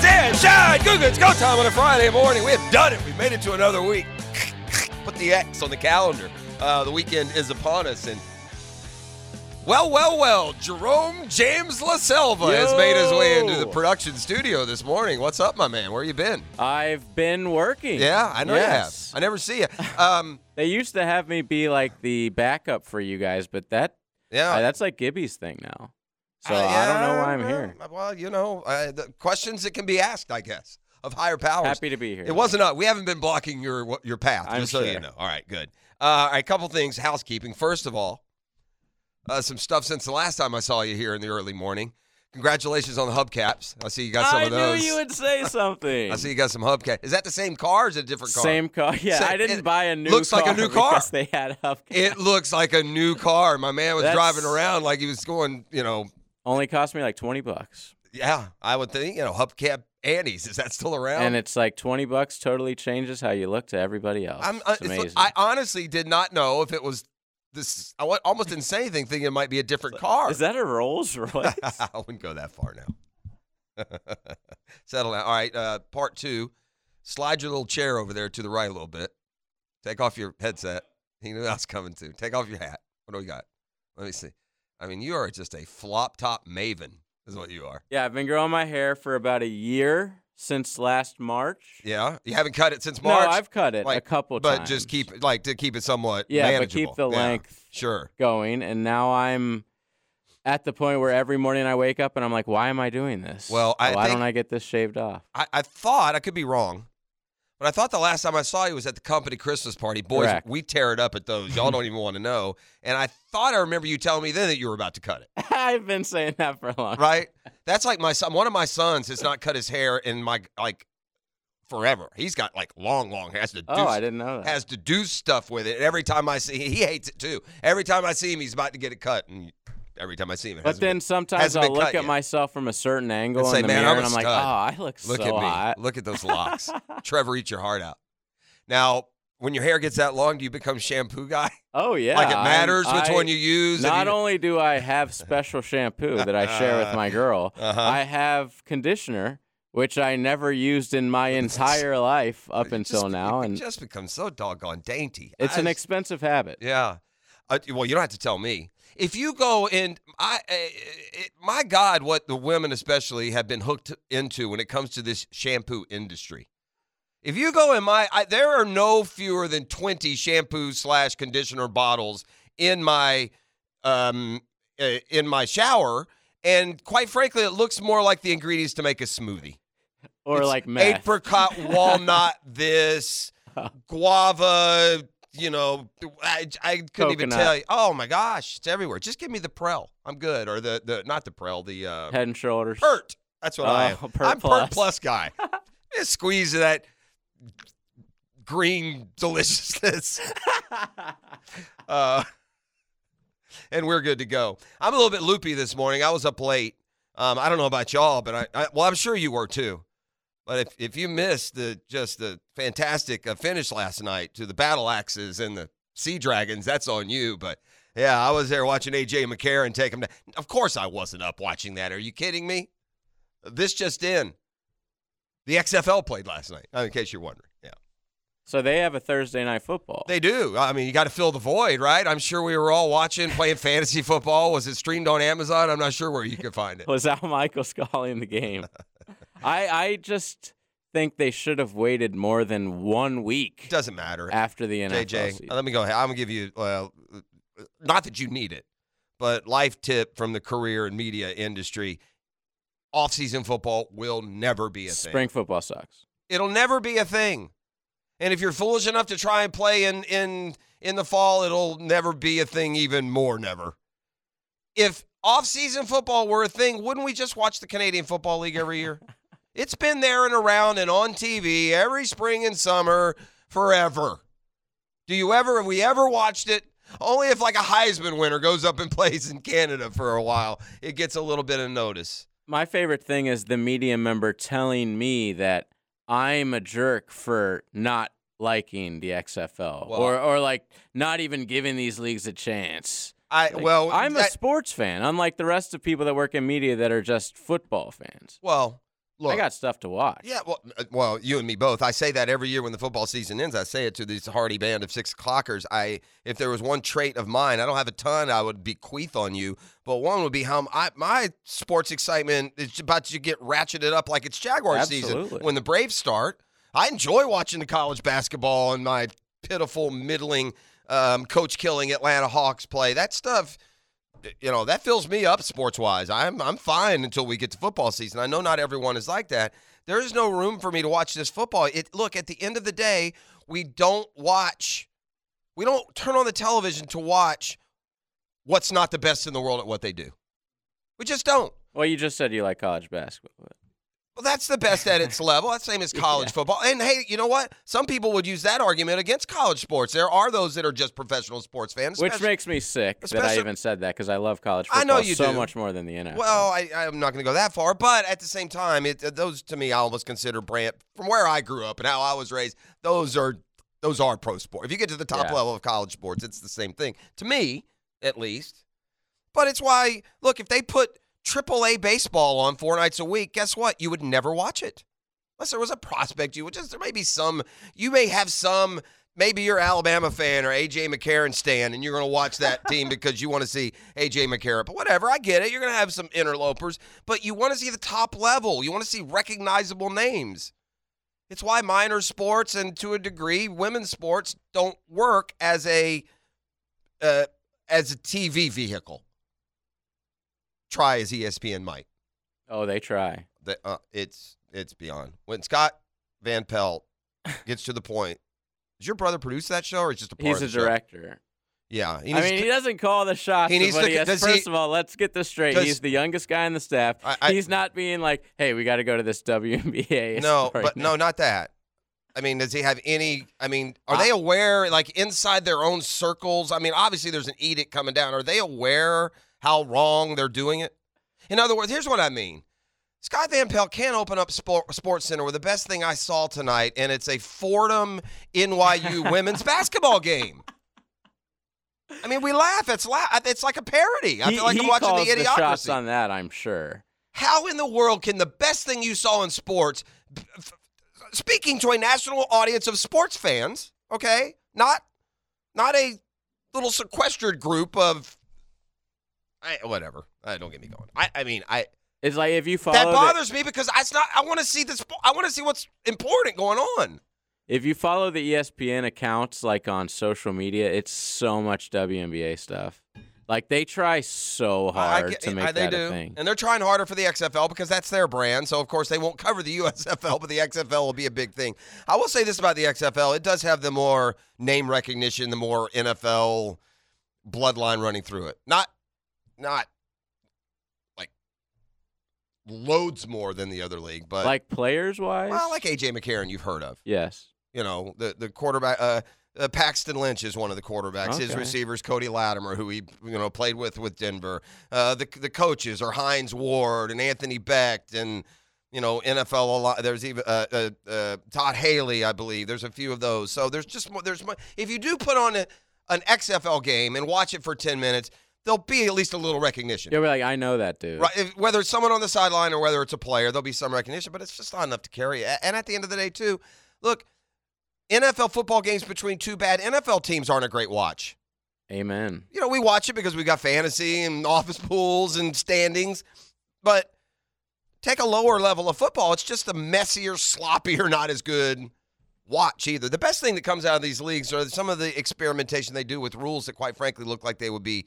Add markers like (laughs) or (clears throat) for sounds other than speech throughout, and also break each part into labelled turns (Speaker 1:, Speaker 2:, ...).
Speaker 1: Sunshine! Good, it's go time on a Friday morning. We have done it. We've made it to another week. (laughs) Put the X on the calendar. Uh, the weekend is upon us, and well, well, well, Jerome James LaSelva has made his way into the
Speaker 2: Yo.
Speaker 1: production studio this morning. What's up, my man? Where you been?
Speaker 2: I've been working.
Speaker 1: Yeah, I know
Speaker 2: Yes.
Speaker 1: you have. I never see you.
Speaker 2: (laughs)
Speaker 1: Um,
Speaker 2: They used to have me be like the backup for you guys, but that
Speaker 1: yeah.
Speaker 2: uh, that's like Gibby's thing now.
Speaker 1: Uh,
Speaker 2: So I don't know why I'm here.
Speaker 1: Well, you know, uh, the questions that can be asked, I guess, of higher powers.
Speaker 2: Happy to be here.
Speaker 1: It wasn't us. We haven't been blocking your what- your path.
Speaker 2: I'm
Speaker 1: just so you
Speaker 2: sure.
Speaker 1: know. All right, good. Uh, all right, a couple things. Housekeeping. First of all, uh, some stuff since the last time I saw you here in the early morning. Congratulations on the hubcaps. I see you got some
Speaker 2: I
Speaker 1: of those.
Speaker 2: knew you would say something.
Speaker 1: (laughs) I see you got some hubcaps. Is that the same car? Or is it a different car?
Speaker 2: Same car. Yeah,
Speaker 1: Same-
Speaker 2: I didn't
Speaker 1: it
Speaker 2: buy a new
Speaker 1: looks
Speaker 2: car.
Speaker 1: like a new car.
Speaker 2: (laughs) Because they had hubcaps.
Speaker 1: It looks like a new car. My man was
Speaker 2: That's-
Speaker 1: driving around like he was going. You know,
Speaker 2: Only cost me like 20 bucks.
Speaker 1: yeah. I would think. You know, hubcap Annie's. Is that still around?
Speaker 2: And it's like 20 bucks totally changes how you look to everybody else.
Speaker 1: I'm, uh,
Speaker 2: it's
Speaker 1: it's like-
Speaker 2: amazing.
Speaker 1: I honestly did not know if it was this. I wa- almost didn't say anything, thinking it might be a different car.
Speaker 2: Is that a
Speaker 1: (laughs)
Speaker 2: Rolls Royce?
Speaker 1: I wouldn't go that far now. (laughs) Settle down. All right, uh, part two. Slide your little chair over there to the right a little bit. Take off your headset. He knew I was coming to. Take off your hat. What do we got? Let me see. I mean, you are just a flop top maven, is what you are.
Speaker 2: yeah, I've been growing my hair for about a year since last March.
Speaker 1: Yeah, you haven't cut it since March.
Speaker 2: No, I've cut it a
Speaker 1: like,
Speaker 2: couple
Speaker 1: but
Speaker 2: times.
Speaker 1: just keep it- like to keep it somewhat.
Speaker 2: Yeah,
Speaker 1: manageable.
Speaker 2: but keep the
Speaker 1: Yeah,
Speaker 2: length
Speaker 1: Sure.
Speaker 2: going. And now I'm at the point where every morning I wake up and I'm like, why am I doing this?
Speaker 1: Well, I
Speaker 2: why
Speaker 1: think-
Speaker 2: don't I get this shaved off? (laughs)
Speaker 1: I, I thought I could be wrong, but I thought the last time I saw you was at the company Christmas party. Boys,
Speaker 2: Correct.
Speaker 1: we tear it up at those. Y'all don't even want to know. And I thought I remember you telling me then that you were about to cut it.
Speaker 2: I've been saying that for a long time.
Speaker 1: Right? That's like my son. One of my sons has not cut his hair in my like forever. He's got like long, long hair. Has to do
Speaker 2: (laughs) Oh, I didn't know that.
Speaker 1: has to do stuff with it. Every time I see, he hates it too. Every time I see him, he's about to get it cut. And every time I see him, it
Speaker 2: but
Speaker 1: hasn't
Speaker 2: then sometimes
Speaker 1: hasn't
Speaker 2: I'll
Speaker 1: been
Speaker 2: look
Speaker 1: cut
Speaker 2: at
Speaker 1: yet.
Speaker 2: myself from a certain angle
Speaker 1: And say,
Speaker 2: in the
Speaker 1: "Man,
Speaker 2: mirror
Speaker 1: I'm a
Speaker 2: and I'm like, oh,
Speaker 1: stud."
Speaker 2: I look,
Speaker 1: Look
Speaker 2: so
Speaker 1: at me.
Speaker 2: hot.
Speaker 1: Look at those
Speaker 2: (laughs)
Speaker 1: locks. Trevor, eat your heart out. Now, when your hair gets that long, do you become shampoo guy? (laughs)
Speaker 2: Oh, yeah.
Speaker 1: like it
Speaker 2: I'm-
Speaker 1: matters which
Speaker 2: I-
Speaker 1: one you use.
Speaker 2: Not
Speaker 1: you,
Speaker 2: only do I have special shampoo that I share
Speaker 1: (laughs)
Speaker 2: with my girl,
Speaker 1: Uh-huh.
Speaker 2: I have conditioner which I never used
Speaker 1: (laughs)
Speaker 2: in my entire life up
Speaker 1: you
Speaker 2: until
Speaker 1: just-
Speaker 2: now,
Speaker 1: you
Speaker 2: and
Speaker 1: just become so doggone dainty.
Speaker 2: it's
Speaker 1: I
Speaker 2: an
Speaker 1: just-
Speaker 2: expensive habit.
Speaker 1: yeah. Uh, well, you don't have to tell me. If you go and I, uh, it, my God, what the women especially have been hooked into when it comes to this shampoo industry. If you go in my, I, there are no fewer than twenty shampoo slash conditioner bottles in my, um, uh, in my shower, and quite frankly, it looks more like the ingredients to make a smoothie.
Speaker 2: Or
Speaker 1: It's
Speaker 2: like meth. (laughs)
Speaker 1: apricot walnut this guava you know i, I couldn't even
Speaker 2: Coconut.
Speaker 1: tell you oh my gosh it's everywhere just give me the prel i'm good or the, the not the prel the uh
Speaker 2: Head and shoulders.
Speaker 1: pert that's what i am
Speaker 2: (laughs) Oh, Pert
Speaker 1: i'm
Speaker 2: Plus.
Speaker 1: pert plus guy
Speaker 2: (laughs)
Speaker 1: just squeeze of that green deliciousness uh, (laughs) and we're good to go. I'm a little bit loopy this morning. I was up late. Um, I don't know about y'all, but I, I well, I'm sure you were too. But if, if you missed the just the fantastic uh, finish last night to the battle axes and the sea dragons, that's on you. But yeah, I was there watching AJ McCarron take him down. Of course, I wasn't up watching that. Are you kidding me? This just in. The XFL played last night, in case you're wondering. Yeah.
Speaker 2: (laughs) So they have a Thursday night football.
Speaker 1: They do. I mean, you got to fill the void, right? I'm sure we were all watching, playing fantasy football. Was it streamed on Amazon? I'm not sure where you could find it.
Speaker 2: (laughs) was Al Michaels calling
Speaker 1: (laughs)
Speaker 2: the game. I I just think they should have waited more than one week
Speaker 1: Doesn't matter.
Speaker 2: after the NFL
Speaker 1: JJ,
Speaker 2: season.
Speaker 1: let me go ahead. I'm gonna give you, uh, not that you need it, but life tip from the career and media industry: off-season football will never be a thing.
Speaker 2: Spring football sucks.
Speaker 1: It'll never be a thing. And if you're foolish enough to try and play in in in the fall, it'll never be a thing even more never. If off-season football were a thing, wouldn't we just watch the Canadian Football League every
Speaker 2: (laughs)
Speaker 1: year? it's been there and around and on TV every spring and summer forever. Do you ever have we ever watched it? Only if like a Heisman winner goes up and (laughs) plays in Canada for a while, it gets a little bit of notice.
Speaker 2: My favorite thing is the media member telling me that I'm a jerk for not liking the XFL
Speaker 1: Well,
Speaker 2: or or like not even giving these leagues a chance.
Speaker 1: I
Speaker 2: Like,
Speaker 1: well,
Speaker 2: I'm a
Speaker 1: that-
Speaker 2: sports fan, unlike the rest of people that work in media that are just football fans.
Speaker 1: Well,
Speaker 2: I
Speaker 1: Look.
Speaker 2: got stuff to watch.
Speaker 1: Yeah, well, uh, well, you and me both. I say that every year when the football season ends. I say it to this hardy band of six clockers. I, if there was one trait of mine, I don't have a ton. I would bequeath on you, but one would be how m- I, my sports excitement is about to get ratcheted up like it's Jaguar season
Speaker 2: Absolutely.
Speaker 1: when the Braves start. I enjoy watching the college basketball and my pitiful, middling, um, coach killing Atlanta Hawks play. That stuff you know that fills me up sports wise. I'm I'm fine until we get to football season. I know not everyone is like that. There is no room for me to watch this football. It look at the end of the day, we don't watch, we don't turn on the television to watch what's not the best in the world at what they do. We just don't.
Speaker 2: Well, you just said you like college basketball. but-
Speaker 1: Well, that's the best at
Speaker 2: (laughs)
Speaker 1: its level. That's the same as college
Speaker 2: Yeah.
Speaker 1: football. And hey, you know what? Some people would use that argument against college sports. There are those that are just professional sports fans.
Speaker 2: Which
Speaker 1: especially-
Speaker 2: makes me sick that I
Speaker 1: especially-
Speaker 2: even said that because I love college football
Speaker 1: I know you
Speaker 2: so
Speaker 1: do.
Speaker 2: much more than the NFL.
Speaker 1: Well, I, I'm not going to go that far, but at the same time, it uh, those to me I almost consider brand from where I grew up and how I was raised. Those are those are pro sport. If you get to the top
Speaker 2: Yeah.
Speaker 1: level of college sports, it's the same thing to me, at least. But it's why look if they put AAA baseball on four nights a week, guess what? You would never watch it unless there was a prospect you would just there may be some you may have some maybe you're an alabama fan or aj mccarron stan and you're going to watch that team because you want to see aj mccarron but whatever i get it you're going to have some interlopers but you want to see the top level you want to see recognizable names it's why minor sports and to a degree women's sports don't work as a uh, as a tv vehicle try as E espn might
Speaker 2: oh, they try.
Speaker 1: that uh, it's it's beyond. When Scott Van Pelt gets to the point, does your brother produce that show or is just a part
Speaker 2: He's a
Speaker 1: of the show?
Speaker 2: director.
Speaker 1: Yeah, he
Speaker 2: I
Speaker 1: needs
Speaker 2: mean,
Speaker 1: to-
Speaker 2: he doesn't call the shots.
Speaker 1: He
Speaker 2: of
Speaker 1: needs
Speaker 2: what
Speaker 1: to-
Speaker 2: he has.
Speaker 1: does
Speaker 2: First
Speaker 1: he-
Speaker 2: of all, let's get this straight.
Speaker 1: does-
Speaker 2: He's the youngest guy in the staff.
Speaker 1: I- I-
Speaker 2: He's not being like, "Hey, we got to go to this (laughs) WNBA."
Speaker 1: no,
Speaker 2: (laughs) story
Speaker 1: but
Speaker 2: now."
Speaker 1: no, not that. I mean, does he have any? I mean, are they aware, like inside their own circles? I mean, obviously there's an edict coming down. Are they aware how wrong they're doing it? In other words, here's what I mean. Scott Van Pelt can't open up Sport, Sports Center with the best thing I saw tonight, and it's a Fordham
Speaker 2: (laughs)
Speaker 1: NYU women's basketball game. I mean, we laugh. It's la- It's like a parody. I
Speaker 2: he,
Speaker 1: feel like
Speaker 2: he
Speaker 1: I'm watching
Speaker 2: calls
Speaker 1: the
Speaker 2: the
Speaker 1: idiocracy.
Speaker 2: shots on that. I'm sure.
Speaker 1: How in the world can the best thing you saw in sports, b- f- speaking to a national audience of sports fans, okay, not not a little sequestered group of, I, whatever. I, don't get me going. I, I mean, I
Speaker 2: It's like if you follow
Speaker 1: that
Speaker 2: the-
Speaker 1: bothers me because I, it's not. I want to see this. I want to see what's important going on.
Speaker 2: if you follow the E ESPN accounts like on social media, it's so much WNBA stuff. Like they try so
Speaker 1: I- I
Speaker 2: hard
Speaker 1: get-
Speaker 2: to
Speaker 1: I-
Speaker 2: make
Speaker 1: they
Speaker 2: that
Speaker 1: do.
Speaker 2: a thing.
Speaker 1: And they're trying harder for the XFL because that's their brand. So of course they won't cover the (laughs) USFL, but the XFL will be a big thing. I will say this about the XFL: it does have the more name recognition, the more NFL bloodline running through it. Not, not like loads more than the other league, but
Speaker 2: like players wise,
Speaker 1: well, like AJ McCarron, you've heard of.
Speaker 2: yes.
Speaker 1: You know, the the quarterback. Uh, uh, Paxton Lynch is one of the quarterbacks. His
Speaker 2: Okay.
Speaker 1: receivers, Cody Latimer, who he you know played with with Denver. Uh, the the coaches are Heinz Ward and Anthony Becht, and you know NFL. A lot, there's even uh, uh, uh, Todd Haley, I believe. There's a few of those. So there's just more, there's more. if you do put on a, an XFL game and watch it for ten minutes, there'll be at least a little recognition.
Speaker 2: You'll be like, I know that dude.
Speaker 1: Right, if, whether it's someone on the sideline or whether it's a player, there'll be some recognition, but it's just not enough to carry. A- And at the end of the day, too, look, NFL football games between two bad NFL teams aren't a great watch.
Speaker 2: Amen.
Speaker 1: You know, we watch it because we got fantasy and office pools and standings, but take a lower level of football. It's just a messier, sloppier, (laughs) not as good watch either. The best thing that comes out of these leagues are some of the experimentation they do with rules that, quite frankly, look like they would be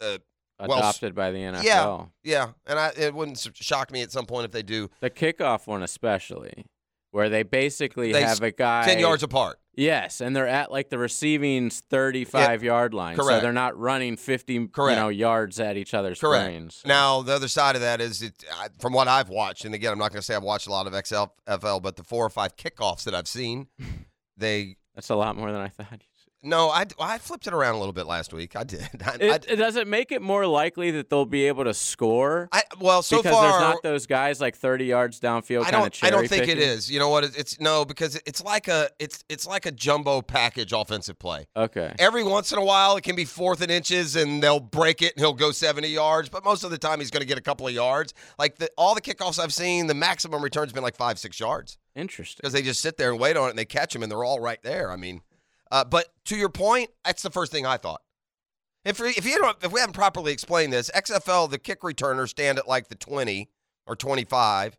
Speaker 1: Well, s-
Speaker 2: Adopted by the NFL.
Speaker 1: yeah, and I, it wouldn't s- shock me at some point if they do
Speaker 2: The kickoff one especially, where they basically
Speaker 1: They s-
Speaker 2: have a guy
Speaker 1: ten yards apart.
Speaker 2: Yes, and they're at like the receiving's thirty-five yard line, so
Speaker 1: Correct.
Speaker 2: they're not running fifty
Speaker 1: Correct.
Speaker 2: you know yards at each other's
Speaker 1: Correct.
Speaker 2: brains.
Speaker 1: Now, the other side of that is, it, I, from what I've watched, and again, I'm not going to say I've watched a lot of
Speaker 2: (laughs)
Speaker 1: XFL, but the four or five kickoffs that I've seen, they
Speaker 2: That's a lot more than I thought.
Speaker 1: No, I, I flipped it around a little bit last week. I did. (laughs) I, I-
Speaker 2: It, it does it make it more likely that they'll be able to score
Speaker 1: I- well, so
Speaker 2: because
Speaker 1: far
Speaker 2: there's not those guys like 30 yards
Speaker 1: I
Speaker 2: downfield kind of
Speaker 1: don't. I
Speaker 2: cherry
Speaker 1: don't think it
Speaker 2: picking?
Speaker 1: is. You know what? It's- It's no because it's like a it's it's like a jumbo package offensive play.
Speaker 2: Okay.
Speaker 1: Every once in a while, it can be fourth and inches, and they'll break it, and he'll go seventy yards. But most of the time, he's going to get a couple of yards. Like the, all the kickoffs I've seen, the maximum return's been like five, six yards
Speaker 2: Interesting.
Speaker 1: because they just sit there and wait on it, and they catch them, and they're all right there. I mean, uh, but to your point, that's the first thing I thought. If we- if you don't, if we haven't properly explained this, XFL the kick returners stand at like the twenty or twenty five,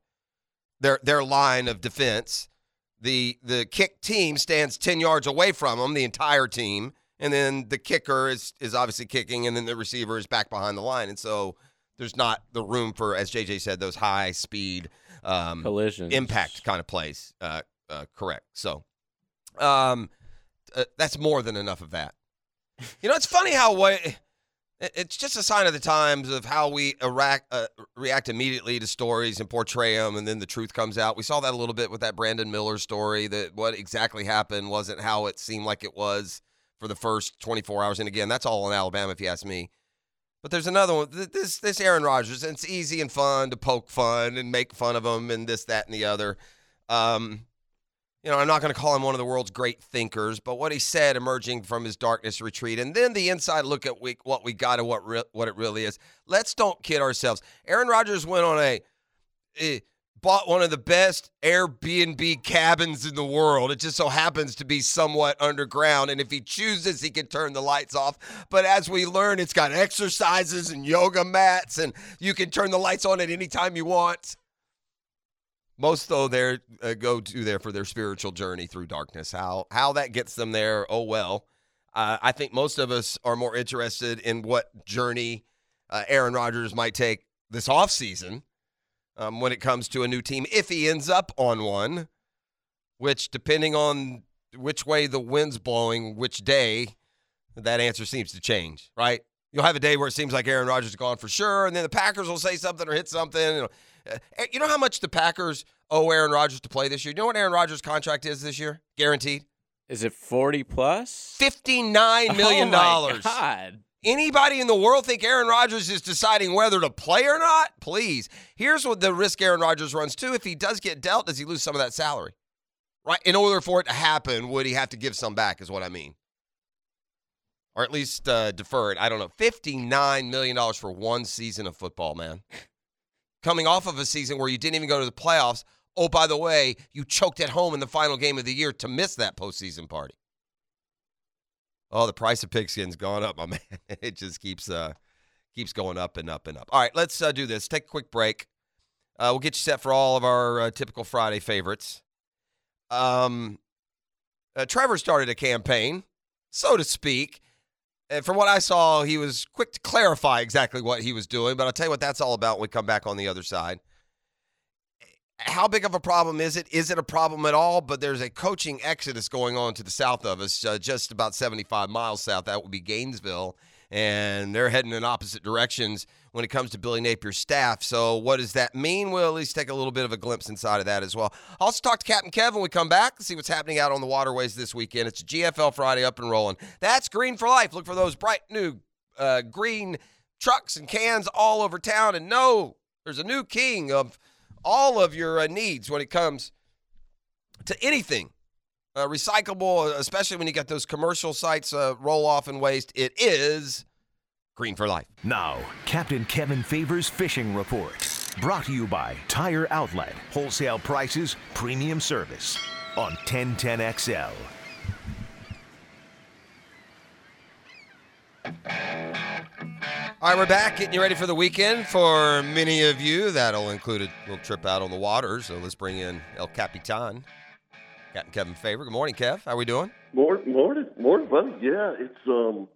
Speaker 1: their their line of defense. The the kick team stands ten yards away from them, the entire team, and then the kicker is is obviously kicking, and then the receiver is back behind the line, and so there's not the room for, as JJ said, those high speed um,
Speaker 2: Collision.
Speaker 1: impact kind of plays. Uh, uh, correct. So, um, uh, that's more than enough of that. You know, it's funny how what it's just a sign of the times of how we Iraq, uh, react immediately to stories and portray them, and then the truth comes out. We saw that a little bit with that Brandon Miller story. That what exactly happened wasn't how it seemed like it was for the first 24 hours. And again, that's all in Alabama, if you ask me. But there's another one. Th- This this Aaron Rodgers. And it's easy and fun to poke fun and make fun of him and this, that, and the other. Um, you know, I'm not going to call him one of the world's great thinkers, but what he said emerging from his darkness retreat, and then the inside look at we, what we got and what re- what it really is. Let's don't kid ourselves. Aaron Rodgers went on a eh, bought one of the best Airbnb cabins in the world. It just so happens to be somewhat underground, and if he chooses, he can turn the lights off. But as we learn, it's got exercises and yoga mats, and you can turn the lights on at any time you want. Most though they uh, go to there for their spiritual journey through darkness. How how that gets them there? Oh well. Uh, I think most of us are more interested in what journey uh, Aaron Rodgers might take this offseason um, when it comes to a new team, if he ends up on one, which, depending on which way the wind's blowing, which day, that answer seems to change, right? You'll have a day where it seems like Aaron Rodgers is gone for sure, and then the Packers will say something or hit something. You know, Uh, you know how much the Packers owe Aaron Rodgers to play this year? You know what Aaron Rodgers' contract is this year? Guaranteed?
Speaker 2: Is it 40 plus?
Speaker 1: $59 million.
Speaker 2: (laughs) Oh my God.
Speaker 1: Anybody in the world think Aaron Rodgers is deciding whether to play or not? Please. Here's what the risk Aaron Rodgers runs too. If he does get dealt, does he lose some of that salary? Right? In order for it to happen, would he have to give some back, is what I mean. Or at least uh, defer it. I don't know. $59 million for one season of football, man. Coming off of a season where you didn't even go to the playoffs. Oh, by the way, you choked at home in the final game of the year to miss that postseason party. Oh, the price of pigskin's gone up, my (laughs) man. It just keeps uh keeps going up and up and up. All right, let's uh, do this. Take a quick break. Uh, we'll get you set for all of our uh, typical Friday favorites. Um, uh, Trevor started a campaign, so to speak. And from what I saw, he was quick to clarify exactly what he was doing. But I'll tell you what that's all about when we come back on the other side. How big of a problem is it? Is it a problem at all? But there's a coaching exodus going on to the south of us, uh, just about 75 miles south. That would be Gainesville. And they're heading in opposite directions when it comes to Billy Napier's staff. So, what does that mean? We'll at least take a little bit of a glimpse inside of that as well. I'll also talk to Captain Kev when we come back to see what's happening out on the waterways this weekend. It's GFL Friday up and rolling. That's Green for Life. Look for those bright new uh, green trucks and cans all over town. And no, there's a new king of all of your uh, needs when it comes to anything uh, recyclable, especially when you got those commercial sites uh, roll off and waste. It is green for life.
Speaker 3: Now, Captain Kevin Favors Fishing Report. Brought to you by Tire Outlet, wholesale prices, premium service on 1010XL.
Speaker 1: All right, we're back, getting you ready for the weekend. For many of you, that'll include a little trip out on the water. So let's bring in El Capitan, Captain Kevin Favor. Good morning, Kev. How we doing?
Speaker 4: More, more, more. Well, yeah, it's um.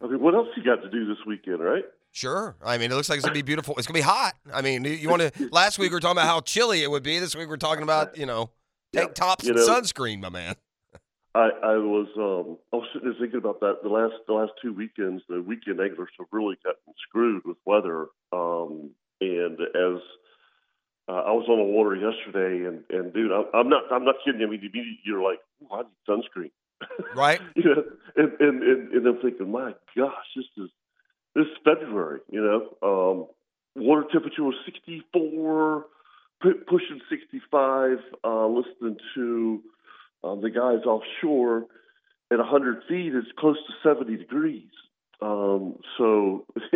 Speaker 4: I mean, what else you got to do this weekend, right?
Speaker 1: Sure. I mean, it looks like it's gonna be beautiful. It's gonna be hot. I mean, you want to? (laughs) Last week we were talking about how chilly it would be. This week we're talking about you know tank
Speaker 4: Yep.
Speaker 1: tops
Speaker 4: You
Speaker 1: and
Speaker 4: know-
Speaker 1: sunscreen, my man.
Speaker 4: I I was um I was sitting there thinking about that the last the last two weekends the weekend anglers have really gotten screwed with weather um and as uh, I was on the water yesterday and and dude I'm, I'm not I'm not kidding you. I mean immediately you're like Ooh, I need sunscreen (laughs)
Speaker 1: Right.
Speaker 4: you know, and, and, and, and I'm thinking, my gosh, this is this is February. You know, um, water temperature was 64, pu- pushing 65. Uh, listening to um, the guys offshore at 100 feet, it's close to 70 degrees. Um, so, (laughs)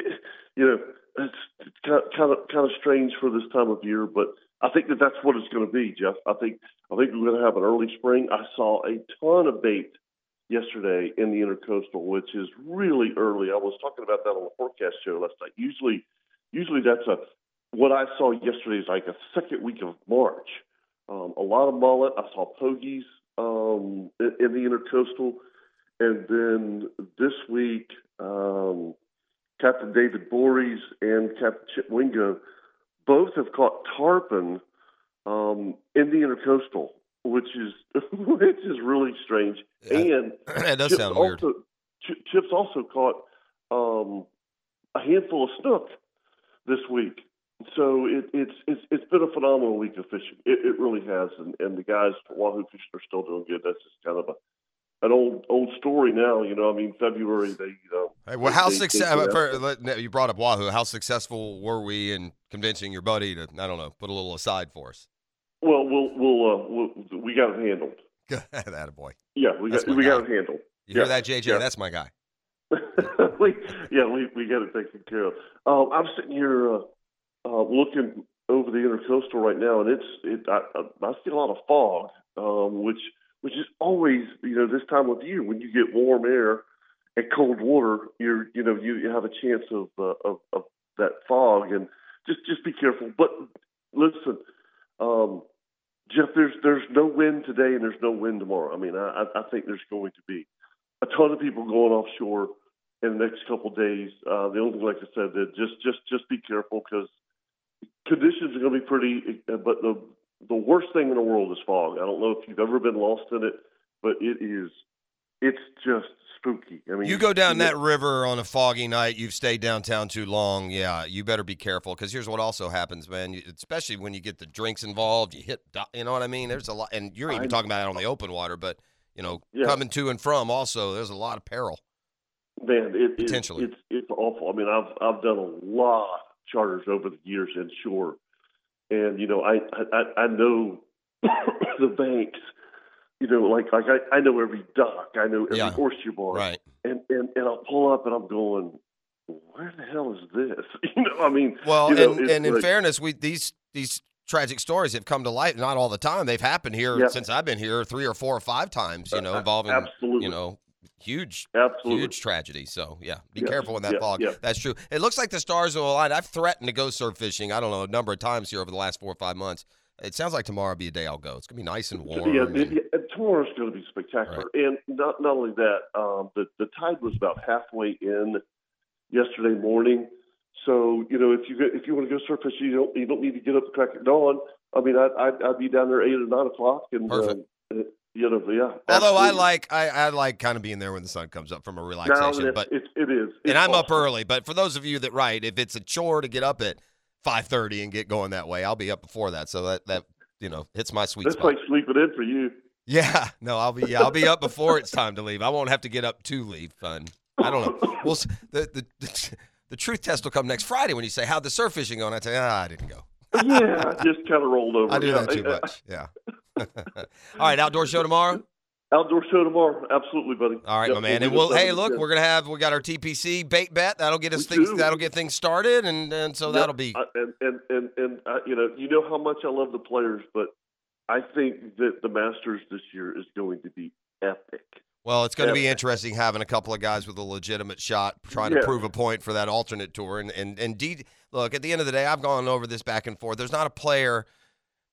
Speaker 4: you know, it's kind of kind of strange for this time of year, but I think that that's what it's going to be, Jeff. I think I think we're going to have an early spring. I saw a ton of bait yesterday in the intercoastal, which is really early. I was talking about that on the forecast show last night. Usually, usually that's a what I saw yesterday is like a second week of March. Um, a lot of mullet. I saw pogies um, in, in the intercoastal, and then this week, um, Captain David Bories and Captain Chip Wingo both have caught tarpon um, in the intercoastal, which is (laughs) which is really strange.
Speaker 1: Yeah.
Speaker 4: And
Speaker 1: (clears throat) that does
Speaker 4: Chip's
Speaker 1: sound weird.
Speaker 4: Also, Ch- Chip's also caught um, a handful of snook this week. So it, it's it's it's been a phenomenal week of fishing. It, it really has, and, and the guys at Wahoo Fishing are still doing good. That's just kind of a an old old story now. You know, I mean, February they um, you know
Speaker 1: Hey, well, how
Speaker 4: they- they-
Speaker 1: successful?
Speaker 4: they-
Speaker 1: You brought up Wahoo. How successful were we in convincing your buddy to? I don't know. Put a little aside for us. (laughs)
Speaker 4: Well, we'll we'll, uh, we'll we got it handled.
Speaker 1: Good, that boy.
Speaker 4: Yeah, we
Speaker 1: That's
Speaker 4: got
Speaker 1: my
Speaker 4: we
Speaker 1: guy.
Speaker 4: got it handled.
Speaker 1: You hear
Speaker 4: Yeah,
Speaker 1: that, JJ?
Speaker 4: yeah.
Speaker 1: That's my guy.
Speaker 4: (laughs) we, yeah, we we got it taken care of. Um, I'm sitting here uh, uh, looking over the intercoastal right now, and it's it. I, I, I see a lot of fog, um, which which is always you know this time of year when you get warm air and cold water, you're you know you, you have a chance of, uh, of of that fog, and just just be careful. But listen, um, Jeff, there's there's no wind today, and there's no wind tomorrow. I mean, I I I think there's going to be a ton of people going offshore in the next couple of days. Uh, the only thing, like I said, that just just just be careful because conditions are going to be pretty. uh, But the the worst thing in the world is fog. I don't know if you've ever been lost in it, but it is it's just spooky. I mean,
Speaker 1: You go down that river on a foggy night, you've stayed downtown too long. Yeah, you better be careful because here's what also happens, man. You, especially when you get the drinks involved, you hit, do- you know what I mean? There's a lot, and you're even
Speaker 4: I-
Speaker 1: talking about it on the open water, but, you know,
Speaker 4: Yeah.
Speaker 1: coming to and from also, there's a lot of peril.
Speaker 4: Man, it, it,
Speaker 1: Potentially.
Speaker 4: it's it's awful. I mean, I've I've done a lot of charters over the years inshore, and you know, I I, I know (coughs) the banks. You know, like like I, I know every dock, I know every
Speaker 1: Yeah.
Speaker 4: horseshoe bar,
Speaker 1: Right.
Speaker 4: and, and and I'll pull up and I'm going, where the hell is this? (laughs) You know, I mean,
Speaker 1: Well,
Speaker 4: you know,
Speaker 1: and,
Speaker 4: it's
Speaker 1: and in
Speaker 4: like-
Speaker 1: fairness, we these these tragic stories have come to light. Not all the time. They've happened here
Speaker 4: Yeah.
Speaker 1: since I've been here three or four or five times, you know,
Speaker 4: Uh,
Speaker 1: involving,
Speaker 4: absolutely,
Speaker 1: you know, huge
Speaker 4: absolutely.
Speaker 1: huge tragedy. So yeah, be
Speaker 4: Yes,
Speaker 1: careful in that
Speaker 4: yeah,
Speaker 1: fog.
Speaker 4: yeah.
Speaker 1: That's true. It looks like the stars are aligned. I've threatened to go surf fishing. I don't know a number of times here over the last four or five months. It sounds like tomorrow will be a day I'll go. It's gonna be nice and warm.
Speaker 4: Yeah,
Speaker 1: and-
Speaker 4: it, yeah, and tomorrow's going to be spectacular. And not not only that, um, the the tide was about halfway in yesterday morning. So you know, if you go, if you want to go surf fishing, you don't you don't need to get up at crack at dawn. I mean, I'd I'd, I'd be down there eight or nine o'clock, and
Speaker 1: Perfect.
Speaker 4: Um, uh, you know, yeah.
Speaker 1: Although I
Speaker 4: absolutely.
Speaker 1: like I, I like kind of being there when the sun comes up from a
Speaker 4: No,
Speaker 1: relaxation,
Speaker 4: it-
Speaker 1: but
Speaker 4: it, it is, It's
Speaker 1: and I'm up
Speaker 4: awesome.
Speaker 1: early. But for those of you that right, if it's a chore to get up at 5:30 and get going that way, I'll be up before that. So that that you know hits my sweet
Speaker 4: That's
Speaker 1: spot.
Speaker 4: like sleeping in for you.
Speaker 1: (laughs) Yeah, no, I'll be yeah, I'll be up before it's time to leave. I won't have to get up to leave. Fun. I don't
Speaker 4: (laughs)
Speaker 1: know. Well, s- the the the, the truth test will come next Friday when you say how the surf fishing going. I say ah, I didn't go.
Speaker 4: yeah, I just kind of rolled over.
Speaker 1: I do
Speaker 4: yeah.
Speaker 1: that too
Speaker 4: Uh,
Speaker 1: much. Yeah. (laughs) All right, outdoor show tomorrow.
Speaker 4: Outdoor show tomorrow, absolutely, buddy.
Speaker 1: All right, my
Speaker 4: Yeah,
Speaker 1: man.
Speaker 4: we'll
Speaker 1: And
Speaker 4: do this
Speaker 1: we'll hey,
Speaker 4: over the
Speaker 1: look,
Speaker 4: weekend.
Speaker 1: we're gonna have we got our TPC bait bet that'll get us
Speaker 4: We
Speaker 1: things
Speaker 4: do.
Speaker 1: that'll get things started, and and so
Speaker 4: Yep.
Speaker 1: that'll be
Speaker 4: I, and and and, and I, you know you know how much I love the players, but I think that the Masters this year is going to be epic.
Speaker 1: Well, it's going to be
Speaker 4: Yeah.
Speaker 1: interesting having a couple of guys with a legitimate shot trying to
Speaker 4: Yeah.
Speaker 1: prove a point for that alternate tour. And and and D, look, at the end of the day, I've gone over this back and forth. There's not a player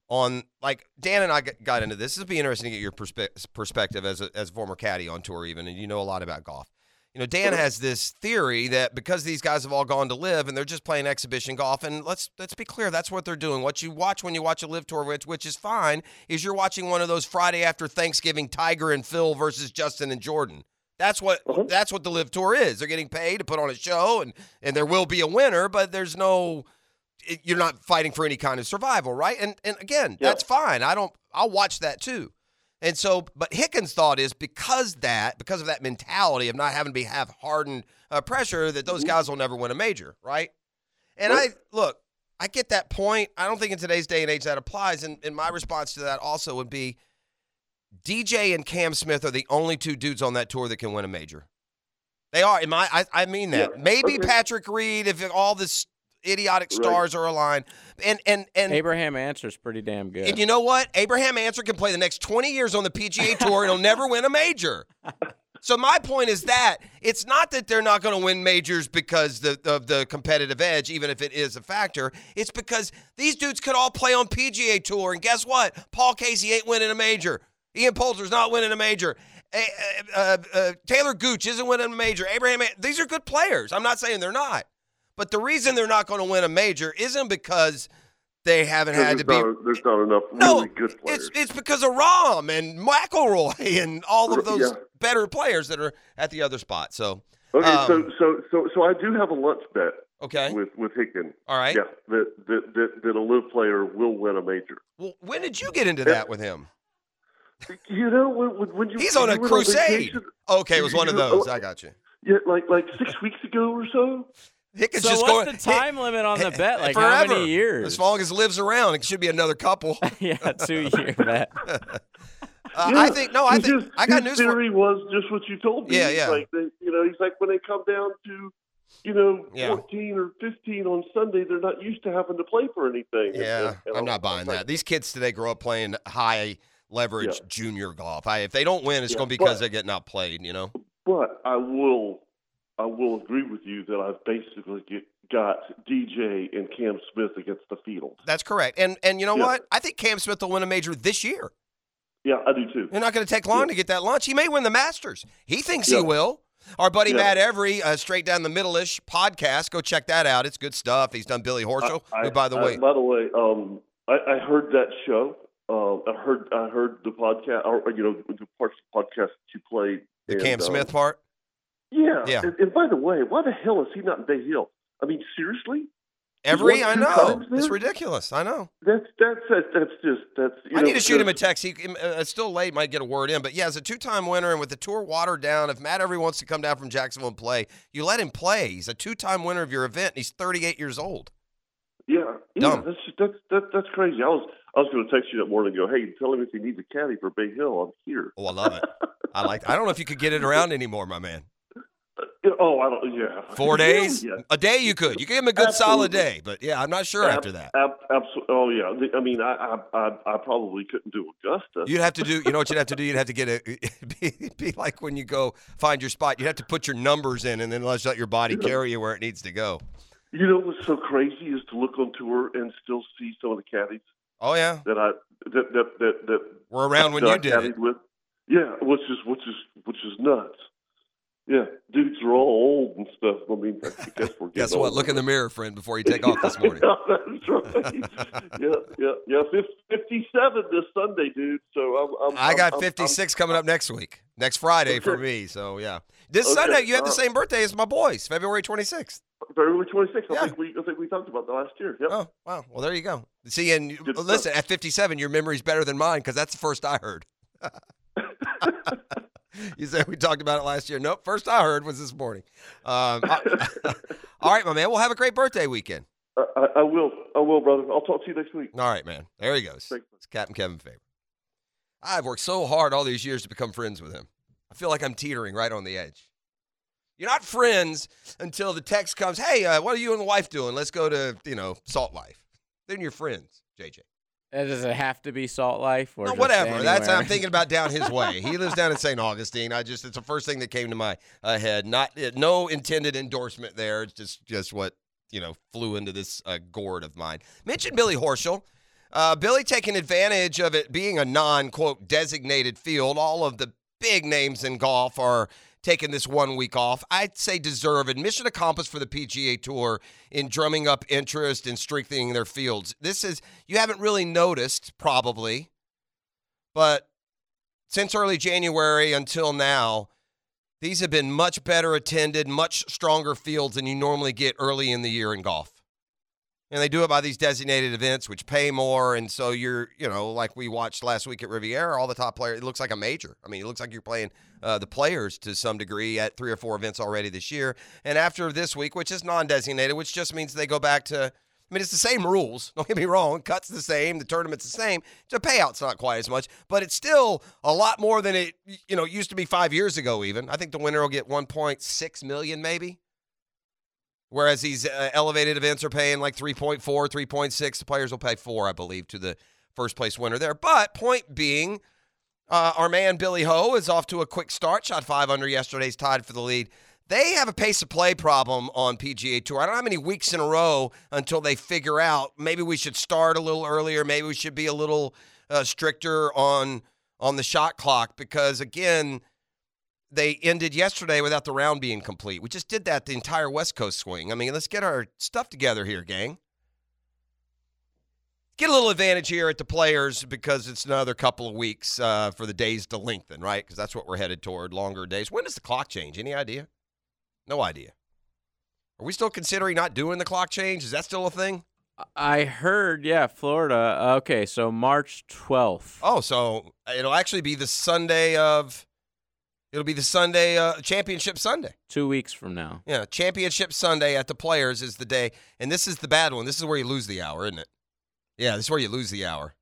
Speaker 1: on like Dan and I g- got into this. This would be interesting to get your perspe- perspective as a, as a former caddy on tour, even, and you know a lot about golf. You know, Dan
Speaker 4: Mhm.
Speaker 1: has this theory that because these guys have all gone to live and they're just playing exhibition golf, and let's let's be clear, that's what they're doing. What you watch when you watch a live tour, which which is fine, is you're watching one of those Friday after Thanksgiving Tiger and Phil versus Justin and Jordan. That's what
Speaker 4: Mhm.
Speaker 1: that's what the live tour is. They're getting paid to put on a show, and and there will be a winner, but there's no it, you're not fighting for any kind of survival, right? And and again,
Speaker 4: Yeah.
Speaker 1: that's fine. I don't. I'll watch that too. And so, but Hickens' thought is because that, because of that mentality of not having to be half hardened uh, pressure, that those guys will never win a major, right? And I look, I get that point. I don't think in today's day and age that applies. And, and my response to that also would be DJ and Cam Smith are the only two dudes on that tour that can win a major. They are. Am I? I, I mean that.
Speaker 4: Yeah,
Speaker 1: Maybe
Speaker 4: okay.
Speaker 1: Patrick Reed, if all this idiotic stars are aligned, and and and
Speaker 2: Abraham answers pretty damn good.
Speaker 1: and you know what? Abraham Answer can play the next 20 years on the PGA Tour and he'll never win a major. So my point is that it's not that they're not going to win majors because the, of the competitive edge, even if it is a factor. It's because these dudes could all play on PGA Tour, and guess what? Paul Casey ain't winning a major. Ian Poulter's not winning a major. Eh, eh, uh, uh, Taylor Gooch isn't winning a major. Abraham, these are good players. I'm not saying they're not, but the reason they're not going to win a major isn't because they haven't had to
Speaker 4: There's
Speaker 1: be
Speaker 4: not, there's not enough really good players.
Speaker 1: it's it's because of Rom and McElroy (laughs) and all of
Speaker 4: R-
Speaker 1: those
Speaker 4: yeah.
Speaker 1: better players that are at the other spot. So
Speaker 4: okay, so,
Speaker 1: um,
Speaker 4: so so so I do have a lunch bet
Speaker 1: okay,
Speaker 4: with with Hicken.
Speaker 1: all right.
Speaker 4: Yeah, that, that that that a live player will win a major.
Speaker 1: Well, when did you get into that with him?
Speaker 4: You know when, when, when you
Speaker 1: He's on a
Speaker 4: when you went
Speaker 1: crusade.
Speaker 4: vacation-
Speaker 1: Okay, it was one of
Speaker 4: You-
Speaker 1: those. I got you.
Speaker 4: yeah, like like six weeks ago or so.
Speaker 1: Hickens
Speaker 2: so
Speaker 1: just
Speaker 2: what's
Speaker 1: going (laughs)
Speaker 2: the time limit on the bet? Like
Speaker 1: forever.
Speaker 2: how many years?
Speaker 1: As long as lives around, it should be another couple. (laughs) Uh,
Speaker 2: (laughs) yeah, two
Speaker 1: (laughs)
Speaker 2: year bet.
Speaker 1: I
Speaker 4: Yeah,
Speaker 1: think no. I
Speaker 4: his-
Speaker 1: think I got
Speaker 4: his
Speaker 1: news for
Speaker 4: theory was just what you told me.
Speaker 1: Yeah,
Speaker 4: He's
Speaker 1: yeah.
Speaker 4: Like they, you know, he's like when they come down to, you know,
Speaker 1: Yeah.
Speaker 4: fourteen or fifteen on Sunday, they're not used to having to play for
Speaker 1: (laughs)
Speaker 4: anything.
Speaker 1: Yeah,
Speaker 4: And- and
Speaker 1: I'm not buying
Speaker 4: like,
Speaker 1: that. These kids today grow up playing high leverage
Speaker 4: Yeah.
Speaker 1: junior golf. I, if they don't win, it's
Speaker 4: Yeah,
Speaker 1: going to be because
Speaker 4: but-
Speaker 1: they're getting outplayed. You know.
Speaker 4: But I will, I will agree with you that I've basically get, got DJ and Cam Smith against the field.
Speaker 1: That's correct. And and you know
Speaker 4: Yeah.
Speaker 1: what? I think Cam Smith will win a major this year.
Speaker 4: Yeah, I do too.
Speaker 1: They're not going to take long
Speaker 4: Yeah.
Speaker 1: to get that lunch. He may win the Masters. He thinks
Speaker 4: Yeah.
Speaker 1: he will. Our buddy
Speaker 4: Yeah.
Speaker 1: Matt Every, uh, straight down the middle-ish podcast. Go check that out. It's good stuff. He's done Billy Horschel,
Speaker 4: I-
Speaker 1: who, by the
Speaker 4: I-
Speaker 1: way,
Speaker 4: by the way, um, I, I heard that show. Um, I heard, I heard the podcast, or you know, the parts of the podcast that you played.
Speaker 1: the
Speaker 4: and,
Speaker 1: Cam
Speaker 4: um,
Speaker 1: Smith part.
Speaker 4: Yeah.
Speaker 1: Yeah.
Speaker 4: And, and by the way, why the hell is he not in Bay Hill? I mean, seriously,
Speaker 1: Every,
Speaker 4: won
Speaker 1: I
Speaker 4: two
Speaker 1: know.
Speaker 4: times
Speaker 1: It's
Speaker 4: there?
Speaker 1: ridiculous. I know.
Speaker 4: that's that's that's, that's just that's. You
Speaker 1: I
Speaker 4: know,
Speaker 1: need to shoot him a
Speaker 4: that's-
Speaker 1: text. He, uh, it's still late. Might get a word in. But yeah, as a two-time winner and with the tour watered down, if Matt Every wants to come down from Jacksonville and play, you let him play. He's a two-time winner of your event. And he's 38 years old.
Speaker 4: Yeah, yeah.
Speaker 1: Dumb.
Speaker 4: That's just, that's that, that's crazy. I was I was going to text you that morning. and Go, hey, tell him if he needs a caddy for Bay Hill. I'm here.
Speaker 1: Oh, I love it. I like. I don't know if you could
Speaker 4: (laughs)
Speaker 1: get it around anymore, my man.
Speaker 4: Yeah, Oh, I don't. Yeah.
Speaker 1: Four days?
Speaker 4: Yeah.
Speaker 1: A day you could. You could give him a good solid
Speaker 4: Absolutely.
Speaker 1: day, but yeah, I'm not sure after that.
Speaker 4: absolutely. Oh yeah. The- I mean, I I I, I probably couldn't do Augusta.
Speaker 1: You'd have to do, you know what you'd have to do? You'd have to get a, (laughs) be, be like when you go find your spot, you'd have to put your numbers in and then let let your body carry you where it needs to go.
Speaker 4: You know what's so crazy is to look on tour and still see some of the caddies
Speaker 1: Oh, yeah.
Speaker 4: that I that that that, that
Speaker 1: We're around when
Speaker 4: that
Speaker 1: you
Speaker 4: I
Speaker 1: did
Speaker 4: caddied
Speaker 1: it.
Speaker 4: with. Yeah, which is which is which is nuts. Yeah, dudes are all old and stuff. I mean,
Speaker 1: (laughs)
Speaker 4: I guess we're getting
Speaker 1: Guess what?
Speaker 4: older.
Speaker 1: Look in the mirror, friend, before you take off this morning.
Speaker 4: (laughs) yeah, that's right. yeah, yeah, yeah. Fif- Fifty-seven this Sunday, dude. So I'm. I'm
Speaker 1: I got
Speaker 4: (laughs) I'm- I'm-
Speaker 1: 56 coming up next week, next Friday for
Speaker 4: Okay.
Speaker 1: me. So, yeah. This
Speaker 4: Okay,
Speaker 1: Sunday, you have the
Speaker 4: all right.
Speaker 1: same birthday as my boys, February 26th.
Speaker 4: February 26th.
Speaker 1: Yeah.
Speaker 4: I think we I think we talked about that last year. Yep.
Speaker 1: Oh, wow. Well, there you go. See, and you-
Speaker 4: Good stuff.
Speaker 1: listen, at 57, your memory's better than mine because that's the first I heard. (laughs) you said we talked about it last year. Nope. First I heard was this morning. Um, I- (laughs) all right, my man. We'll have a great birthday weekend.
Speaker 4: I, I, I will. I will, brother. I'll talk to you next week.
Speaker 1: All right, man. There he goes.
Speaker 4: Thanks.
Speaker 1: It's Captain Kevin Faber. I've worked so hard all these years to become friends with him. I feel like I'm teetering right on the edge. You're not friends until the text comes, hey, uh, what are you and the wife doing? Let's go to, you know, Salt Life. Then you're friends, JJ.
Speaker 2: Uh, Does it have to be Salt Life or
Speaker 1: No,
Speaker 2: just
Speaker 1: whatever. That's
Speaker 2: anywhere? (laughs)
Speaker 1: I'm thinking about down his way. He lives down in St. Augustine. I just it's the first thing that came to my uh, head. Not uh, no intended endorsement there. It's just just what you know flew into this uh, gourd of mine. Mention Billy Horschel. Uh, Billy taking advantage of it being a non quote designated field. All of the big names in golf are taking this one week off. I'd say deserve admission accomplished for the PGA Tour in drumming up interest and strengthening their fields. This is you haven't really noticed probably but since early January until now, these have been much better attended, much stronger fields than you normally get early in the year in golf. and they do it by these designated events which pay more and so you're you know like we watched last week at riviera all the top players it looks like a major i mean it looks like you're playing uh, the players to some degree at three or four events already this year and after this week which is non-designated which just means they go back to I mean, it's the same rules. (laughs) Don't get me wrong. Cuts the same. The tournament's the same. The payout's not quite as much, but it's still a lot more than it you know used to be five years ago. Even I think the winner will get 1.6 million, maybe. Whereas these uh, elevated events are paying like 3.4, 3.6. The players will pay four, I believe, to the first place winner there. But point being, uh, our man Billy Ho is off to a quick start. Shot five under yesterday's, tied for the lead they have a pace of play problem on PGA Tour. I don't know how many weeks in a row until they figure out maybe we should start a little earlier, maybe we should be a little uh, stricter on on the shot clock because again, they ended yesterday without the round being complete. We just did that the entire West Coast swing. I mean, let's get our stuff together here, gang. Get a little advantage here at the players because it's another couple of weeks uh, for the days to lengthen, right? Because that's what we're headed toward longer days. When does the clock change? Any idea? No idea. Are we still considering not doing the clock change? Is that still a thing?
Speaker 2: (laughs) I heard, yeah, Florida. Uh, Okay, so March 12th.
Speaker 1: Oh, so it'll actually be the Sunday of. It'll be the Sunday uh, championship Sunday.
Speaker 2: Two weeks from now.
Speaker 1: Yeah, championship Sunday at the Players is the day, and this is the bad one. This is where you lose the hour, isn't it? Yeah, this is where you lose the hour.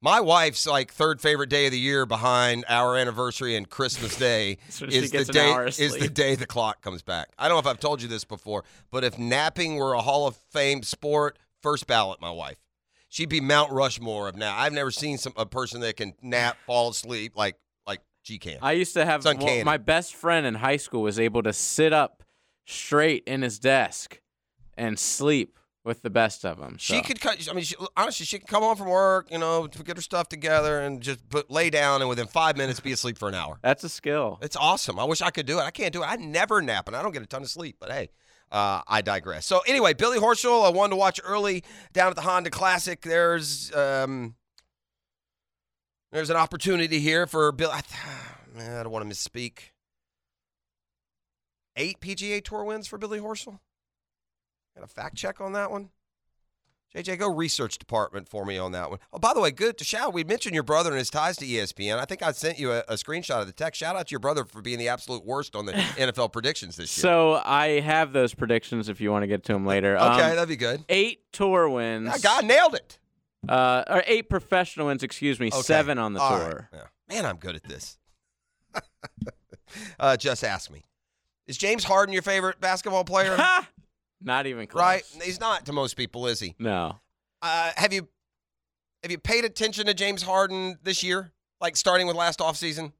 Speaker 1: My wife's like third favorite day of the year behind our anniversary and Christmas Day
Speaker 2: (laughs) So she
Speaker 1: is the
Speaker 2: gets an
Speaker 1: day
Speaker 2: hour of
Speaker 1: is the
Speaker 2: sleep.
Speaker 1: day the clock comes back. I don't know if I've told you this before, but if napping were a Hall of Fame sport, first ballot, my wife. She'd be Mount Rushmore of now. I've never seen some a person that can nap, fall asleep like like she can.
Speaker 2: I used to have
Speaker 1: It's uncanny.
Speaker 2: well, my best friend in high school was able to sit up straight in his desk and sleep with the best of them.
Speaker 1: She could, cut- I mean, she, honestly, she could come home from work, you know, to get her stuff together and just put, lay down and within five minutes be asleep for an hour.
Speaker 2: That's a skill.
Speaker 1: It's awesome. I wish I could do it. I can't do it. I never nap, and I don't get a ton of sleep. But hey, uh, I digress. So anyway, Billy Horschel, I wanted to watch early down at the Honda Classic. There's um, there's an opportunity here for Bill. I, (sighs) th- man, I don't want to misspeak. Eight PGA Tour wins for Billy Horschel. Got a fact check on that one. JJ, go research department for me on that one. Oh, by the way, good to shout. We mentioned your brother and his ties to E ESPN. I think I sent you a, a screenshot of the text. Shout out to your brother for being the absolute worst
Speaker 2: (laughs)
Speaker 1: on the NFL predictions this year.
Speaker 2: So I have those predictions if you want to get to them later. Um,
Speaker 1: okay, that'd be good.
Speaker 2: eight tour wins.
Speaker 1: I got nailed it.
Speaker 2: uh, or eight professional wins, excuse me,
Speaker 1: Okay.
Speaker 2: seven on the
Speaker 1: All right.
Speaker 2: tour.
Speaker 1: Yeah. Man, I'm good at this. (laughs) uh, just ask me. Is James Harden your favorite basketball
Speaker 2: (laughs)
Speaker 1: player?
Speaker 2: Ha! Not even close.
Speaker 1: right? He's not to most people, is he?
Speaker 2: No.
Speaker 1: Uh, have you have you paid attention to James Harden this year? Like starting with last offseason?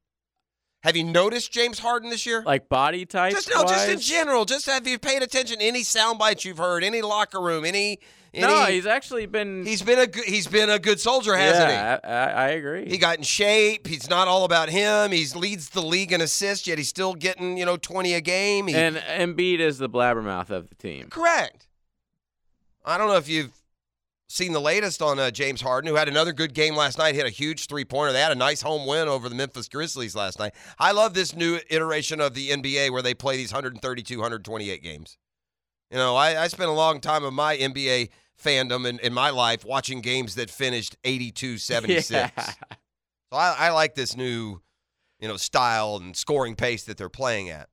Speaker 1: Have you noticed James Harden this year?
Speaker 2: Like body type.
Speaker 1: just no, just in
Speaker 2: wise?
Speaker 1: general. Just have you paid attention to any sound bites you've heard, any locker room, any, any
Speaker 2: No, he's actually been.
Speaker 1: he's been a good he's been a good soldier, hasn't he?
Speaker 2: yeah, I, I- I agree.
Speaker 1: He got in shape. He's not all about him. He leads the league in assists, yet he's still getting, you know, 20 a game. He,
Speaker 2: and Embiid is the blabbermouth of
Speaker 1: (laughs)
Speaker 2: the team.
Speaker 1: Correct. I don't know if you've seen the latest on uh, James Harden, who had another good game last night, hit a huge three pointer. They had a nice home win over the Memphis Grizzlies last night. I love this new iteration of the NBA where they play these 132, 128 games. You know, I, I spent a long time of my NBA fandom in, in my life watching games that finished 82 76.
Speaker 2: (laughs) Yeah.
Speaker 1: So I, I like this new, you know, style and scoring pace that they're playing at.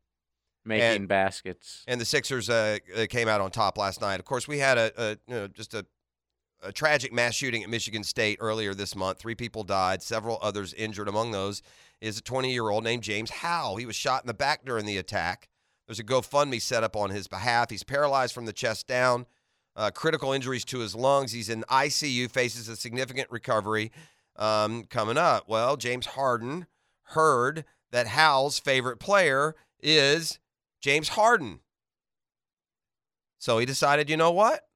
Speaker 2: Making
Speaker 1: And-
Speaker 2: baskets.
Speaker 1: And the Sixers uh, uh, came out on top last night. Of course, we had a, a you know just a, a tragic mass shooting at Michigan State earlier this month. Three people died, several others injured. Among those is a 20 year old named James Howe. He was shot in the back during the attack. There's a GoFundMe set up on his behalf. He's paralyzed from the chest down, uh, critical injuries to his lungs. He's in ICU, faces a significant recovery um, coming up. Well, James Harden heard that Howe's favorite player is James Harden. So he decided, you know what?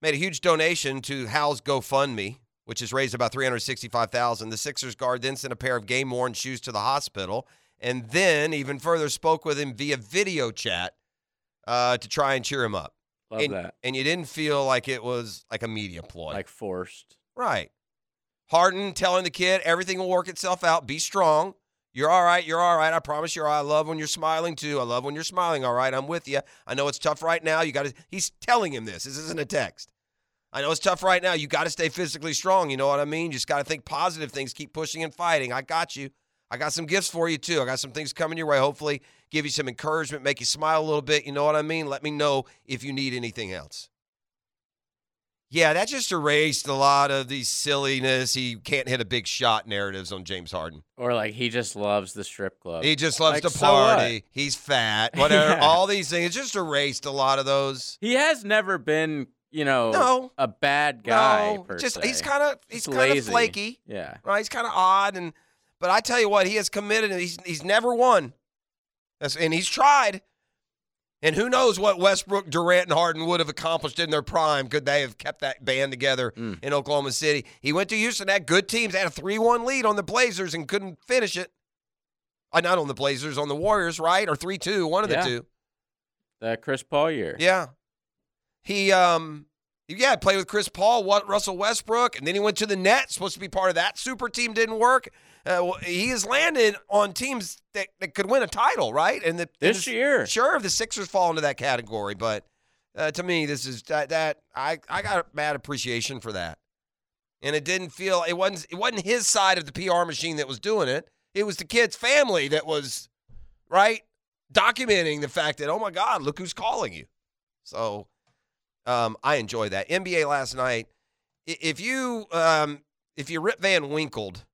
Speaker 1: Made a huge donation to Hal's GoFundMe, which has raised about 365000 The Sixers guard then sent a pair of game worn shoes to the hospital and then, even further, spoke with him via video chat uh, to try and cheer him up.
Speaker 2: Love
Speaker 1: and,
Speaker 2: that.
Speaker 1: and you didn't feel like it was like a media ploy.
Speaker 2: Like forced.
Speaker 1: Right. Harden telling the kid everything will work itself out. Be strong. You're all right. You're all right. I promise you're all right. I love when you're smiling too. I love when you're smiling. All right. I'm with you. I know it's tough right now. You got to, he's telling him this. This isn't a text. I know it's tough right now. You got to stay physically strong. You know what I mean? You just got to think positive things, keep pushing and fighting. I got you. I got some gifts for you too. I got some things coming your way. Hopefully, give you some encouragement, make you smile a little bit. You know what I mean? Let me know if you need anything else. Yeah, that just erased a lot of these silliness. He can't hit a big shot narratives on James Harden.
Speaker 2: Or like he just loves the strip club.
Speaker 1: He just loves
Speaker 2: Like,
Speaker 1: to
Speaker 2: so what?
Speaker 1: party. He's
Speaker 2: (laughs)
Speaker 1: fat. Whatever.
Speaker 2: Yeah.
Speaker 1: All these things. It just erased a lot of those.
Speaker 2: He has never been, you know,
Speaker 1: No.
Speaker 2: a bad guy.
Speaker 1: no,
Speaker 2: per
Speaker 1: just
Speaker 2: se.
Speaker 1: he's kind of he's
Speaker 2: Just
Speaker 1: kind of
Speaker 2: lazy.
Speaker 1: flaky.
Speaker 2: Yeah.
Speaker 1: (laughs) Right? He's kind of odd, and but I tell you what, he has committed. and He's he's never won, That's, and he's tried. And who knows what Westbrook, Durant, and Harden would have accomplished in their prime could they have kept that band together
Speaker 2: Mm.
Speaker 1: in Oklahoma City. He went to Houston, had good teams, had a 3 1 lead on the Blazers and couldn't finish it. Uh, not on the Blazers, on the Warriors, right? Or 3 2, one of
Speaker 2: Yeah.
Speaker 1: the two.
Speaker 2: The Chris Paul year.
Speaker 1: Yeah. He um yeah, played with Chris Paul, what Russell Westbrook, and then he went to the Nets, supposed to be part of that super team, didn't work. Uh, well, he has landed on teams that, that could win a title, right? And the and
Speaker 2: This
Speaker 1: the-
Speaker 2: year.
Speaker 1: sure, the Sixers fall into that category, but uh, to me, this is that, that I I got bad appreciation for that, and it didn't feel it wasn't it wasn't his side of the PR machine that was doing it. It was the kid's family that was right documenting the fact that oh my God, look who's calling you. So um, I enjoy that NBA last night. i- If you um, if you Rip Van Winkled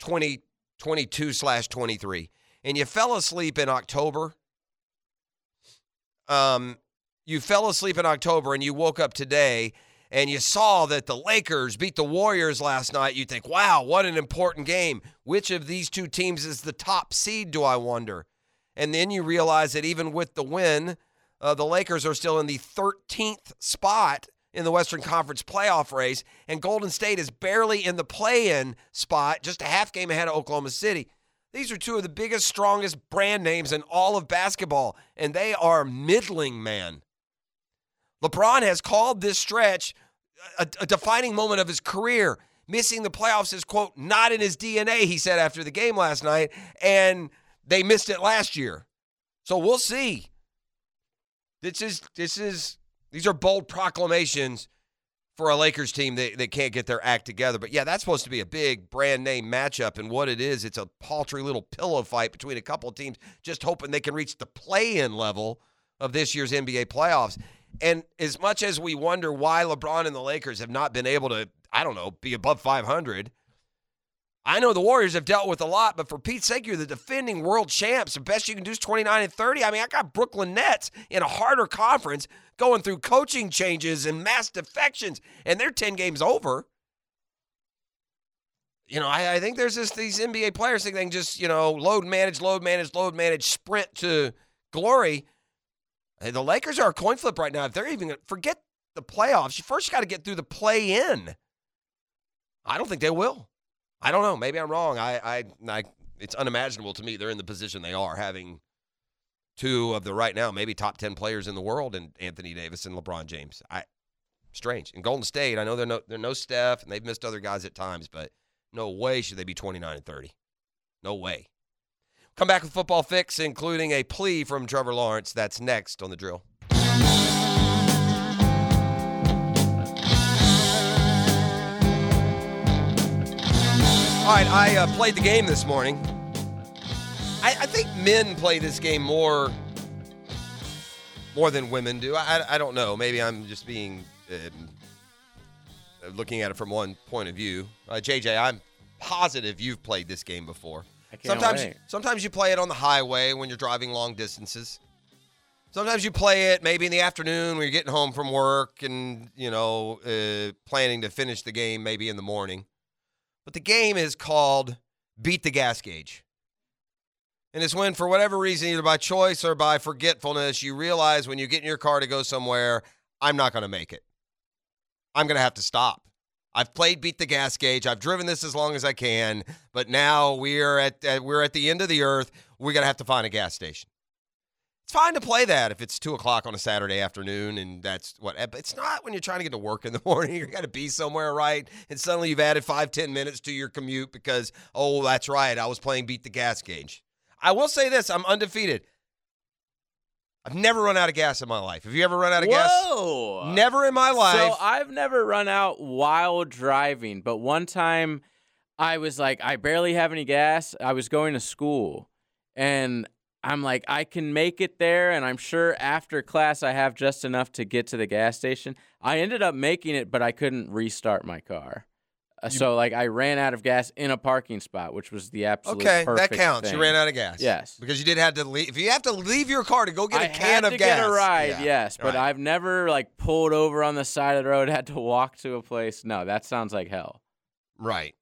Speaker 1: twenty twenty two slash twenty three and you fell asleep in October um, you fell asleep in October and you woke up today and you saw that the Lakers beat the Warriors last night, you think, wow, what an important game. Which of these two teams is the top seed, do I wonder? And then you realize that even with the win, uh, the Lakers are still in the 13th spot in the Western Conference playoff race, and Golden State is barely in the play in spot, just a half game ahead of Oklahoma City. These are two of the biggest, strongest brand names in all of basketball, and they are middling, man. LeBron has called this stretch a, a defining moment of his career. Missing the playoffs is, quote, not in his DNA, he said after the game last night, and they missed it last year. So we'll see. This is this is these are bold proclamations for a Lakers team that, that can't get their act together. But yeah, that's supposed to be a big brand name matchup. And what it is, it's a paltry little pillow fight between a couple of teams just hoping they can reach the play in level of this year's NBA playoffs. And as much as we wonder why LeBron and the Lakers have not been able to, I don't know, be above 500, I know the Warriors have dealt with a lot, but for Pete's sake, you're the defending world champs. The best you can do is 29 and 30. I mean, I got Brooklyn Nets in a harder conference going through coaching changes and mass defections, and they're 10 games over. You know, I, I think there's this these NBA players think they can just, you know, load manage, load manage, load manage, sprint to glory. And the Lakers are a coin flip right now. If they're even gonna- forget the playoffs, you first got to get through the play in. I don't think they will. I don't know. Maybe I'm wrong. I, I, I, it's unimaginable to me. They're in the position they are, having two of the right now maybe top ten players in the world, and Anthony Davis and LeBron James. I, strange. And Golden State, I know they're no, they're no Steph, and they've missed other guys at times, but no way should they be 29 and 30. No way. Come back with football fix, including a plea from Trevor Lawrence. That's next on the drill. All right, I uh, played the game this morning. I, I think men play this game more more than women do. I, I- I don't know. Maybe I'm just being um, uh, looking at it from one point of view. Uh, JJ, I'm positive you've played this game before.
Speaker 2: I can't
Speaker 1: Sometimes,
Speaker 2: wait.
Speaker 1: sometimes you play it on the highway when you're driving long distances. Sometimes you play it maybe in the afternoon when you're getting home from work and you know uh, planning to finish the game maybe in the morning. But the game is called Beat the Gas Gauge. And it's when, for whatever reason, either by choice or by forgetfulness, you realize when you get in your car to go somewhere, I'm not going to make it. I'm going to have to stop. I've played Beat the Gas Gauge. I've driven this as long as I can, but now we're at, at we're at the end of the earth. We're going to have to find a gas station. It's fine to play that if it's two o'clock on a Saturday afternoon, and that's what. eh, but It's not when you're trying to get to work in the (laughs) morning. You got to be somewhere, right? And suddenly you've added five, ten minutes to your commute because oh, that's right, I was playing beat the gas gauge. I will say this: I'm undefeated. I've never run out of gas in my life. Have you ever run out of gas?
Speaker 2: Whoa.
Speaker 1: Never in my life.
Speaker 2: So I've never run out while driving, but one time I was like, I barely have any gas. I was going to school, and I'm like, I can make it there, and I'm sure after class I have just enough to get to the gas station. I ended up making it, but I couldn't restart my car. Uh, so like I ran out of gas in a parking spot, which was the absolute
Speaker 1: okay, that
Speaker 2: perfect
Speaker 1: counts.
Speaker 2: thing.
Speaker 1: You ran out of gas.
Speaker 2: Yes.
Speaker 1: because you did have to leave. If you have to leave your car to go get a
Speaker 2: I
Speaker 1: can
Speaker 2: had
Speaker 1: of
Speaker 2: to
Speaker 1: gas,
Speaker 2: get a ride,
Speaker 1: Yeah.
Speaker 2: yes,
Speaker 1: All
Speaker 2: but
Speaker 1: right.
Speaker 2: I've never like pulled over on the side of the road, had to walk to a place. No, that sounds like hell.
Speaker 1: Right.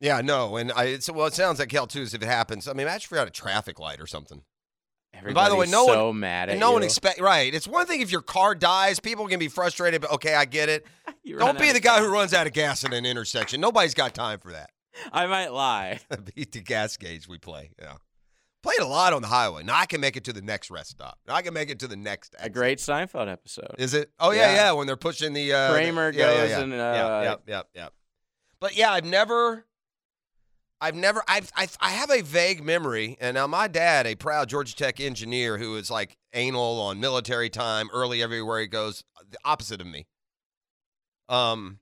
Speaker 1: Yeah, no, and I it's, well, it sounds like hell too. Is if it happens, I mean, imagine if you're at a traffic light or something. by
Speaker 2: Everybody's
Speaker 1: the way, no
Speaker 2: so mad at
Speaker 1: And no one
Speaker 2: you. (laughs)
Speaker 1: expect right. It's one thing if your car dies, people can be frustrated, but okay, I get it.
Speaker 2: You run
Speaker 1: Don't be
Speaker 2: out
Speaker 1: the
Speaker 2: of
Speaker 1: guy
Speaker 2: gas.
Speaker 1: who runs out of gas in an intersection. Nobody's got time for that. (laughs)
Speaker 2: I might lie.
Speaker 1: Beat the gas gauge we play. Yeah, played a lot on the highway. Now I can make it to the next rest stop. Now I can make it to the next.
Speaker 2: A
Speaker 1: exit.
Speaker 2: great Seinfeld episode.
Speaker 1: Is it? Oh yeah, yeah.
Speaker 2: Yeah.
Speaker 1: when they're pushing the uh,
Speaker 2: Kramer
Speaker 1: the, yeah, yeah,
Speaker 2: goes
Speaker 1: yeah.
Speaker 2: and, uh,
Speaker 1: yeah, yep, yep, yep. But yeah, I've never, I've never, I've, I, I have a vague memory. And now my dad, a proud Georgia Tech engineer who is like anal on military time, early everywhere he goes, the opposite of me. Um,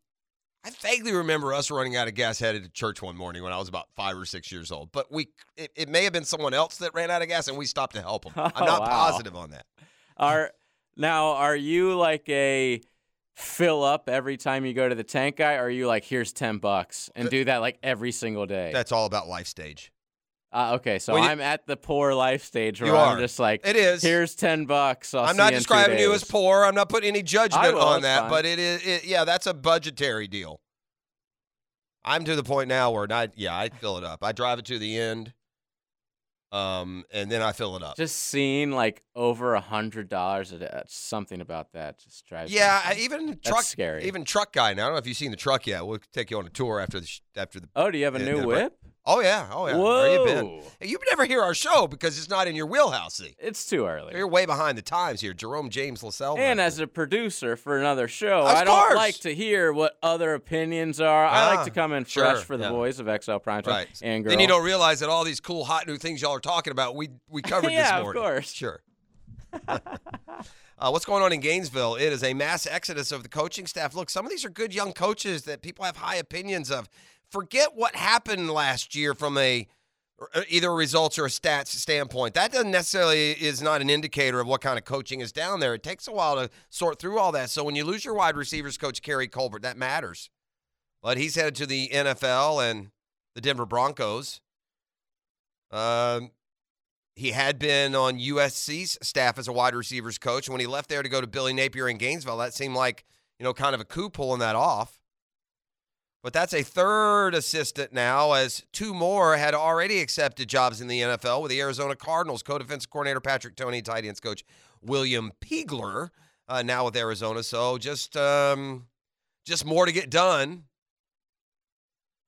Speaker 1: I vaguely remember us running out of gas headed to church one morning when I was about five or six years old. But we, it, it may have been someone else that ran out of gas, and we stopped to
Speaker 2: (laughs)
Speaker 1: help him. I'm
Speaker 2: Oh,
Speaker 1: not
Speaker 2: wow.
Speaker 1: positive on that.
Speaker 2: Are now are you like a fill up every time you go to the tank guy? Or are you like here's ten bucks and
Speaker 1: Th-
Speaker 2: do that like every single day?
Speaker 1: That's all about life stage.
Speaker 2: Uh, okay, so
Speaker 1: Well, you-
Speaker 2: I'm at the poor life stage where
Speaker 1: You
Speaker 2: I'm
Speaker 1: are.
Speaker 2: just like
Speaker 1: It is.
Speaker 2: here's ten bucks. I'll
Speaker 1: I'm
Speaker 2: see
Speaker 1: not
Speaker 2: in two
Speaker 1: describing you
Speaker 2: days."
Speaker 1: as poor. I'm not putting any judgment
Speaker 2: will,
Speaker 1: on
Speaker 2: it's
Speaker 1: that,
Speaker 2: fine.
Speaker 1: but it is, it, yeah, that's a budgetary deal. I'm to the point now where not, yeah, I fill it up. I drive it to the end, um, and then I fill it up.
Speaker 2: Just seeing like over a hundred dollars a day, that's something about that just drives. me
Speaker 1: yeah, I,
Speaker 2: insane.
Speaker 1: even truck,
Speaker 2: scary.
Speaker 1: even truck guy. Now I don't know if you've seen the truck yet. We'll take you on a tour after the sh- after the.
Speaker 2: oh, do you have a
Speaker 1: Yeah,
Speaker 2: new
Speaker 1: yeah, right.
Speaker 2: whip?
Speaker 1: Oh yeah, oh yeah. Where you been?
Speaker 2: Whoa,
Speaker 1: Hey, You never hear our show because it's not in your wheelhouse. See,
Speaker 2: it's too early.
Speaker 1: you're way behind the times here, Jerome James Lascelles.
Speaker 2: And
Speaker 1: right
Speaker 2: as a producer for another show,
Speaker 1: Of
Speaker 2: I don't
Speaker 1: course.
Speaker 2: like to hear what other opinions are. I like to
Speaker 1: Ah,
Speaker 2: come in
Speaker 1: sure,
Speaker 2: fresh for the
Speaker 1: yeah.
Speaker 2: voice of XL Prime Time
Speaker 1: Right.
Speaker 2: and girl.
Speaker 1: Then you don't realize that all these cool, hot new things y'all are talking about, we we covered
Speaker 2: Yeah,
Speaker 1: this
Speaker 2: of
Speaker 1: morning.
Speaker 2: course. (laughs)
Speaker 1: Sure. uh, what's going on in Gainesville? It is a mass exodus of the coaching staff. Look, some of these are good young coaches that people have high opinions of. Forget what happened last year from a or uh, either a results or a stats standpoint. That doesn't necessarily is not an indicator of what kind of coaching is down there. It takes a while to sort through all that. So when you lose your wide receivers coach Kerry Colbert, that matters. But he's headed to the NFL and the Denver Broncos. Um, he had been on USC's staff as a wide receivers coach. When he left there to go to Billy Napier in Gainesville, that seemed like, you know, kind of a coup pulling that off. But that's a third assistant now, as two more had already accepted jobs in the NFL with the Arizona Cardinals. Co defensive coordinator Patrick Tony, tight ends coach William Piegler, uh, now with Arizona. So just, um, just more to get done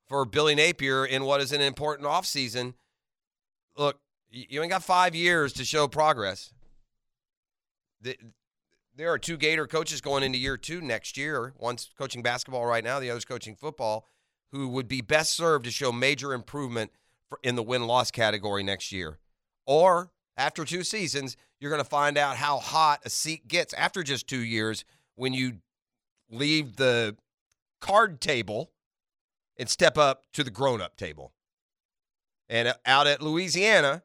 Speaker 1: for Billy Napier in what is an important offseason. Look, y- you ain't got five years to show progress. The- There are two Gator coaches going into year two next year. One's coaching basketball right now, the other's coaching football, who would be best served to show major improvement for, in the win loss category next year. Or after two seasons, you're going to find out how hot a seat gets after just two years when you leave the card table and step up to the grown up table. And uh, out at Louisiana,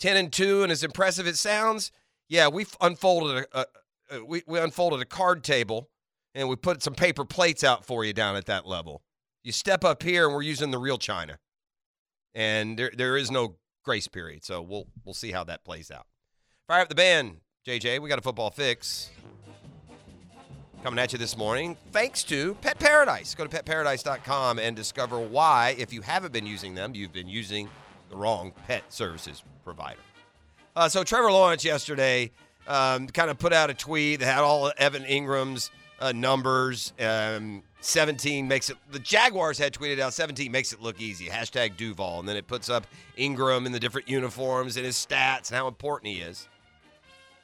Speaker 1: 10 and 2, and as impressive it sounds, yeah, we unfolded a, a, a we, we unfolded a card table and we put some paper plates out for you down at that level. You step up here and we're using the real china. And there there is no grace period. So we'll we'll see how that plays out. Fire up the band, JJ. We got a football fix coming at you this morning thanks to Pet Paradise. Go to petparadise.com and discover why, if you haven't been using them, you've been using the wrong pet services provider. Uh, so Trevor Lawrence yesterday um, kind of put out a tweet that had all of Evan Ingram's uh, numbers. Um, 17 makes it, the Jaguars had tweeted out 17 makes it look easy, hashtag Duval. And then it puts up Ingram in the different uniforms and his stats and how important he is.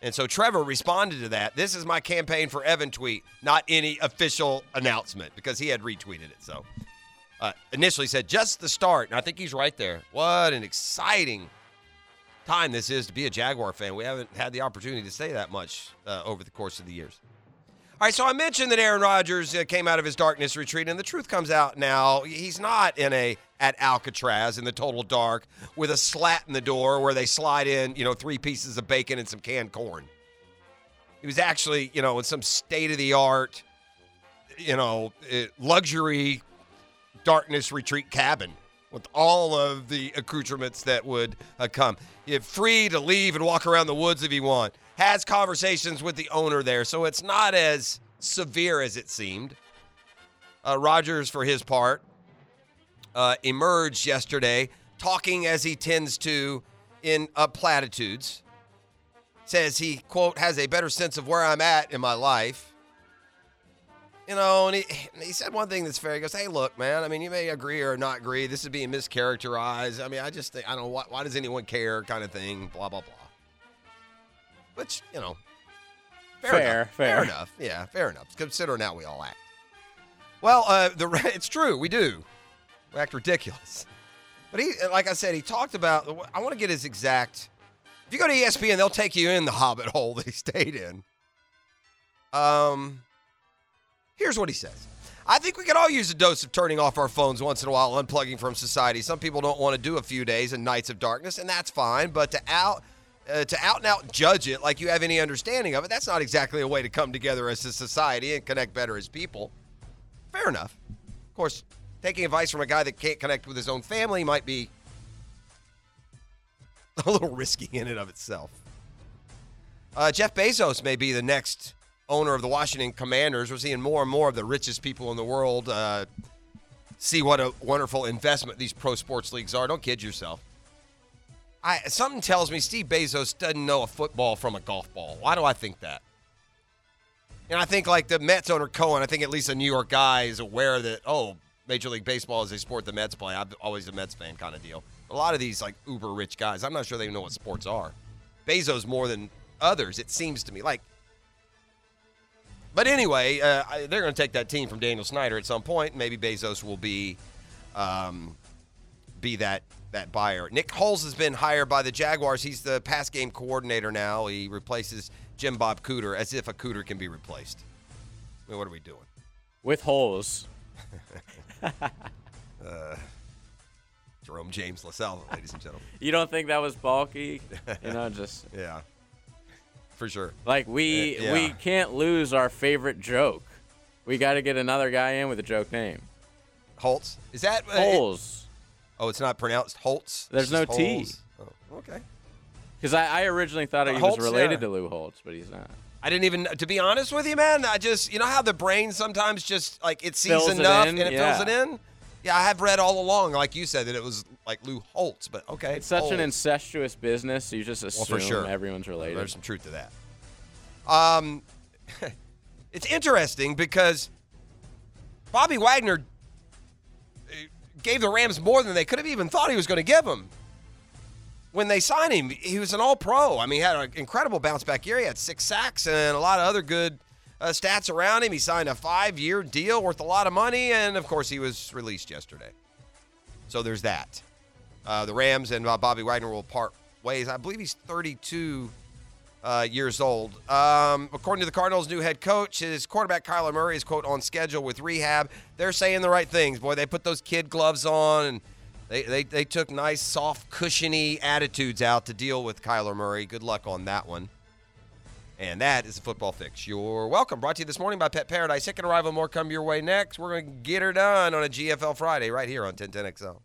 Speaker 1: And so Trevor responded to that. This is my campaign for Evan tweet, not any official announcement because he had retweeted it. So uh, initially said just the start, and I think he's right there. What an exciting time this is to be a Jaguar fan. We haven't had the opportunity to say that much uh, over the course of the years. All right, so I mentioned that Aaron Rodgers uh, came out of his darkness retreat, and the truth comes out now. He's not in a at Alcatraz in the total dark with a slat in the door where they slide in, you know, three pieces of bacon and some canned corn. He was actually, you know, in some state of the art, you know, uh, luxury darkness retreat cabin with all of the accoutrements that would uh, come. You're free to leave and walk around the woods if you want. Has conversations with the owner there, so it's not as severe as it seemed. Uh, Rogers, for his part, uh, emerged yesterday talking as he tends to in uh, platitudes. Says he quote has a better sense of where I'm at in my life you know, and he, and he said one thing that's fair. He goes, "Hey, look, man. I mean, you may agree or not agree. This is being mischaracterized. I mean, I just think I don't. know Why, why does anyone care? Kind of thing. Blah blah blah. Which you know, fair,
Speaker 2: Fair,
Speaker 1: enough.
Speaker 2: fair.
Speaker 1: enough. Yeah, fair enough. Considering how we all act. Well, uh, the re- (laughs) it's true. We do. We act ridiculous. But he, like I said, he talked about. I want to get his exact. If you go to E ESPN, they'll take you in the Hobbit (laughs) hole they stayed in. Um. Here's what he says I think we could all use a dose of turning off our phones once in a while, unplugging from society. Some people don't want to do a few days and nights of darkness, and that's fine, but to out. Uh, to out and out judge it like you have any understanding of it, that's not exactly a way to come together as a society and connect better as people. Fair enough. Of course, taking advice from a guy that can't connect with his own family might be (laughs) a little risky in and of itself. Uh, Jeff Bezos may be the next owner of the Washington Commanders. We're seeing more and more of the richest people in the world uh, see what a wonderful investment these pro sports leagues are. Don't kid yourself. I something tells me Steve Bezos doesn't know a football from a golf ball. Why do I think that? And I think like the Mets owner Cohen, I think at least a New York guy is aware that oh, Major League Baseball is a sport the Mets play. I'm always a Mets fan kind of deal. A lot of these like uber rich guys, I'm not sure they even know what sports are. Bezos more than others, it seems to me. Like but anyway, uh, I- they're going to take that team from Daniel Snyder at some point. Maybe Bezos will be, um, be that that buyer. Nick Holes has been hired by the Jaguars. He's the pass game coordinator now. He replaces Jim Bob Cooter, as if a Cooter can be replaced. I mean, what are we doing?
Speaker 2: with holes.
Speaker 1: Jerome James LaSalle, (laughs) ladies and gentlemen.
Speaker 2: You don't think that was balky?
Speaker 1: (laughs)
Speaker 2: You know, just
Speaker 1: Yeah, for sure.
Speaker 2: like we
Speaker 1: Uh, yeah.
Speaker 2: we can't lose our favorite joke. We got to get another guy in with a joke name.
Speaker 1: Holtz is that uh,
Speaker 2: Holes.
Speaker 1: oh, it's not pronounced Holtz.
Speaker 2: There's
Speaker 1: It's just
Speaker 2: no T.
Speaker 1: Holes. Oh, okay.
Speaker 2: Because I, I originally thought he
Speaker 1: Holtz,
Speaker 2: was related
Speaker 1: yeah.
Speaker 2: to Lou Holtz, but he's not.
Speaker 1: I didn't even, to be honest with you, man. I just, you know how the brain sometimes just like it sees
Speaker 2: Fills it
Speaker 1: enough
Speaker 2: in,
Speaker 1: and it
Speaker 2: yeah.
Speaker 1: fills it in. Yeah, I have read all along, like you said, that it was like Lou Holtz, but okay,
Speaker 2: It's such
Speaker 5: Oh.
Speaker 2: an
Speaker 1: Holtz.
Speaker 2: incestuous business. you just assume
Speaker 1: for sure.
Speaker 2: everyone's related.
Speaker 1: There's some truth to that. Um, (laughs) it's interesting because Bobby Wagner uh, gave the Rams more than they could have even thought he was going to give them. When they signed him, he was an All-Pro. I mean, he had an incredible bounce-back year. He had six sacks and a lot of other good uh, stats around him. He signed a five-year deal worth a lot of money, and of course, he was released yesterday. So there's that. Uh, the Rams and uh, Bobby Wagner will part ways. I believe he's 32 uh, years old. Um, according to the Cardinals' new head coach, his quarterback Kyler Murray is quote on schedule with rehab. They're saying the right things, boy. They put those kid gloves on and they they, they took nice, soft, cushiony attitudes out to deal with Kyler Murray. Good luck on that one. And that is the football fix. You're welcome. Brought to you this morning by Pet Paradise. Second arrival, more come your way next. We're going to get her done on a GFL Friday right here on 1010XL.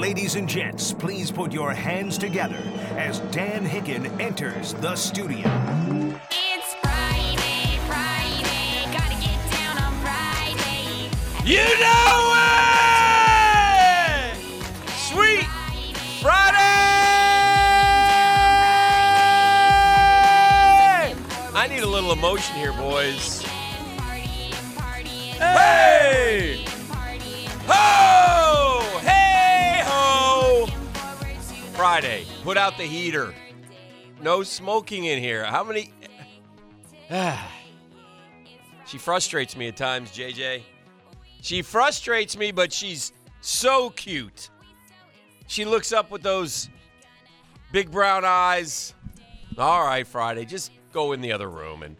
Speaker 3: Ladies and gents, please put your hands together as Dan Hicken enters the studio.
Speaker 6: It's Friday, Friday. Gotta get down on Friday.
Speaker 1: You know it! Sweet Friday!
Speaker 5: I need a little emotion here, boys.
Speaker 2: Hey!
Speaker 5: Ho! Hey ho! Friday, put out the heater. No smoking in here. How many? (sighs) she frustrates me at times, JJ. She frustrates me, but she's so cute. She looks up with those big brown eyes. All right, Friday, just go in the other room and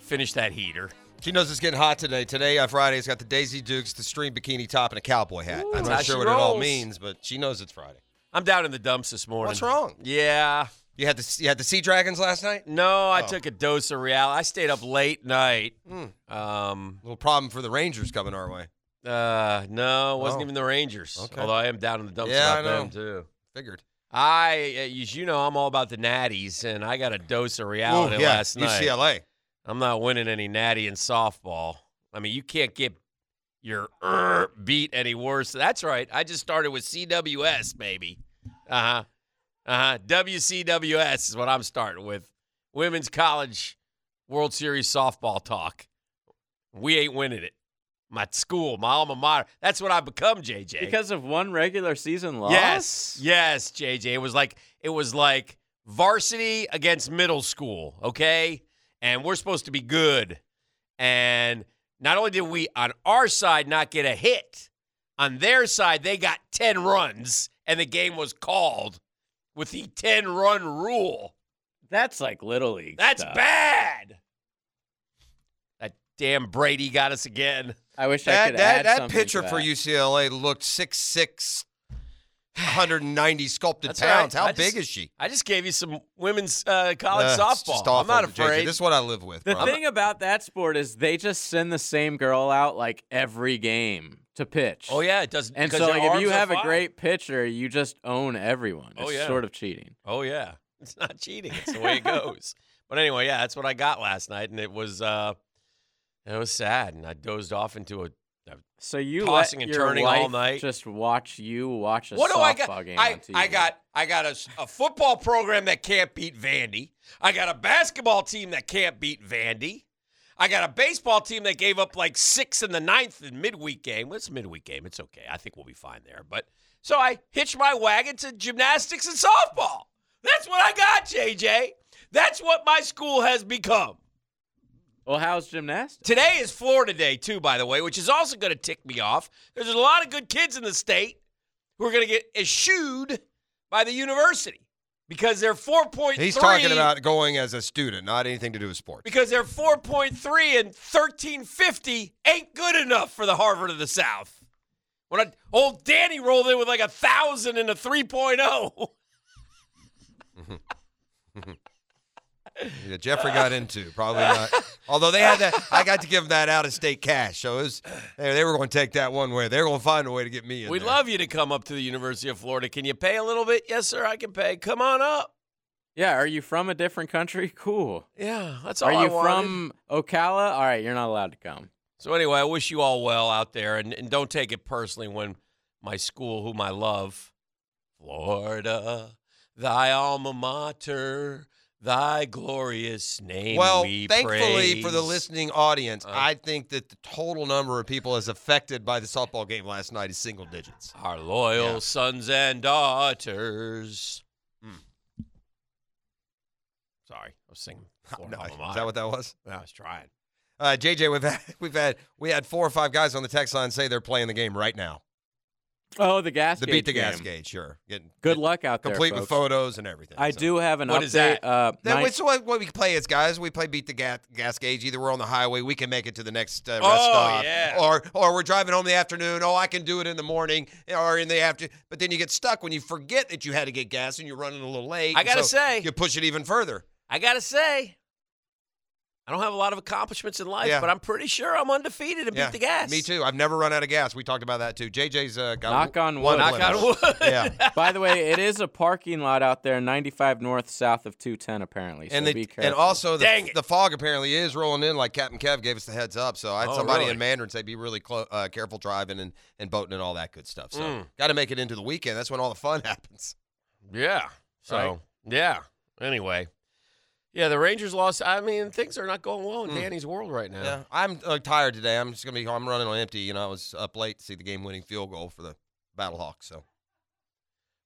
Speaker 5: finish that heater.
Speaker 1: She knows it's getting hot today. Today on Friday, it's got the Daisy Dukes, the string bikini top, and a cowboy hat. I'm
Speaker 5: how
Speaker 1: not
Speaker 5: she
Speaker 1: sure what it all
Speaker 5: rolls.
Speaker 1: means, but she knows it's Friday.
Speaker 5: I'm down in the dumps this morning.
Speaker 1: What's wrong?
Speaker 5: Yeah.
Speaker 1: You had the you had the sea dragons last night.
Speaker 5: No, I
Speaker 1: Oh.
Speaker 5: took a dose of reality. I stayed up late night.
Speaker 1: Hmm.
Speaker 5: Um,
Speaker 1: Little problem for the Rangers coming our way.
Speaker 5: uh, no, it wasn't
Speaker 1: Oh.
Speaker 5: even the Rangers.
Speaker 1: Okay.
Speaker 5: Although I am down in the dumps
Speaker 1: Yeah, I
Speaker 5: about them
Speaker 1: know.
Speaker 5: too.
Speaker 1: Figured.
Speaker 5: I, uh, as you know, I'm all about the natties, and I got a dose of reality
Speaker 1: Ooh, yeah,
Speaker 5: last night.
Speaker 1: UCLA.
Speaker 5: I'm not winning any natty in softball. I mean, you can't get your er, beat any worse. That's right. I just started with CWS, baby. Uh huh. Uh huh. WCWS is what I'm starting with. Women's College World Series softball talk. We ain't winning it. My school, my alma mater. That's what I've become, JJ.
Speaker 2: Because of one regular season loss?
Speaker 5: Yes, yes, JJ. It was like it was like varsity against middle school. Okay, and we're supposed to be good. And not only did we on our side not get a hit, on their side they got ten runs, and the game was called with the ten run rule.
Speaker 2: That's like Little League.
Speaker 5: That's
Speaker 2: stuff.
Speaker 5: bad. That damn Brady got us again.
Speaker 2: I wish I
Speaker 1: That
Speaker 2: could
Speaker 1: that,
Speaker 2: add
Speaker 1: that
Speaker 2: something
Speaker 1: pitcher
Speaker 2: to
Speaker 1: for
Speaker 2: that.
Speaker 1: UCLA looked 6'6", 190 sculpted
Speaker 5: That's all right.
Speaker 1: pounds. How
Speaker 5: I
Speaker 1: big
Speaker 5: just-
Speaker 1: is she?
Speaker 5: I just gave you some women's uh, college
Speaker 1: Uh, it's
Speaker 5: softball.
Speaker 1: just awful,
Speaker 5: I'm not
Speaker 1: JJ.
Speaker 5: afraid.
Speaker 1: This is what I live with.
Speaker 2: The
Speaker 1: bro.
Speaker 2: thing about that sport is they just send the same girl out like every game to pitch.
Speaker 5: Oh yeah, it does.
Speaker 2: And
Speaker 5: because
Speaker 2: so
Speaker 5: their
Speaker 2: like if
Speaker 5: arms
Speaker 2: you
Speaker 5: are
Speaker 2: have a
Speaker 5: fine.
Speaker 2: great pitcher, you just own everyone. It's
Speaker 5: Oh, yeah.
Speaker 2: sort of cheating.
Speaker 5: oh yeah, (laughs) it's not cheating. It's the way it goes. (laughs) But anyway, yeah, that's what I got last night, and it was uh, it was sad, and I dozed off into a.
Speaker 2: So you
Speaker 5: Tossing
Speaker 2: let
Speaker 5: and
Speaker 2: your
Speaker 5: turning all
Speaker 2: wife
Speaker 5: night.
Speaker 2: Just watch you watch a
Speaker 5: what do
Speaker 2: softball
Speaker 5: I got?
Speaker 2: game
Speaker 5: I
Speaker 2: on TV.
Speaker 5: I got I got a, s- a football program that can't beat Vandy. I got a basketball team that can't beat Vandy. I got a baseball team that gave up like six in the ninth in midweek game. Well, it's a midweek game. It's okay. I think we'll be fine there. But so I hitched my wagon to gymnastics and softball. That's what I got, JJ. That's what my school has become.
Speaker 2: Well, how's gymnastics?
Speaker 5: Today is Florida Day, too, by the way, which is also going to tick me off. There's a lot of good kids in the state who are going to get eschewed by the university because they're 4.3.
Speaker 1: He's talking about going as a student, not anything to do with sports.
Speaker 5: Because they're 4.3 and 1350 ain't good enough for the Harvard of the South. When I, old Danny rolled in with like a thousand and a oh. 3.0.
Speaker 1: Yeah, Jeffrey got into probably not. Although they had that, I got to give them that out of state cash. So it was, they, they were going to take that one way. They were going to find a way to get me in.
Speaker 5: We'd
Speaker 1: there.
Speaker 5: love you to come up to the University of Florida. Can you pay a little bit? Yes, sir, I can pay. Come on up.
Speaker 2: Yeah, are you from a different country? (laughs) Cool.
Speaker 5: Yeah, that's all
Speaker 2: Are
Speaker 5: I
Speaker 2: you
Speaker 5: wanted.
Speaker 2: from Ocala? All right, you're not allowed to come.
Speaker 5: So anyway, I wish you all well out there, and, and don't take it personally when my school, whom I love, Florida, thy alma mater, thy glorious name.
Speaker 1: Well,
Speaker 5: we
Speaker 1: thankfully for the
Speaker 5: praise.
Speaker 1: listening audience,
Speaker 5: Uh.
Speaker 2: Uh-huh.
Speaker 1: I think that the total number of people as affected by the softball game last night is single digits.
Speaker 5: our loyal
Speaker 1: Yeah. Hmm.
Speaker 5: sons and daughters. Sorry, I was singing.
Speaker 2: Oh,
Speaker 1: (laughs)
Speaker 5: Florida
Speaker 1: No,
Speaker 5: alma
Speaker 1: is
Speaker 5: mater.
Speaker 1: that what that was?
Speaker 5: I was trying.
Speaker 1: Uh, JJ, we've had, (laughs) we've had we had four or five guys on the text line say they're playing the game right now.
Speaker 2: Oh, the gas
Speaker 1: the
Speaker 2: gauge
Speaker 1: beat the gas
Speaker 2: game.
Speaker 1: gauge, sure. Getting
Speaker 2: Good luck out there,
Speaker 1: complete with
Speaker 2: folks.
Speaker 1: photos and everything.
Speaker 2: I
Speaker 1: so.
Speaker 2: do have an
Speaker 5: What
Speaker 2: update.
Speaker 5: is that?
Speaker 2: Uh,
Speaker 1: (laughs) That,
Speaker 2: nine-
Speaker 1: wait, so what, what we play is, guys, we play beat the gas, gas gauge. Either we're on the highway, we can make it to the next uh, rest
Speaker 5: Oh,
Speaker 1: stop,
Speaker 5: yeah.
Speaker 1: or or we're driving home in the afternoon. Oh, I can do it in the morning or in the after. But then you get stuck when you forget that you had to get gas and you're running a little late.
Speaker 5: I
Speaker 1: and
Speaker 5: gotta
Speaker 1: so
Speaker 5: say-
Speaker 1: you push it even further.
Speaker 5: I gotta say, I don't have a lot of accomplishments in life,
Speaker 1: Yeah.
Speaker 5: but I'm pretty sure I'm undefeated and
Speaker 1: Yeah,
Speaker 5: beat the gas.
Speaker 1: Me too. I've never run out of gas. We talked about that too. JJ's uh, got
Speaker 2: Knock
Speaker 1: w-
Speaker 2: on
Speaker 1: one
Speaker 2: wood.
Speaker 1: limit.
Speaker 5: Knock on wood.
Speaker 1: (laughs)
Speaker 5: (laughs)
Speaker 1: Yeah.
Speaker 2: (laughs) By the way, it is a parking lot out there, 95 north, south of 210, apparently. So
Speaker 1: and the,
Speaker 2: be careful.
Speaker 1: and also
Speaker 5: Dang
Speaker 1: the,
Speaker 5: it.
Speaker 1: the fog apparently is rolling in like Captain Kev gave us the heads up. So I had
Speaker 5: Oh,
Speaker 1: somebody
Speaker 5: really?
Speaker 1: in Mandarin say be really clo- uh, careful driving and, and boating and all that good stuff. So
Speaker 5: Mm.
Speaker 1: got to make it into the weekend. That's when all the fun (laughs) happens.
Speaker 5: Yeah. So
Speaker 1: Right?
Speaker 5: yeah. Anyway. Yeah, the Rangers lost. I mean, things are not going well in
Speaker 1: Mm.
Speaker 5: Danny's world right now.
Speaker 1: I'm uh, tired today. I'm just gonna be I'm running on empty. You know I was up late to see the game winning field goal for the Battle Hawks. So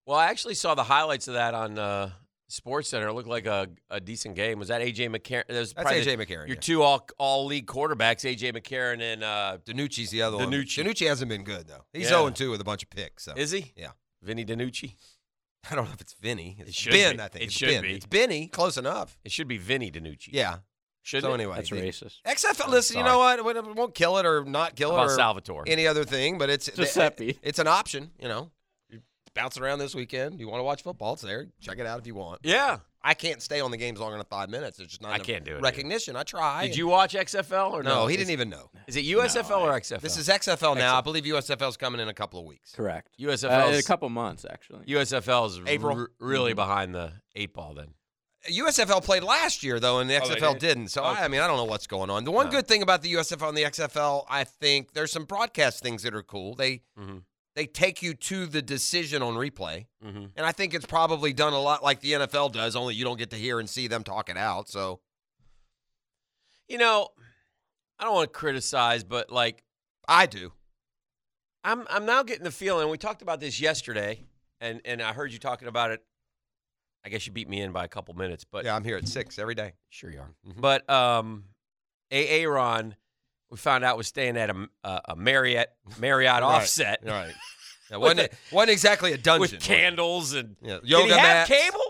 Speaker 5: Well, I actually saw the highlights of that on uh, Sports Center looked like a, a decent game. Was that AJ McCarron? That was
Speaker 1: That's
Speaker 5: probably
Speaker 1: AJ
Speaker 5: the-
Speaker 1: McCarron.
Speaker 5: Your
Speaker 1: yeah.
Speaker 5: two all all league quarterbacks, AJ McCarron and uh,
Speaker 1: Danucci's the other one.
Speaker 5: Danucci.
Speaker 1: Danucci hasn't been good though. He's
Speaker 5: Yeah.
Speaker 1: 0 2 with a bunch of picks. So
Speaker 5: is he?
Speaker 1: Yeah.
Speaker 5: Vinny DiNucci.
Speaker 1: (laughs) I don't know if it's Vinny. It's
Speaker 5: should
Speaker 1: Ben,
Speaker 5: be.
Speaker 1: I think.
Speaker 5: It
Speaker 1: it's
Speaker 5: should
Speaker 1: ben.
Speaker 5: be.
Speaker 1: It's Benny. Close enough.
Speaker 5: It should be Vinny DiNucci.
Speaker 1: Yeah.
Speaker 5: Shouldn't
Speaker 1: so
Speaker 5: it?
Speaker 1: anyway,
Speaker 2: That's
Speaker 1: the-
Speaker 2: racist.
Speaker 1: XFL.
Speaker 5: I'm
Speaker 1: Listen, you
Speaker 5: Oh, sorry.
Speaker 1: know what? We we won't kill it or not kill
Speaker 5: How
Speaker 1: it
Speaker 5: about
Speaker 1: or
Speaker 5: Salvatore?
Speaker 1: any other thing, but it's
Speaker 2: Giuseppe.
Speaker 1: it's an option. You know, You're bouncing around this weekend. You want to watch football? It's there. Check it out if you want.
Speaker 5: yeah.
Speaker 1: I can't stay on the games longer than five minutes. It's just not.
Speaker 5: I
Speaker 1: enough
Speaker 5: can't do it either.
Speaker 1: Recognition. I try.
Speaker 5: Did you watch XFL or no?
Speaker 1: No, he
Speaker 5: Is-
Speaker 1: didn't even know.
Speaker 5: Is it USFL or XFL?
Speaker 1: This is XFL now. I believe USFL is coming in a couple of weeks.
Speaker 2: Correct. Uh,
Speaker 5: USFL.
Speaker 2: in a couple months, actually.
Speaker 5: USFL is
Speaker 1: April. Mm-hmm.
Speaker 5: r- really behind the eight ball. Then
Speaker 1: USFL played last year though, and the
Speaker 5: Oh, they
Speaker 1: XFL
Speaker 5: did?
Speaker 1: did? not So I, I mean, I don't know what's going on. The one
Speaker 5: No.
Speaker 1: good thing about the USFL and the XFL, I think there's some broadcast things that are cool. They
Speaker 5: Mhm.
Speaker 1: they take you to the decision on replay,
Speaker 5: mm-hmm.
Speaker 1: and I think it's probably done a lot like the NFL does, only you don't get to hear and see them talk it out. So
Speaker 5: you know, I don't want to criticize, but like
Speaker 1: I do.
Speaker 5: I'm I'm now getting the feeling we talked about this yesterday, and and I heard you talking about it. I guess you beat me in by a couple minutes, but
Speaker 1: yeah, I'm here at six every day.
Speaker 5: sure you are.
Speaker 1: Mm-hmm.
Speaker 5: But um, Aaron, we found out was staying at a a, a Marriott Marriott
Speaker 1: Right.
Speaker 5: offset
Speaker 1: All (laughs) right. Yeah, wasn't, it- wasn't exactly a dungeon.
Speaker 5: with
Speaker 1: was it?
Speaker 5: candles and
Speaker 1: Yeah,
Speaker 5: Did
Speaker 1: yoga
Speaker 5: he have
Speaker 1: mats.
Speaker 5: cable?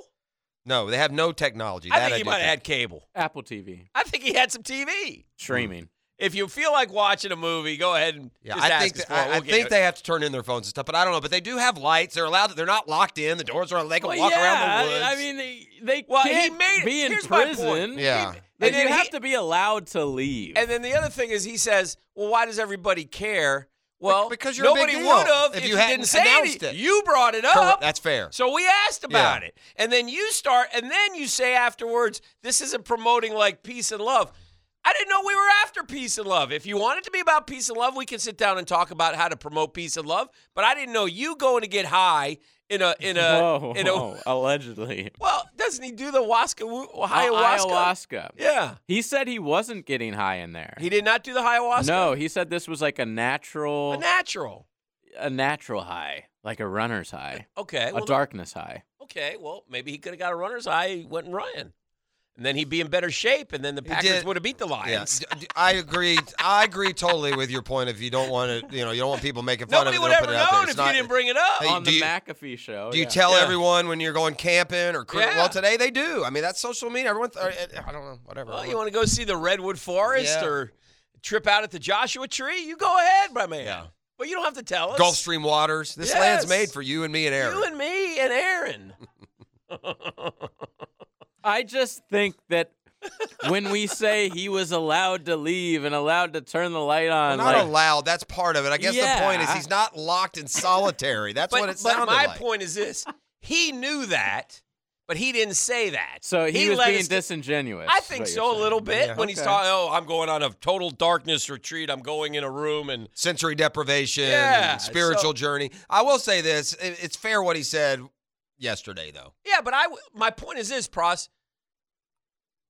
Speaker 1: No, they have no technology.
Speaker 5: I
Speaker 1: That
Speaker 5: think he
Speaker 1: do
Speaker 5: might have had cable.
Speaker 2: Apple TV
Speaker 5: I think he had some TV.
Speaker 2: streaming.
Speaker 1: Hmm.
Speaker 5: If you feel like watching a movie, go ahead and
Speaker 1: Yeah,
Speaker 5: just
Speaker 1: I
Speaker 5: ask
Speaker 1: think
Speaker 5: us
Speaker 1: th-
Speaker 5: for it.
Speaker 1: I, I
Speaker 5: We'll get
Speaker 1: think
Speaker 5: it.
Speaker 1: they have to turn in their phones and stuff, but I don't know. But they do have lights. They're allowed. They're not locked in. The doors are. They can
Speaker 5: Well,
Speaker 1: walk
Speaker 5: yeah,
Speaker 1: around the woods.
Speaker 2: I mean, they, they
Speaker 5: Well, he
Speaker 2: can't
Speaker 5: made it.
Speaker 2: be in
Speaker 5: Here's my point.
Speaker 2: prison.
Speaker 1: yeah.
Speaker 2: And
Speaker 5: And then
Speaker 2: you have
Speaker 5: he-
Speaker 2: to be allowed to leave.
Speaker 5: And then the other thing is, he says, "Well, why does everybody care?" Well,
Speaker 1: because you're a big
Speaker 5: nobody
Speaker 1: deal
Speaker 5: would have
Speaker 1: if
Speaker 5: if,
Speaker 1: you
Speaker 5: you,
Speaker 1: hadn't
Speaker 5: didn't say
Speaker 1: announced
Speaker 5: any-
Speaker 1: it.
Speaker 5: You brought it
Speaker 1: Correct.
Speaker 5: up,
Speaker 1: That's fair.
Speaker 5: so we asked about
Speaker 1: Yeah.
Speaker 5: it, and then you start, and then you say afterwards, "This isn't promoting like peace and love." I didn't know we were after peace and love. If you want it to be about peace and love, we can sit down and talk about how to promote peace and love. But I didn't know you going to get high in a in
Speaker 2: (laughs)
Speaker 5: a
Speaker 2: whoa,
Speaker 5: in a.
Speaker 2: whoa, allegedly.
Speaker 5: Well, doesn't he do the Wasca
Speaker 2: Uh,
Speaker 5: ayahuasca?
Speaker 2: ayahuasca.
Speaker 5: Yeah,
Speaker 2: He said he wasn't getting high in there.
Speaker 5: he did not do the ayahuasca.
Speaker 2: no, he said this was like a natural,
Speaker 5: a natural.
Speaker 2: a natural high, like a runner's high,
Speaker 5: Okay, well,
Speaker 2: a darkness high.
Speaker 5: okay, well, maybe he could have got a runner's eye. He went and ran, and then he'd be in better shape, and then the Packers
Speaker 1: did-
Speaker 5: would have beat the
Speaker 1: Yeah,
Speaker 5: Lions.
Speaker 1: d- d- I agree. I agree totally with your point. If you don't want to, you know, you don't want people making fun
Speaker 5: (laughs) Nobody
Speaker 1: of it.
Speaker 5: would
Speaker 1: they'll
Speaker 5: ever
Speaker 1: put it out there.
Speaker 5: known
Speaker 1: It's
Speaker 5: if
Speaker 1: not-
Speaker 5: you didn't bring it up.
Speaker 1: Hey,
Speaker 2: On
Speaker 1: do
Speaker 2: the
Speaker 1: you-
Speaker 2: McAfee show.
Speaker 1: Do you
Speaker 2: yeah.
Speaker 1: tell
Speaker 5: Oh, Yeah.
Speaker 1: everyone when you're going camping or? Cr-
Speaker 5: Yeah.
Speaker 1: Well, today they do. I mean, that's social media. Everyone, th- uh, I don't know, whatever.
Speaker 5: well, you want to go see the redwood forest
Speaker 1: Yeah.
Speaker 5: or trip out at the Joshua Tree? You go ahead, my man.
Speaker 1: Yeah.
Speaker 5: But you don't have to tell us.
Speaker 1: Gulfstream waters. This land's
Speaker 5: Yes.
Speaker 1: made for you and me and Aaron.
Speaker 5: You and me and Aaron.
Speaker 2: I just think
Speaker 5: (laughs)
Speaker 2: that when we say he was allowed to leave and allowed to turn the light
Speaker 1: Well,
Speaker 2: on,
Speaker 1: not
Speaker 2: like,
Speaker 1: allowed. That's part of it. I guess the point is
Speaker 2: Yeah.
Speaker 1: he's not locked in solitary. That's
Speaker 5: but
Speaker 1: what it
Speaker 5: but
Speaker 1: sounded
Speaker 5: my
Speaker 1: like.
Speaker 5: point is this: he knew that, but he didn't say that.
Speaker 2: so he, was
Speaker 5: let
Speaker 2: being
Speaker 5: us get-
Speaker 2: disingenuous.
Speaker 5: I
Speaker 2: is
Speaker 5: think
Speaker 2: what you're
Speaker 5: so, a
Speaker 2: saying.
Speaker 5: little bit.
Speaker 1: Yeah.
Speaker 5: when he's
Speaker 2: Okay.
Speaker 5: talking, oh, I'm going on a total darkness retreat. I'm going in a room and
Speaker 1: Sensory deprivation, and
Speaker 5: Yeah,
Speaker 1: spiritual
Speaker 5: so-
Speaker 1: journey. I will say this: i- it's fair what he said yesterday, though.
Speaker 5: yeah. But I, w- my point is this, Pross.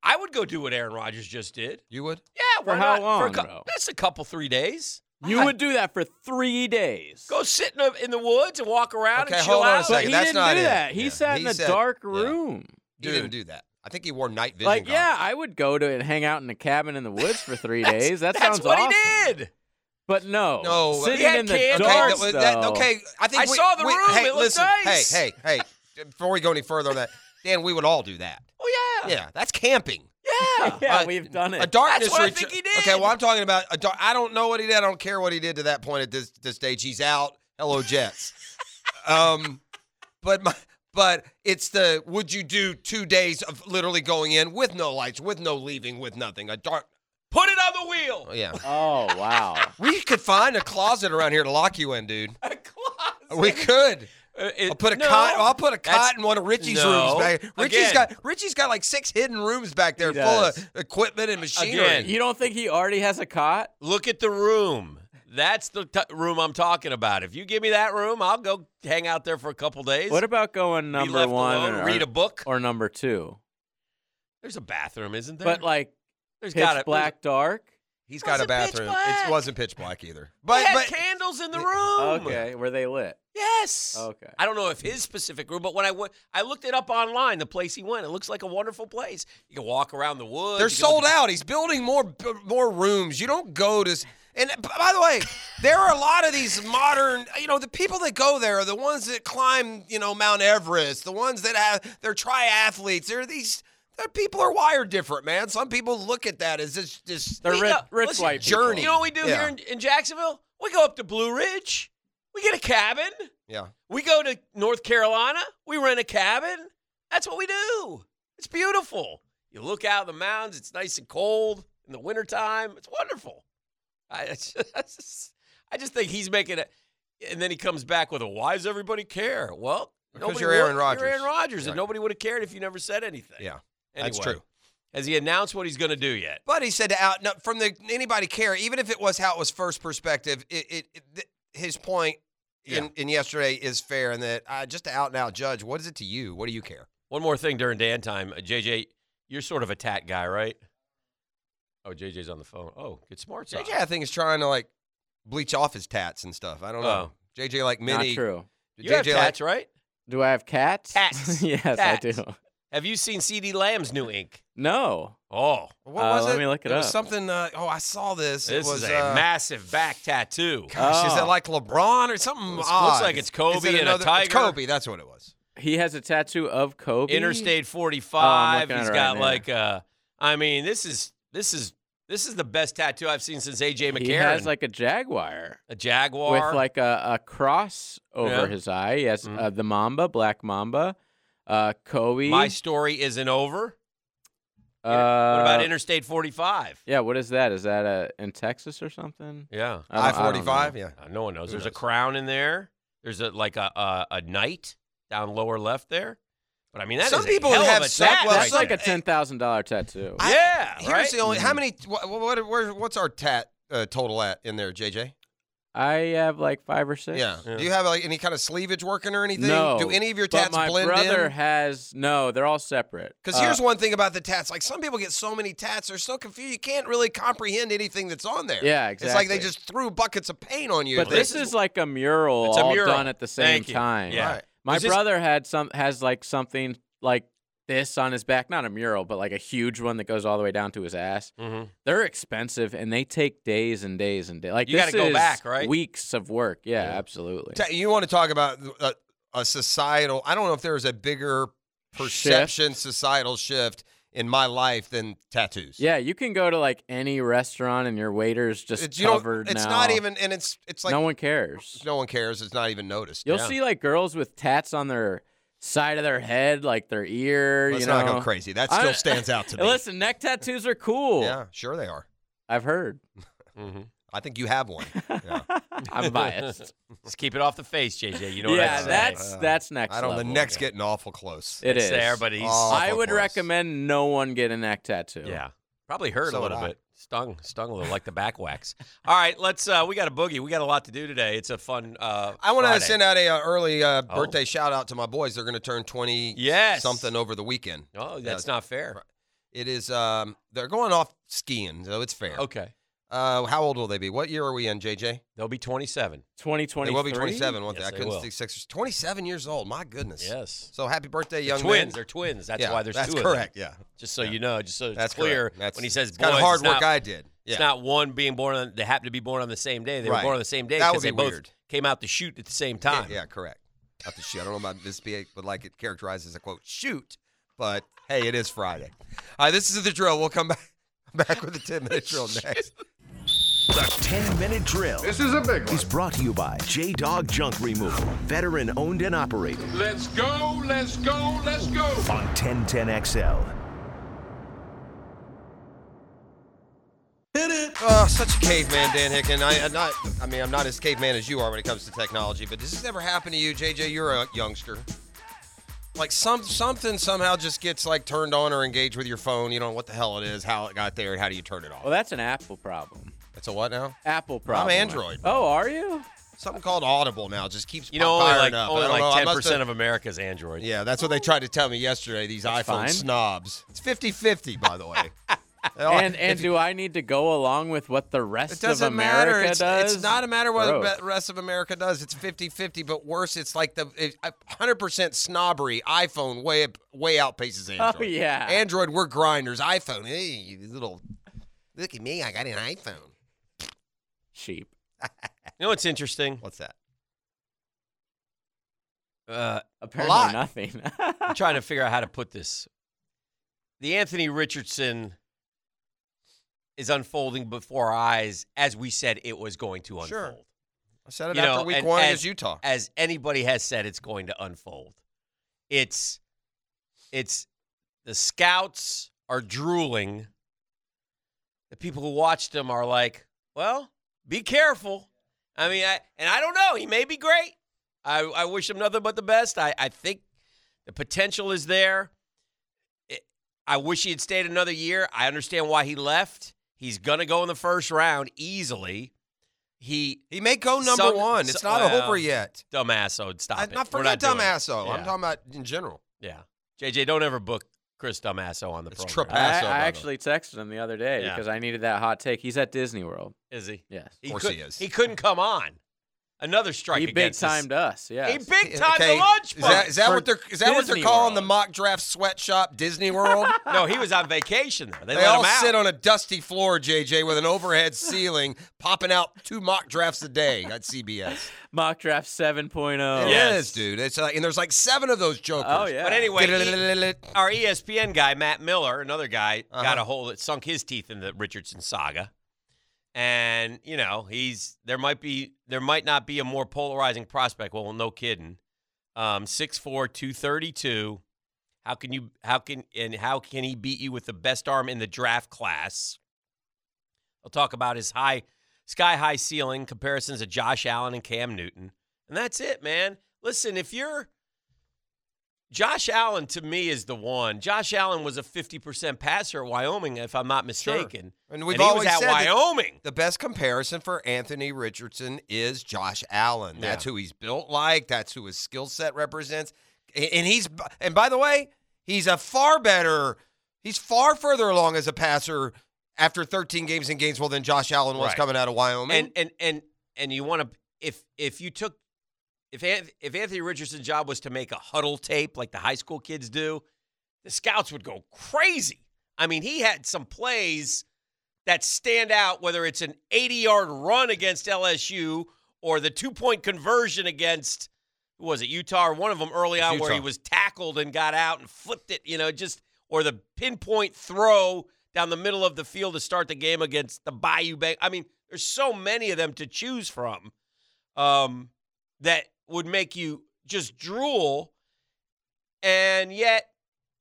Speaker 5: I would go do what Aaron Rodgers just did.
Speaker 1: You would?
Speaker 5: Yeah,
Speaker 2: For
Speaker 5: why
Speaker 2: how
Speaker 5: not? For a
Speaker 2: long,
Speaker 5: cou-
Speaker 2: though?
Speaker 5: that's a couple, three days.
Speaker 2: You would do that for three days.
Speaker 5: Go sit in, a, in the woods and walk around
Speaker 1: Okay,
Speaker 5: and chill
Speaker 1: hold on a
Speaker 5: out.
Speaker 1: second.
Speaker 2: But he
Speaker 1: That's
Speaker 2: didn't
Speaker 1: not
Speaker 2: do
Speaker 1: it.
Speaker 2: that. He
Speaker 1: Yeah.
Speaker 2: sat in
Speaker 1: He
Speaker 2: a
Speaker 1: said-
Speaker 2: dark
Speaker 1: yeah.
Speaker 2: room.
Speaker 1: He didn't do that. I think he wore night vision.
Speaker 2: Like, yeah,
Speaker 1: goggles.
Speaker 2: I would go to and hang out in a cabin in the woods for three days. That
Speaker 5: (laughs) That's
Speaker 2: sounds
Speaker 5: what
Speaker 2: awesome.
Speaker 5: he did. uh,
Speaker 2: But no,
Speaker 1: No, but-
Speaker 2: sitting
Speaker 5: He had
Speaker 2: in the
Speaker 5: cans.
Speaker 1: Okay,
Speaker 2: dark.
Speaker 1: that was- that-
Speaker 2: though.
Speaker 1: okay. I think
Speaker 5: I
Speaker 1: we-
Speaker 5: saw the
Speaker 1: we-
Speaker 5: room.
Speaker 1: Hey,
Speaker 5: It looked
Speaker 1: listen.
Speaker 5: nice.
Speaker 1: Hey, hey, hey! Before we go any further on
Speaker 5: (laughs)
Speaker 1: that, Dan, we would all do that.
Speaker 5: Oh yeah,
Speaker 1: Yeah, that's camping.
Speaker 5: yeah,
Speaker 2: (laughs)
Speaker 1: (laughs)
Speaker 2: Yeah,
Speaker 1: Uh,
Speaker 2: we've done it.
Speaker 1: A darkness
Speaker 5: That's what I
Speaker 1: retreat.
Speaker 5: think he did.
Speaker 1: Okay, well, I'm talking about a dark. I don't know what he did. I don't care what he did to that point at this this stage. He's out. Hello,
Speaker 5: (laughs)
Speaker 1: Jets. um, but my but it's the would you do two days of literally going in with no lights, with no leaving, with nothing. A dark.
Speaker 5: Put it on the wheel. (laughs)
Speaker 1: Oh, yeah,
Speaker 2: Oh wow.
Speaker 1: we could find a closet around here to lock you in, dude.
Speaker 5: A closet.
Speaker 1: We could.
Speaker 5: Uh, it-
Speaker 1: I'll put a
Speaker 5: no.
Speaker 1: cot. I'll put a
Speaker 5: That's-
Speaker 1: cot in one of Richie's
Speaker 5: No.
Speaker 1: rooms. Back. Richie's
Speaker 5: Again.
Speaker 1: got Richie's got like six hidden rooms back there,
Speaker 2: He
Speaker 1: full
Speaker 2: does.
Speaker 1: of equipment and machinery.
Speaker 5: Again.
Speaker 2: You don't think he already has a cot?
Speaker 5: Look at the room. That's the t- room I'm talking about. If you give me that room, I'll go hang out there for a couple days.
Speaker 2: What about going
Speaker 5: Be
Speaker 2: number
Speaker 5: left
Speaker 2: one
Speaker 5: alone,
Speaker 2: or,
Speaker 5: read a book?
Speaker 2: or number two?
Speaker 5: There's a bathroom, isn't there?
Speaker 2: But like
Speaker 5: there's
Speaker 2: pitch
Speaker 5: gotta-
Speaker 2: black dark.
Speaker 1: He's got a
Speaker 5: Wasn't pitch
Speaker 1: bathroom.
Speaker 5: black.
Speaker 1: It wasn't pitch black either.
Speaker 5: They
Speaker 1: But
Speaker 5: had
Speaker 1: but
Speaker 5: candles in the room.
Speaker 2: Okay, were they lit?
Speaker 5: Yes.
Speaker 2: Okay.
Speaker 5: I don't know if his specific room, but when I went, I looked it up online. The place he went, it looks like a wonderful place. You can walk around the woods.
Speaker 1: they're
Speaker 5: you can
Speaker 1: sold
Speaker 5: look
Speaker 1: out. He's building more b- more rooms. You don't go to. s- And b- by the way, there are a lot of these modern. You know, the people that go there are the ones that climb. You know, Mount Everest. The ones that have they're triathletes. They're these. they're- People are wired different, man. Some people look at that as this, this
Speaker 2: They're
Speaker 5: We
Speaker 2: rich,
Speaker 5: know-
Speaker 2: rich
Speaker 5: listen,
Speaker 2: white people.
Speaker 1: Journey.
Speaker 5: You know what we do
Speaker 1: Yeah.
Speaker 5: here in, in Jacksonville? We go up to Blue Ridge. We get a cabin.
Speaker 1: yeah.
Speaker 5: We go to North Carolina. We rent a cabin. That's what we do. It's beautiful. You look out the mountains. It's nice and cold in the wintertime. It's wonderful. I, it's (laughs) just, I just think he's making it. And then he comes back with a, why does everybody care? Well,
Speaker 1: Because
Speaker 5: nobody
Speaker 1: you're Aaron
Speaker 5: would-
Speaker 1: Rodgers.
Speaker 5: You're Aaron Rodgers,
Speaker 1: Right.
Speaker 5: and nobody would have cared if you never said anything.
Speaker 1: Yeah,
Speaker 5: Anyway,
Speaker 1: that's true.
Speaker 5: Has he announced what he's going to do yet?
Speaker 1: But he said to out no, from the anybody care, even if it was how it was first perspective, it, it, it th- his point in, in yesterday is fair, and that uh, just to out and out judge, what is it to you? What do you care?
Speaker 5: One more thing during Dan time, uh, JJ, you're sort of a tat guy, right? Oh, JJ's on the phone. Oh, good smarts. on.
Speaker 1: JJ, I think is trying to like bleach off his tats and stuff. I don't know.
Speaker 5: Oh.
Speaker 1: JJ like many.
Speaker 2: Not true.
Speaker 5: You have
Speaker 1: JJ
Speaker 5: tats, right?
Speaker 2: Do I have cats? (laughs)
Speaker 5: Cats.
Speaker 2: yes, I
Speaker 5: Cats.
Speaker 2: do.
Speaker 5: Have you seen CD Lamb's new ink?
Speaker 2: No.
Speaker 5: Oh,
Speaker 1: What
Speaker 2: Uh,
Speaker 1: was
Speaker 2: let
Speaker 1: it?
Speaker 2: me look it
Speaker 1: was
Speaker 2: up.
Speaker 1: something. Uh, oh, I saw this.
Speaker 5: this
Speaker 1: it was
Speaker 5: is a
Speaker 1: uh,
Speaker 5: massive back tattoo.
Speaker 1: Gosh, is
Speaker 2: Oh.
Speaker 1: that like LeBron or something?
Speaker 5: Looks- looks
Speaker 1: odd?
Speaker 5: like it's Kobe
Speaker 1: Is it
Speaker 5: and a
Speaker 1: another- it's
Speaker 5: tiger.
Speaker 1: Kobe, that's what it was.
Speaker 2: He has a tattoo of Kobe.
Speaker 5: Interstate
Speaker 2: Oh, I'm
Speaker 5: 45.
Speaker 2: looking at
Speaker 5: He's
Speaker 2: it right
Speaker 5: got
Speaker 2: now.
Speaker 5: like uh I mean, this is this is this is the best tattoo I've seen since AJ McCarron.
Speaker 2: He has like a jaguar
Speaker 5: a jaguar
Speaker 2: with like a, a cross over
Speaker 5: Yeah.
Speaker 2: his eye. He has
Speaker 5: Mhm.
Speaker 2: uh, the Mamba, Black Mamba, uh, Kobe.
Speaker 5: My story isn't over.
Speaker 2: uh,
Speaker 5: what about Interstate 45?
Speaker 2: Yeah, what is that? Is that uh, in Texas or something?
Speaker 5: Yeah.
Speaker 2: I don't- I don't
Speaker 1: forty five.
Speaker 2: know.
Speaker 1: Yeah.
Speaker 5: Uh, no one knows.
Speaker 1: Who
Speaker 5: There's a
Speaker 1: knows?
Speaker 5: crown in there. There's a like a a, a knight down lower left there. But I mean, that's
Speaker 1: Some people have
Speaker 5: a
Speaker 1: some-
Speaker 5: tat
Speaker 1: well,
Speaker 5: right
Speaker 2: That's like
Speaker 5: there.
Speaker 2: a ten thousand dollar tattoo.
Speaker 1: I-
Speaker 5: yeah.
Speaker 1: Here's
Speaker 5: right?
Speaker 1: the
Speaker 2: Mm-hmm.
Speaker 1: only. How many? What, what, where, what's our tat uh, total at in there, JJ?
Speaker 2: I have like five or six.
Speaker 1: Yeah.
Speaker 5: Yeah.
Speaker 1: Do you have like any kind of sleevage working or anything?
Speaker 2: No.
Speaker 1: Do any of your tats
Speaker 2: But my
Speaker 1: blend
Speaker 2: brother
Speaker 1: in?
Speaker 2: has no. They're all separate. Uh,
Speaker 1: Because here's one thing about the tats. Like some people get so many tats, they're so confused. You can't really comprehend anything that's on there.
Speaker 2: Yeah,
Speaker 1: It's like they
Speaker 2: exactly.
Speaker 1: just threw buckets of paint on you.
Speaker 2: But this is like a mural
Speaker 5: It's a
Speaker 2: all
Speaker 5: mural.
Speaker 2: done at the same
Speaker 5: Thank you.
Speaker 2: time.
Speaker 5: Yeah.
Speaker 1: Right.
Speaker 2: My
Speaker 5: Is this-
Speaker 2: brother had some has like something like this on his back, not a mural, but like a huge one that goes all the way down to his ass.
Speaker 5: Mhm.
Speaker 2: They're expensive and they take days and days and days. Like
Speaker 5: You
Speaker 2: got
Speaker 5: gotta
Speaker 2: to
Speaker 5: go back, right?
Speaker 2: Weeks of work. Yeah, absolutely.
Speaker 1: Ta- you want to talk about a, a societal? I don't know if there's a bigger perception societal shift in my life than tattoos.
Speaker 2: yeah, you can go to like any restaurant and your waiter's just
Speaker 1: It's, you don't-
Speaker 2: covered
Speaker 1: it's
Speaker 2: now.
Speaker 1: not even, and it's it's like
Speaker 2: no
Speaker 1: no, (laughs)
Speaker 2: one cares.
Speaker 1: one cares. It's not even noticed.
Speaker 2: You'll
Speaker 1: Yeah.
Speaker 2: see like girls with tats on their side of their head, like their ear.
Speaker 1: Let's
Speaker 2: you know,
Speaker 1: not go crazy.
Speaker 5: (laughs)
Speaker 1: That
Speaker 2: I-
Speaker 1: still stands out to
Speaker 2: (laughs)
Speaker 1: me.
Speaker 2: Listen, neck tattoos are cool.
Speaker 1: Yeah, sure they are.
Speaker 2: I've heard.
Speaker 5: Mhm.
Speaker 1: I think you have
Speaker 5: (laughs)
Speaker 1: one. Yeah. (laughs)
Speaker 2: I'm biased.
Speaker 5: Let's keep it off the face, JJ. You know what
Speaker 2: yeah,
Speaker 5: I'm
Speaker 2: that's
Speaker 1: Uh,
Speaker 2: that's next.
Speaker 1: I don't. know. The
Speaker 2: level.
Speaker 1: neck's getting awful close.
Speaker 2: It
Speaker 5: it's
Speaker 2: is.
Speaker 5: there, but he's
Speaker 1: Oh.
Speaker 2: I would
Speaker 1: close.
Speaker 2: recommend no one get a neck tattoo.
Speaker 5: yeah, probably hurt
Speaker 1: So
Speaker 5: a little
Speaker 1: would I.
Speaker 5: bit. Stung, stung a little, like the back wax. (laughs) All right, let's. uh We got a boogie. We got a lot to do today. It's a fun. uh
Speaker 1: I want to
Speaker 5: Friday.
Speaker 1: send out a uh, early uh,
Speaker 5: Oh.
Speaker 1: birthday shout out to my boys. They're going to turn twenty
Speaker 5: Yes.
Speaker 1: something over the weekend.
Speaker 5: Oh,
Speaker 1: Yeah,
Speaker 5: that's not fair.
Speaker 1: It is. Um, they're going off skiing, so it's fair.
Speaker 5: Okay,
Speaker 1: Uh, how old will they be? What year are we in, JJ?
Speaker 5: they'll be 27.
Speaker 2: 2023.
Speaker 1: They will be twenty-seven. Won't
Speaker 5: Yes,
Speaker 1: they?
Speaker 5: they
Speaker 1: I couldn't
Speaker 5: will.
Speaker 1: see six. Twenty-seven years old. My goodness.
Speaker 5: Yes.
Speaker 1: So happy birthday, young
Speaker 5: twins.
Speaker 1: man.
Speaker 5: They're twins. That's
Speaker 1: Yeah,
Speaker 5: why there's
Speaker 1: that's
Speaker 5: two. of them.
Speaker 1: correct. Yeah,
Speaker 5: Just so you know, just so it's
Speaker 1: that's
Speaker 5: clear.
Speaker 1: Correct. That's
Speaker 5: when he says
Speaker 1: it's
Speaker 5: boys,
Speaker 1: kind of hard
Speaker 5: it's
Speaker 1: work
Speaker 5: not,
Speaker 1: I did. Yeah.
Speaker 5: It's not one being born on. They happen to be born on the same day. They
Speaker 1: Right.
Speaker 5: were born on the same day
Speaker 1: That would
Speaker 5: because they
Speaker 1: be
Speaker 5: both
Speaker 1: weird.
Speaker 5: came out to shoot at the same time.
Speaker 1: Yeah, yeah, correct. Not the shoot. I don't know about this be would like it characterized as a quote shoot, but hey, it is Friday. All right, this is the drill. We'll come (laughs) back back with the ten (laughs) minute drill next.
Speaker 3: The 10 minute drill. This is a big one. Is brought to you by J Dog Junk Removal, veteran owned and operated
Speaker 7: Let's go, let's go, let's go.
Speaker 3: on 1010XL.
Speaker 1: Oh, such a caveman, Dan Hicken. I, I'm not. I mean, I'm not as caveman as you are when it comes to technology. But does this ever happen to you, JJ? You're a youngster. Like some something somehow just gets like turned on or engaged with your phone. You don't know what the hell it is, how it got there, and how do you turn it off?
Speaker 2: Well, that's an Apple problem.
Speaker 1: It's a what now?
Speaker 2: Apple problem.
Speaker 1: Android.
Speaker 2: Oh, are you?
Speaker 1: Something called Audible now just keeps
Speaker 5: You know, only
Speaker 1: firing
Speaker 5: like
Speaker 1: up. I
Speaker 5: only
Speaker 1: don't know.
Speaker 5: like
Speaker 1: I
Speaker 5: ten
Speaker 1: must have-
Speaker 5: percent of America's Android.
Speaker 1: Yeah, that's what they tried to tell me yesterday, these iPhone
Speaker 2: fine.
Speaker 5: (laughs)
Speaker 1: snobs. It's 50 50, by the way.
Speaker 2: And and do I need to go along with what the
Speaker 1: It
Speaker 2: rest of
Speaker 1: doesn't
Speaker 2: America
Speaker 1: matter. It's,
Speaker 2: does?
Speaker 1: it's not a matter what
Speaker 2: Gross.
Speaker 1: the be- rest of America does. It's 50-50, but worse, it's like the it- a 100% snobbery. iPhone way up- way outpaces Android.
Speaker 2: Oh yeah.
Speaker 1: Android, we're grinders. iPhone, hey, you little look at me, I got an iPhone.
Speaker 2: sheep.
Speaker 5: You know what's interesting?
Speaker 1: What's that?
Speaker 5: Uh,
Speaker 2: Apparently
Speaker 1: lot.
Speaker 2: nothing. (laughs)
Speaker 5: I'm trying to figure out how to put this. The Anthony Richardson is unfolding before our eyes as we said it was going to unfold.
Speaker 1: Sure. I said it
Speaker 5: You
Speaker 1: after
Speaker 5: know,
Speaker 1: week
Speaker 5: and-
Speaker 1: one
Speaker 5: and-
Speaker 1: as Utah.
Speaker 5: As anybody has said it's going to unfold. It's it's the scouts are drooling. The people who watched him are like, "Well, be careful." I mean, I and I don't know, he may be great. I I wish him nothing but the best. I I think the potential is there. It- I wish he had stayed another year. I understand why he left. He's going to go in the first round easily. He
Speaker 1: he may go number
Speaker 5: some-
Speaker 1: one. It's
Speaker 5: some-
Speaker 1: not
Speaker 5: well,
Speaker 1: over yet.
Speaker 5: dumbass would stop
Speaker 1: I,
Speaker 5: it.
Speaker 1: not
Speaker 5: We're
Speaker 1: forget
Speaker 5: doing it.
Speaker 1: Dumbasso. I'm
Speaker 5: Yeah.
Speaker 1: talking about in general.
Speaker 5: Yeah. JJ, don't ever book Chris Dumbasso on the
Speaker 1: It's
Speaker 5: program. Uh,
Speaker 1: triple-
Speaker 2: I,
Speaker 1: Pass up on
Speaker 2: I
Speaker 1: them.
Speaker 2: actually texted him the other day
Speaker 5: Yeah.
Speaker 2: because I needed that hot take. He's at Disney World.
Speaker 5: Is he?
Speaker 2: Yes.
Speaker 5: He
Speaker 1: course
Speaker 5: could,
Speaker 1: he is.
Speaker 5: He couldn't come on. Another strike
Speaker 2: he big
Speaker 5: against us.
Speaker 2: timed us. Yeah.
Speaker 5: He big timed
Speaker 1: Okay,
Speaker 5: the lunch
Speaker 1: Is
Speaker 5: break.
Speaker 1: that, is that
Speaker 2: For
Speaker 1: what they're is that what they're
Speaker 2: Disney
Speaker 1: calling
Speaker 2: World.
Speaker 1: the mock draft sweatshop Disney
Speaker 5: (laughs)
Speaker 1: World?
Speaker 5: no, he was on vacation there. They,
Speaker 1: They
Speaker 5: let
Speaker 1: all
Speaker 5: him out.
Speaker 1: sit on a dusty floor, JJ, with an overhead ceiling, popping out two mock drafts a day at CBS.
Speaker 2: Mock draft oh. 7.0.
Speaker 1: It
Speaker 5: Yeah. Oh, Yes.
Speaker 1: is, dude. It's like, and there's like seven of those jokers.
Speaker 2: Oh yeah.
Speaker 5: But anyway, he-
Speaker 1: Diddle-diddle-diddle-diddle.
Speaker 5: our E ESPN guy, Matt Miller, another guy,
Speaker 1: Uh-huh.
Speaker 5: got a hole that sunk his teeth in the Richardson saga. And, you know, he's there might be there might not be a more polarizing prospect. Well, no kidding. Um 6'4, 232. How can you how can and how can he beat you with the best arm in the draft class? I'll talk about his high sky high ceiling comparisons of Josh Allen and Cam Newton. And that's it, man. Listen, if you're Josh Allen to me is the one. Josh Allen was a 50% passer at Wyoming, if I'm not mistaken.
Speaker 1: And we've
Speaker 5: he
Speaker 1: always
Speaker 5: was at
Speaker 1: said that
Speaker 5: Wyoming.
Speaker 1: the best comparison for Anthony Richardson is Josh Allen. That's who he's built like. That's who his skill set represents. A- And he's and by the way, he's a far better. He's far further along as a passer after 13 games in Gainesville than Josh Allen was
Speaker 5: Right.
Speaker 1: coming out of Wyoming.
Speaker 5: and and and and you want to if if you took if Anth- if Anthony Richardson's job was to make a huddle tape like the high school kids do, the scouts would go crazy. I mean, he had some plays that stand out whether it's an 80-yard run against LSU or the two-point conversion against who was it Utah or one of them early
Speaker 1: It's
Speaker 5: on where he
Speaker 1: Utah.
Speaker 5: was tackled and got out and flipped it, you know, just or the pinpoint throw down the middle of the field to start the game against the Bayou Bank. I mean, there's so many of them to choose from um, that would make you just drool. And yet,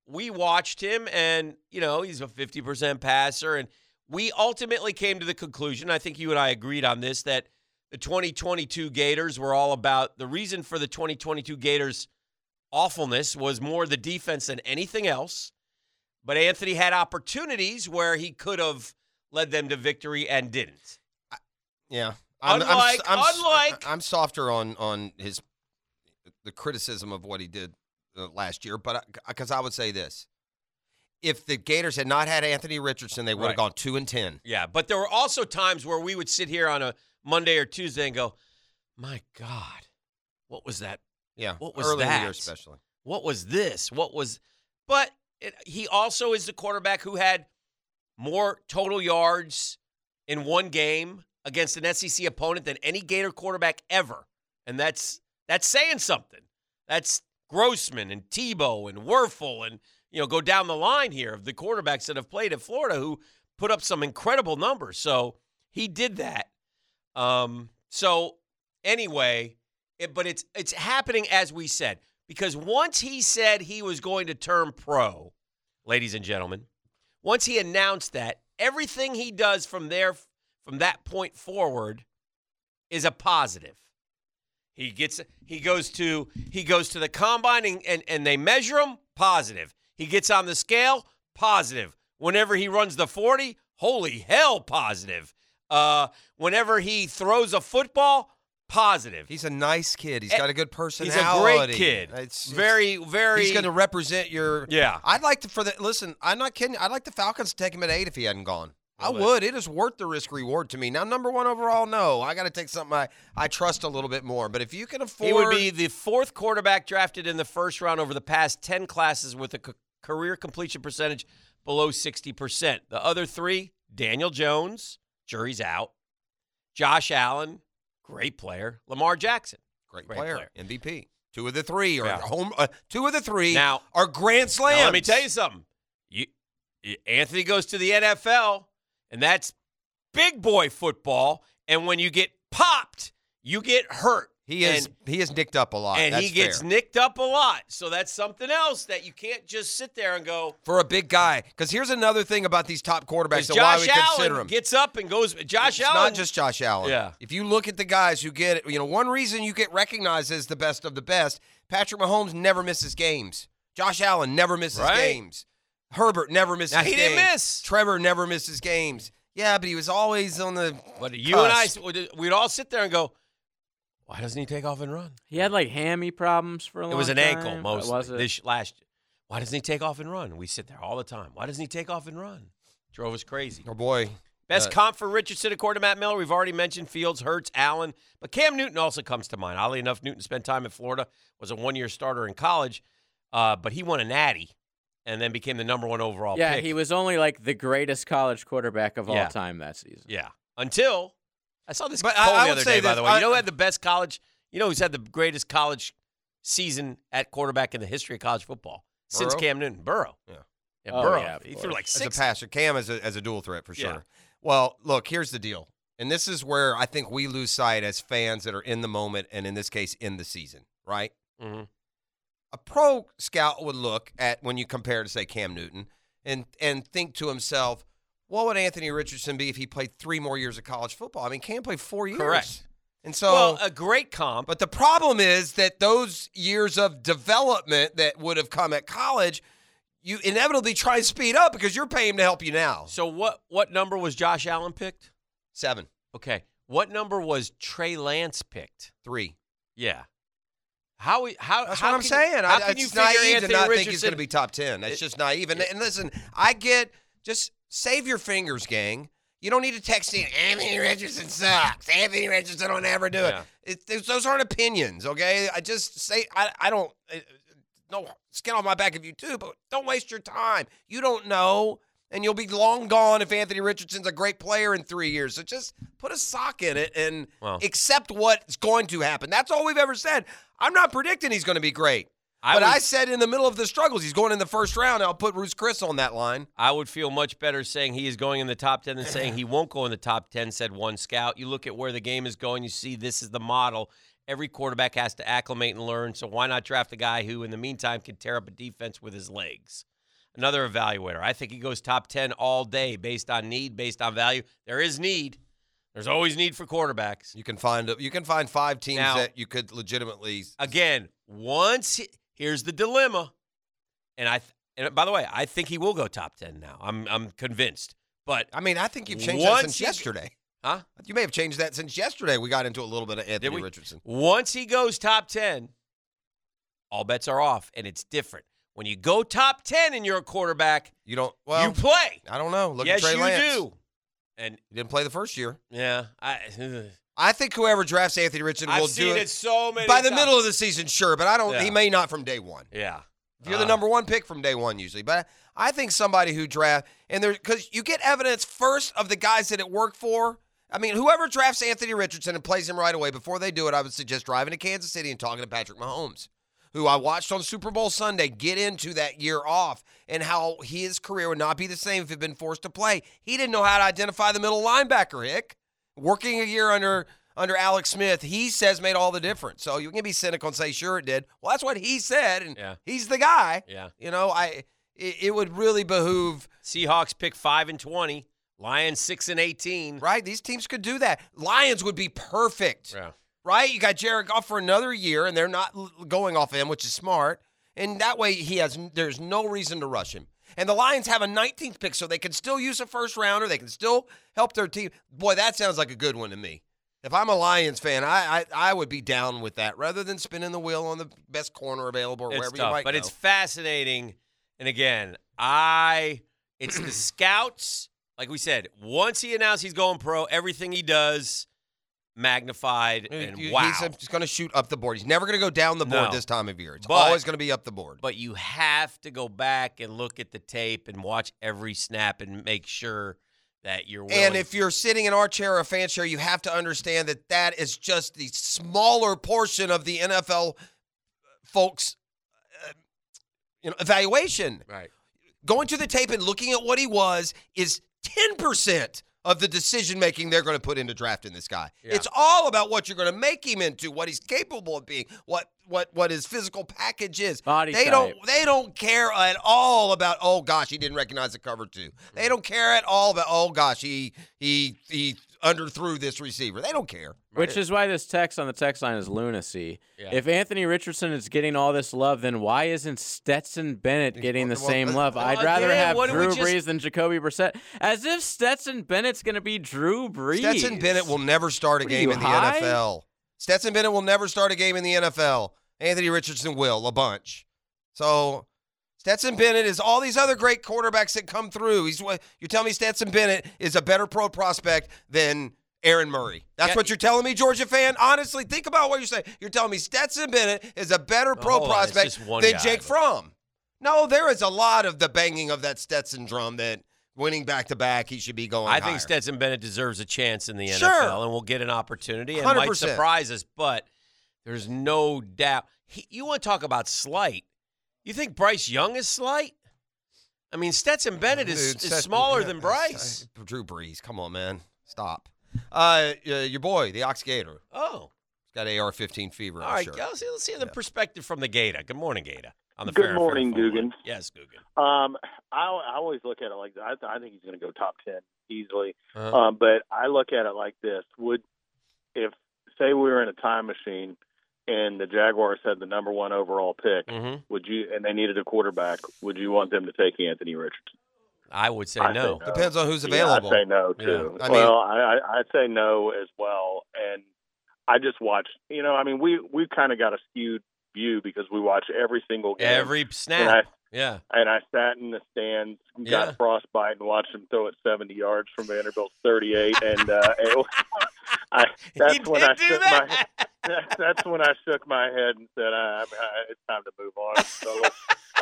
Speaker 5: we watched him, and you know he's a 50% passer, and we ultimately came to the conclusion. I think you and I agreed on this that the 2022 Gators were all about the reason for the 2022 Gators awfulness was more the defense than anything else. But Anthony had opportunities where he could have led them to victory and didn't.
Speaker 1: Yeah.
Speaker 5: Unlike-
Speaker 1: I'm, s-
Speaker 5: unlike-
Speaker 1: I'm softer on on his the criticism of what he did uh, last year, but because I, would say this, if the Gators had not had Anthony Richardson, they would have
Speaker 5: Right.
Speaker 1: gone two and ten.
Speaker 5: Yeah, but there were also times where we would sit here on a Monday or Tuesday and go, "My God, what was that?
Speaker 1: Yeah,
Speaker 5: What was
Speaker 1: early in the year
Speaker 5: that?
Speaker 1: especially.
Speaker 5: What was this? What was?" But it, he also is the quarterback who had more total yards in one game against an SEC opponent than any Gator quarterback ever, and that's that's saying something. That's Grossman and Tebow and Werfel and you know go down the line here of the quarterbacks that have played at Florida who put up some incredible numbers. So he did that. Um, so anyway, it, but it's it's happening as we said because once he said he was going to turn pro, ladies and gentlemen, once he announced that everything he does from there from that point forward is a positive. He gets he goes to he goes to the combine and, and, and they measure him positive. He gets on the scale positive. Whenever he runs the 40, holy hell positive. Uh, whenever he throws a football, Positive.
Speaker 1: He's a nice kid. He's
Speaker 5: Eh,
Speaker 1: got a good
Speaker 5: He's a
Speaker 1: personality.
Speaker 5: great kid.
Speaker 1: It's, it's-
Speaker 5: very, very.
Speaker 1: He's going to represent your.
Speaker 5: Yeah.
Speaker 1: I'd like to for the listen. I'm not kidding. I'd like the Falcons to take him at eight if he hadn't gone. I
Speaker 5: Well, that-
Speaker 1: would. It is worth the risk reward to me. Now, number one overall, no. I got to take something I, I trust a little bit more. But if you can afford,
Speaker 5: He would be the fourth quarterback drafted in the first round over the past 10 classes with a c- career completion percentage below 60%. The other three Daniel Jones, jury's out. Josh Allen, great player. Lamar Jackson.
Speaker 1: great,
Speaker 5: great
Speaker 1: player,
Speaker 5: player.
Speaker 1: MVP. Two of the three are
Speaker 5: Yeah.
Speaker 1: home. Uh, two of the three
Speaker 5: Now-
Speaker 1: are grand slams.
Speaker 5: Now, let me tell you something. You, you- Anthony goes to the NFL, and that's big boy football. And when you get popped, you get hurt.
Speaker 1: he is
Speaker 5: And-
Speaker 1: he is nicked up a lot,
Speaker 5: and he
Speaker 1: That's
Speaker 5: gets
Speaker 1: fair.
Speaker 5: nicked up a lot. So that's something else that you can't just sit there and go.
Speaker 1: for a big guy. Because here's another thing about these top quarterbacks
Speaker 5: Because
Speaker 1: and why we
Speaker 5: Josh Allen
Speaker 1: consider him.
Speaker 5: gets up and goes. Josh
Speaker 1: it's
Speaker 5: Allen,
Speaker 1: not just Josh Allen.
Speaker 5: Yeah.
Speaker 1: If you look at the guys who get, you know, one reason you get recognized as the best of the best, Patrick Mahomes never misses games. Josh Allen never misses
Speaker 5: Right.
Speaker 1: games. Herbert never misses
Speaker 5: Now, he
Speaker 1: games.
Speaker 5: didn't miss.
Speaker 1: Trevor never misses games. Yeah, but he was always on the.
Speaker 5: but you
Speaker 1: cusp.
Speaker 5: and I, we'd all sit there and go, "Why doesn't he take off and run?"
Speaker 2: He had like hammy problems for a long
Speaker 5: It was an ankle
Speaker 2: time. Oh,
Speaker 5: mostly.
Speaker 2: Was it?
Speaker 5: This last. Why doesn't he take off and run? We sit there all the time. Why doesn't he take off and run? Drove us crazy.
Speaker 1: Oh, boy.
Speaker 5: Best
Speaker 1: Uh,
Speaker 5: comp for Richardson, according to Matt Miller. We've already mentioned Fields, Hurts, Allen, but Cam Newton also comes to mind. Oddly enough, Newton spent time in Florida, was a one-year starter in college, uh, but he won a Natty, and then became the number one overall.
Speaker 2: yeah,
Speaker 5: pick.
Speaker 2: he was only like the greatest college quarterback of all
Speaker 5: Yeah.
Speaker 2: time that season.
Speaker 5: Yeah. Until I saw this
Speaker 1: But
Speaker 5: poll
Speaker 1: I- I
Speaker 5: the
Speaker 1: would
Speaker 5: other
Speaker 1: say
Speaker 5: day, by
Speaker 1: this,
Speaker 5: the way.
Speaker 1: I-
Speaker 5: you know who had the best college? You know who's had the greatest college season at quarterback in the history of college football since
Speaker 1: Burrow?
Speaker 5: Cam Newton? Burrow.
Speaker 1: Yeah.
Speaker 5: Yeah,
Speaker 2: Oh,
Speaker 5: Burrow.
Speaker 2: yeah, of
Speaker 5: he threw
Speaker 2: course.
Speaker 5: like
Speaker 1: as
Speaker 5: six.
Speaker 1: a passer, Cam as a, as a dual threat for sure.
Speaker 5: Yeah.
Speaker 1: Well, look, here's the deal. And this is where I think we lose sight as fans that are in the moment, and in this case, in the season, right?
Speaker 5: Mhm.
Speaker 1: a pro scout would look at when you compare to say Cam Newton and and think to himself, what would Anthony Richardson be if he played three more years of college football? I mean, Cam played four years.
Speaker 5: Correct.
Speaker 1: And so
Speaker 5: well, a great comp.
Speaker 1: but the problem is that those years of development that would have come at college, you inevitably try to speed up because you're paying him to help you now.
Speaker 5: So what what number was Josh Allen picked?
Speaker 1: Seven,
Speaker 5: Okay. What number was Trey Lance picked?
Speaker 1: three.
Speaker 5: Yeah. How we- how
Speaker 1: That's
Speaker 5: how
Speaker 1: what I'm
Speaker 5: can
Speaker 1: saying.
Speaker 5: You,
Speaker 1: I-
Speaker 5: how can
Speaker 1: it's
Speaker 5: you
Speaker 1: naive
Speaker 5: figure Anthony
Speaker 1: to not
Speaker 5: Richardson
Speaker 1: think he's going to be top ten. That's
Speaker 5: It-
Speaker 1: just naive. And,
Speaker 5: it-
Speaker 1: and listen, I get just save your fingers, gang. You don't need to text in Anthony Richardson sucks. Anthony Richardson will never do it.
Speaker 5: Yeah.
Speaker 1: It- those- those aren't opinions, okay? I just say I I don't uh, no skin on my back if you do, but don't waste your time. You don't know. And you'll be long gone if Anthony Richardson's a great player in three years. So just put a sock in it and
Speaker 5: Well.
Speaker 1: accept what's going to happen. That's all we've ever said. I'm not predicting he's going to be great.
Speaker 5: I
Speaker 1: but
Speaker 5: was-
Speaker 1: I said in the middle of the struggles, he's going in the first round. I'll put Bruce Chris on that line.
Speaker 5: I would feel much better saying he is going in the top 10 than saying he won't go in the top 10, said one scout. You look at where the game is going, you see this is the model. Every quarterback has to acclimate and learn, so why not draft a guy who, in the meantime, can tear up a defense with his legs? Another evaluator. I think he goes top 10 all day based on need, based on value. There is need. There's always need for quarterbacks.
Speaker 1: You can find you can find five teams
Speaker 5: Now- Uh,
Speaker 1: that you could legitimately.
Speaker 5: Again, once he- here's the dilemma. And I th- and by the way, I think he will go top 10 now. I'm I'm convinced. But
Speaker 1: I mean, I think you've changed
Speaker 5: Once
Speaker 1: that since
Speaker 5: you-
Speaker 1: yesterday.
Speaker 5: huh?
Speaker 1: You may have changed that since yesterday. We got into a little bit of
Speaker 5: Did
Speaker 1: Anthony
Speaker 5: we?
Speaker 1: Richardson.
Speaker 5: Once he goes top 10, all bets are off, and it's different. When you go top 10 and you're a quarterback,
Speaker 1: You don't. Well,
Speaker 5: you play.
Speaker 1: I don't know. Look
Speaker 5: yes,
Speaker 1: at Trey
Speaker 5: you
Speaker 1: Lance.
Speaker 5: do. And
Speaker 1: He didn't play the first year.
Speaker 5: yeah, I,
Speaker 1: I think whoever drafts Anthony Richardson
Speaker 5: I've
Speaker 1: will do
Speaker 5: seen it so many
Speaker 1: by the
Speaker 5: times.
Speaker 1: middle of the season, sure, but I don't.
Speaker 5: Yeah.
Speaker 1: He may not from day one.
Speaker 5: Yeah.
Speaker 1: If you're the
Speaker 5: Uh,
Speaker 1: number one pick from day one, usually, but I think somebody who draft and there because you get evidence first of the guys that it worked for. I mean, whoever drafts Anthony Richardson and plays him right away before they do it, I would suggest driving to Kansas City and talking to Patrick Mahomes, who I watched on Super Bowl Sunday get into that year off and how his career would not be the same if he'd been forced to play. He didn't know how to identify the middle linebacker, Hick. Working a year under under Alex Smith, he says made all the difference. So you can be cynical and say, sure it did. Well, that's what he said, and
Speaker 5: Yeah.
Speaker 1: he's the guy.
Speaker 5: Yeah.
Speaker 1: You know, I it, it would really behoove
Speaker 5: Seahawks pick 5 and 20, Lions 6 and 18.
Speaker 1: right. These teams could do that. Lions would be perfect,
Speaker 5: Yeah.
Speaker 1: right? You got Jared Goff for another year, and they're not l- going off him, which is smart. And that way, he has there's no reason to rush him. And the Lions have a 19th pick, so they can still use a first rounder. They can still help their team. Boy, that sounds like a good one to me. If I'm a Lions fan, I, I I would be down with that rather than spinning the wheel on the best corner available or
Speaker 5: It's
Speaker 1: wherever
Speaker 5: tough,
Speaker 1: you might
Speaker 5: but
Speaker 1: go.
Speaker 5: it's fascinating. And again, I it's
Speaker 1: (clears throat)
Speaker 5: the scouts. Like we said, once he announced he's going pro, everything he does magnified
Speaker 1: You-
Speaker 5: and
Speaker 1: you-
Speaker 5: wow.
Speaker 1: He's just going to shoot up the board. He's never going to go down the board
Speaker 5: No.
Speaker 1: this time of year. It's
Speaker 5: But-
Speaker 1: always going to be up the board.
Speaker 5: but you have to go back and look at the tape and watch every snap and make sure that you're willing.
Speaker 1: And if you're sitting in our chair or a fan chair, you have to understand that that is just the smaller portion of the NFL uh, folks' uh, you know, evaluation.
Speaker 5: right,
Speaker 1: Going to the tape and looking at what he was is 10% of the decision making they're going to put into drafting this guy.
Speaker 5: Yeah.
Speaker 1: It's all about what you're going to make him into, what he's capable of being, what what what his physical package is.
Speaker 2: Body
Speaker 1: they
Speaker 2: type.
Speaker 1: don't they don't care at all about oh gosh he didn't recognize the cover two they don't care at all about oh gosh he he he underthrew this receiver they don't care
Speaker 2: Which is why this text on the text line is lunacy.
Speaker 5: Yeah.
Speaker 2: If Anthony Richardson is getting all this love, then why isn't Stetson Bennett getting the
Speaker 1: well,
Speaker 2: same
Speaker 1: well,
Speaker 2: love? I'd
Speaker 5: well, uh,
Speaker 2: rather
Speaker 5: yeah,
Speaker 2: have
Speaker 5: what do we
Speaker 2: Drew
Speaker 5: just-
Speaker 2: Brees than Jacoby Brissett. As if Stetson Bennett's going to be Drew Brees.
Speaker 1: Stetson Bennett will never start a
Speaker 2: What are
Speaker 1: game
Speaker 2: you,
Speaker 1: in the
Speaker 2: high?
Speaker 1: NFL Stetson Bennett will never start a game in the NFL Anthony Richardson will a bunch so Stetson Bennett is all these other great quarterbacks that come through he's what you tell me Stetson Bennett is a better pro prospect than Aaron Murray. That's
Speaker 5: Yeah.
Speaker 1: what you're telling me, Georgia fan. Honestly, think about what you're saying. You're telling me Stetson Bennett is a better
Speaker 5: Oh,
Speaker 1: pro
Speaker 5: hold on, it's
Speaker 1: prospect
Speaker 5: just one
Speaker 1: than
Speaker 5: guy,
Speaker 1: Jake
Speaker 5: but-
Speaker 1: Fromm. No, there is a lot of the banging of that Stetson drum that winning back to back, he should be going.
Speaker 5: I think
Speaker 1: higher.
Speaker 5: Stetson Bennett deserves a chance in the NFL,
Speaker 1: Sure.
Speaker 5: and will get an opportunity and might
Speaker 1: 100%.
Speaker 5: surprise us. But there's no doubt. He, you want to talk about slight? You think Bryce Young is slight? I mean, Stetson Bennett is,
Speaker 1: Dude,
Speaker 5: is
Speaker 1: Stet-
Speaker 5: smaller
Speaker 1: yeah,
Speaker 5: than
Speaker 1: uh,
Speaker 5: Bryce.
Speaker 1: uh, Drew Brees, come on, man, stop. Uh, uh, your boy, the Ox Gator,
Speaker 5: Oh,
Speaker 1: he's got AR-15 fever.
Speaker 5: all
Speaker 1: I'm
Speaker 5: right.
Speaker 1: sure.
Speaker 5: Let's, see, let's hear the perspective from the Gata. Good morning, Gata. On the
Speaker 8: Good
Speaker 5: Fair and
Speaker 8: morning,
Speaker 5: Fair phone
Speaker 8: Dugan.
Speaker 5: line. Yes, Dugan.
Speaker 8: Um, I, I always look at it like I, I think he's going to go top ten easily.
Speaker 5: Uh-huh.
Speaker 8: Um, but I look at it like this: Would if say we were in a time machine and the Jaguars had the number one overall pick,
Speaker 5: Mhm.
Speaker 1: Mm-hmm.
Speaker 8: would you? And they needed a quarterback. Would you want them to take Anthony Richardson?
Speaker 5: I would say
Speaker 8: I
Speaker 5: no.
Speaker 8: think-
Speaker 1: Depends on who's
Speaker 8: Yeah,
Speaker 1: available.
Speaker 8: I'd say no too.
Speaker 1: Yeah. I mean-
Speaker 8: well, I, I I'd say no as well. And I just watched. You know, I mean, we we kind of got a skewed view because we watch every single game.
Speaker 5: Every
Speaker 8: and I
Speaker 5: snap. Yeah. (laughs)
Speaker 8: and I sat in the stands, got
Speaker 5: Yeah.
Speaker 8: frostbite, and watched him throw it 70 yards from Vanderbilt's 38. And uh, (laughs) it, I, that's
Speaker 5: he
Speaker 8: when
Speaker 5: did
Speaker 8: I
Speaker 5: do
Speaker 8: shook
Speaker 5: that.
Speaker 8: my (laughs) that's when I shook my head and said, I, I, I, "It's time to move on." So,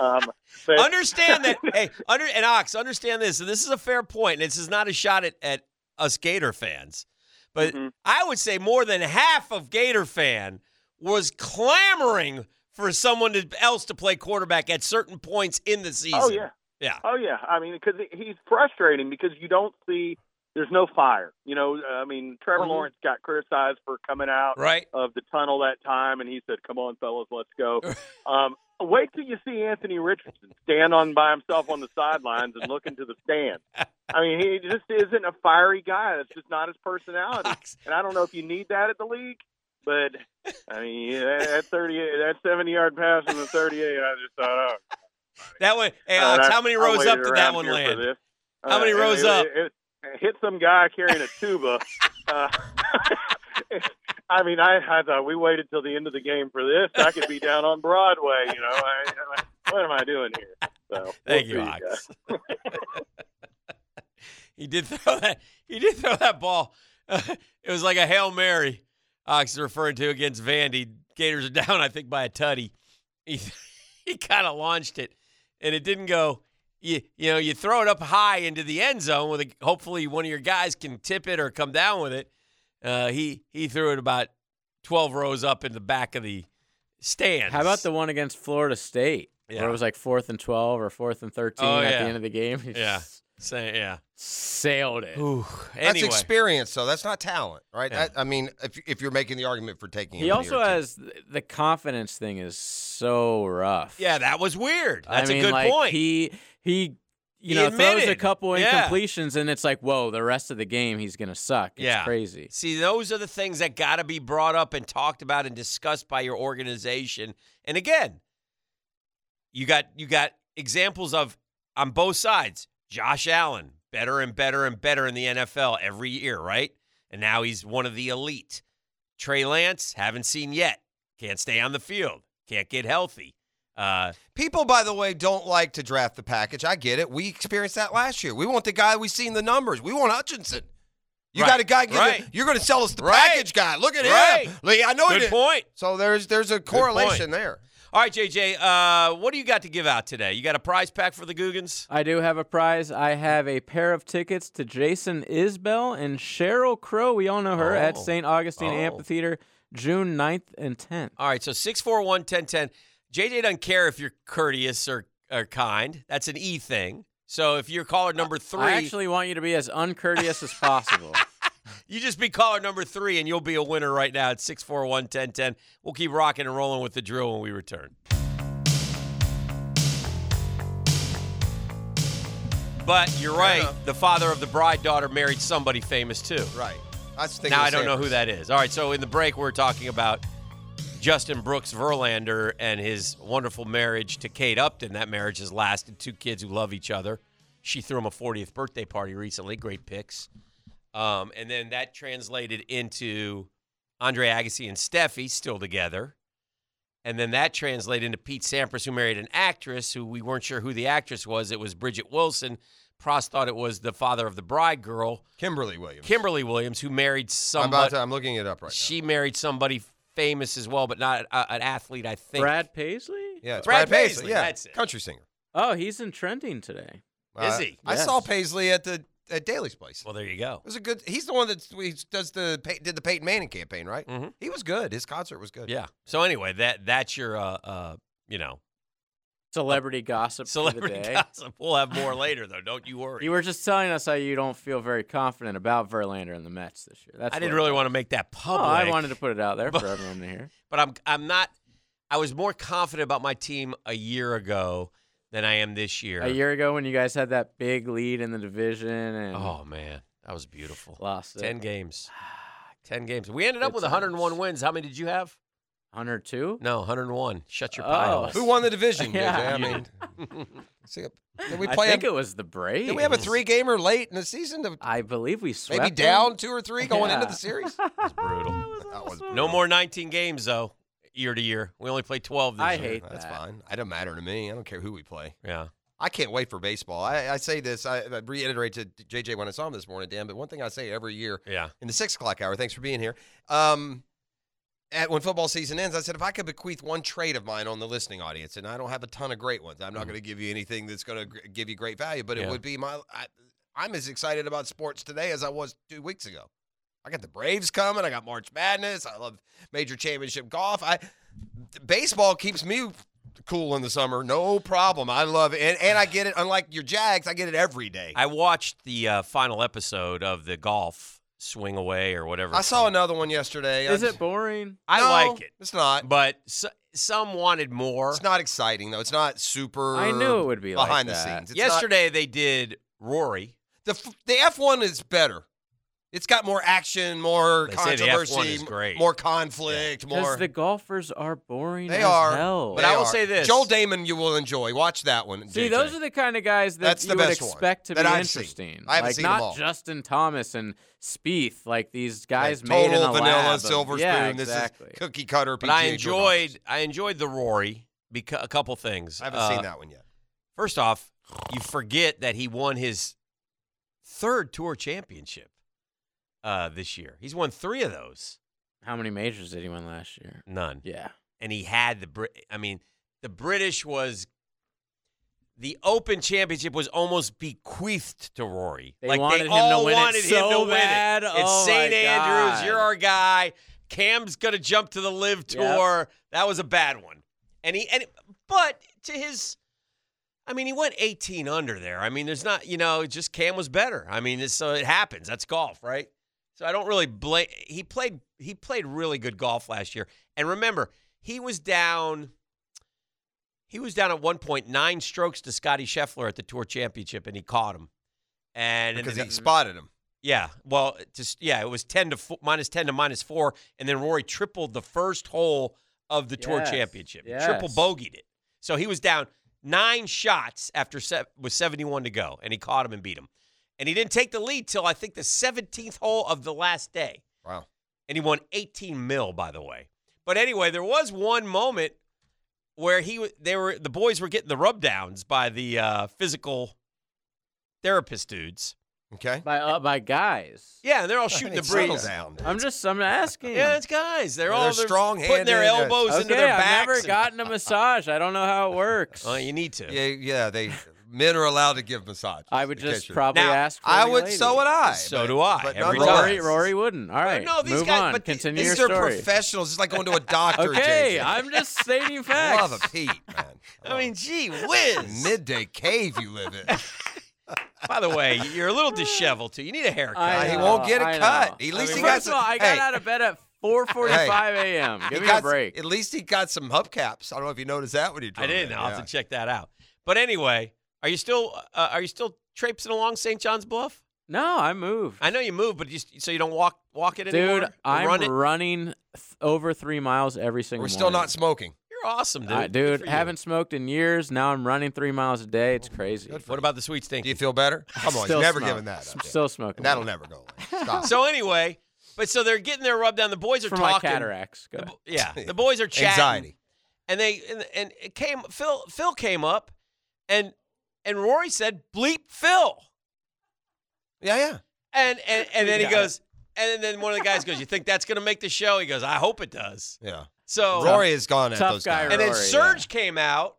Speaker 8: um, but
Speaker 5: understand
Speaker 8: (laughs)
Speaker 5: that. hey, under and Ox, understand this. And this is a fair point, and this is not a shot at, at us Gator fans. But
Speaker 8: Mhm.
Speaker 5: I would say more than half of Gator fan was clamoring for someone to, else to play quarterback at certain points in the season.
Speaker 8: oh yeah,
Speaker 5: Yeah.
Speaker 8: oh yeah. I mean, because he's frustrating because you don't see there's no fire. You know, I mean, Trevor
Speaker 5: Mhm.
Speaker 8: Lawrence got criticized for coming out
Speaker 5: Right?
Speaker 8: of the tunnel that time, and he said, "Come on, fellas, let's go." Um, wait till you see Anthony Richardson stand on by himself on the sidelines and look into the stands. I mean, he just isn't a fiery guy. That's just not his
Speaker 5: (laughs)
Speaker 8: personality.
Speaker 5: Ox,
Speaker 8: And I don't know if you need that at the league, but I mean, yeah, that thirty, that seventy-yard pass from the thirty-eight, I just thought, oh,
Speaker 5: that one. Hey,
Speaker 8: God,
Speaker 5: Ox,
Speaker 8: I-
Speaker 5: how many
Speaker 8: I
Speaker 5: rows
Speaker 8: waited
Speaker 5: up did
Speaker 8: around
Speaker 5: that one
Speaker 8: here for
Speaker 5: land?
Speaker 8: this.
Speaker 5: How many
Speaker 8: and
Speaker 5: rows
Speaker 8: it-
Speaker 5: up?
Speaker 8: it- it hit some guy carrying a
Speaker 5: (laughs)
Speaker 8: tuba. Uh, (laughs) I mean, I, I thought we waited till the end of the game for this. I could be down on Broadway, you know. I, I- what am I doing here? So, we'll
Speaker 5: Thank
Speaker 8: see,
Speaker 5: you,
Speaker 8: guys. (laughs)
Speaker 5: Ox. he did throw that. He did throw that ball. (laughs) it was like a hail mary. Ox is referring to against Vandy. Gators are (laughs) down, I think, by a tutty. He (laughs) he kind of launched it, and it didn't go. You you know you throw it up high into the end zone with a, hopefully one of your guys can tip it or come down with it. Uh, he he threw it about twelve rows up in the back of the stands.
Speaker 2: How about the one against Florida State? Where
Speaker 5: Yeah.
Speaker 2: it was like fourth and 12 or fourth and 13
Speaker 5: Oh,
Speaker 2: at
Speaker 5: yeah.
Speaker 2: the end of the game. He
Speaker 5: Yeah.
Speaker 2: s-
Speaker 5: Say, yeah.
Speaker 2: Sailed it.
Speaker 5: Ooh,
Speaker 1: That's
Speaker 5: anyway.
Speaker 1: experience, though. That's not talent, right?
Speaker 5: Yeah.
Speaker 1: That- I mean, if, if you're making the argument for taking him,
Speaker 2: He
Speaker 1: in
Speaker 2: also
Speaker 1: year two.
Speaker 2: has the confidence thing is so rough.
Speaker 5: Yeah, that was weird.
Speaker 2: I
Speaker 5: That's
Speaker 2: mean,
Speaker 5: a good
Speaker 2: like,
Speaker 5: point.
Speaker 2: He he you
Speaker 5: He
Speaker 2: know throws a
Speaker 5: admitted.
Speaker 2: couple
Speaker 5: Yeah.
Speaker 2: incompletions and it's like, whoa, the rest of the game he's gonna suck. It's
Speaker 5: Yeah.
Speaker 2: crazy.
Speaker 5: See, those are the things that got to be brought up and talked about and discussed by your organization. And again, you got you got examples of on both sides. Josh Allen, better and better and better in the NFL every year, right? and now he's one of the elite. Trey Lance, haven't seen yet. Can't stay on the field. Can't get healthy. Uh,
Speaker 1: People, by the way, don't like to draft the package. I get it. We experienced that last year. We want the guy we seen the numbers. We want Hutchinson. You
Speaker 5: Right,
Speaker 1: got a guy. giving-
Speaker 5: right.
Speaker 1: You're going to sell us the
Speaker 5: Right.
Speaker 1: package guy. Look at
Speaker 5: Right.
Speaker 1: him. Lee, I know he
Speaker 5: good
Speaker 1: did.
Speaker 5: point.
Speaker 1: So there's there's a correlation there.
Speaker 5: All right, JJ, uh, what do you got to give out today? You got a prize pack for the Googans?
Speaker 2: I do have a prize. I have a pair of tickets to Jason Isbell and Cheryl Crow. We all know her at
Speaker 5: Oh.
Speaker 2: St. Augustine
Speaker 5: Oh.
Speaker 2: Amphitheater, June 9th and 10th.
Speaker 5: All right, so 641 1010. JJ doesn't care if you're courteous or, or kind. That's an E thing. So if you're caller number three,
Speaker 2: I actually want you to be as uncourteous as
Speaker 5: (laughs)
Speaker 2: possible.
Speaker 5: you just be caller number three and you'll be a winner right now at 641 1010. We'll keep rocking and rolling with the drill when we return. But you're right. The father of the bride daughter married somebody famous too.
Speaker 1: Right. I was thinking
Speaker 5: Now
Speaker 1: the
Speaker 5: I don't
Speaker 1: same.
Speaker 5: know who that is. All right, so in the break we're talking about Justin Brooks Verlander and his wonderful marriage to Kate Upton. That marriage has lasted. Two kids who love each other. She threw him a 40th birthday party recently. Great pics. Um, and then that translated into Andre Agassi and Steffi still together. And then that translated into Pete Sampras, who married an actress who we weren't sure who the actress was. It was Bridget Wilson. Pross thought it was the father of the bride girl,
Speaker 1: Kimberly Williams.
Speaker 5: Kimberly Williams, who married
Speaker 1: I'm, about
Speaker 5: somebody.
Speaker 1: to, I'm looking it up right
Speaker 5: She married somebody famous as well, but not a, an athlete, I think.
Speaker 2: Brad Paisley?
Speaker 1: now. Yeah, it's
Speaker 5: Brad
Speaker 1: Brad, Paisley.
Speaker 5: Paisley,
Speaker 1: Yeah,
Speaker 5: that's it.
Speaker 1: country singer.
Speaker 2: Oh, he's in trending today.
Speaker 5: Is
Speaker 1: Uh,
Speaker 5: he?
Speaker 1: I
Speaker 2: Yes.
Speaker 1: saw Paisley at the at Daly's place.
Speaker 5: Well, there you go.
Speaker 1: It was a good. He's the one that we- does the Pey- did the Peyton Manning campaign, right?
Speaker 5: Mhm.
Speaker 1: He was good. His concert was good.
Speaker 5: Yeah. So anyway, that that's your uh, uh you know
Speaker 2: Celebrity gossip for
Speaker 5: celebrity
Speaker 2: the day.
Speaker 5: gossip. We'll have more later though. Don't you worry.
Speaker 2: You were just telling us how you don't feel very confident about Verlander and the Mets this year. That's
Speaker 5: I didn't
Speaker 2: what-
Speaker 5: really want to make that
Speaker 2: Oh,
Speaker 5: public.
Speaker 2: I wanted to put it out there
Speaker 5: But-
Speaker 2: for everyone to
Speaker 1: (laughs)
Speaker 2: hear.
Speaker 5: but I'm I'm not. I was more confident about my team a year ago than I am this year.
Speaker 2: A year ago, when you guys had that big lead in the division and
Speaker 5: Oh man, that was beautiful.
Speaker 2: lost it.
Speaker 5: Ten games. Ten games. We ended up
Speaker 2: Good
Speaker 5: with 101
Speaker 2: times.
Speaker 5: wins. How many did you have?
Speaker 2: 102?
Speaker 5: No, 101. Shut your
Speaker 2: Oh.
Speaker 5: pie hole.
Speaker 1: Who won the division?
Speaker 2: Yeah.
Speaker 1: JJ? I
Speaker 5: You
Speaker 1: mean, see, did we
Speaker 2: I
Speaker 1: play?
Speaker 2: think
Speaker 1: a,
Speaker 2: it was the Braves.
Speaker 1: did we have a three gamer late in the season to
Speaker 2: I believe we swept
Speaker 1: maybe
Speaker 2: them.
Speaker 1: down two or three going into
Speaker 2: Yeah.
Speaker 1: the
Speaker 5: (laughs)
Speaker 1: series?
Speaker 5: It's brutal.
Speaker 1: That was
Speaker 5: No more 19 games though, year to year. We only play 12 this
Speaker 2: I
Speaker 5: year.
Speaker 2: hate
Speaker 1: That's
Speaker 2: that.
Speaker 1: fine. It don't matter to me. I don't care who we play.
Speaker 5: Yeah.
Speaker 1: I can't wait for baseball. I, I say this. I, I reiterate to JJ when I saw him this morning, Dan. But one thing I say every year
Speaker 5: Yeah.
Speaker 1: in the six o'clock hour. Thanks for being here. Um, at when football season ends, I said if I could bequeath one trait of mine on the listening audience, and I don't have a ton of great ones, I'm not
Speaker 5: Mm-hmm.
Speaker 1: going to give you anything that's going to give you great value, but
Speaker 5: Yeah.
Speaker 1: it would be my. I, I'm as excited about sports today as I was two weeks ago. I got the Braves coming. I got March Madness. I love major championship golf. I baseball keeps me cool in the summer, no problem. I love it, and, and I get it. Unlike your Jags, I get it every day.
Speaker 5: I watched the uh, final episode of the golf swing away or whatever.
Speaker 1: I
Speaker 5: it's
Speaker 1: saw
Speaker 5: called.
Speaker 1: another one yesterday.
Speaker 2: Is
Speaker 1: I-
Speaker 2: it boring?
Speaker 5: I
Speaker 1: No,
Speaker 5: like it,
Speaker 1: It's not.
Speaker 5: but s some wanted more.
Speaker 1: It's not exciting though. It's not super.
Speaker 2: I knew it would be like
Speaker 1: behind the
Speaker 2: that.
Speaker 1: scenes. It's
Speaker 5: Yesterday they did Rory.
Speaker 1: not, the f- the F one is better. It's got more action, more
Speaker 5: They say the F1
Speaker 1: controversy,
Speaker 5: is great.
Speaker 1: more conflict, more.
Speaker 2: Because the golfers are boring
Speaker 1: they
Speaker 2: as
Speaker 1: are.
Speaker 2: hell.
Speaker 1: They
Speaker 5: But I will
Speaker 1: are.
Speaker 5: say this.
Speaker 1: Joel Damon, you will enjoy. Watch that one.
Speaker 2: See,
Speaker 1: JJ.
Speaker 2: those are the kind of guys that
Speaker 1: That's the
Speaker 2: you would
Speaker 1: best one
Speaker 2: expect to
Speaker 1: that
Speaker 2: be
Speaker 1: I've seen.
Speaker 2: interesting.
Speaker 1: I haven't
Speaker 2: like
Speaker 1: seen them
Speaker 2: not
Speaker 1: all.
Speaker 2: Justin Thomas and Spieth, like these guys
Speaker 1: Like,
Speaker 2: made in
Speaker 1: total
Speaker 2: a
Speaker 1: vanilla
Speaker 2: lab. of-
Speaker 1: silver
Speaker 2: yeah,
Speaker 1: spoon.
Speaker 2: Exactly.
Speaker 1: This is cookie cutter.
Speaker 5: But I
Speaker 1: PGA Tour golf.
Speaker 5: enjoyed I enjoyed the Rory because a couple things.
Speaker 1: I haven't
Speaker 5: Uh,
Speaker 1: seen that one yet.
Speaker 5: First off, you forget that he won his third tour championship uh, this year. He's won 3 of those.
Speaker 2: How many majors did he win last year?
Speaker 5: None.
Speaker 2: Yeah.
Speaker 5: and he had the Brit. I mean, the British was the Open Championship was almost bequeathed to Rory.
Speaker 2: They
Speaker 5: like
Speaker 2: wanted
Speaker 5: they
Speaker 2: him to
Speaker 5: all
Speaker 2: win it
Speaker 5: wanted him
Speaker 2: so
Speaker 5: to
Speaker 2: bad.
Speaker 5: win it. It's
Speaker 2: Oh,
Speaker 5: St.
Speaker 2: my
Speaker 5: Andrews. You're
Speaker 2: God.
Speaker 5: our guy. Cam's gonna jump to the Live
Speaker 2: Yep.
Speaker 5: Tour. That was a bad one. And he and but to his. I mean, he went 18 under there. I mean, there's not, you know, just Cam was better. I mean, it's, so it happens. That's golf, right? So I don't really blame. He played. He played really good golf last year. And remember, he was down. He was down at one point nine strokes to Scotty Scheffler at the Tour Championship, and he caught him. And
Speaker 1: Because
Speaker 5: ended
Speaker 1: he
Speaker 5: up-
Speaker 1: spotted him.
Speaker 5: yeah, well, just yeah, it was ten to four, minus ten to minus four, and then Rory tripled the first hole of the Tour
Speaker 2: Yes,
Speaker 5: Championship. He Triple
Speaker 2: yes.
Speaker 5: bogeyed it, so he was down nine shots after se- with seventy one to go, and he caught him and beat him. and he didn't take the lead till I think the 17th hole of the last day.
Speaker 1: Wow.
Speaker 5: And he won 18 mil, by the way. But anyway, there was one moment where he w- they were the boys were getting the rub downs by the uh, physical therapist dudes.
Speaker 1: Okay.
Speaker 2: by uh, by guys.
Speaker 5: Yeah, and
Speaker 1: (laughs)
Speaker 5: they're all shooting the
Speaker 1: Settle
Speaker 5: breeze.
Speaker 1: down.
Speaker 2: I'm just I'm asking.
Speaker 5: Yeah, it's guys. They're
Speaker 1: They're uh,
Speaker 5: all they're putting
Speaker 1: strong-handed
Speaker 5: their
Speaker 1: and-
Speaker 5: elbows
Speaker 2: okay,
Speaker 5: into their backs.
Speaker 2: I've never
Speaker 5: and-
Speaker 2: gotten a massage. I don't know
Speaker 1: (laughs)
Speaker 2: how it works.
Speaker 5: Well, you need to.
Speaker 1: Yeah, yeah. They men are allowed to give massages.
Speaker 2: I would
Speaker 1: in case
Speaker 2: just
Speaker 1: you're-
Speaker 2: probably
Speaker 5: Now,
Speaker 2: ask. For
Speaker 1: I
Speaker 2: the
Speaker 1: would.
Speaker 2: lady.
Speaker 1: So would I.
Speaker 5: So
Speaker 1: but-
Speaker 5: do I.
Speaker 1: But
Speaker 5: Every
Speaker 1: nonetheless.
Speaker 5: time.
Speaker 2: Rory, Rory wouldn't. All right,
Speaker 5: no, these
Speaker 2: move
Speaker 5: guys-
Speaker 2: on.
Speaker 5: but the-
Speaker 2: Continue
Speaker 1: These
Speaker 2: your
Speaker 1: are
Speaker 2: story.
Speaker 1: professionals. It's like going to a doctor.
Speaker 2: (laughs) okay,
Speaker 1: JJ.
Speaker 2: I'm
Speaker 1: (laughs)
Speaker 2: just stating facts.
Speaker 1: love a Pete,
Speaker 2: (laughs)
Speaker 1: man.
Speaker 5: I mean, (laughs) gee
Speaker 1: (laughs)
Speaker 5: whiz.
Speaker 1: midday cave you live
Speaker 2: (laughs)
Speaker 1: in.
Speaker 5: By the way, you're a little disheveled too. You need a haircut.
Speaker 1: he
Speaker 2: know,
Speaker 1: won't get a
Speaker 2: I
Speaker 1: cut.
Speaker 2: know.
Speaker 1: At least
Speaker 2: I
Speaker 1: he
Speaker 2: mean,
Speaker 1: got
Speaker 2: first of
Speaker 1: some-
Speaker 2: all, I got
Speaker 1: hey.
Speaker 2: out of bed at
Speaker 1: (laughs)
Speaker 2: 4:45 a.m.
Speaker 1: He
Speaker 2: Give me
Speaker 1: got
Speaker 2: a
Speaker 1: s-
Speaker 2: break.
Speaker 1: At least he got some hubcaps. I don't know if you noticed that when you drove.
Speaker 5: I didn't.
Speaker 1: in,
Speaker 5: I'll
Speaker 1: yeah.
Speaker 5: have to check that out. But anyway, are you still uh, are you still traipsing along St. John's Bluff?
Speaker 2: No, I moved.
Speaker 5: I know you moved, but you, s- so you don't walk walk it anymore.
Speaker 2: Dude,
Speaker 5: Or
Speaker 2: I'm
Speaker 5: run it.
Speaker 2: running th- over three miles every single.
Speaker 1: We're still not
Speaker 2: morning.
Speaker 1: smoking.
Speaker 5: You're awesome, dude.
Speaker 2: I-
Speaker 5: Good for
Speaker 2: dude,
Speaker 5: you.
Speaker 2: haven't smoked in years. Now I'm running three miles a day. It's crazy.
Speaker 5: What about the sweet stink?
Speaker 1: Do you feel
Speaker 2: (laughs)
Speaker 1: better? Come on,
Speaker 2: Still
Speaker 1: you've never
Speaker 2: smoke.
Speaker 1: given that
Speaker 2: S-
Speaker 1: up. yet.
Speaker 2: Still smoking.
Speaker 1: And that'll never go
Speaker 5: (laughs)
Speaker 1: away. Stop.
Speaker 5: so anyway, but so they're getting their rub down. The boys are
Speaker 2: for my
Speaker 5: talking.
Speaker 2: cataracts. Go
Speaker 5: The
Speaker 2: ahead.
Speaker 1: (laughs)
Speaker 5: bo- yeah, the boys are chatting.
Speaker 1: Anxiety.
Speaker 5: and they and, and it came Phil Phil came up and and Rory said bleep Phil
Speaker 1: Yeah, yeah.
Speaker 5: and and, and then he
Speaker 2: Got it.
Speaker 5: goes and then one of the guys goes you think that's gonna make the show he goes I hope it does
Speaker 1: Yeah.
Speaker 5: so
Speaker 1: Rory is gone at
Speaker 2: Tough
Speaker 1: those
Speaker 2: guy,
Speaker 1: guys.
Speaker 5: and then
Speaker 2: Rory,
Speaker 5: Serge came out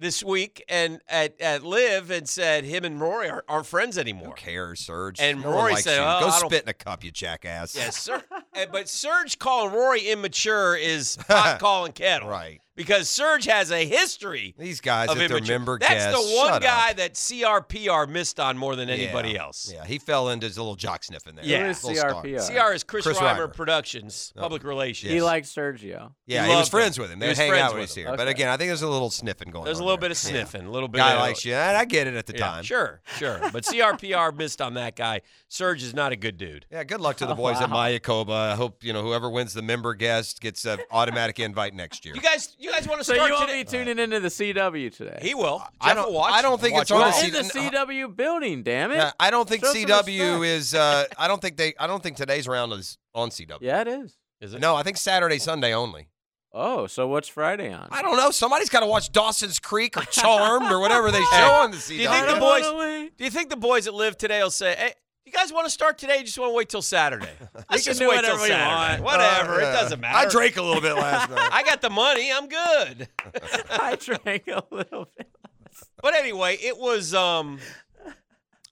Speaker 5: this week and at at Live and said him and Rory aren't, aren't friends
Speaker 1: Who
Speaker 5: anymore
Speaker 1: cares, Serge?
Speaker 5: And
Speaker 1: no one
Speaker 5: Rory
Speaker 1: likes
Speaker 5: said,
Speaker 1: you.
Speaker 5: "Oh,
Speaker 1: "Go
Speaker 5: I don't-
Speaker 1: spit in a cup, you jackass."
Speaker 5: yes sir (laughs) And- but Serge calling Rory immature
Speaker 1: (laughs)
Speaker 5: is hot calling kettle
Speaker 1: Right.
Speaker 5: because Serge has a history
Speaker 1: These guys
Speaker 5: of
Speaker 1: at their
Speaker 5: immature-
Speaker 1: member
Speaker 5: That's
Speaker 1: guests,
Speaker 5: the one
Speaker 1: shut
Speaker 5: guy
Speaker 1: up.
Speaker 5: that CRPR missed on more than anybody
Speaker 1: Yeah.
Speaker 5: else.
Speaker 1: Yeah, he fell into his little jock sniffing there.
Speaker 5: Yeah. Who
Speaker 1: Little
Speaker 5: is
Speaker 1: star.
Speaker 2: CRPR?
Speaker 5: CR is Chris,
Speaker 1: Chris
Speaker 5: Reimer,
Speaker 1: Reimer.
Speaker 5: Productions,
Speaker 1: Oh.
Speaker 5: Public Relations.
Speaker 2: He likes Sergio.
Speaker 1: Yeah,
Speaker 5: He
Speaker 1: he, was
Speaker 5: loved
Speaker 1: friends
Speaker 5: him.
Speaker 1: with him.
Speaker 5: He
Speaker 1: They
Speaker 5: was
Speaker 1: hang
Speaker 5: friends
Speaker 1: out when
Speaker 5: with
Speaker 1: he's here.
Speaker 2: him.
Speaker 1: But
Speaker 2: Okay.
Speaker 1: again, I think there's a little sniffing going
Speaker 5: There's
Speaker 1: on.
Speaker 5: a little bit of
Speaker 1: there.
Speaker 5: sniffing, a little
Speaker 1: Yeah.
Speaker 5: bit.
Speaker 1: Guy
Speaker 5: of,
Speaker 1: likes you. And I get it at the
Speaker 5: Yeah,
Speaker 1: time.
Speaker 5: Sure, sure.
Speaker 1: (laughs)
Speaker 5: But CRPR missed on that guy. Serge is not a good dude.
Speaker 1: Yeah, good luck to
Speaker 5: (laughs)
Speaker 1: the boys at Mayakoba. I hope you know whoever wins the member guest gets an automatic invite next year.
Speaker 5: You guys, you guys want to
Speaker 2: So
Speaker 5: start
Speaker 2: you won't
Speaker 5: today?
Speaker 2: be tuning into the CW today.
Speaker 5: (laughs) he will.
Speaker 1: I
Speaker 5: Jeff
Speaker 1: don't-
Speaker 5: will watch.
Speaker 1: I don't think
Speaker 5: Watch
Speaker 1: it's on
Speaker 5: all
Speaker 1: the uh,
Speaker 2: We're
Speaker 5: of
Speaker 1: C-
Speaker 5: it.
Speaker 2: in the CW building, damn it.
Speaker 1: Yeah, Uh, I don't think
Speaker 2: Show some
Speaker 1: CW
Speaker 2: respect.
Speaker 1: is. Uh, I don't think they. I don't think today's round is on CW.
Speaker 2: Yeah, it is.
Speaker 5: Is it?
Speaker 1: No, I think Saturday, Sunday only.
Speaker 2: Oh, so what's Friday on?
Speaker 1: I don't know. Somebody's got to watch Dawson's Creek or Charmed or whatever
Speaker 5: (laughs)
Speaker 1: they show on the CW.
Speaker 5: you think the
Speaker 2: I
Speaker 5: boys-
Speaker 2: wanna
Speaker 5: (laughs)
Speaker 2: wait.
Speaker 5: Do you think the boys that live today will say, "Hey, you guys want to start today? You just want to wait till Saturday?
Speaker 1: (laughs)
Speaker 5: Let's
Speaker 2: can
Speaker 5: just
Speaker 2: do
Speaker 5: wait till
Speaker 2: whatever we want.
Speaker 5: Saturday. Whatever.
Speaker 1: Yeah.
Speaker 5: It doesn't matter.
Speaker 1: Uh, I drank a little bit (laughs) last night.
Speaker 5: I got the money. I'm good.
Speaker 2: I drank a little bit.
Speaker 5: But anyway, it was um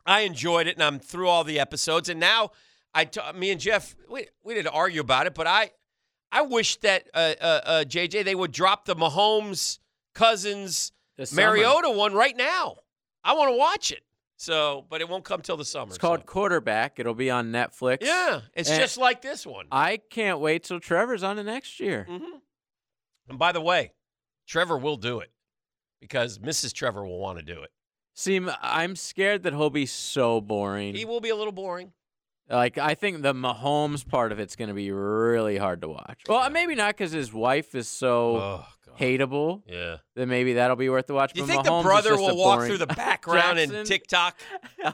Speaker 5: I enjoyed it and I'm through all the episodes and now I t- me and Jeff we we didn't argue about it, but I I wish that uh, uh, uh JJ they would drop the Mahomes Cousins
Speaker 2: This summer.
Speaker 5: Mariota one right now. I want to watch it. So, but it won't come till the summer.
Speaker 2: It's called
Speaker 5: so.
Speaker 2: Quarterback. It'll be on Netflix.
Speaker 5: Yeah, it's
Speaker 2: And-
Speaker 5: just like this one.
Speaker 2: I can't wait till Trevor's on it next year.
Speaker 5: Mhm. And by the way, Trevor will do it because Mrs. Trevor will want to do it.
Speaker 2: See, m- I'm scared that he'll be so boring.
Speaker 5: He will be a little boring.
Speaker 2: Like I think the Mahomes part of it's going to be really hard to watch. Well, maybe not because his wife is so
Speaker 5: God.
Speaker 2: hateable.
Speaker 5: Yeah.
Speaker 2: Then maybe that'll be worth the watch.
Speaker 5: Do Oh. you
Speaker 2: but
Speaker 5: think
Speaker 2: Mahomes
Speaker 5: the
Speaker 2: is
Speaker 5: brother
Speaker 2: just a
Speaker 5: will walk
Speaker 2: boring- (laughs)
Speaker 5: through the background and
Speaker 2: Jackson?
Speaker 5: TikTok?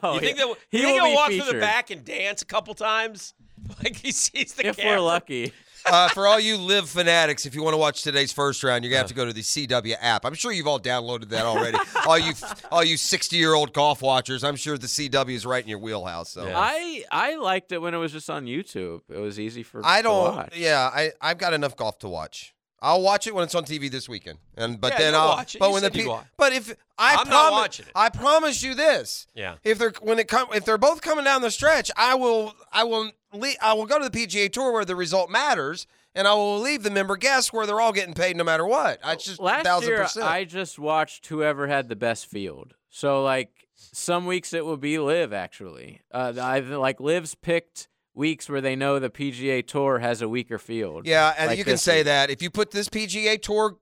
Speaker 2: Oh,
Speaker 5: you think
Speaker 2: yeah.
Speaker 5: that
Speaker 2: he
Speaker 5: you
Speaker 2: will
Speaker 5: think he'll
Speaker 2: be
Speaker 5: walk
Speaker 2: featured,
Speaker 5: through the back and dance a couple times? (laughs) Like he sees the
Speaker 2: if
Speaker 5: camera.
Speaker 2: we're lucky?
Speaker 1: Uh, for all you live fanatics, if you want to watch today's first round, you're gonna have to go to the CW app. I'm sure you've all downloaded that (laughs) already. all you, all you 60 year old golf watchers, I'm sure the CW is right in your wheelhouse. So
Speaker 5: Yeah.
Speaker 2: I I liked it when it was just on YouTube. It was easy for
Speaker 1: I
Speaker 2: to
Speaker 1: don't.
Speaker 2: watch.
Speaker 1: Yeah, I I've got enough golf to watch. I'll watch it when it's on TV this weekend, and but
Speaker 5: Yeah,
Speaker 1: then
Speaker 5: you'll
Speaker 1: I'll.
Speaker 5: watch it.
Speaker 1: But
Speaker 5: You
Speaker 1: when the
Speaker 5: said you'd
Speaker 1: pe-
Speaker 5: watch.
Speaker 1: but if I
Speaker 5: I'm not
Speaker 1: promise,
Speaker 5: watching it.
Speaker 1: I promise you this.
Speaker 5: Yeah.
Speaker 1: If they're when it come if they're both coming down the stretch, I will I will le- I will go to the PGA Tour where the result matters, and I will leave the member guests where they're all getting paid no matter what. I just
Speaker 2: Last
Speaker 1: thousand
Speaker 2: year
Speaker 1: percent.
Speaker 2: I just watched whoever had the best field. So like some weeks it would be Live actually. Uh, I like Live's picked weeks where they know the PGA Tour has a weaker field.
Speaker 1: yeah, and
Speaker 2: like
Speaker 1: you can
Speaker 2: this
Speaker 1: say
Speaker 2: week.
Speaker 1: that if you put this PGA Tour.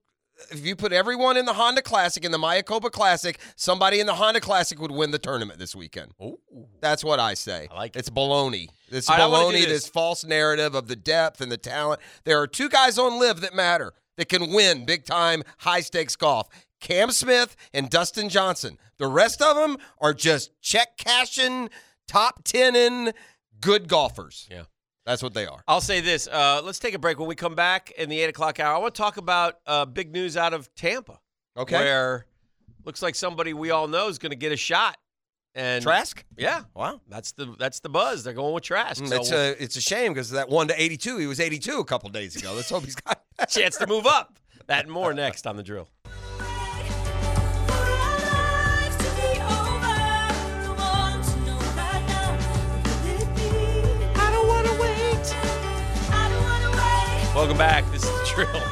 Speaker 1: If you put everyone in the Honda Classic and the Mayakoba Classic, somebody in the Honda Classic would win the tournament this weekend.
Speaker 5: Ooh.
Speaker 1: That's what I say.
Speaker 5: I like it.
Speaker 1: It's baloney. This
Speaker 5: All right, I wanna do
Speaker 1: baloney,
Speaker 5: this.
Speaker 1: this false narrative of the depth and the talent. There are two guys on live that matter that can win big time, high stakes golf Cam Smith and Dustin Johnson. The rest of them are just check cashing,
Speaker 9: top 10 in good golfers.
Speaker 5: Yeah.
Speaker 9: That's what they are.
Speaker 5: I'll say this. Uh, let's take a break. When we come back in the eight o'clock hour, I want to talk about uh, big news out of Tampa.
Speaker 9: Okay.
Speaker 5: Where looks like somebody we all know is going to get a shot. And
Speaker 9: Trask?
Speaker 5: Yeah.
Speaker 9: Wow.
Speaker 5: That's the that's the buzz. They're going with Trask.
Speaker 2: Mm,
Speaker 5: So
Speaker 9: It's a, Uh, it's a shame because that one to 82, he was 82 a couple days ago. Let's hope he's got (laughs)
Speaker 5: we'll- (laughs) chance to move up. That and more next on the drill. Welcome back. This is the (laughs) drill.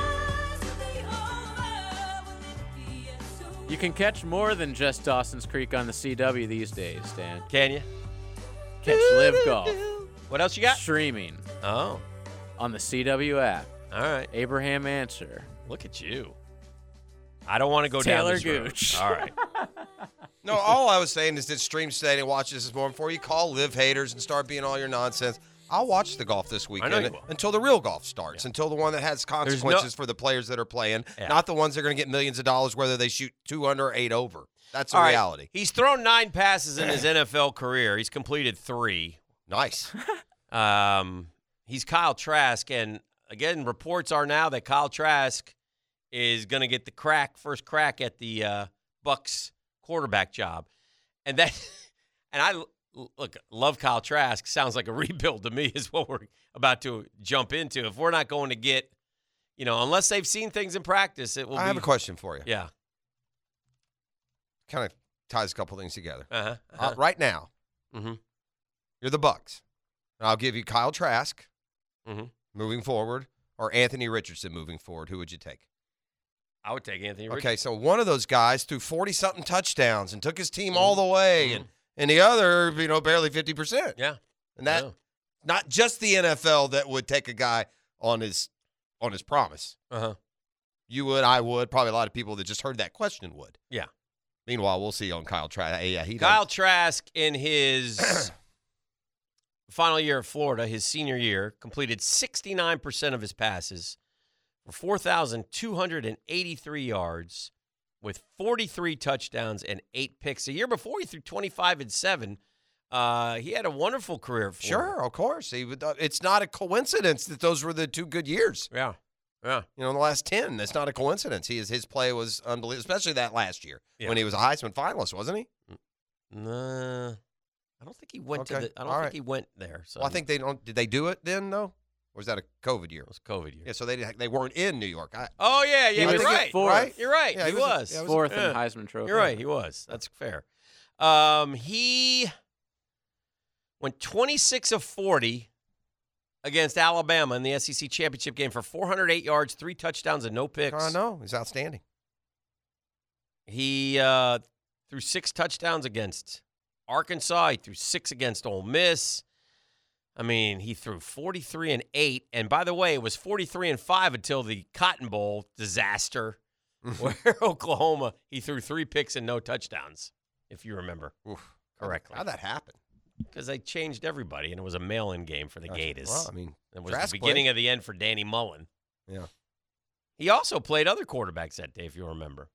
Speaker 2: You can catch more than just Dawson's Creek on the CW these days, Dan.
Speaker 5: Can you?
Speaker 2: Catch Live
Speaker 5: (laughs)
Speaker 2: Golf
Speaker 5: What else you got?
Speaker 2: streaming
Speaker 5: Oh,
Speaker 2: on the CW app.
Speaker 5: all right.
Speaker 2: Abraham Answer.
Speaker 5: Look at you. I don't want to go
Speaker 2: Taylor
Speaker 5: down this road.
Speaker 2: Gooch.
Speaker 5: All right.
Speaker 9: No, all I was saying is that stream today and watch this more before you call live haters and start being all your nonsense. I'll watch the golf this weekend
Speaker 5: you will.
Speaker 9: until the real golf starts, until the one that has consequences for the players that are playing,
Speaker 5: Yeah.
Speaker 9: not the ones that are going to get millions of dollars whether they shoot two under or eight over. That's the
Speaker 5: All right.
Speaker 9: reality.
Speaker 5: He's thrown nine passes in his
Speaker 9: (clears throat)
Speaker 5: NFL career. He's completed three.
Speaker 9: Nice.
Speaker 5: (laughs) Um, he's Kyle Trask, and again, reports are now that Kyle Trask is going to get the crack, first crack at the uh, Bucks quarterback job, and that, (laughs) and I l- look love Kyle Trask. Sounds like a (laughs) rebuild to me is what we're about to jump into. If we're not going to get, you know, unless they've seen things in practice, it will.
Speaker 9: I
Speaker 5: be,
Speaker 9: have a question for you.
Speaker 5: Yeah.
Speaker 9: Kind of ties a couple things together.
Speaker 5: Uh-huh.
Speaker 9: Uh, right now,
Speaker 5: Mhm.
Speaker 9: you're the Bucks. And I'll give you Kyle Trask
Speaker 5: Mhm.
Speaker 9: moving forward or Anthony Richardson moving forward. Who would you take?
Speaker 5: I would take Anthony. Richardson.
Speaker 9: Okay, so one of those guys threw 40 something touchdowns and took his team all the way, and, and the other, you know, barely 50%.
Speaker 5: Yeah.
Speaker 9: And that,
Speaker 5: Yeah.
Speaker 9: not just the NFL that would take a guy on his on his promise.
Speaker 5: Uh-huh.
Speaker 9: You would, I would, probably a lot of people that just heard that question would.
Speaker 5: Yeah.
Speaker 9: Meanwhile, we'll see on Kyle Trask. Yeah, he does.
Speaker 5: Kyle Trask in his (clears throat) final year at Florida, his senior year, completed 69% of his passes for 4,283 yards with 43 touchdowns and eight picks. The year before, he threw 25 and seven. Uh, he had a wonderful career. at Florida.
Speaker 9: Sure, of course. He would, uh, it's not a coincidence that those were the two good years.
Speaker 5: Yeah. Yeah.
Speaker 9: You know, in the last ten, that's not a coincidence. He is, his play was unbelievable, especially that last year
Speaker 5: Yeah.
Speaker 9: when he was a Heisman finalist, wasn't he?
Speaker 5: Nah, I don't think he went to
Speaker 9: Okay.
Speaker 5: the, I don't
Speaker 9: All
Speaker 5: think
Speaker 9: right.
Speaker 5: he went there. So
Speaker 9: Well, I think they don't. Did they do it then though, or was that a COVID year?
Speaker 5: it was COVID year.
Speaker 9: Yeah, so they didn't, they weren't in New York. I,
Speaker 5: Oh yeah,
Speaker 2: He
Speaker 5: yeah,
Speaker 9: I
Speaker 5: you're
Speaker 2: was
Speaker 9: think it-
Speaker 5: right.
Speaker 2: fourth.
Speaker 9: right?
Speaker 5: You're right.
Speaker 9: Yeah,
Speaker 5: he,
Speaker 9: he was-
Speaker 5: was.
Speaker 9: yeah, it was-
Speaker 2: Fourth
Speaker 5: yeah.
Speaker 2: in Heisman Trophy.
Speaker 5: You're right. He was. That's fair. Um, he went 26 of 40 against Alabama in the SEC championship game for 408 yards, three touchdowns, and no picks.
Speaker 9: I know he's outstanding.
Speaker 5: He uh, threw six touchdowns against Arkansas. He threw six against Ole Miss. I mean, he threw 43 and eight. And by the way, it was 43 and five until the Cotton Bowl disaster, where (laughs) Oklahoma he threw three picks and no touchdowns, if you remember
Speaker 9: Oof.
Speaker 5: correctly,
Speaker 9: How would that happen?
Speaker 5: because they changed everybody and it was a mail-in game for the
Speaker 9: Gotcha.
Speaker 5: Gators.
Speaker 9: Well, I mean,
Speaker 5: It was
Speaker 9: Trask
Speaker 5: the beginning
Speaker 9: played.
Speaker 5: of the end for Danny Mullen.
Speaker 9: Yeah.
Speaker 5: He also played other quarterbacks that day, if you remember.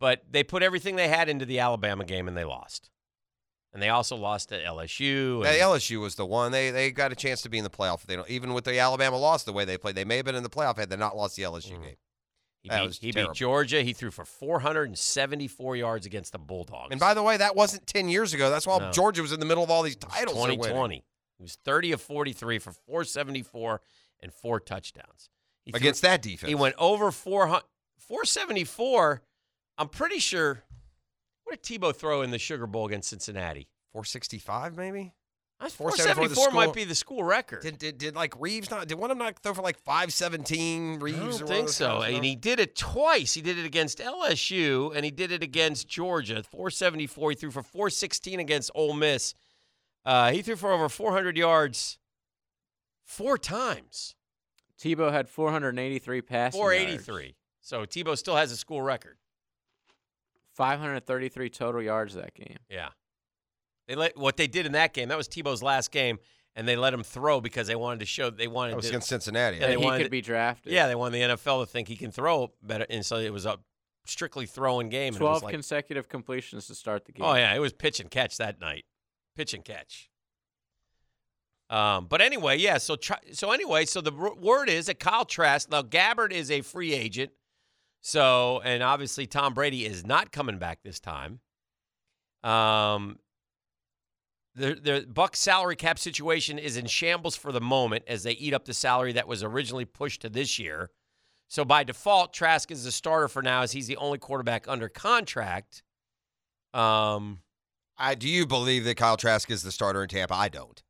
Speaker 5: But they put everything they had into the Alabama game and they lost. And they also lost to LSU. and-
Speaker 9: Now, LSU was the one they they got a chance to be in the playoff. They don't even with the Alabama loss the way they played. They may have been in the playoff had they not lost the LSU
Speaker 5: Mhm.
Speaker 9: game.
Speaker 5: he
Speaker 9: that
Speaker 5: beat,
Speaker 9: was
Speaker 5: he beat
Speaker 9: terrible.
Speaker 5: Georgia. He threw for 474 yards against the Bulldogs.
Speaker 9: And by the way, that wasn't ten years ago. That's why
Speaker 5: No.
Speaker 9: Georgia was in the middle of all these
Speaker 5: It was
Speaker 9: titles. they're winning.
Speaker 5: 2020. He was 30 of 43 for 474 and four touchdowns. He threw-
Speaker 9: against that defense.
Speaker 5: He went over 400, 474. I'm pretty sure. What did Tebow throw in the Sugar Bowl against Cincinnati?
Speaker 9: 465 maybe.
Speaker 5: I-
Speaker 9: 474 the
Speaker 5: 474 might
Speaker 9: school-
Speaker 5: be the school record.
Speaker 9: Did, did, did like Reeves not? Did one of them not throw for like five seventeen?
Speaker 5: I
Speaker 9: Reeves? or one
Speaker 5: don't
Speaker 9: of
Speaker 5: think
Speaker 9: those
Speaker 5: so.
Speaker 9: guys, no?
Speaker 5: And he did it twice. He did it against LSU and he did it against Georgia. 474. He threw for 416 against Ole Miss. Uh, he threw for over 400 yards four times.
Speaker 2: Tebow had 483 passes.
Speaker 5: 483. So Tebow still has a school record.
Speaker 2: 533 total yards that game.
Speaker 5: Yeah. They let what they did in that game. That was Tebow's last game, and they let him throw because they wanted to show they wanted.
Speaker 9: That was
Speaker 5: to,
Speaker 9: against Cincinnati.
Speaker 5: Yeah,
Speaker 9: I
Speaker 5: they
Speaker 2: And he
Speaker 5: wanted
Speaker 2: could
Speaker 5: it-
Speaker 2: be drafted.
Speaker 5: yeah, they wanted the NFL to think he can throw better, and so it was a strictly throwing game. and it was
Speaker 2: 12
Speaker 5: like-
Speaker 2: consecutive completions to start the game.
Speaker 5: oh yeah, it was pitch and catch that night. pitch and catch. Um, but anyway, yeah. So try, so anyway, so the r- word is that Kyle Trask now Gabbard is a free agent. So and obviously Tom Brady is not coming back this time. Um, the the Buck salary cap situation is in shambles for the moment as they eat up the salary that was originally pushed to this year. So by default, Trask is the starter for now, as he's the only quarterback under contract. Um,
Speaker 1: I do you believe that Kyle Trask is the starter in Tampa? I don't.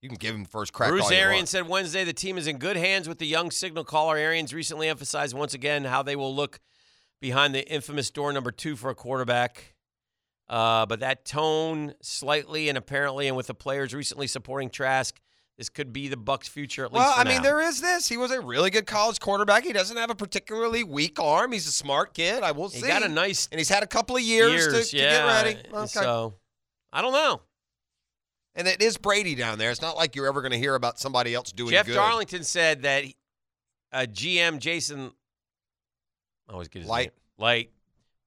Speaker 1: You can give him first crack.
Speaker 5: Bruce
Speaker 1: all you
Speaker 5: Arians
Speaker 1: want.
Speaker 5: said Wednesday the team is in good hands with the young signal caller. Arians recently emphasized once again how they will look behind the infamous door number two for a quarterback. Uh, but that tone, slightly and apparently, and with the players recently supporting Trask, this could be the Bucks' future at least.
Speaker 1: Well,
Speaker 5: for
Speaker 1: I mean,
Speaker 5: now.
Speaker 1: there is this. He was a really good college quarterback. He doesn't have a particularly weak arm. He's a smart kid. I will
Speaker 5: he
Speaker 1: see.
Speaker 5: got a nice
Speaker 1: and he's had a couple of years, to, to get
Speaker 5: yeah,
Speaker 1: ready.
Speaker 5: and
Speaker 1: Okay.
Speaker 5: So I don't know.
Speaker 1: And it is Brady down there. It's not like you're ever going to hear about somebody else doing
Speaker 5: Jeff
Speaker 1: good.
Speaker 5: Darlington said that uh, GM Jason I always get his
Speaker 1: Light.
Speaker 5: name. Light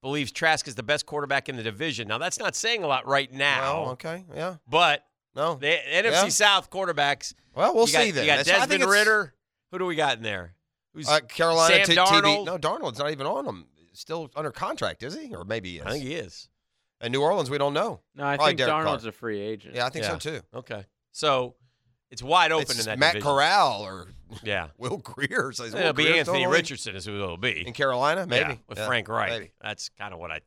Speaker 5: believes Trask is the best quarterback in the division. Now that's not saying a lot right now,
Speaker 1: Well, okay. Yeah.
Speaker 5: but
Speaker 1: No.
Speaker 5: the NFC
Speaker 1: Yeah.
Speaker 5: South quarterbacks.
Speaker 1: Well, we'll
Speaker 5: you
Speaker 1: see
Speaker 5: got,
Speaker 1: then.
Speaker 5: You got
Speaker 1: That's- I think
Speaker 5: Desmond
Speaker 1: it's-
Speaker 5: Ritter. Who do we got in there? Who's
Speaker 1: Uh, Carolina
Speaker 5: Sam
Speaker 1: T-
Speaker 5: Darnold.
Speaker 1: TB. No, Darnold's not even on him. Still under contract, is he? Or maybe he is.
Speaker 5: I think he is.
Speaker 1: In New Orleans, we don't know.
Speaker 2: No, I
Speaker 1: Probably
Speaker 2: think
Speaker 1: Derek
Speaker 2: Darnold's
Speaker 1: Carr.
Speaker 2: a free agent.
Speaker 1: Yeah, I think so
Speaker 5: Yeah.
Speaker 1: too.
Speaker 5: Okay, so it's wide open
Speaker 1: It's
Speaker 5: in that
Speaker 1: Matt
Speaker 5: division.
Speaker 1: Corral or
Speaker 5: Yeah,
Speaker 1: Will Greer. So is Will
Speaker 5: it'll be
Speaker 1: Greer still
Speaker 5: Anthony
Speaker 1: on?
Speaker 5: Richardson is who it'll be.
Speaker 1: in Carolina, maybe
Speaker 5: Yeah, with
Speaker 1: Yeah,
Speaker 5: Frank Reich.
Speaker 1: maybe.
Speaker 5: That's kind of what I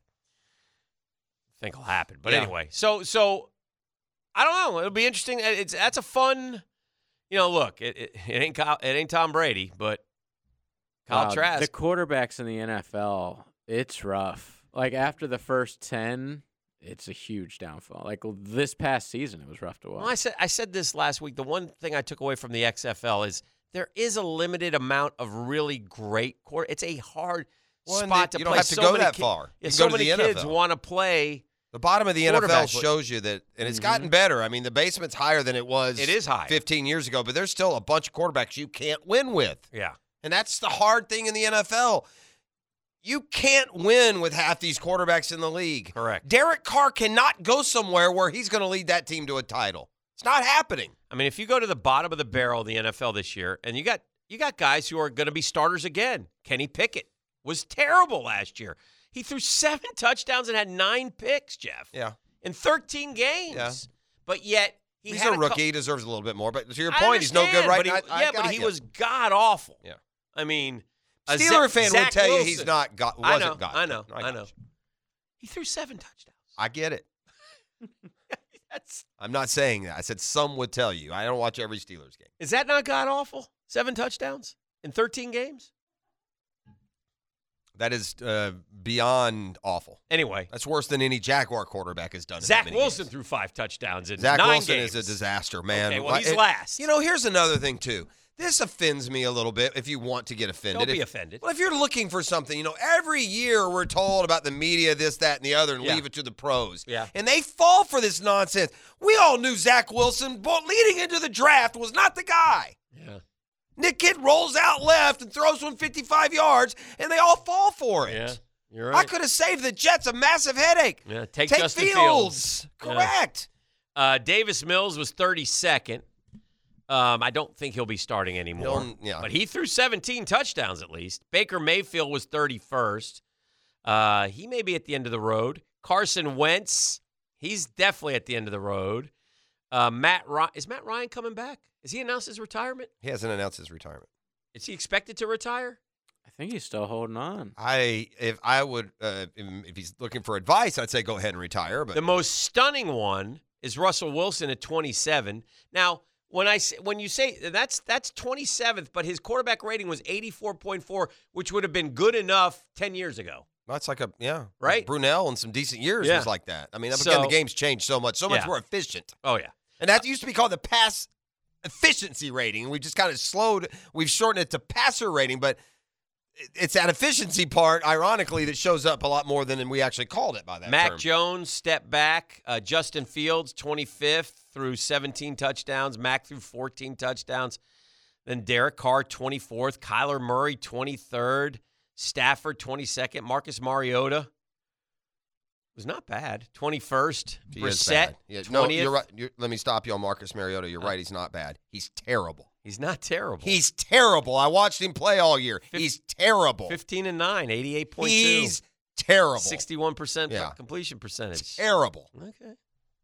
Speaker 5: think will happen. But
Speaker 1: Yeah.
Speaker 5: anyway, so so I don't know. It'll be interesting. It- It's that's a fun. You know, look, it, it, it ain't Kyle, it ain't Tom Brady, but Kyle
Speaker 2: Wow,
Speaker 5: Trask.
Speaker 2: The quarterbacks in the NFL, it's rough. Like after the first ten, it's a huge downfall. Like this past season, it was rough to watch.
Speaker 5: Well, I said I said this last week. The one thing I took away from the XFL is there is a limited amount of really great quarter. It's a hard
Speaker 1: Well, and
Speaker 5: spot
Speaker 1: they-
Speaker 5: to
Speaker 1: you
Speaker 5: play.
Speaker 1: don't have to
Speaker 5: so
Speaker 1: go
Speaker 5: many
Speaker 1: that
Speaker 5: ki-
Speaker 1: far.
Speaker 5: Yeah,
Speaker 1: You can
Speaker 5: so
Speaker 1: go to
Speaker 5: many
Speaker 1: the
Speaker 5: kids
Speaker 1: NFL.
Speaker 5: want to play.
Speaker 1: The bottom of the NFL
Speaker 5: Quarterback.
Speaker 1: shows you that, and
Speaker 5: Mm-hmm.
Speaker 1: it's gotten better. I mean, the basement's higher than it was.
Speaker 5: It is high.
Speaker 1: 15 years ago, but there's still a bunch of quarterbacks you can't win with,
Speaker 5: Yeah,
Speaker 1: and that's the hard thing in the NFL. You can't win with half these quarterbacks in the league.
Speaker 5: correct.
Speaker 1: Derek Carr cannot go somewhere where he's going to lead that team to a title. It's not happening.
Speaker 5: I mean, if you go to the bottom of the barrel of the NFL this year, and you got you got guys who are going to be starters again. Kenny Pickett was terrible last year. He threw seven (laughs) touchdowns and had nine picks, Jeff,
Speaker 1: Yeah,
Speaker 5: in thirteen games.
Speaker 1: Yeah.
Speaker 5: But yet he
Speaker 1: he's
Speaker 5: had
Speaker 1: a
Speaker 5: cou-
Speaker 1: rookie. He deserves a little bit more. But to your
Speaker 5: I
Speaker 1: point, he's no good
Speaker 5: understand,
Speaker 1: right
Speaker 5: but he-
Speaker 1: now. I- I
Speaker 5: yeah, but
Speaker 1: got
Speaker 5: he
Speaker 1: you.
Speaker 5: was god awful.
Speaker 1: Yeah.
Speaker 5: I mean, a
Speaker 1: Steeler
Speaker 5: Zach-
Speaker 1: fan
Speaker 5: Zach
Speaker 1: would tell you he's
Speaker 5: Wilson.
Speaker 1: not got.
Speaker 5: I
Speaker 1: Wasn't
Speaker 5: know,
Speaker 1: got.
Speaker 5: I know,
Speaker 1: I
Speaker 5: I
Speaker 1: got
Speaker 5: know.
Speaker 1: you.
Speaker 5: He threw seven touchdowns.
Speaker 1: I get it.
Speaker 5: That's
Speaker 1: I'm not saying that. I said some would tell you. I don't watch every Steelers game.
Speaker 5: is that not god awful? Seven touchdowns in thirteen games.
Speaker 1: That is uh, beyond awful.
Speaker 5: Anyway,
Speaker 1: That's worse than any Jaguar quarterback has done. in that
Speaker 5: Zach
Speaker 1: many
Speaker 5: Wilson
Speaker 1: games.
Speaker 5: threw five touchdowns in
Speaker 1: Zach
Speaker 5: nine
Speaker 1: Wilson
Speaker 5: games.
Speaker 1: is a uh, disaster, man.
Speaker 5: Okay, well,
Speaker 1: Why-
Speaker 5: he's last.
Speaker 1: You know, here's another thing too. This offends me a little bit. If you want to get offended,
Speaker 5: Don't be
Speaker 1: If-
Speaker 5: offended.
Speaker 1: Well, if you're looking for something, you know, every year we're told about the media, this, that, and the other, and
Speaker 5: Yeah.
Speaker 1: leave it to the pros.
Speaker 5: Yeah.
Speaker 1: And they fall for this nonsense. We all knew Zach Wilson, but leading into the draft, was not the guy.
Speaker 5: Yeah.
Speaker 1: Nick Kidd rolls out left and throws one 55 yards, and they all fall for it.
Speaker 5: You're
Speaker 1: I could have saved the Jets a massive headache.
Speaker 5: Yeah, take,
Speaker 1: Take
Speaker 5: Justin
Speaker 1: Fields. Correct.
Speaker 5: Uh, Davis Mills was 32nd. Um, I don't think he'll be starting anymore.
Speaker 1: He'll- yeah.
Speaker 5: But he threw 17 touchdowns at least. Baker Mayfield was 31st. Uh, he may be at the end of the road. Carson Wentz, he's definitely at the end of the road. Uh, Matt Ryan, is Matt Ryan coming back? Has he announced his retirement?
Speaker 1: He hasn't announced his retirement.
Speaker 5: Is he expected to retire?
Speaker 2: I think he's still holding on.
Speaker 1: I if I would uh, if he's looking for advice, I'd say go ahead and retire. But
Speaker 5: The most stunning one is Russell Wilson at 27. Now, when I say, when you say that's that's 27th, but his quarterback rating was 84.4, which would have been good enough 10 years ago.
Speaker 1: That's like a yeah,
Speaker 5: Right?
Speaker 1: Brunel in some decent years
Speaker 5: Yeah.
Speaker 1: was like that. I mean, again,
Speaker 5: So-
Speaker 1: the game's changed so much, so much
Speaker 5: Yeah.
Speaker 1: more efficient,
Speaker 5: Oh yeah,
Speaker 1: and that used to be called the pass efficiency rating. And we just kind of slowed, we've shortened it to passer rating, but it- it's that efficiency part, ironically, that shows up a lot more than we actually called it by that.
Speaker 5: Mac
Speaker 1: term.
Speaker 5: Jones step back. Uh, Justin Fields 25th through 17 touchdowns. Mac through 14 touchdowns. Then Derek Carr 24th. Kyler Murray 23rd. Stafford 22nd. Marcus Mariota. was not bad. 21st,
Speaker 1: He is
Speaker 5: Brissett,
Speaker 1: bad. Yeah,
Speaker 5: 20th.
Speaker 1: no, you're right. You're, let me stop you on Marcus Mariota.
Speaker 2: Uh.
Speaker 1: You're right. He's not bad. He's terrible.
Speaker 5: He's not terrible.
Speaker 1: He's terrible. I watched him play all year. He's terrible.
Speaker 5: 15 and 9, 88.2.
Speaker 1: He's terrible.
Speaker 5: 61%
Speaker 1: Yeah.
Speaker 5: completion percentage.
Speaker 1: terrible.
Speaker 5: Okay.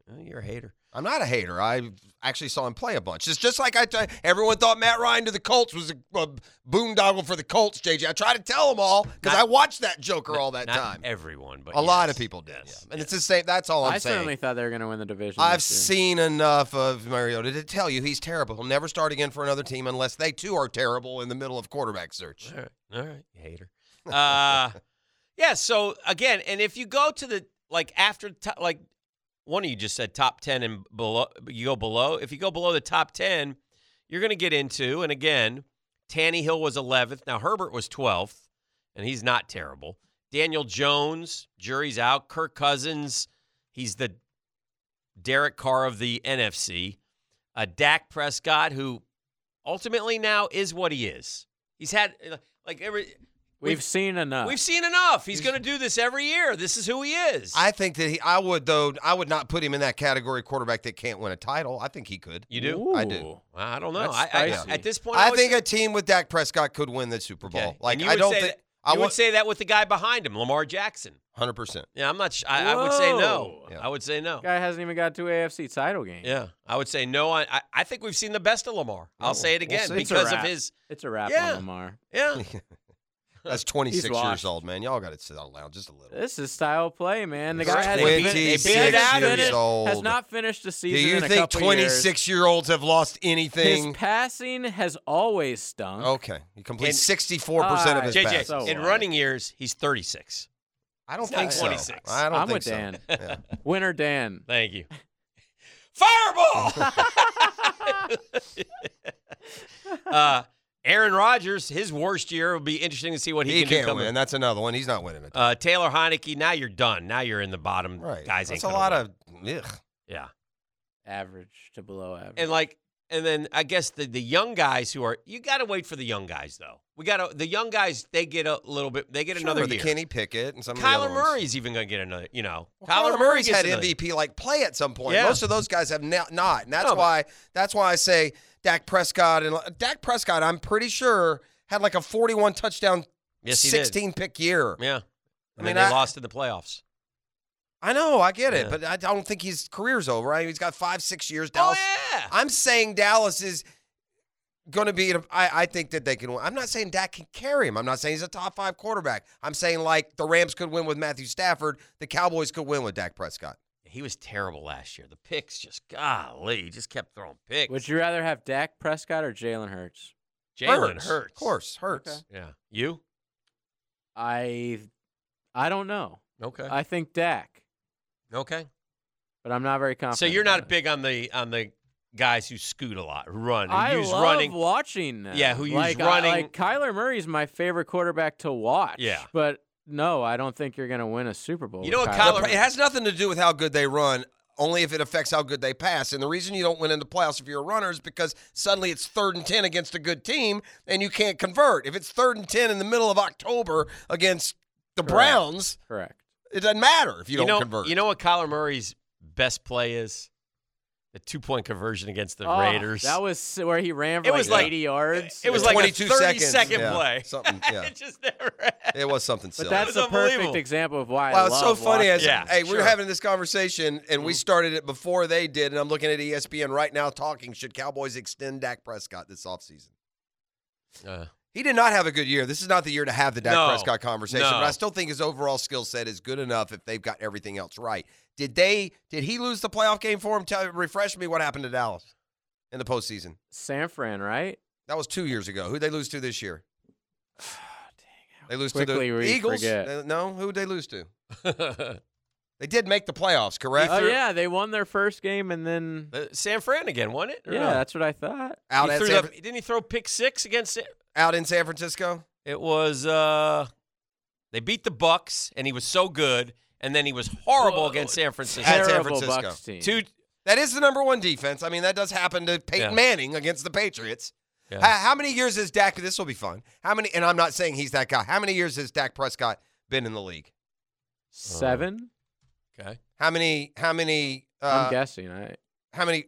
Speaker 5: Well, you're a hater.
Speaker 1: I'm not a hater. I actually saw him play a bunch. It's just like I t- everyone thought Matt Ryan to the Colts was a, a boondoggle for the Colts, JJ. I tried to tell them all because
Speaker 5: Not-
Speaker 1: I watched that Joker all that
Speaker 5: Not
Speaker 1: time.
Speaker 5: everyone, but
Speaker 1: a lot of
Speaker 5: yes.
Speaker 1: people did.
Speaker 5: Yes.
Speaker 1: And it's the same. That's all I'm
Speaker 2: I
Speaker 1: saying.
Speaker 2: certainly thought they were going to win the division.
Speaker 1: I've
Speaker 2: this year.
Speaker 1: seen enough of Mariota to tell you he's terrible. He'll never start again for another team unless they too are terrible in the middle of quarterback search.
Speaker 5: All right. All right. You hater. (laughs) Uh, yeah. So again, and if you go to the like after to, like one of you just said top ten and below, you go below. If you go below the top ten, you're going to get into and again, Tanny Hill was 11th. Now Herbert was 12th, and he's not terrible. Daniel Jones, jury's out. Kirk Cousins, he's the Derek Carr of the NFC. Uh, Dak Prescott, who ultimately now is what he is. He's had eh, like every
Speaker 2: We've, seen enough.
Speaker 5: We've seen enough. He's going to do this every year. This is who he is.
Speaker 1: I think that he, I would though, I would not put him in that category quarterback that can't win a title. I think he could.
Speaker 5: you do?
Speaker 2: Ooh.
Speaker 1: I do.
Speaker 5: I don't know.
Speaker 2: That's
Speaker 5: I, I,
Speaker 2: spicy.
Speaker 5: at this point,
Speaker 1: I
Speaker 5: would
Speaker 1: think
Speaker 5: say-
Speaker 1: a team with Dak Prescott could win the Super Bowl.
Speaker 5: Okay.
Speaker 1: Like
Speaker 5: And you
Speaker 1: I
Speaker 5: would
Speaker 1: don't
Speaker 5: say
Speaker 1: think
Speaker 5: that-
Speaker 1: I
Speaker 5: you would
Speaker 1: want
Speaker 5: say that with the guy behind him, Lamar Jackson.
Speaker 1: hundred
Speaker 2: (laughs)
Speaker 1: percent.
Speaker 5: Yeah, I'm not. sh- I, I would say no.
Speaker 2: Whoa.
Speaker 1: Yeah.
Speaker 5: I would say no.
Speaker 2: Guy hasn't even Oh, got two AFC title games.
Speaker 5: Yeah, I would say no. I, I- I think we've seen the best of Lamar.
Speaker 2: Oh,
Speaker 5: I'll say it again
Speaker 2: see. It's a
Speaker 5: because of
Speaker 2: wrap.
Speaker 5: his.
Speaker 2: It's a wrap
Speaker 5: Yeah.
Speaker 2: on Lamar.
Speaker 5: Yeah,
Speaker 1: That's twenty six years
Speaker 2: washed. Uh,
Speaker 1: old, man. Y'all got to sit down just a little.
Speaker 2: This is style play, man. The
Speaker 5: He's
Speaker 2: guy hasn't fin-
Speaker 1: 26
Speaker 2: he hasn't
Speaker 5: years
Speaker 2: finished-
Speaker 1: old.
Speaker 2: has not finished the
Speaker 1: Do
Speaker 2: season.
Speaker 1: you
Speaker 2: in a
Speaker 1: think
Speaker 2: couple
Speaker 1: twenty
Speaker 2: years.
Speaker 1: six year olds have lost
Speaker 2: His
Speaker 1: anything?
Speaker 2: passing has always stunk.
Speaker 5: Oh.
Speaker 1: Okay, he
Speaker 5: And-
Speaker 1: completes sixty four percent of his
Speaker 2: Ah,
Speaker 5: JJ.
Speaker 1: passes.
Speaker 2: So
Speaker 5: in
Speaker 2: what?
Speaker 5: running years, he's 36.
Speaker 1: I don't
Speaker 5: He's not
Speaker 1: think so.
Speaker 5: 26.
Speaker 1: I don't
Speaker 2: I'm
Speaker 1: think
Speaker 2: with
Speaker 1: so.
Speaker 2: Dan.
Speaker 1: Yeah.
Speaker 2: Winner Dan.
Speaker 5: Thank you. Fireball.
Speaker 1: (laughs)
Speaker 5: uh, Aaron Rodgers, his worst year. It'll be interesting to see what he,
Speaker 1: He,
Speaker 5: can do
Speaker 1: can't
Speaker 5: coming.
Speaker 1: win. That's another one. He's not winning it.
Speaker 5: Uh, Taylor Heineke, now you're done. Now you're in the bottom.
Speaker 1: right.
Speaker 5: Guys, ain't
Speaker 1: That's a
Speaker 5: gonna
Speaker 1: lot
Speaker 5: win.
Speaker 1: of. Ugh.
Speaker 5: yeah.
Speaker 2: Average to below average.
Speaker 5: And like, and then I guess the the young guys who are you got to wait for the young guys though. We got to the young guys. They get a little bit. They get
Speaker 1: Sure,
Speaker 5: another
Speaker 1: the
Speaker 5: year.
Speaker 1: Kenny Pickett and some of the other
Speaker 5: Kyler
Speaker 1: ones.
Speaker 5: Murray's even gonna get another. You know,
Speaker 1: Well, Kyler,
Speaker 5: Murray
Speaker 1: Murray's
Speaker 5: gets
Speaker 1: had
Speaker 5: another-
Speaker 1: MVP like play at some point.
Speaker 5: Yeah.
Speaker 1: Most of those guys have no- not, and that's
Speaker 5: No, but-
Speaker 1: why that's why I say Dak Prescott and uh, Dak Prescott. I'm pretty sure had like a 41 touchdown,
Speaker 5: Yes, he did.
Speaker 1: 16 pick year.
Speaker 5: Yeah.
Speaker 1: I
Speaker 5: And then
Speaker 1: mean,
Speaker 5: they
Speaker 1: I-
Speaker 5: lost in the playoffs.
Speaker 1: I know, I get it,
Speaker 5: Yeah.
Speaker 1: but I don't think his career's over. Right? He's got five, six years.
Speaker 5: Oh
Speaker 1: Dallas.
Speaker 5: yeah.
Speaker 1: I'm saying Dallas is. Going to be, I, I think that they can win. I'm not saying Dak can carry him. I'm not saying he's a top five quarterback. I'm saying like the Rams could win with Matthew Stafford, the Cowboys could win with Dak Prescott.
Speaker 5: He was terrible last year. The picks just golly, he just kept throwing picks.
Speaker 2: Would you rather have Dak Prescott or Jalen Hurts?
Speaker 5: Jalen
Speaker 1: Hurts,
Speaker 5: Hurts.
Speaker 1: of course, hurts.
Speaker 2: Okay.
Speaker 5: Yeah. You?
Speaker 2: I I don't know.
Speaker 5: Okay.
Speaker 2: I think Dak,
Speaker 5: okay.
Speaker 2: but I'm not very confident.
Speaker 5: So you're not
Speaker 2: about it.
Speaker 5: big on the on the guys who scoot a lot, who run, who
Speaker 2: I
Speaker 5: use
Speaker 2: love
Speaker 5: running.
Speaker 2: watching them.
Speaker 5: Yeah, who use
Speaker 2: like, I-
Speaker 5: running-
Speaker 2: like Kyler Murray's my favorite quarterback to watch.
Speaker 5: Yeah.
Speaker 2: but no, I don't think you're going to win a Super Bowl.
Speaker 5: You know
Speaker 2: with
Speaker 5: what
Speaker 1: The
Speaker 5: Kyler-
Speaker 1: pr-
Speaker 2: Murray.
Speaker 1: it has nothing to do with how good they run, only if it affects how good they pass. And the reason you don't win in the playoffs if you're a runner is because suddenly it's third and 10 against a good team and you can't convert. If it's third and 10 in the middle of October against the
Speaker 2: Correct.
Speaker 1: Browns,
Speaker 2: Correct.
Speaker 1: it doesn't matter if you, don't
Speaker 5: know,
Speaker 1: convert.
Speaker 5: You know what Kyler Murray's best play is? The two point conversion against the
Speaker 2: Oh,
Speaker 5: Raiders. (laughs)
Speaker 2: That was s- where he ran for
Speaker 5: It was
Speaker 2: like
Speaker 5: like-
Speaker 2: 80 yards.
Speaker 5: it was
Speaker 1: It's
Speaker 5: like
Speaker 1: 22
Speaker 5: a 30
Speaker 1: seconds.
Speaker 5: second
Speaker 1: Yeah,
Speaker 5: play.
Speaker 1: something, yeah.
Speaker 5: it just never.
Speaker 1: it was something silly.
Speaker 2: but that's
Speaker 5: was
Speaker 2: a perfect
Speaker 5: unbelievable.
Speaker 2: example of why.
Speaker 1: Wow,
Speaker 2: I
Speaker 1: it's so
Speaker 2: love
Speaker 1: funny. As
Speaker 2: watching
Speaker 5: Yeah,
Speaker 1: hey, we
Speaker 5: sure.
Speaker 1: we're having this conversation, and
Speaker 5: Mm.
Speaker 1: we started it before they did. And I'm looking at E ESPN right now, talking. Should Cowboys extend Dak Prescott this offseason?
Speaker 5: Uh,
Speaker 1: He did not have a good year. This is not the year to have the (laughs) Dak
Speaker 5: No.
Speaker 1: Prescott conversation,
Speaker 5: No.
Speaker 1: but I still think his overall skill set is good enough if they've got everything else right. Did they? Did he lose the playoff game for him? Tell, refresh me what happened to Dallas in the postseason.
Speaker 2: San Fran, right?
Speaker 1: That was two years ago. Who they lose to this
Speaker 5: (sighs)
Speaker 1: year? They lose to
Speaker 2: Quickly
Speaker 1: the
Speaker 2: we
Speaker 1: Eagles.
Speaker 2: forget.
Speaker 1: Uh, No, who they lose
Speaker 5: (laughs)
Speaker 1: to? They did make the playoffs, correct?
Speaker 2: Oh yeah, they won their first game and then
Speaker 5: uh, San Fran again won it. or
Speaker 2: yeah,
Speaker 5: no?
Speaker 2: that's what I thought.
Speaker 1: Out
Speaker 5: he
Speaker 1: at
Speaker 5: threw
Speaker 1: San,
Speaker 5: that- didn't he throw pick six against it?
Speaker 1: out in San Francisco.
Speaker 5: It was uh, they beat the Bucks, and he was so good, and then he was horrible
Speaker 2: Whoa,
Speaker 5: against San Francisco.
Speaker 1: San
Speaker 2: Terrible
Speaker 1: Francisco.
Speaker 2: Bucks team.
Speaker 5: Two,
Speaker 1: That is the number one defense. I mean, that does happen to Peyton
Speaker 5: Yeah.
Speaker 1: Manning against the Patriots.
Speaker 5: Yeah.
Speaker 1: How, how many years has Dak? This will be fun. How many? And I'm not saying he's that guy. How many years has Dak Prescott been in the league?
Speaker 2: Seven.
Speaker 5: Okay.
Speaker 1: How many? How many?
Speaker 2: I'm
Speaker 1: Uh,
Speaker 2: guessing. I,
Speaker 1: how many?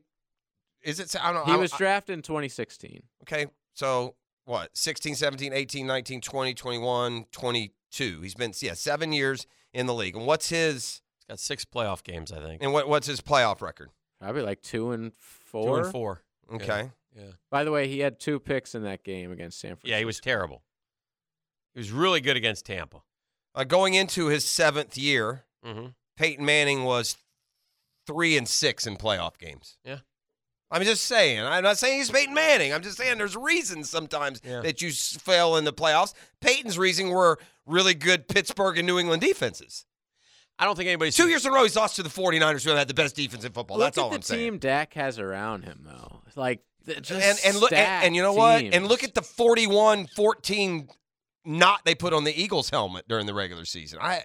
Speaker 1: Is it? I don't know.
Speaker 2: he
Speaker 1: I-
Speaker 2: was
Speaker 1: uh, I-
Speaker 2: drafted in 2016.
Speaker 1: Okay. So what? 16, 17, 18, 19, 20, 21, 22. He's been, yeah, seven years in the league. And what's his,
Speaker 5: He's got six playoff games, I think.
Speaker 1: and what, what's his playoff record?
Speaker 2: Probably like two and four.
Speaker 5: Two and four.
Speaker 1: Okay.
Speaker 5: Yeah.
Speaker 2: By the way, he had two picks in that game against Sanford.
Speaker 5: Yeah, he was terrible. He was really good against Tampa.
Speaker 1: Uh, going into his seventh year,
Speaker 5: Mm-hmm.
Speaker 1: Peyton Manning was three and six in playoff games.
Speaker 5: Yeah.
Speaker 1: I'm just saying. I'm not saying he's Peyton Manning. I'm just saying there's reasons sometimes
Speaker 5: Yeah.
Speaker 1: that you s- fail in the playoffs. Peyton's reason were really good Pittsburgh and New England defenses.
Speaker 5: I don't think anybody's
Speaker 1: Two years in a row, he's lost to the 49ers, who had the best defense in football.
Speaker 2: look
Speaker 1: That's
Speaker 2: at
Speaker 1: all
Speaker 2: the
Speaker 1: I'm
Speaker 2: team
Speaker 1: saying.
Speaker 2: Dak has around him, though. Like, th- just
Speaker 1: and and look and,
Speaker 2: stacked
Speaker 1: and you know what? And
Speaker 2: teams.
Speaker 1: look at the 41-14 knot they put on the Eagles helmet during the regular season. I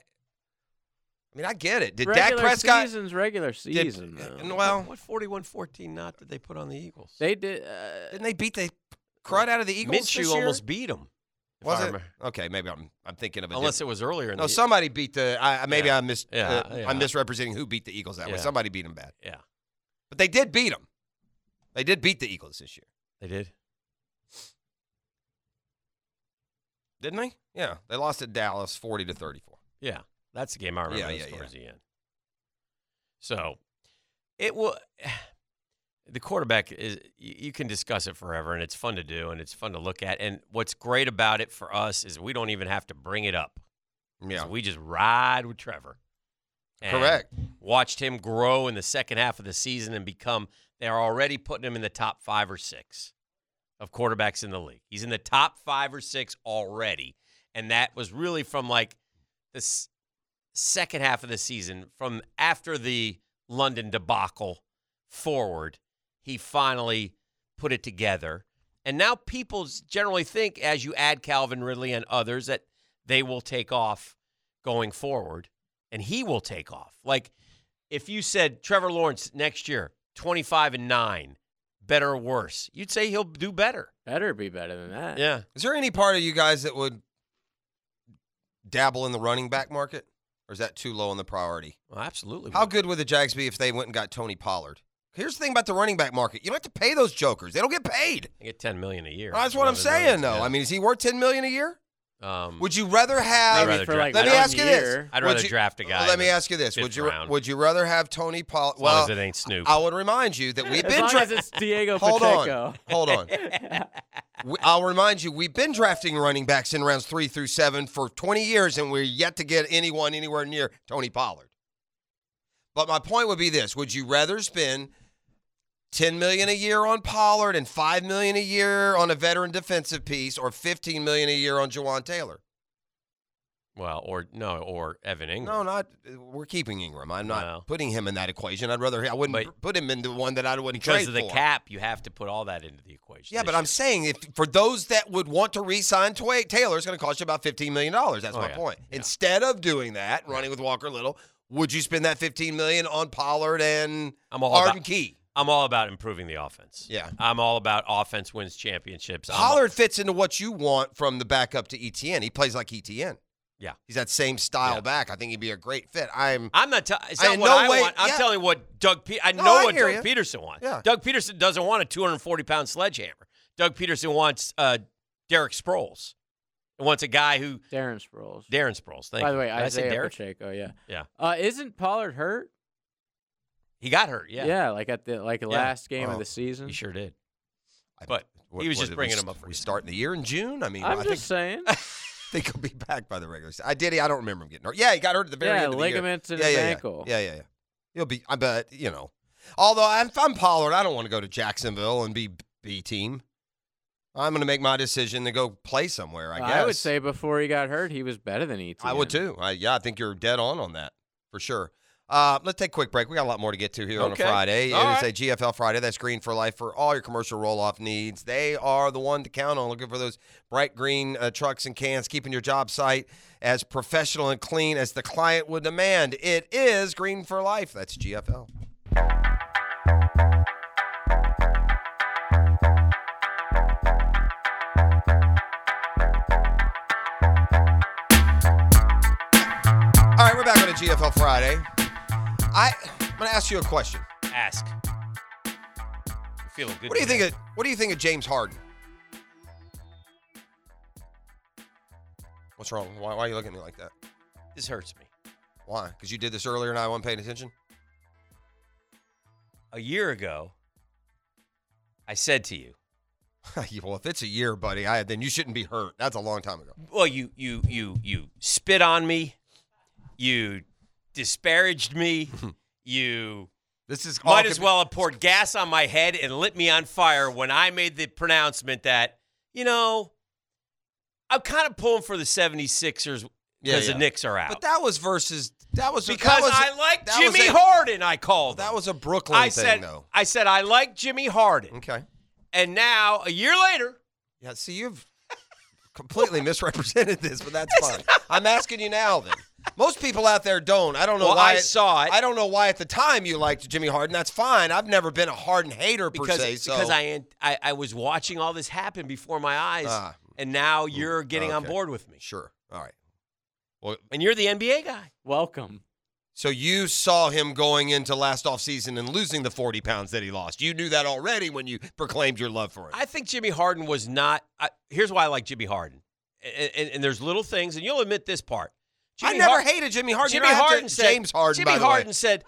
Speaker 1: I mean, I get it. Did
Speaker 2: regular
Speaker 1: Dak Prescott
Speaker 2: season's regular
Speaker 1: did- uh,
Speaker 2: season. though.
Speaker 1: and well,
Speaker 5: What 41 14 knot did they put on the Eagles?
Speaker 2: they did. Uh,
Speaker 1: didn't they beat the crud out of the Eagles
Speaker 5: Minshew
Speaker 1: this year?
Speaker 5: almost beat him. if
Speaker 1: was
Speaker 5: I
Speaker 1: it?
Speaker 5: remember.
Speaker 1: Okay, maybe I'm I'm thinking of a
Speaker 5: Unless
Speaker 1: different-
Speaker 5: it was earlier in
Speaker 1: No,
Speaker 5: the
Speaker 1: somebody beat the I I- maybe
Speaker 5: Yeah.
Speaker 1: I mis-
Speaker 5: Yeah,
Speaker 1: uh,
Speaker 5: yeah.
Speaker 1: I'm misrepresenting who beat the Eagles that way.
Speaker 5: Yeah.
Speaker 1: Somebody beat them bad.
Speaker 5: Yeah.
Speaker 1: But they did beat them. They did beat the Eagles this year.
Speaker 5: They did.
Speaker 1: Didn't they? Yeah, they lost at Dallas 40 to 34.
Speaker 5: Yeah. That's the game I remember
Speaker 1: Yeah,
Speaker 5: that's
Speaker 1: yeah, yeah.
Speaker 5: towards the end. So it will (sighs) the quarterback is you you can discuss it forever and it's fun to do and it's fun to look at. And what's great about it for us is we don't even have to bring it up.
Speaker 1: Yeah.
Speaker 5: So we just ride with Trevor. And
Speaker 1: Correct.
Speaker 5: Watched him grow in the second half of the season and become, they're already putting him in the top five or six of quarterbacks in the league. He's in the top five or six already. And that was really from like the s- second half of the season, from after the London debacle forward, he finally put it together. And now people s- generally think as you add Calvin Ridley and others that they will take off going forward and he will take off. Like if you said Trevor Lawrence next year, 25 and 9, better or worse, you'd say he'll do better.
Speaker 2: better be better than that.
Speaker 5: Yeah.
Speaker 1: Is there any part of you guys that would dabble in the running back market? Or is that too low on the priority?
Speaker 5: Well, absolutely.
Speaker 1: How good would the Jags be if they went and got Tony Pollard? Here's the thing about the running back market. You don't have to pay those jokers. They don't get paid.
Speaker 5: I get 10 million a year.
Speaker 1: That's what I'm
Speaker 5: 11
Speaker 1: saying
Speaker 5: million,
Speaker 1: though.
Speaker 5: yeah.
Speaker 1: I mean, is he worth 10 million a year?
Speaker 5: um,
Speaker 1: Would you rather
Speaker 2: Maybe
Speaker 1: have
Speaker 5: rather
Speaker 2: for like
Speaker 5: draft-
Speaker 1: Let me
Speaker 2: one
Speaker 1: ask you this.
Speaker 2: year.
Speaker 5: I'd
Speaker 1: would
Speaker 5: rather
Speaker 1: you-
Speaker 5: draft a guy.
Speaker 1: Let
Speaker 5: in
Speaker 1: me
Speaker 5: the
Speaker 1: ask you this:
Speaker 5: fifth
Speaker 1: Would you
Speaker 5: round,
Speaker 1: would you rather have Tony Pollard?
Speaker 5: as long
Speaker 1: Well,
Speaker 5: as it ain't Snoop?
Speaker 1: I would remind you
Speaker 5: Eh,
Speaker 1: that we've
Speaker 2: as
Speaker 1: been
Speaker 2: long as
Speaker 1: drafting.
Speaker 2: it's Diego
Speaker 1: (laughs) Hold
Speaker 2: Pacheco.
Speaker 1: on, hold on. (laughs) We- I'll remind you we've been drafting running backs in rounds three through seven for 20 years, and we're yet to get anyone anywhere near Tony Pollard. But my point would be this: Would you rather spend 10 million a year on Pollard and 5 million a year on a veteran defensive piece, or 15 million a year on Jawan Taylor?
Speaker 5: well, or no, or Evan Ingram.
Speaker 1: No, not we're keeping Ingram. I'm not
Speaker 5: Well.
Speaker 1: putting him in that equation. I'd rather I wouldn't
Speaker 5: But-
Speaker 1: put him in the one that I wouldn't
Speaker 5: because
Speaker 1: trade
Speaker 5: of the
Speaker 1: for.
Speaker 5: cap, you have to put all that into the equation.
Speaker 1: Yeah,
Speaker 5: this
Speaker 1: but I'm
Speaker 5: year.
Speaker 1: saying if for those that would want to re-sign Twa- Taylor, it's going to cost you about fifteen million dollars. That's
Speaker 5: Oh,
Speaker 1: my
Speaker 5: yeah.
Speaker 1: point.
Speaker 5: Yeah.
Speaker 1: Instead of doing that, running with Walker Little, would you spend that fifteen million on Pollard and
Speaker 5: I'm all
Speaker 1: Arden
Speaker 5: about-
Speaker 1: Key?
Speaker 5: I'm all about improving the offense.
Speaker 1: Yeah.
Speaker 5: I'm all about offense wins championships. I'm-
Speaker 1: Pollard fits into what you want from the backup to ETN. He plays like ETN.
Speaker 5: Yeah.
Speaker 1: he's that same style
Speaker 5: Yeah. back.
Speaker 1: back. I think he'd be a great fit. I'm.
Speaker 5: I'm not. T- it's
Speaker 1: I-
Speaker 5: not
Speaker 1: in
Speaker 5: what
Speaker 1: no
Speaker 5: I
Speaker 1: way-
Speaker 5: want. I'm
Speaker 1: yeah.
Speaker 5: telling you what Doug. Pe- I
Speaker 1: No,
Speaker 5: know
Speaker 1: I
Speaker 5: what
Speaker 1: hear
Speaker 5: Doug
Speaker 1: you.
Speaker 5: Peterson wants.
Speaker 1: Yeah.
Speaker 5: Doug Peterson doesn't want a 240 pound sledgehammer. Doug Peterson wants uh, Derek Sproles. He wants a guy who
Speaker 2: Darren Sproles.
Speaker 5: Darren Sproles. Thank
Speaker 2: By
Speaker 5: you.
Speaker 2: the way,
Speaker 5: Did I say
Speaker 2: Isaiah
Speaker 5: Derek.
Speaker 2: Pacheco. Yeah.
Speaker 5: Yeah.
Speaker 2: Uh, isn't Pollard hurt?
Speaker 5: He got hurt. Yeah.
Speaker 2: like at the like the
Speaker 5: Yeah.
Speaker 2: last game
Speaker 1: Oh.
Speaker 2: of the season.
Speaker 5: He sure did.
Speaker 1: I-
Speaker 5: But
Speaker 1: what-
Speaker 5: he was
Speaker 1: what
Speaker 5: just
Speaker 1: did we
Speaker 5: bringing
Speaker 1: st-
Speaker 5: him up for
Speaker 1: We
Speaker 5: you.
Speaker 1: starting the year in June. I mean,
Speaker 2: I'm
Speaker 1: I
Speaker 2: just
Speaker 1: think, (laughs)
Speaker 2: saying.
Speaker 1: think he'll be back by the regular season. I did. I don't remember him getting hurt. Yeah, he got hurt at the very
Speaker 2: yeah,
Speaker 1: end of the year.
Speaker 2: ligaments in
Speaker 1: yeah,
Speaker 2: his
Speaker 1: yeah,
Speaker 2: ankle.
Speaker 1: Yeah, yeah, yeah. He'll be. I bet you know. Although I'm, if I'm Pollard, I don't want to go to Jacksonville and be B team. I'm going to make my decision to go play somewhere. I
Speaker 2: Uh,
Speaker 1: guess
Speaker 2: would say before he got hurt, he was better than E ETN.
Speaker 1: I would too. I, yeah, I think you're dead on on that for sure. Uh, let's take a quick break. We got a lot more to get to here on a
Speaker 5: Okay.
Speaker 1: Friday.
Speaker 5: All
Speaker 1: it is a GFL Friday. That's green for life for all your commercial roll off needs. They are the one to count on. Looking for those bright green uh, trucks and cans, keeping your job site as professional and clean as the client would demand. It is green for life. That's GFL. All right, we're back on a GFL Friday. I, I'm gonna ask you a question.
Speaker 5: Ask. I'm feeling good.
Speaker 1: What do you
Speaker 5: today.
Speaker 1: think of What do you think of James Harden? What's wrong? Why, why are you looking at me like that?
Speaker 5: This hurts me.
Speaker 1: Why? Because you did this earlier and I wasn't paying attention. (laughs)
Speaker 5: A year ago, I said to you,
Speaker 1: well, if it's a year, buddy, I, then you shouldn't be hurt. That's a long time ago.
Speaker 5: well, you you you you spit on me, you disparaged
Speaker 1: (laughs)
Speaker 5: me, you
Speaker 1: This is all
Speaker 5: might as
Speaker 1: could be-
Speaker 5: well have poured gas on my head and lit me on fire when I made the pronouncement that, you know, I'm kind of pulling for the 76ers
Speaker 1: Yeah,
Speaker 5: because the
Speaker 1: yeah.
Speaker 5: Knicks are out.
Speaker 1: But that was versus that was
Speaker 5: because
Speaker 1: that was,
Speaker 5: I like
Speaker 1: that was
Speaker 5: Jimmy
Speaker 1: a-
Speaker 5: Harden, I called.
Speaker 1: That
Speaker 5: him.
Speaker 1: was a Brooklyn
Speaker 5: I
Speaker 1: thing,
Speaker 5: said,
Speaker 1: though.
Speaker 5: I said I like Jimmy Harden.
Speaker 1: Okay.
Speaker 5: And now, a year later,
Speaker 1: Yeah. See, you've completely misrepresented this, but that's fine. I'm asking you now. Then most people out there don't. I don't know
Speaker 5: Well,
Speaker 1: why
Speaker 5: I saw it.
Speaker 1: I don't know why at the time you liked Jimmy Harden. That's fine. I've never been a Harden hater per
Speaker 5: because,
Speaker 1: se. So
Speaker 5: because I, an- I I was watching all this happen before my eyes,
Speaker 1: Ah.
Speaker 5: and now you're getting on
Speaker 1: okay.
Speaker 5: board with me.
Speaker 1: sure. All right.
Speaker 5: And you're the NBA guy.
Speaker 2: Welcome.
Speaker 1: So you saw him going into last offseason and losing the 40 pounds that he lost. You knew that already when you proclaimed your love for him.
Speaker 5: I think Jimmy Harden was not. I, here's why I like Jimmy Harden, and, and, and there's little things, and you'll admit this part.
Speaker 1: I
Speaker 5: Jimmy
Speaker 1: never
Speaker 5: Har-
Speaker 1: hated Jimmy Harden. You
Speaker 5: Jimmy
Speaker 1: don't have to-
Speaker 5: Harden said,
Speaker 1: James Harden.
Speaker 5: Jimmy
Speaker 1: by the way.
Speaker 5: Harden said,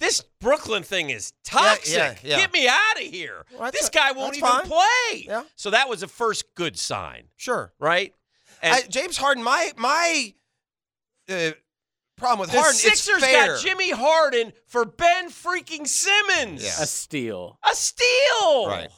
Speaker 5: "This Brooklyn thing is toxic.
Speaker 1: yeah, yeah.
Speaker 5: Get me out of here.
Speaker 1: Well, that's
Speaker 5: this
Speaker 1: a-
Speaker 5: guy won't
Speaker 1: that's
Speaker 5: even
Speaker 1: fine.
Speaker 5: play."
Speaker 1: Yeah.
Speaker 5: So that was the first good sign,
Speaker 1: Sure.
Speaker 5: right? And
Speaker 1: I, James Harden, my my uh, problem with
Speaker 5: the
Speaker 1: Harden,
Speaker 5: Sixers
Speaker 1: it's fair.
Speaker 5: got Jimmy Harden for Ben freaking Simmons.
Speaker 1: Yeah.
Speaker 2: A steal.
Speaker 5: A steal.
Speaker 1: Right.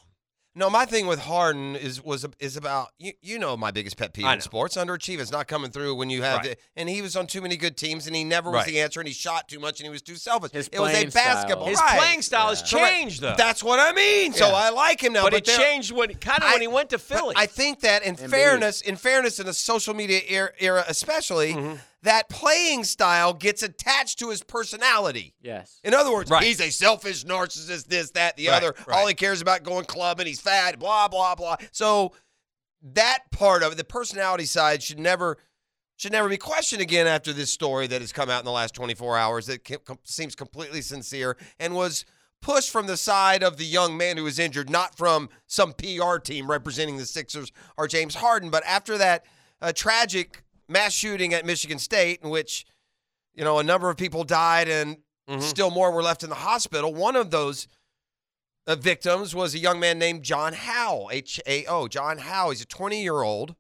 Speaker 1: No, my thing with Harden is was is about you. You know my biggest pet peeve
Speaker 5: I
Speaker 1: in
Speaker 5: know.
Speaker 1: sports: underachievers not coming through when you have.
Speaker 5: Right.
Speaker 1: The, and he was on too many good teams, and he never was
Speaker 5: Right.
Speaker 1: the answer. And he shot too much, and he was too selfish.
Speaker 2: His
Speaker 1: it was a
Speaker 2: playing style.
Speaker 1: basketball.
Speaker 5: His
Speaker 1: right.
Speaker 5: playing style has
Speaker 1: Correct.
Speaker 5: changed, though.
Speaker 1: That's what I mean. So
Speaker 2: Yeah.
Speaker 1: I like him now,
Speaker 5: but,
Speaker 1: but,
Speaker 5: it
Speaker 1: there-
Speaker 5: changed when kind of
Speaker 1: I-
Speaker 5: when he went to
Speaker 1: but
Speaker 5: Philly.
Speaker 1: I think that in
Speaker 2: Embiid.
Speaker 1: fairness, in fairness, in the social media era, era especially, that playing style gets attached to his personality.
Speaker 2: Yes.
Speaker 1: In other words,
Speaker 5: Right.
Speaker 1: he's a selfish narcissist, this, that, the
Speaker 5: Right,
Speaker 1: other.
Speaker 5: right.
Speaker 1: All he cares about going club and he's fat, blah, blah, blah. So that part of it, the personality side should never should never be questioned again after this story that has come out in the last 24 hours that com- com- seems completely sincere and was pushed from the side of the young man who was injured, not from some PR team representing the Sixers or James Harden. But after that uh, tragic mass shooting at Michigan State, in which you know a number of people died and
Speaker 5: Mm-hmm.
Speaker 1: still more were left in the hospital, one of those uh, victims was a young man named John Howe, H A O. John Howe. He's a 20 year old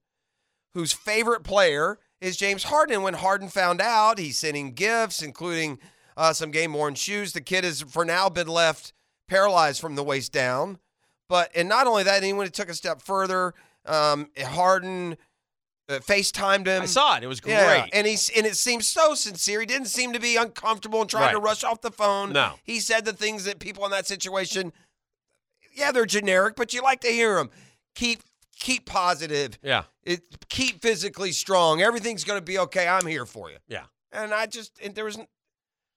Speaker 1: whose favorite player is James Harden. When Harden found out, he sent him gifts, including uh, some game worn shoes. The kid has, for now, been left paralyzed from the waist down. But, and not only that, anyone took a step further. Um, Harden uh, FaceTimed him.
Speaker 5: I saw it. It was great.
Speaker 1: Yeah, and he's and it seemed so sincere. He didn't seem to be uncomfortable and trying to
Speaker 5: Right.
Speaker 1: rush off the phone.
Speaker 5: No.
Speaker 1: he said the things that people in that situation, yeah, they're generic, but you like to hear them. Keep keep positive.
Speaker 5: yeah.
Speaker 1: It keep physically strong. Everything's going to be okay. I'm here for you.
Speaker 5: Yeah.
Speaker 1: and I just and there was n-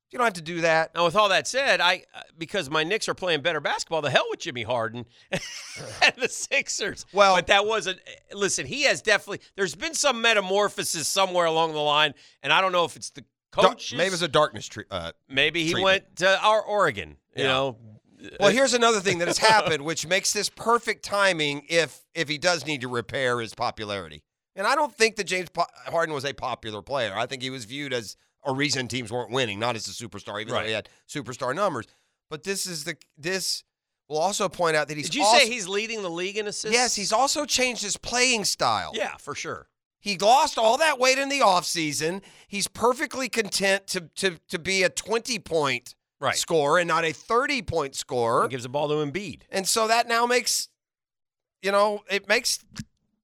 Speaker 1: you don't have to do that.
Speaker 5: Now, with all that said, I uh, because my Knicks are playing better basketball, the hell with Jimmy Harden (laughs) and the Sixers.
Speaker 1: Well-
Speaker 5: but that wasn't. eh, Listen, he has definitely. There's been some metamorphosis somewhere along the line, and I don't know if it's the
Speaker 1: Dar-
Speaker 5: coach.
Speaker 1: maybe it's a darkness tree. Uh,
Speaker 5: maybe he
Speaker 1: treatment.
Speaker 5: went to our Oregon. You
Speaker 1: Yeah.
Speaker 5: know, Uh,
Speaker 1: well, here's another thing that has happened, which makes this perfect timing if if he does need to repair his popularity. And I don't think that James po- Harden was a popular player. I think he was viewed as a reason teams weren't winning, not as a superstar, even though
Speaker 5: Right.
Speaker 1: he had superstar numbers. But this is the this will also point out that he's
Speaker 5: did you
Speaker 1: also,
Speaker 5: say he's leading the league in assists?
Speaker 1: yes he's also changed his playing style.
Speaker 5: Yeah, for sure.
Speaker 1: He lost all that weight in the offseason. He's perfectly content to to to be a twenty point
Speaker 5: Right.
Speaker 1: scorer and not a thirty point scorer.
Speaker 5: He gives the ball to Embiid.
Speaker 1: And so that now makes, you know, it makes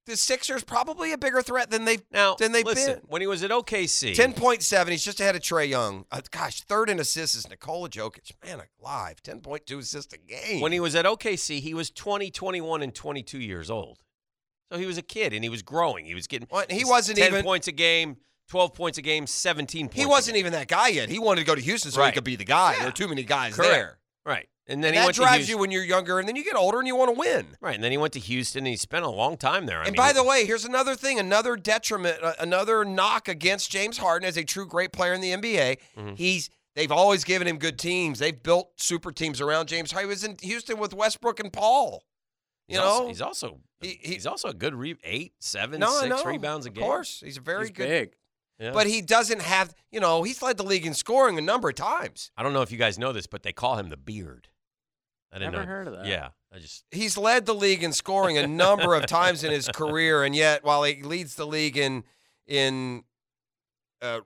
Speaker 1: the Sixers probably a bigger threat than they've
Speaker 5: Now,
Speaker 1: than they've
Speaker 5: listen,
Speaker 1: been.
Speaker 5: when he was at OKC,
Speaker 1: Ten point seven. He's just ahead of Trey Young. Uh, gosh, third in assists is Nikola Jokic. Man, alive. Ten point two assists a game.
Speaker 5: When he was at OKC, he was 20, 21, and 22 years old. So he was a kid and he was growing. He was getting
Speaker 1: Well, and he wasn't
Speaker 5: 10
Speaker 1: even-
Speaker 5: points a game, 12 points a game, 17 points.
Speaker 1: he
Speaker 5: a
Speaker 1: wasn't
Speaker 5: game.
Speaker 1: even that guy yet. He wanted to go to Houston so he
Speaker 5: Right.
Speaker 1: could be the guy.
Speaker 5: Yeah.
Speaker 1: There are too many guys
Speaker 5: Correct.
Speaker 1: there.
Speaker 5: Right. And then
Speaker 1: that
Speaker 5: he went
Speaker 1: drives
Speaker 5: to
Speaker 1: you
Speaker 5: Houston.
Speaker 1: when you're younger, and then you get older and you want to win.
Speaker 5: Right. And then he went to Houston and he spent a long time there. I
Speaker 1: and
Speaker 5: mean,
Speaker 1: by the way, here's another thing, another
Speaker 5: Mm-hmm.
Speaker 1: detriment, uh, another knock against James Harden as a true great player in the NBA. He's They've always given him good teams. They've built super teams around James. Harden. He was in Houston with Westbrook and Paul. You
Speaker 5: He's
Speaker 1: know,
Speaker 5: also, he's also
Speaker 1: He- he-
Speaker 5: he's also a good re- eight, seven,
Speaker 1: No,
Speaker 5: six
Speaker 1: no,
Speaker 5: rebounds a game.
Speaker 1: Of course, he's a very
Speaker 2: He's
Speaker 1: good.
Speaker 2: big.
Speaker 5: Yeah.
Speaker 1: But he doesn't have. You know, he's led the league in scoring a number of times.
Speaker 5: I don't know if you guys know this, but they call him the Beard. I didn't
Speaker 2: Never
Speaker 5: know.
Speaker 2: heard of that.
Speaker 5: Yeah, I just
Speaker 1: He's led the league in scoring a number (laughs) of times in his career, and yet while he leads the league in in uh,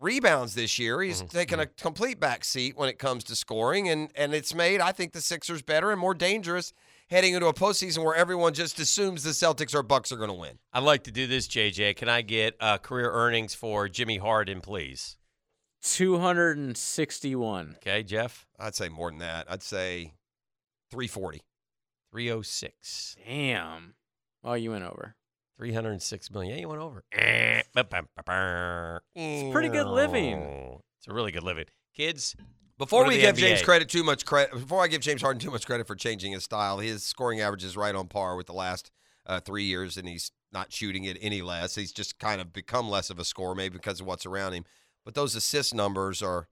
Speaker 1: rebounds this year, he's
Speaker 5: Mhm,
Speaker 1: taken a complete back seat when it comes to scoring, and and it's made I think the Sixers better and more dangerous heading into a postseason where everyone just assumes the Celtics or Bucks are going to win.
Speaker 5: I'd like to do this, JJ. Can I get uh, career earnings for Jimmy Harden, please?
Speaker 2: 261.
Speaker 5: Okay, Jeff,
Speaker 1: I'd say more than that. I'd say three forty.
Speaker 5: three oh six,
Speaker 2: Damn. Oh, you went over.
Speaker 5: three hundred six million. Yeah, you went over. Eh, ba-bum-ba-bum.
Speaker 1: It's
Speaker 2: pretty good living.
Speaker 5: Oh, It's a really good living, kids.
Speaker 1: Before
Speaker 5: What
Speaker 1: we
Speaker 5: do the
Speaker 1: give James
Speaker 5: NBA?
Speaker 1: credit too much credit, before I give James Harden too much credit for changing his style, his scoring average is right on par with the last uh, three years, and he's not shooting it any less. He's just kind of become less of a scorer, maybe because of what's around him. But those assist numbers are,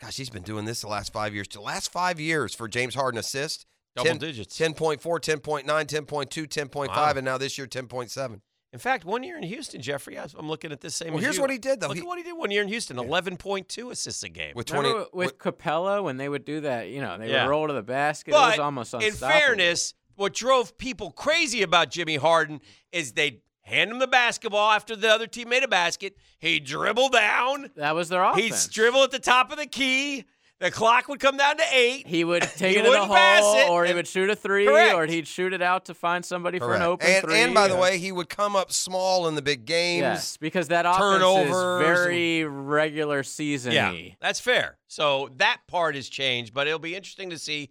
Speaker 1: gosh, he's been doing this the last five years. The last five years for James Harden assist,
Speaker 5: Double
Speaker 1: 10
Speaker 5: digits.
Speaker 1: 10.4, 10.9, 10.2, 10.5,
Speaker 5: Wow.
Speaker 1: and now this year 10.7.
Speaker 5: In fact, one year in Houston, Jeffrey, I was- I'm looking at this same.
Speaker 1: Well,
Speaker 5: as
Speaker 1: here's
Speaker 5: you.
Speaker 1: what he did, though.
Speaker 5: Look
Speaker 1: He-
Speaker 5: at what he did one year in Houston: eleven point two assists a game.
Speaker 1: With 20,
Speaker 2: Remember with,
Speaker 1: with-
Speaker 2: Capella when they would do that, you know, they
Speaker 5: Yeah.
Speaker 2: would roll to the basket. it was almost
Speaker 5: in
Speaker 2: unstoppable.
Speaker 5: fairness, what drove people crazy about Jimmy Harden is they hand him the basketball after the other team made a basket. He dribbled down.
Speaker 2: that was their offense.
Speaker 5: He'd dribble at the top of the key. The clock would come down to eight.
Speaker 2: He
Speaker 1: (laughs)
Speaker 2: would take
Speaker 5: He
Speaker 2: it in the
Speaker 5: wouldn't pass
Speaker 2: hole,
Speaker 5: it,
Speaker 2: or he
Speaker 5: and-
Speaker 2: would shoot a three, or
Speaker 5: Correct.
Speaker 2: he'd shoot it out to find somebody for an
Speaker 1: Correct.
Speaker 2: open
Speaker 1: and,
Speaker 2: three.
Speaker 1: and by the way, he would come up small in the big games.
Speaker 2: yes, because that offense is
Speaker 1: turnovers and-
Speaker 2: very regular season.
Speaker 5: yeah, that's fair. So that part has changed, but it'll be interesting to see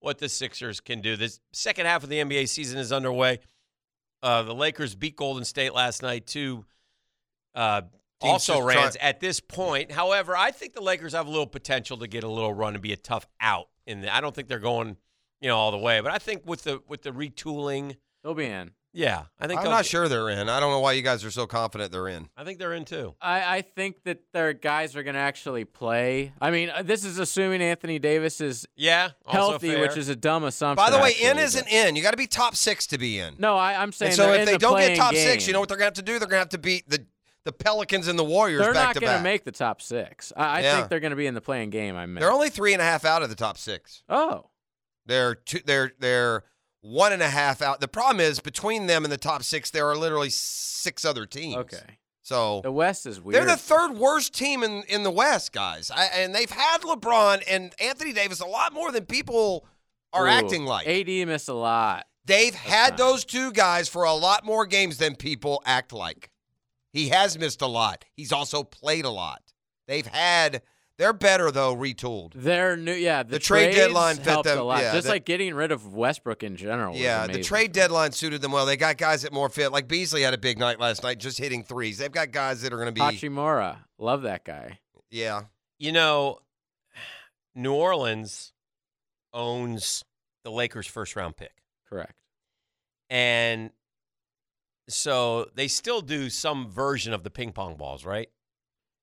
Speaker 5: what the Sixers can do. This second half of the NBA season is underway. Uh, the Lakers beat Golden State last night too. Uh,
Speaker 1: Teams
Speaker 5: also
Speaker 1: just try-
Speaker 5: rans at this point. However, I think the Lakers have a little potential to get a little run and be a tough out. In the, I don't think they're going, you know, all the way. But I think with the with the retooling,
Speaker 2: He'll be in.
Speaker 5: yeah, I think
Speaker 1: I'm
Speaker 5: they'll
Speaker 1: not
Speaker 5: get-
Speaker 1: sure they're in. I don't know why you guys are so confident they're in.
Speaker 5: I think they're in too.
Speaker 2: I, I think that their guys are going to actually play. I mean, uh, this is assuming Anthony Davis is
Speaker 5: Yeah, also
Speaker 2: healthy,
Speaker 5: fair.
Speaker 2: which is a dumb assumption.
Speaker 1: By the way,
Speaker 2: actually,
Speaker 1: in
Speaker 2: but-
Speaker 1: isn't in. You got to be top six to be in.
Speaker 2: No, I, I'm saying.
Speaker 1: and so
Speaker 2: they're
Speaker 1: if
Speaker 2: in
Speaker 1: they
Speaker 2: the
Speaker 1: don't get
Speaker 2: playing
Speaker 1: top six, you
Speaker 2: game.
Speaker 1: know what they're going to have to do? They're going to have to beat the the Pelicans and the Warriors
Speaker 2: they're
Speaker 1: back
Speaker 2: not
Speaker 1: to
Speaker 2: going
Speaker 1: back.
Speaker 2: to make the top six. I, I
Speaker 1: Yeah.
Speaker 2: think they're going to be in the playing game. I meant.
Speaker 1: they're only three and a half out of the top six.
Speaker 2: oh,
Speaker 1: They're two. They're they're one and a half out. The problem is between them and the top six, there are literally six other teams.
Speaker 2: okay.
Speaker 1: So
Speaker 2: The West is weird.
Speaker 1: They're the third worst team in, in the West, guys. I, and they've had LeBron and Anthony Davis a lot more than people are
Speaker 2: Ooh,
Speaker 1: acting like.
Speaker 2: AD missed a lot.
Speaker 1: They've had
Speaker 2: fine.
Speaker 1: those two guys for a lot more games than people act like. He has missed a lot. He's also played a lot. They've had, they're better though, retooled.
Speaker 2: Their new, yeah, the,
Speaker 1: The trade
Speaker 2: trades
Speaker 1: deadline fit
Speaker 2: helped
Speaker 1: them-
Speaker 2: a lot.
Speaker 1: yeah,
Speaker 2: Just
Speaker 1: the-
Speaker 2: like getting rid of Westbrook in general. was
Speaker 1: Yeah, the
Speaker 2: amazing.
Speaker 1: trade deadline suited them well. They got guys that more fit. Like Beasley had a big night last night, just hitting threes. They've got guys that are going to be,
Speaker 2: Hachimura, love that guy.
Speaker 1: yeah,
Speaker 5: you know, (sighs) New Orleans owns the Lakers' first round pick.
Speaker 2: Correct.
Speaker 5: And so they still do some version of the ping pong balls, right?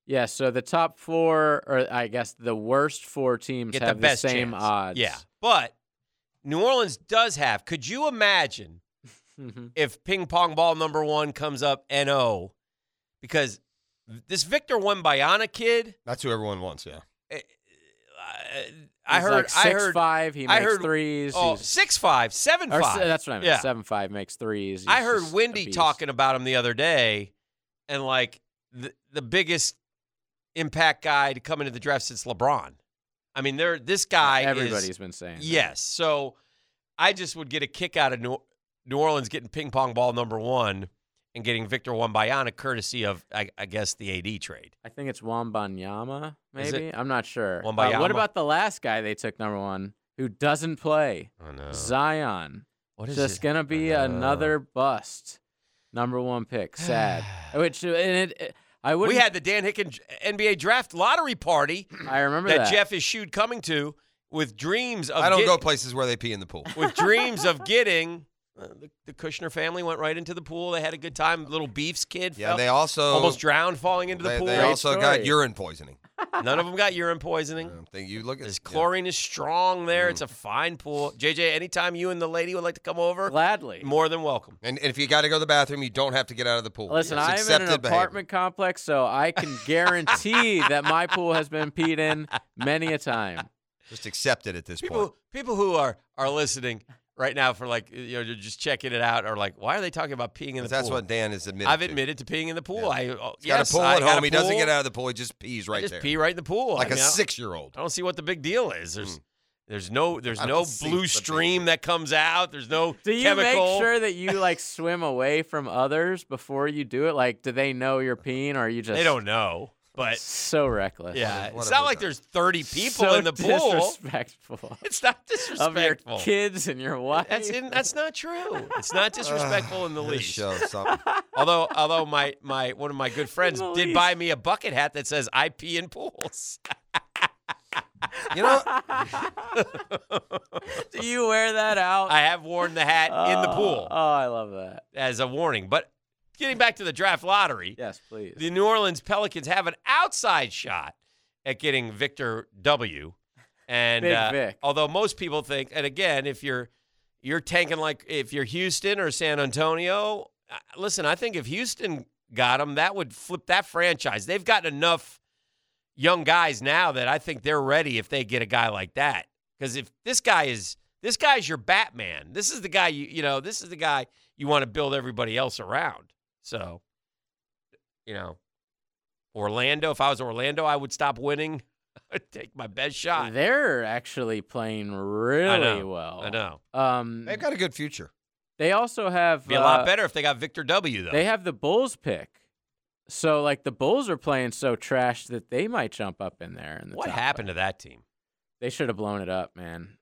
Speaker 2: Yeah, so the top four, or I guess the worst four teams,
Speaker 5: Get
Speaker 2: have
Speaker 5: the best
Speaker 2: same
Speaker 5: chance.
Speaker 2: odds.
Speaker 5: Yeah. But New Orleans does have. Could you imagine
Speaker 2: Mhm.
Speaker 5: if ping pong ball number one comes up NO? Because this Victor Wembayana kid,
Speaker 1: that's who everyone wants. Yeah.
Speaker 5: eh, eh, I
Speaker 2: He's
Speaker 5: heard,
Speaker 2: like six
Speaker 5: I heard,
Speaker 2: five. He
Speaker 5: I
Speaker 2: makes
Speaker 5: heard-
Speaker 2: threes.
Speaker 5: oh,
Speaker 2: he's-
Speaker 5: six five, seven
Speaker 2: or
Speaker 5: five.
Speaker 2: se- that's what I meant.
Speaker 5: Yeah.
Speaker 2: Seven five makes threes.
Speaker 5: I
Speaker 2: He's
Speaker 5: heard
Speaker 2: just a
Speaker 5: Wendy
Speaker 2: beast.
Speaker 5: talking about him the other day, and like the the biggest impact guy to come into the draft since LeBron. I mean, there this guy
Speaker 2: Everybody's
Speaker 5: is
Speaker 2: been saying. that.
Speaker 5: yes. So I just would get a kick out of New, New Orleans getting ping pong ball number one and getting Victor Wembanyama courtesy of I, I guess the AD trade.
Speaker 2: I think it's Wambanyama,
Speaker 5: Is
Speaker 2: maybe. I'm not sure. Uh,
Speaker 5: Wembanyama?
Speaker 2: what about the last guy they took number one who doesn't play?
Speaker 5: Oh no!
Speaker 2: Zion.
Speaker 5: What is
Speaker 2: Just
Speaker 5: it?
Speaker 2: gonna be
Speaker 5: I know.
Speaker 2: another bust. Number one pick.
Speaker 5: (sighs)
Speaker 2: Sad. Which uh, and it, it- I would
Speaker 5: We had the Dan Hicken NBA draft lottery party
Speaker 2: I remember
Speaker 5: that,
Speaker 2: that,
Speaker 5: Jeff is shooed coming to with dreams of
Speaker 1: I don't
Speaker 5: get-
Speaker 1: go places where they pee in the pool.
Speaker 5: with dreams of getting. uh, the, the Kushner family went right into the pool. They had a good time. Little Beef's kid
Speaker 1: Yeah,
Speaker 5: fell-
Speaker 1: they also
Speaker 5: almost drowned falling into the
Speaker 1: they,
Speaker 5: pool.
Speaker 1: they
Speaker 2: Great
Speaker 1: also got
Speaker 2: story.
Speaker 1: urine poisoning.
Speaker 5: None of them got urine poisoning.
Speaker 1: I think you look at
Speaker 5: This
Speaker 1: yeah. Mm.
Speaker 5: chlorine is strong there. It's a fine pool. JJ, anytime you and the lady would like to come over,
Speaker 2: Gladly.
Speaker 5: more than welcome.
Speaker 1: And, and if you got to go to the bathroom, you don't have to get out of the pool.
Speaker 2: Listen,
Speaker 1: It's
Speaker 2: I'm in an
Speaker 1: accepted behavior.
Speaker 2: apartment complex, so I can guarantee that my pool has been peed in many a time.
Speaker 1: Just accepted at this point.
Speaker 5: People, people who are are listening right now for like you know just checking it out are like, why are they talking about peeing in the
Speaker 1: But that's
Speaker 5: pool?
Speaker 1: what Dan has admitted.
Speaker 5: I've
Speaker 1: to.
Speaker 5: admitted to peeing in the pool.
Speaker 1: Yeah.
Speaker 5: I oh,
Speaker 1: He's got
Speaker 5: yes,
Speaker 1: a pool
Speaker 5: I
Speaker 1: at
Speaker 5: got
Speaker 1: home. He doesn't
Speaker 5: pool.
Speaker 1: get out of the pool. He just pees
Speaker 5: I
Speaker 1: right
Speaker 5: just
Speaker 1: there,
Speaker 5: pee right in the pool.
Speaker 1: like
Speaker 5: a
Speaker 1: a six-year-old.
Speaker 5: I don't see what the big deal is. There's there's no there's
Speaker 1: Hmm. I
Speaker 5: no
Speaker 1: don't see
Speaker 5: blue
Speaker 1: the big
Speaker 5: stream that comes out. There's no
Speaker 2: (laughs) Do you
Speaker 5: chemical.
Speaker 2: make sure that you like swim away from others before you do it? Like, do they know you're peeing, or are you just
Speaker 5: Uh-huh. they don't know. But
Speaker 2: so reckless?
Speaker 5: yeah,
Speaker 1: What
Speaker 5: it's
Speaker 1: have
Speaker 5: not
Speaker 1: we
Speaker 5: like
Speaker 1: done?
Speaker 5: there's 30 people
Speaker 2: so (laughs)
Speaker 5: in the pool.
Speaker 2: disrespectful
Speaker 5: (laughs) It's not
Speaker 2: of your
Speaker 5: disrespectful.
Speaker 2: kids and your wife.
Speaker 5: That's
Speaker 2: (laughs)
Speaker 5: in, that's not true. It's not
Speaker 1: (sighs)
Speaker 5: disrespectful in the
Speaker 1: This
Speaker 5: least. (laughs)
Speaker 1: Show something.
Speaker 5: Although although my my one of my
Speaker 2: (laughs)
Speaker 5: good friends
Speaker 2: the
Speaker 5: did
Speaker 2: least.
Speaker 5: buy me a bucket hat that says I pee in
Speaker 2: (laughs)
Speaker 5: pools.
Speaker 1: You know,
Speaker 5: (laughs)
Speaker 2: do you wear that out
Speaker 5: I have worn the hat in the
Speaker 2: Oh,
Speaker 5: pool
Speaker 2: Oh, I love that.
Speaker 5: as a warning. But getting back to the draft lottery,
Speaker 2: Yes, please.
Speaker 5: the New Orleans Pelicans have an outside shot at getting Victor W. And
Speaker 2: Big
Speaker 5: uh,
Speaker 2: Vic.
Speaker 5: although most people think, and again, if you're you're tanking like if you're Houston or San Antonio, uh, listen, I think if Houston got him, that would flip that franchise. They've got enough young guys now that I think they're ready if they get a guy like that. Because if this guy is this guy's your Batman, this is the guy you you know this is the guy you want to build everybody else around. So, you know, Orlando. If I was Orlando, I would stop winning. (laughs) I'd take my best shot.
Speaker 2: They're actually playing really
Speaker 5: I know,
Speaker 2: well.
Speaker 5: I know.
Speaker 2: Um,
Speaker 1: they've got a good future.
Speaker 2: they also have
Speaker 5: It'd be a lot
Speaker 2: uh,
Speaker 5: better if they got Victor W. Though.
Speaker 2: They have the Bulls pick. So like the Bulls are playing so trash that they might jump up in there. In the
Speaker 5: what
Speaker 2: top
Speaker 5: happened
Speaker 2: five.
Speaker 5: to that team?
Speaker 2: They should have blown it up, man.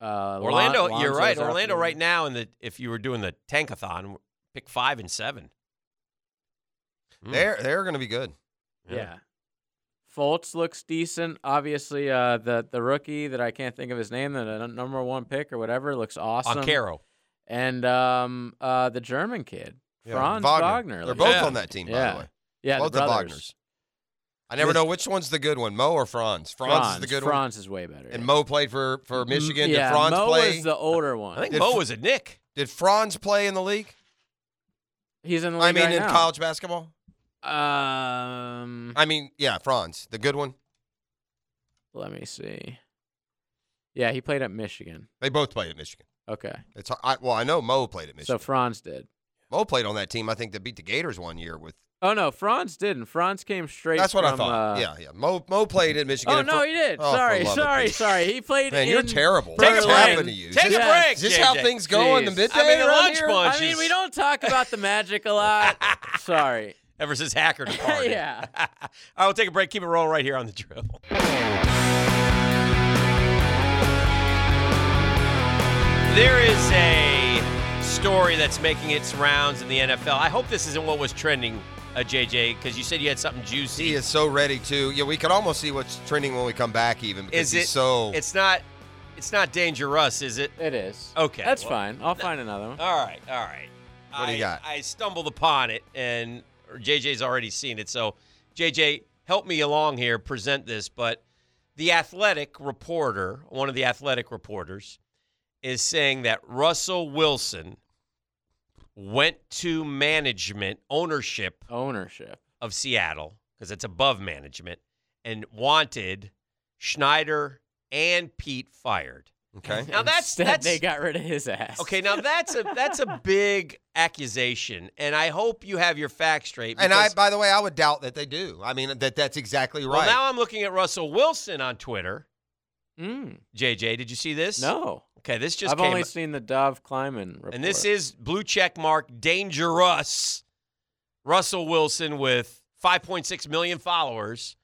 Speaker 2: Uh, Lon-
Speaker 5: Orlando. you're
Speaker 2: Lonzo's
Speaker 5: right.
Speaker 2: out
Speaker 5: Orlando
Speaker 2: there.
Speaker 5: right now in the if you were doing the tankathon, pick five and seven. Mm.
Speaker 1: They're they're going to be good.
Speaker 2: Yeah. Fultz looks decent. Obviously, uh, the the rookie that I can't think of his name, the n- number one pick or whatever, looks awesome.
Speaker 5: on Caro.
Speaker 2: and um, uh, the German kid,
Speaker 1: Yeah.
Speaker 2: Franz Wagner.
Speaker 1: They're
Speaker 2: looks-
Speaker 1: both
Speaker 5: Yeah.
Speaker 1: on that team, by
Speaker 2: Yeah.
Speaker 1: the way.
Speaker 2: yeah,
Speaker 1: both
Speaker 2: the
Speaker 1: the
Speaker 2: brothers.
Speaker 1: Wagners. I never
Speaker 2: Mis-
Speaker 1: know which one's the good one, Mo Oh, or Franz. Franz,
Speaker 2: Franz
Speaker 1: is the good
Speaker 2: Franz is way better.
Speaker 1: one. And
Speaker 2: yeah.
Speaker 1: Mo played for for
Speaker 2: M-
Speaker 1: Michigan.
Speaker 2: Yeah,
Speaker 1: Did Franz
Speaker 2: Mo
Speaker 1: play?
Speaker 2: is the older one.
Speaker 5: I think
Speaker 1: Did
Speaker 5: Mo
Speaker 1: Fr-
Speaker 5: was a Nick.
Speaker 1: Did Franz play in the league?
Speaker 2: He's in the league
Speaker 1: I mean,
Speaker 2: right
Speaker 1: in
Speaker 2: now.
Speaker 1: college basketball.
Speaker 2: Um,
Speaker 1: I mean, yeah, Franz, the good one. Uh,
Speaker 2: let me see. Yeah, he played at Michigan.
Speaker 1: They both played at Michigan.
Speaker 2: Okay,
Speaker 1: It's hard- I, well, I know Mo played at Michigan.
Speaker 2: so Franz did.
Speaker 1: Mo played on that team. I think that beat the Gators one year with.
Speaker 2: Oh no, Franz didn't. Franz came straight.
Speaker 1: That's what I
Speaker 2: from,
Speaker 1: thought.
Speaker 2: uh,
Speaker 1: yeah, yeah. Mo Mo played at Michigan.
Speaker 2: Oh
Speaker 1: and
Speaker 2: no,
Speaker 1: for-
Speaker 2: he did.
Speaker 1: Oh, for
Speaker 2: sorry,
Speaker 1: love of
Speaker 2: sorry,
Speaker 1: Pete.
Speaker 2: sorry. He played.
Speaker 1: Man, you're
Speaker 2: in
Speaker 1: terrible.
Speaker 2: Take a
Speaker 1: What's
Speaker 2: break.
Speaker 1: happened to you?
Speaker 5: Take
Speaker 1: Just-
Speaker 5: a
Speaker 2: Yeah.
Speaker 5: break.
Speaker 1: Is this how
Speaker 5: JJ.
Speaker 1: things go in the
Speaker 2: Jeez.
Speaker 1: midday?
Speaker 5: I mean, the
Speaker 1: around
Speaker 5: lunch
Speaker 1: here?
Speaker 5: bunch-
Speaker 2: I mean, we
Speaker 5: Bunches.
Speaker 2: don't talk about the magic
Speaker 1: (laughs)
Speaker 2: a lot. sorry.
Speaker 5: Ever since
Speaker 2: (laughs)
Speaker 5: Hacker departed.
Speaker 2: Yeah.
Speaker 5: (laughs) All right, we'll take a break. Keep it rolling right here on the drill. There is a story that's making its rounds in the NFL. I hope this isn't what was trending, uh, JJ, because you said you had something juicy.
Speaker 1: He is so ready to. Yeah, we can almost see what's trending when we come back, even because
Speaker 5: Is
Speaker 1: he's
Speaker 5: it-
Speaker 1: so.
Speaker 5: It's not. It's not dangerous, is it?
Speaker 2: It is.
Speaker 5: Okay,
Speaker 2: That's
Speaker 5: well,
Speaker 2: fine. I'll find another one.
Speaker 5: All right, all right.
Speaker 1: What do you
Speaker 5: I-
Speaker 1: got?
Speaker 5: I stumbled upon it, and JJ's already seen it. So, JJ, help me along here, present this. But the athletic reporter, one of the athletic reporters, is saying that Russell Wilson went to management ownership
Speaker 2: Ownership.
Speaker 1: (laughs)
Speaker 5: of Seattle because it's above management and wanted Schneider and Pete fired.
Speaker 1: okay.
Speaker 5: Now that's
Speaker 2: Instead,
Speaker 5: that's
Speaker 2: they got rid of his ass.
Speaker 5: Okay, now that's a that's a big accusation, and I hope you have your facts straight.
Speaker 1: And I,
Speaker 5: because-
Speaker 1: by the way, I would doubt that they do. I mean, that that's exactly
Speaker 5: well,
Speaker 1: right.
Speaker 5: now I'm looking at Russell Wilson on Twitter.
Speaker 2: Mm,
Speaker 5: JJ, did you see this?
Speaker 2: no,
Speaker 5: Okay, this just
Speaker 2: I've
Speaker 5: came,
Speaker 2: only seen the Dove Kleiman report.
Speaker 5: and this is blue check mark dangerous. Russell Wilson with 5.6 million followers.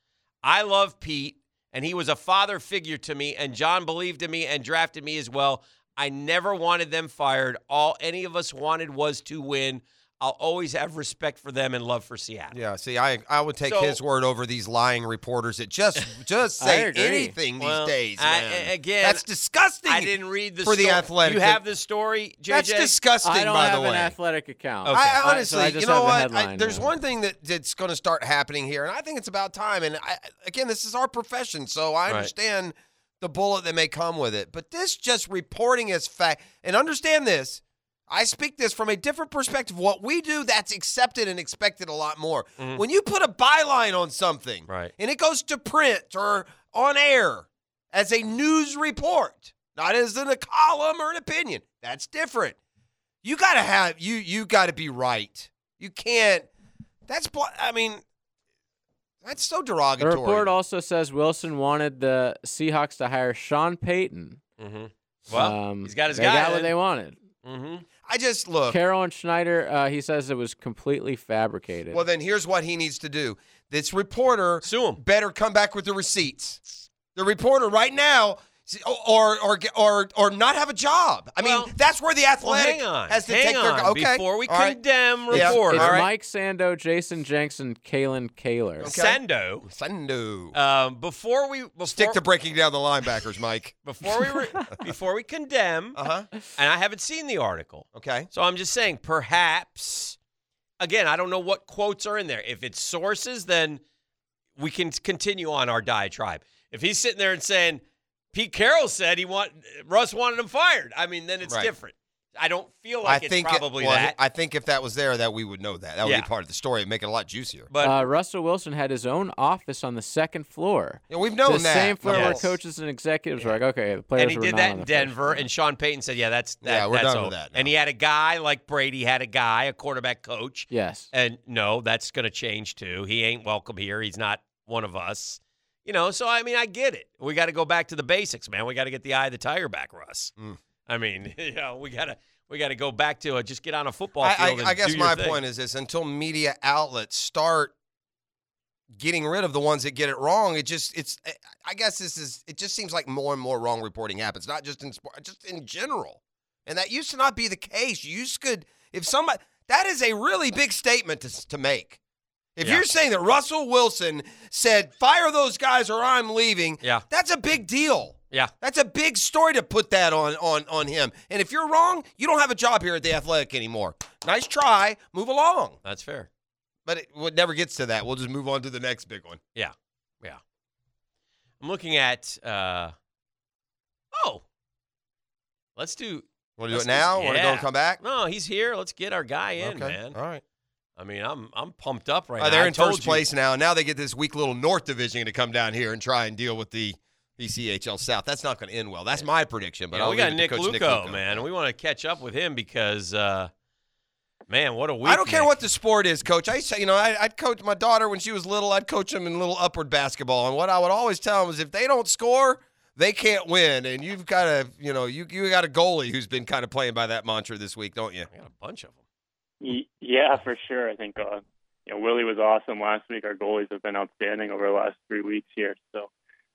Speaker 5: I love Pete, and he was a father figure to me, and John believed in me and drafted me as well. I never wanted them fired. All any of us wanted was to win. I'll always have respect for them and love for Seattle.
Speaker 1: Yeah, see, I I would take
Speaker 5: So-
Speaker 1: his word over these lying reporters that just just
Speaker 2: I
Speaker 1: say
Speaker 2: agree.
Speaker 1: anything
Speaker 5: Well,
Speaker 1: these days.
Speaker 5: I-
Speaker 1: man.
Speaker 5: a- again,
Speaker 1: that's disgusting.
Speaker 5: I didn't read the
Speaker 1: for
Speaker 5: story.
Speaker 1: the athletic.
Speaker 5: You have the story, JJ.
Speaker 1: that's disgusting.
Speaker 2: I don't
Speaker 1: by
Speaker 2: have
Speaker 1: the way,
Speaker 2: an athletic account.
Speaker 5: Okay.
Speaker 2: I- so
Speaker 1: I honestly,
Speaker 2: I just
Speaker 1: you know
Speaker 2: have
Speaker 1: what?
Speaker 2: the
Speaker 1: I-
Speaker 2: headline
Speaker 1: there's
Speaker 2: now.
Speaker 1: one thing that, that's going to start happening here, and I think it's about time. And I, again, this is our profession, so I
Speaker 5: Right.
Speaker 1: understand the bullet that may come with it. But this just reporting as fact, and understand this. I speak this from a different perspective. What we do, that's accepted and expected a lot more.
Speaker 2: Mm-hmm.
Speaker 1: When you put a byline on something,
Speaker 5: Right.
Speaker 1: and it goes to print or on air as a news report, not as in a column or an opinion, that's different you gotta have you you gotta be right you can't that's bl- i mean that's so
Speaker 2: The
Speaker 1: derogatory
Speaker 2: report also says Wilson wanted the Seahawks to hire Sean Payton.
Speaker 5: hmm Well,
Speaker 2: Um,
Speaker 5: he's got his
Speaker 2: they
Speaker 5: guy.
Speaker 2: got what they wanted.
Speaker 5: hmm
Speaker 1: i just look
Speaker 2: Carroll and Schneider, uh, he says it was completely fabricated.
Speaker 1: well then here's what he needs to do this reporter
Speaker 5: Sue him.
Speaker 1: better come back with the receipts the reporter right now or or or or not have a job i mean
Speaker 5: Well-
Speaker 1: that's where the
Speaker 5: Well,
Speaker 1: athletic
Speaker 5: hang on.
Speaker 1: has to
Speaker 5: hang
Speaker 1: take
Speaker 5: on.
Speaker 1: their okay
Speaker 5: Before we
Speaker 1: all right.
Speaker 5: condemn
Speaker 1: Yeah.
Speaker 5: report,
Speaker 2: it's
Speaker 1: all right.
Speaker 2: Mike Sando, Jason Jenks, and Kalen Kaler.
Speaker 1: Okay.
Speaker 5: Sando.
Speaker 1: Sando.
Speaker 5: Um, before we before,
Speaker 1: stick to breaking down the linebackers (laughs) mike
Speaker 5: before we re- before we condemn,
Speaker 1: uh-huh
Speaker 5: and I haven't seen the article,
Speaker 1: okay
Speaker 5: so I'm just saying perhaps. Again, I don't know what quotes are in there. If it's sources, then we can continue on our diatribe. If he's sitting there and saying Pete Carroll said he want Russ wanted him fired, I mean, then it's
Speaker 1: Right.
Speaker 5: different. I don't feel like
Speaker 1: I
Speaker 5: it's
Speaker 1: think
Speaker 5: probably
Speaker 1: well,
Speaker 5: that.
Speaker 1: I think if that was there, that we would know that. That would
Speaker 5: Yeah.
Speaker 1: be part of the story and make it a lot juicier.
Speaker 5: but
Speaker 2: uh, Russell Wilson had his own office on the second floor.
Speaker 1: Yeah, we've known
Speaker 2: the
Speaker 1: that.
Speaker 2: same floor
Speaker 1: Yeah.
Speaker 2: where coaches and executives were like, okay, the players
Speaker 5: and he
Speaker 2: were
Speaker 5: did
Speaker 2: not
Speaker 5: that
Speaker 2: on
Speaker 5: in
Speaker 2: the first
Speaker 5: Denver, and Sean Payton said, "Yeah, that's that,
Speaker 1: Yeah, we're
Speaker 5: that's
Speaker 1: done with
Speaker 5: over."
Speaker 1: that now.
Speaker 5: And he had a guy like Brady had a guy, a quarterback coach,
Speaker 2: Yes.
Speaker 5: and no, that's going to change too. He ain't welcome here. He's not one of us, you know. So I mean, I get it. We got to go back to the basics, man. We got to get the eye of the tiger back, Russ.
Speaker 1: Mm.
Speaker 5: I mean, (laughs) you know, we gotta we gotta go back to uh, just get on a football field.
Speaker 1: I,
Speaker 5: and
Speaker 1: I, I guess
Speaker 5: do your
Speaker 1: my
Speaker 5: thing.
Speaker 1: point is this: until media outlets start getting rid of the ones that get it wrong, it just it's. I- I guess this is. It just seems like more and more wrong reporting happens, not just in sport, just in general. And that used to not be the case. You used could if somebody that is a really big statement to s- to make. If
Speaker 5: Yeah.
Speaker 1: you're saying that Russell Wilson said fire those guys or I'm leaving,
Speaker 5: Yeah.
Speaker 1: that's a big deal.
Speaker 5: yeah,
Speaker 1: That's a big story to put that on on on him. And if you're wrong, you don't have a job here at the Athletic anymore. Nice try, move along.
Speaker 5: that's fair.
Speaker 1: But it, it never gets to that. We'll just move on to the next big one.
Speaker 5: Yeah. Yeah. I'm looking at uh oh. Let's do
Speaker 1: Want to do
Speaker 5: Let's
Speaker 1: it now?
Speaker 5: just-
Speaker 1: Want to go
Speaker 5: yeah.
Speaker 1: and come back?
Speaker 5: No, he's here. Let's get our guy in,
Speaker 1: okay.
Speaker 5: man.
Speaker 1: All right.
Speaker 5: I mean, I'm I'm pumped up right
Speaker 1: Uh,
Speaker 5: now.
Speaker 1: they're
Speaker 5: I
Speaker 1: in
Speaker 5: told
Speaker 1: first
Speaker 5: you-
Speaker 1: place now. Now they get this weak little North Division to come down here and try and deal with the ECHL South. That's not going to end well. That's my prediction. But
Speaker 5: Yeah,
Speaker 1: I'll
Speaker 5: we
Speaker 1: leave
Speaker 5: got
Speaker 1: it
Speaker 5: Nick
Speaker 1: to Coach
Speaker 5: Luco,
Speaker 1: Nick Luco.
Speaker 5: man. and We want to catch up with him because uh man, what a week.
Speaker 1: I don't care
Speaker 5: Nick.
Speaker 1: what the sport is, coach. I used to, you know, I, I'd coach my daughter when she was little. I'd coach them in little upward basketball, and what I would always tell them is, if they don't score, they can't win. And you've got a, you know, you you got a goalie who's been kind of playing by that mantra this week, don't you?
Speaker 5: I got a bunch of them.
Speaker 8: Y- Yeah, for sure. I think uh, you know Willie was awesome last week. Our goalies have been outstanding over the last three weeks here. So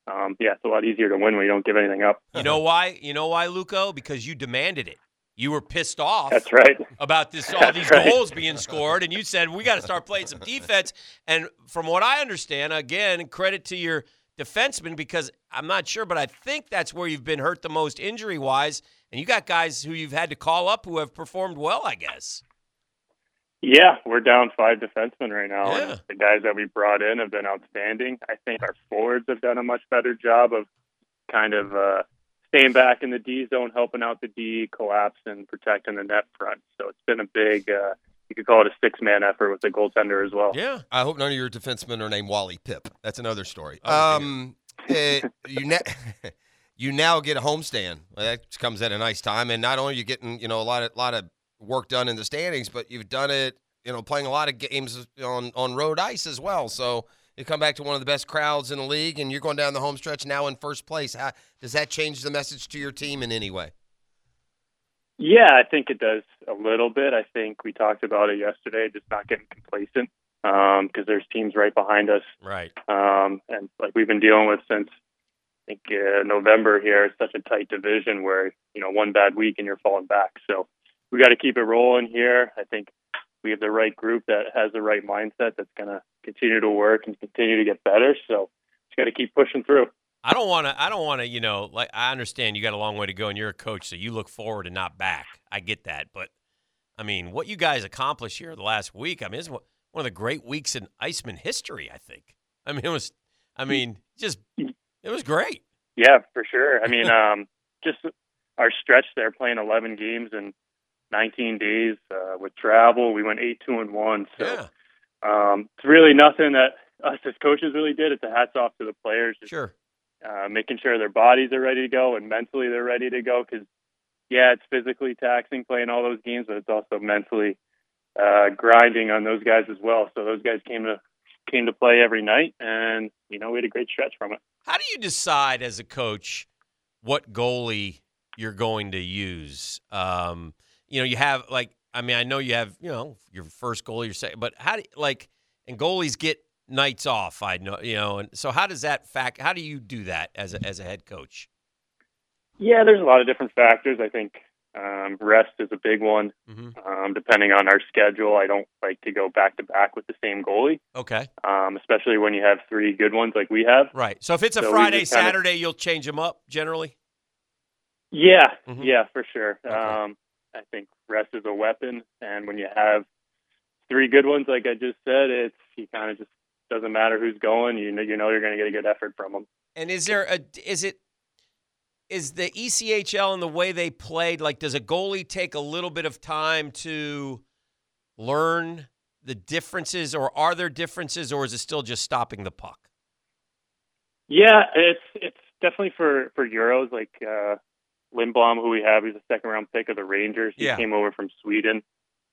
Speaker 8: um, yeah, it's a lot easier to win when you don't give anything up.
Speaker 1: (laughs)
Speaker 5: You know why? You know why, Luco? Because you demanded it. You were pissed off.
Speaker 8: That's right.
Speaker 5: about this all
Speaker 8: That's
Speaker 5: these
Speaker 8: right.
Speaker 5: goals being scored, and you said we got to start playing some defense. And from what I understand, again, credit to your defenseman because I'm not sure, but I think that's where you've been hurt the most injury wise. And you got guys who you've had to call up who have performed well, I guess.
Speaker 8: Yeah, we're down five defensemen right now.
Speaker 5: Yeah.
Speaker 8: And the guys that we brought in have been outstanding. I think our forwards have done a much better job of kind of uh, staying back in the D zone, helping out the D collapse, and protecting the net front. So it's been a big. Uh, you could call it a six-man effort with the goaltender as well.
Speaker 5: Yeah.
Speaker 1: I hope none of your defensemen are named Wally Pip. That's another story.
Speaker 5: Oh,
Speaker 1: um, eh, you now (laughs) you now get a homestand. Well, that comes at a nice time, and not only are you getting you know a lot of lot of work done in the standings, but you've done it you know playing a lot of games on on road ice as well. So you come back to one of the best crowds in the league, and you're going down the home stretch now in first place. How, does that change the message to your team in any way?
Speaker 8: Yeah, I think it does a little bit. I think we talked about it yesterday, just not getting complacent because there's teams right behind us,
Speaker 5: Right.
Speaker 8: um, and like we've been dealing with since I think uh, November here. It's such a tight division where you know one bad week and you're falling back. So we got to keep it rolling here. I think we have the right group that has the right mindset that's going to continue to work and continue to get better. So just got to keep pushing through.
Speaker 5: I don't want to. I don't want to. You know, like I understand you got a long way to go, and you're a coach, so you look forward and not back. I get that, but I mean, what you guys accomplished here the last week, I mean, it's one one of the great weeks in Iceman history. I think. I mean, it was. I mean, just it was great.
Speaker 8: Yeah, for sure. I (laughs) mean, um, just our stretch there, playing 11 games in 19 days uh, with travel, we went eight two and one. So
Speaker 5: Yeah,
Speaker 8: um, it's really nothing that us as coaches really did. It's a hats off to the players, just
Speaker 5: sure.
Speaker 8: uh, making sure their bodies are ready to go and mentally they're ready to go. Because yeah, it's physically taxing playing all those games, but it's also mentally uh, grinding on those guys as well. So those guys came to came to play every night, and you know we had a great stretch from it.
Speaker 5: How do you decide as a coach what goalie you're going to use? Um, you know, you have like I mean, I know you have you know your first goalie, your second, but how do like and goalies get nights off? I know you know, and so how does that fact? How do you do that as a, as a head coach?
Speaker 8: Yeah, there's a lot of different factors. I think um, rest is a big one.
Speaker 5: Mm-hmm.
Speaker 8: Um, depending on our schedule, I don't like to go back to back with the same goalie,
Speaker 5: Okay,
Speaker 8: um, especially when you have three good ones like we have.
Speaker 5: right. So if it's a
Speaker 8: So we
Speaker 5: Friday,
Speaker 8: just kinda-
Speaker 5: Saturday, you'll change them up generally.
Speaker 8: Yeah,
Speaker 5: Mhm.
Speaker 8: yeah, for sure.
Speaker 5: Okay.
Speaker 8: Um, I think rest is a weapon, and when you have three good ones, like I just said, it's you kind of just doesn't matter who's going. You know, you know, you're going to get a good effort from them.
Speaker 5: And is there a is it is the E ECHL and the way they played like does a goalie take a little bit of time to learn the differences or are there differences or is it still just stopping the puck?
Speaker 8: Yeah, it's it's definitely for for Euros like uh Lindblom, who we have, he's a second round pick of the Rangers. He
Speaker 5: Yeah.
Speaker 8: came over from Sweden.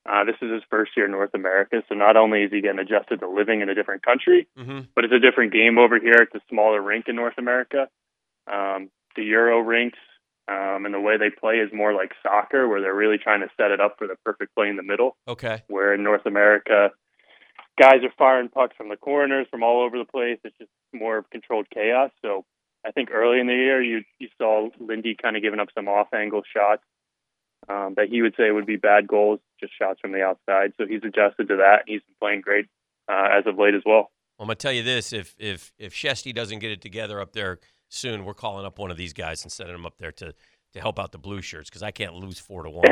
Speaker 8: Uh, this is his first year in North America, so not only is he getting adjusted to living in a different country,
Speaker 5: Mm-hmm.
Speaker 8: but it's a different game over here. It's a smaller rink in North America. Um, the Euro rinks um, and the way they play is more like soccer, where they're really trying to set it up for the perfect play in the middle
Speaker 5: Okay.
Speaker 8: where in North America, guys are firing pucks from the corners, from all over the place. It's just more of controlled chaos. So I think early in the year, you you saw Lindy kind of giving up some off angle shots um, that he would say would be bad goals, just shots from the outside. So he's adjusted to that. He's been playing great uh, as of late as well. (laughs)
Speaker 5: Well, I'm going to tell you this if if if Shesty doesn't get it together up there soon, we're calling up one of these guys and sending them up there to to help out the blue shirts cuz I can't lose
Speaker 1: (laughs)
Speaker 5: 4 to 1.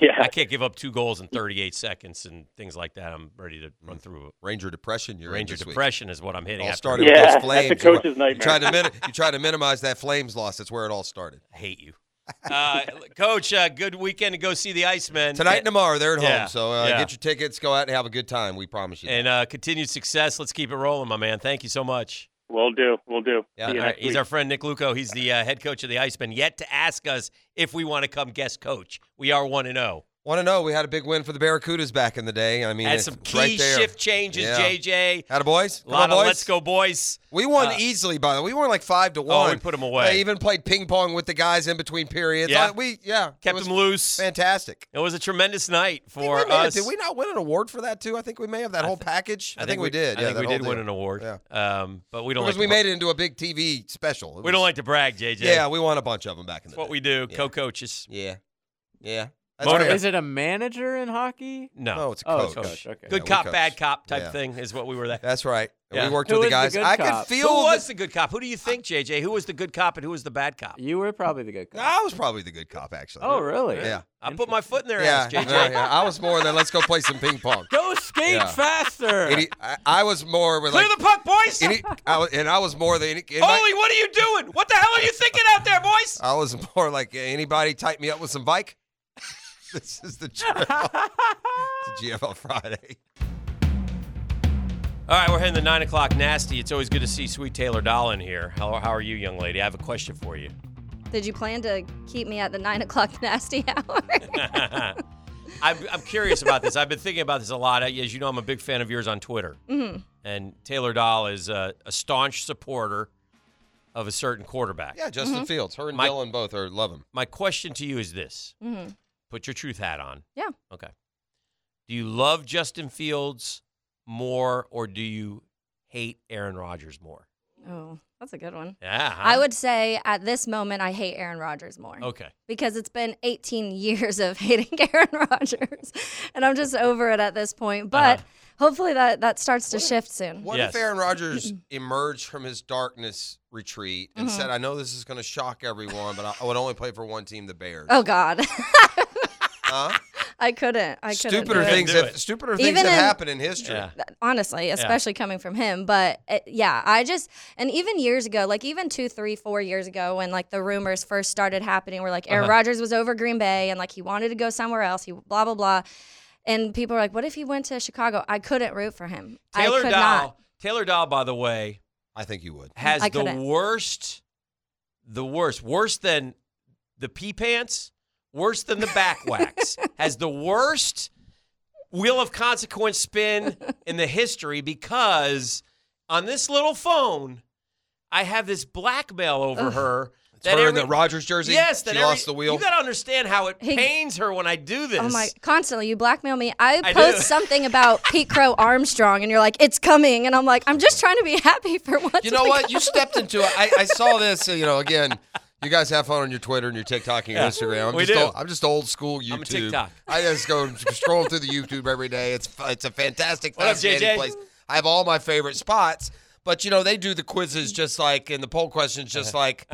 Speaker 8: yeah.
Speaker 5: I can't give up two goals in 38 seconds and things like that. I'm ready to run through
Speaker 1: Ranger depression. Mm. You're in
Speaker 5: Ranger
Speaker 1: this week.
Speaker 5: depression is what I'm hitting
Speaker 1: All
Speaker 5: after
Speaker 1: started with
Speaker 8: Yeah,
Speaker 1: those flames.
Speaker 8: that's a coach's
Speaker 1: You tried
Speaker 8: nightmare.
Speaker 1: to min- you tried to minimize that flames loss. That's where it all started.
Speaker 5: I hate you. Uh, Coach, uh, good weekend to go see the Iceman.
Speaker 1: Tonight and tomorrow, they're at
Speaker 5: Yeah,
Speaker 1: home. So uh,
Speaker 5: yeah.
Speaker 1: get your tickets, go out and have a good time. We promise you. that.
Speaker 5: And uh, continued success. Let's keep it rolling, my man. Thank you so much.
Speaker 8: We'll do. We'll do.
Speaker 1: Yeah,
Speaker 8: See you
Speaker 5: All right,
Speaker 8: next
Speaker 5: he's
Speaker 8: week.
Speaker 5: our friend Nick Luco. He's the uh, head coach of the Iceman. Yet to ask us if we want to come guest coach. We are one and zero.
Speaker 1: Want to know? We had a big win for the Barracudas back in the day. I mean,
Speaker 5: Had
Speaker 1: it's
Speaker 5: some key
Speaker 1: right there.
Speaker 5: shift changes.
Speaker 1: Yeah.
Speaker 5: JJ,
Speaker 1: Had a boys.
Speaker 5: a
Speaker 1: Come
Speaker 5: lot
Speaker 1: on,
Speaker 5: of
Speaker 1: boys.
Speaker 5: let's go boys.
Speaker 1: We won
Speaker 5: Uh,
Speaker 1: easily, by the way. We won like five to
Speaker 5: Oh,
Speaker 1: one.
Speaker 5: we put him away.
Speaker 1: They even played ping pong with the guys in between periods.
Speaker 5: Yeah.
Speaker 1: Uh, we yeah it
Speaker 5: Kept
Speaker 1: was
Speaker 5: him loose.
Speaker 1: Fantastic.
Speaker 5: It was a tremendous night
Speaker 1: I think
Speaker 5: for
Speaker 1: we may have-
Speaker 5: us.
Speaker 1: did we not win an award for that too? I think we may have that whole package. I, think, we, did.
Speaker 5: I
Speaker 1: yeah,
Speaker 5: think
Speaker 1: that
Speaker 5: we
Speaker 1: whole
Speaker 5: did win
Speaker 1: deal.
Speaker 5: an award.
Speaker 1: Yeah.
Speaker 5: Um, but we don't
Speaker 1: because
Speaker 5: like
Speaker 1: we
Speaker 5: to,
Speaker 1: made it into a big TV special. It
Speaker 5: we don't
Speaker 1: was-
Speaker 5: like to brag, JJ.
Speaker 1: Yeah, we won a bunch of them back in
Speaker 5: That's
Speaker 1: the
Speaker 5: what
Speaker 1: day.
Speaker 5: we do.
Speaker 1: Yeah.
Speaker 5: Co-coaches.
Speaker 1: Yeah, yeah.
Speaker 5: Motivate-
Speaker 1: fair.
Speaker 2: Is it a manager in hockey?
Speaker 5: No.
Speaker 1: No, it's a
Speaker 2: Oh, it's
Speaker 1: coach.
Speaker 2: coach. Okay.
Speaker 1: Yeah,
Speaker 5: Good
Speaker 1: we
Speaker 5: cop,
Speaker 1: coach.
Speaker 5: bad cop type
Speaker 1: Yeah.
Speaker 5: thing is what we were there.
Speaker 1: That's right. And
Speaker 5: Yeah.
Speaker 1: We worked
Speaker 2: Who
Speaker 1: with the
Speaker 2: is the
Speaker 1: guys.
Speaker 2: good
Speaker 1: I
Speaker 2: cop?
Speaker 1: could feel
Speaker 5: (laughs) Who was
Speaker 1: the-
Speaker 5: the good cop? Who do you think, JJ? Who was the good cop and who was the bad cop?
Speaker 2: You were probably the good
Speaker 9: Ah,
Speaker 2: coach.
Speaker 1: I was probably the good cop actually.
Speaker 2: Oh, really?
Speaker 1: Yeah.
Speaker 5: I put my foot in their
Speaker 1: Yeah,
Speaker 5: ass,
Speaker 1: no,
Speaker 5: JJ.
Speaker 1: yeah. I was more than let's go play some ping pong.
Speaker 2: Go skate
Speaker 1: Yeah. e-
Speaker 2: faster.
Speaker 1: Any, I, I was more with
Speaker 5: Clear
Speaker 1: like
Speaker 5: the puck, boys!
Speaker 1: any, I was, and I was more than any. in my-
Speaker 5: Holy, what are you doing? What the hell are you thinking out there, boys?
Speaker 1: I was more like anybody type me up with some bike. (laughs) this is
Speaker 5: (laughs)
Speaker 1: the GFL, it's the GFL Friday.
Speaker 5: All right, we're heading to 9 o'clock nasty. It's always good to see sweet Taylor Doll in here. How, how are you, young lady? I have a question for you.
Speaker 10: Did you plan to keep me at the nine o'clock nasty hour?
Speaker 5: I'm, I'm curious about this. I've been thinking about this a lot. As you know, I'm a big fan of yours on Twitter. And Taylor Doll is a, a staunch supporter of a certain quarterback.
Speaker 1: Yeah, Justin Fields, her and
Speaker 5: My-
Speaker 1: Dylan both are love him.
Speaker 5: My question to you is this
Speaker 10: Mhm.
Speaker 5: put your truth hat on.
Speaker 10: Yeah.
Speaker 5: Okay. Do you love Justin Fields more or do you hate Aaron Rodgers more?
Speaker 10: Oh, that's a good one.
Speaker 5: Yeah, huh?
Speaker 10: I would say at this moment I hate Aaron Rodgers more.
Speaker 5: Okay.
Speaker 10: Because it's been 18 years of (laughs) hating Aaron Rodgers, and I'm just over it at this point. But hopefully that that starts to shift soon.
Speaker 1: What if Aaron (clears throat) Rodgers emerged from his darkness retreat and
Speaker 10: Mhm.
Speaker 1: said, "I know this is going to shock everyone, but I, I would only play for one team, the Bears."
Speaker 10: Oh God, (laughs)
Speaker 1: Huh?
Speaker 10: I couldn't. I couldn't.
Speaker 1: Stupider
Speaker 10: do it.
Speaker 1: things. Have, stupider things
Speaker 10: Even
Speaker 1: have
Speaker 10: in-
Speaker 1: happened in history.
Speaker 10: honestly, especially coming from him. But uh yeah, I just and even years ago, like even two, three, four years ago, when like the rumors first started happening, where like Aaron
Speaker 6: Uh-huh.
Speaker 10: Rodgers was over Green Bay and like he wanted to go somewhere else. He blah blah blah. And people were like, "What if he went to Chicago?" I couldn't root for him. I
Speaker 5: Taylor
Speaker 10: could
Speaker 5: Doll.
Speaker 10: not.
Speaker 5: Taylor Doll, by the way,
Speaker 1: I think you would
Speaker 5: has
Speaker 10: I
Speaker 5: the
Speaker 10: couldn't.
Speaker 5: worst, the worst, worse than the pee pants, worse than the
Speaker 10: (laughs)
Speaker 5: back wax, has the worst wheel of consequence spin in the history because on this little phone, I have this blackmail over
Speaker 1: Ugh.
Speaker 5: her.
Speaker 1: It's her in the Rodgers jersey.
Speaker 5: Yes, that
Speaker 1: she
Speaker 5: every-
Speaker 1: lost the wheel.
Speaker 5: You got to understand how it
Speaker 10: He-
Speaker 5: pains her when I do this.
Speaker 10: Oh my! Constantly, you blackmail me. I
Speaker 5: I
Speaker 10: post
Speaker 5: do.
Speaker 10: something about Pete Crow Armstrong, and you're like, "It's coming," and I'm like, "I'm just trying to be (laughs) happy for once."
Speaker 1: You know
Speaker 10: we
Speaker 1: what?
Speaker 10: got
Speaker 1: You stepped into it. I, I saw this. uh, You know, again, you guys have fun on your Twitter and your TikTok and your
Speaker 5: Yeah.
Speaker 1: Instagram. I'm
Speaker 5: We
Speaker 1: just
Speaker 5: do.
Speaker 1: Old, I'm just old school YouTube.
Speaker 5: I'm a TikTok.
Speaker 1: I just go scroll through the YouTube every day. It's f- it's a fantastic,
Speaker 5: What up,
Speaker 1: fascinating
Speaker 5: JJ?
Speaker 1: place. I have all my favorite spots. But you know they do the quizzes just like and the poll questions just
Speaker 5: Uh-huh.
Speaker 1: like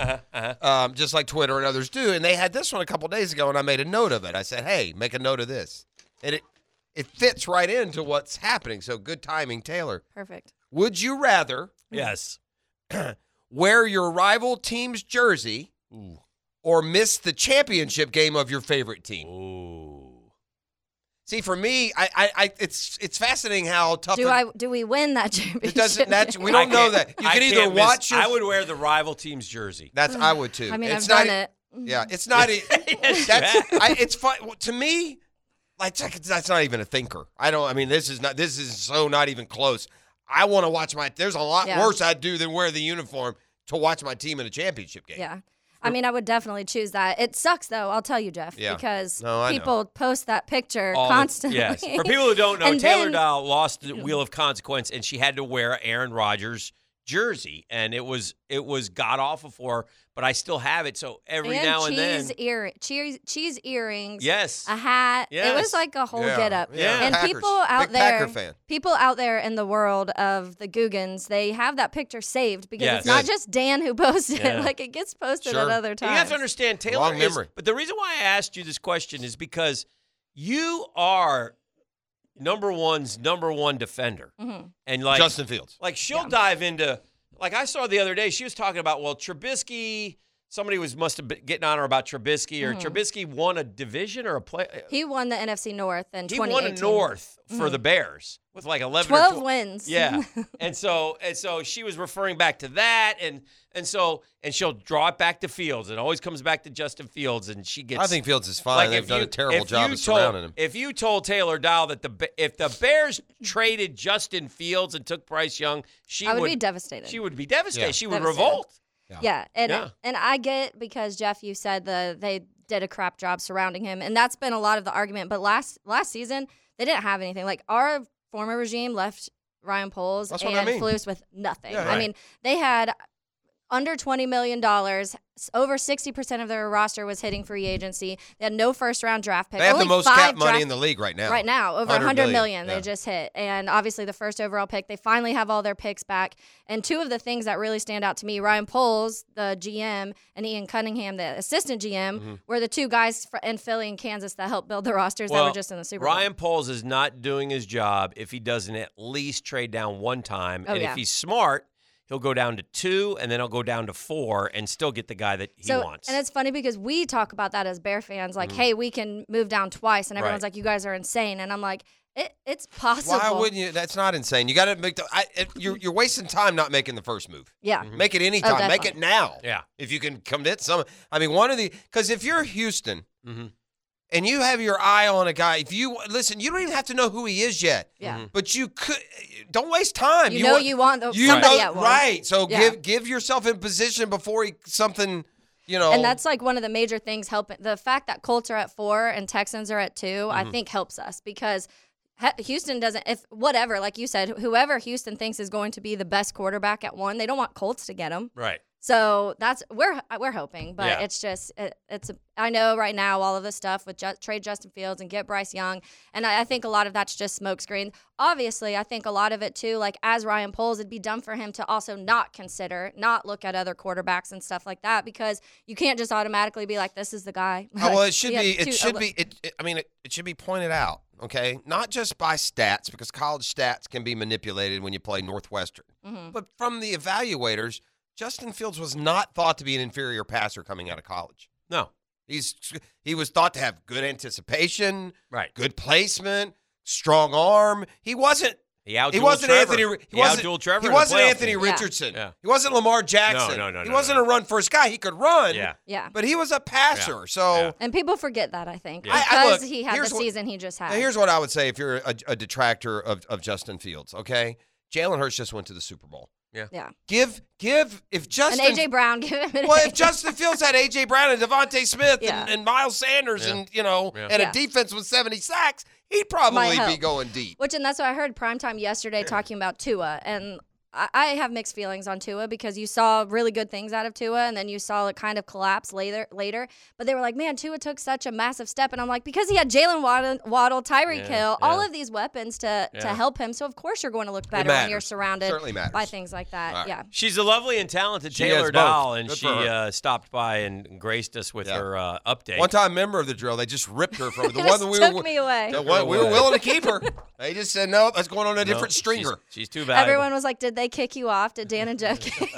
Speaker 1: Um, just like Twitter and others do. And they had this one a couple days ago, and I made a note of it. I said, "Hey, make a note of this," and it it fits right into what's happening. So good timing, Taylor.
Speaker 10: Perfect.
Speaker 1: Would you rather?
Speaker 5: Yes.
Speaker 1: wear your rival team's jersey or miss the championship game of your favorite team. See, for me, I, I, I it's it's fascinating how tough
Speaker 10: do
Speaker 1: it,
Speaker 10: I? Do we win that (laughs) championship?
Speaker 1: it doesn't. That's we
Speaker 5: I
Speaker 1: don't know
Speaker 5: can't-
Speaker 1: that. You
Speaker 5: I
Speaker 1: can either
Speaker 5: can't miss-
Speaker 1: watch. Your,
Speaker 5: I would wear the rival team's jersey.
Speaker 1: That's I would too.
Speaker 10: (laughs) (sighs) I mean,
Speaker 1: it's not, e-
Speaker 10: I've
Speaker 5: e-
Speaker 10: done it.
Speaker 1: Yeah, it's not.
Speaker 5: (laughs)
Speaker 1: e- that's I, it's fun to me. Like that's- that's not even a thinker. I don't. I mean, this is not. This is so not even close. I want to watch my. There's a lot
Speaker 10: Yeah.
Speaker 1: worse I'd do than wear the uniform to watch my team in a championship game.
Speaker 10: Yeah. I mean, I would definitely choose that. It sucks though, I'll tell you, Jeff,
Speaker 1: Yeah.
Speaker 10: because
Speaker 5: No, I know.
Speaker 10: people post that picture
Speaker 5: All the-
Speaker 10: constantly.
Speaker 5: Yes.
Speaker 10: (laughs)
Speaker 5: For people who don't know,
Speaker 10: And
Speaker 5: Taylor
Speaker 10: then- Mm.
Speaker 5: Doll lost the Wheel of Consequence, and she had to wear Aaron Rodgers' jersey, and it was it was god awful for her. But I still have it, so
Speaker 10: (laughs)
Speaker 5: every
Speaker 10: and
Speaker 5: now
Speaker 10: cheese
Speaker 5: and then,
Speaker 10: earring, cheese, cheese earrings.
Speaker 5: Yes.
Speaker 10: A hat. It
Speaker 5: Yes.
Speaker 10: was like a whole
Speaker 5: Yeah.
Speaker 10: get up.
Speaker 5: Yeah.
Speaker 10: And
Speaker 5: Packers.
Speaker 10: people out
Speaker 5: Big
Speaker 10: there
Speaker 5: Packer fan.
Speaker 10: people out there in the world of the Googans, they have that picture saved because
Speaker 5: Yes.
Speaker 10: it's not
Speaker 5: Good.
Speaker 10: just Dan who (laughs) posted
Speaker 5: Yeah.
Speaker 10: it. Like it gets posted
Speaker 5: Sure.
Speaker 10: at other
Speaker 5: You
Speaker 10: times.
Speaker 5: have to understand Taylor
Speaker 1: Long
Speaker 5: is-
Speaker 1: memory.
Speaker 5: but the reason why I asked you this question is because you are number one's number one defender,
Speaker 10: Mhm.
Speaker 5: and like
Speaker 1: Justin Fields.
Speaker 5: Like she'll dive into like I saw the other day. She was talking about well Trubisky. Somebody was must have been getting on her about Trubisky or
Speaker 10: Mhm.
Speaker 5: Trubisky won a division or a play.
Speaker 10: He won the NFC North in
Speaker 5: He won a
Speaker 10: 2018.
Speaker 5: North for
Speaker 10: Mhm.
Speaker 5: the Bears with like eleven. or
Speaker 10: 12
Speaker 5: 12
Speaker 10: wins. (laughs)
Speaker 5: Yeah, and so and so she was referring back to that, and and so and she'll draw it back to Fields. It always comes back to Justin Fields, and she gets.
Speaker 1: I think Fields is fine.
Speaker 5: Like,
Speaker 1: They've
Speaker 5: if
Speaker 1: done
Speaker 5: you-
Speaker 1: a terrible
Speaker 5: if
Speaker 1: job
Speaker 5: you
Speaker 1: of
Speaker 5: told-
Speaker 1: surrounding him.
Speaker 5: If you told Taylor Dow that the Ba- if the Bears traded Justin Fields and took Bryce Young, she
Speaker 10: I would be devastated.
Speaker 5: She would be devastated.
Speaker 1: Yeah.
Speaker 5: She would
Speaker 10: Devastated.
Speaker 5: revolt.
Speaker 10: Yeah. and
Speaker 5: Yeah.
Speaker 10: and I get because Jeff, you said the they did a crap job surrounding him, and that's been a lot of the argument. But last last season, they didn't have anything. Like our former regime left Ryan Poles
Speaker 6: That's
Speaker 10: and
Speaker 6: what I mean.
Speaker 10: Flus with nothing.
Speaker 6: Yeah,
Speaker 10: I
Speaker 6: right.
Speaker 10: mean, they had under $20 million, s- over 60% of their roster was hitting free agency. They had no first round draft pick.
Speaker 1: They have
Speaker 10: Only
Speaker 1: the most
Speaker 10: five
Speaker 1: cap money
Speaker 10: draft-
Speaker 1: in the league right now.
Speaker 10: Right now, over
Speaker 1: 100
Speaker 10: 100
Speaker 1: million,
Speaker 10: million, they just hit. And obviously, the first overall pick, they finally have all their picks back. And two of the things that really stand out to me Ryan Poles, the GM, and Ian Cunningham, the assistant GM,
Speaker 1: Mm-hmm.
Speaker 5: Mhm.
Speaker 10: were the two guys fr- in Philly and Kansas that helped build the rosters that were just in the Super Bowl.
Speaker 5: Ryan Poles is not doing his job if he doesn't at least trade down one time,
Speaker 10: Oh,
Speaker 5: and
Speaker 10: yeah.
Speaker 5: if he's smart, he'll go down to two, and then he'll go down to four, and still get the guy that he
Speaker 10: so,
Speaker 5: wants.
Speaker 10: and it's funny because we talk about that as Bear fans, like,
Speaker 5: Mhm.
Speaker 10: "Hey, we can move down twice," and everyone's
Speaker 1: Mm-hmm. Right.
Speaker 10: like, "You guys are insane," and I'm like, it, "It's possible."
Speaker 1: Why wouldn't you? That's not insane. You got to make the. I, it- you're, you're wasting time not making the first move.
Speaker 10: Yeah.
Speaker 5: Mhm.
Speaker 1: Make it any
Speaker 5: Oh,
Speaker 1: time. make it
Speaker 5: definitely.
Speaker 1: now.
Speaker 5: Yeah.
Speaker 1: If you can commit some. I mean, one of the. Because if you're Houston and you have your eye on a guy, if you listen, you don't even have to know who he is yet.
Speaker 10: Yeah. Mhm.
Speaker 1: But you could. Don't waste time.
Speaker 10: You know you want the-
Speaker 1: you
Speaker 10: somebody
Speaker 1: know-
Speaker 10: at once.
Speaker 1: Right. So
Speaker 10: Yeah.
Speaker 1: give give yourself in position before he, something. You know.
Speaker 10: And that's like one of the major things helping the fact that Colts are at four and Texans are at 2 I
Speaker 1: Mhm.
Speaker 10: think helps us because He- Houston doesn't. If whatever, like you said, whoever Houston thinks is going to be the best quarterback at one, they don't want Colts to get him.
Speaker 5: Right.
Speaker 10: So that's we're we're hoping, but
Speaker 5: Yeah.
Speaker 10: it's just it, it's a, I know right now all of this stuff with ju- trade Justin Fields and get Bryce Young, and I, I think a lot of that's just smokescreen. Obviously, I think a lot of it too, like as Ryan Poles, it'd be dumb for him to also not consider, not look at other quarterbacks and stuff like that because you can't just automatically be like, this is the guy. (laughs)
Speaker 1: Oh, well, it
Speaker 10: Like,
Speaker 1: should
Speaker 10: he had
Speaker 1: be.
Speaker 10: two- uh,
Speaker 1: It should
Speaker 10: a-
Speaker 1: be. It, it- I mean, it, it should be pointed out. Okay, not just by stats because college stats can be manipulated when you play Northwestern,
Speaker 10: Mhm.
Speaker 1: but from the evaluators, Justin Fields was not thought to be an inferior passer coming out of college. No, he's he was thought to have good anticipation,
Speaker 5: Right.
Speaker 1: Good placement, strong arm. He wasn't.
Speaker 5: He outdueled
Speaker 1: He wasn't
Speaker 5: Oh, Trevor.
Speaker 1: Anthony.
Speaker 5: He
Speaker 1: wasn't
Speaker 5: outdueled Trevor
Speaker 1: He
Speaker 5: in the
Speaker 1: wasn't
Speaker 5: playoff
Speaker 1: Anthony
Speaker 5: game.
Speaker 10: Yeah.
Speaker 1: Richardson.
Speaker 5: Yeah.
Speaker 1: He wasn't Lamar Jackson.
Speaker 5: no, no,
Speaker 1: He
Speaker 5: no,
Speaker 1: wasn't a run first guy. He could run.
Speaker 5: Yeah.
Speaker 10: Yeah.
Speaker 1: But he was a passer. So.
Speaker 5: Yeah.
Speaker 10: And people forget that I think
Speaker 1: I- I-
Speaker 10: because
Speaker 1: look,
Speaker 10: he had the
Speaker 1: here's what-
Speaker 10: season he just had.
Speaker 1: Now, here's what I would say if you're a, a detractor of, of Justin Fields, okay? Jalen Hurts just went to the Super Bowl.
Speaker 10: yeah.
Speaker 1: Give, give, if Justin.
Speaker 10: and AJ Brown, (laughs) give him
Speaker 1: (laughs)
Speaker 10: an
Speaker 1: well, if Justin Fields had A.J. Brown and Devontae Smith
Speaker 10: Yeah.
Speaker 1: and, and Miles Sanders
Speaker 5: Yeah.
Speaker 1: and, you know,
Speaker 5: Yeah.
Speaker 1: and
Speaker 10: Yeah.
Speaker 1: a defense with 70 sacks, he'd
Speaker 10: Might
Speaker 1: probably be
Speaker 10: help.
Speaker 1: going deep.
Speaker 10: Which, and that's what I heard primetime yesterday talking about Tua. And I, I have mixed feelings on Tua because you saw really good things out of Tua and then you saw it kind of collapse later. later. But they were like, man, Tua took such a massive step. And I'm like, because he had Jalen Waddle, Waddle Tyreek
Speaker 5: Yeah,
Speaker 10: Hill, all
Speaker 5: yeah.
Speaker 10: of these weapons to, to
Speaker 5: Yeah.
Speaker 10: help him. So, of course, you're going to look better when you're
Speaker 1: matters.
Speaker 10: surrounded
Speaker 1: Certainly matters.
Speaker 10: by things like that.
Speaker 1: Right.
Speaker 10: Yeah.
Speaker 5: She's a lovely and talented
Speaker 1: She
Speaker 5: Taylor
Speaker 1: is both.
Speaker 5: doll, and
Speaker 1: Good
Speaker 5: she
Speaker 1: for her.
Speaker 5: uh, stopped by and graced us with
Speaker 1: Yeah.
Speaker 5: her uh, update.
Speaker 1: One time member of the drill, they just ripped her
Speaker 5: (laughs)
Speaker 1: from the one
Speaker 10: Just
Speaker 1: that we
Speaker 10: took
Speaker 1: were
Speaker 10: me away.
Speaker 1: the one we were willing to keep
Speaker 10: (laughs)
Speaker 1: her. They just said no, that's going on a
Speaker 5: No,
Speaker 1: different
Speaker 5: (laughs)
Speaker 1: stringer.
Speaker 5: She's, she's too valuable.
Speaker 10: Everyone was like, did they kick you off? Did Dan
Speaker 1: (laughs)
Speaker 10: and Joe kick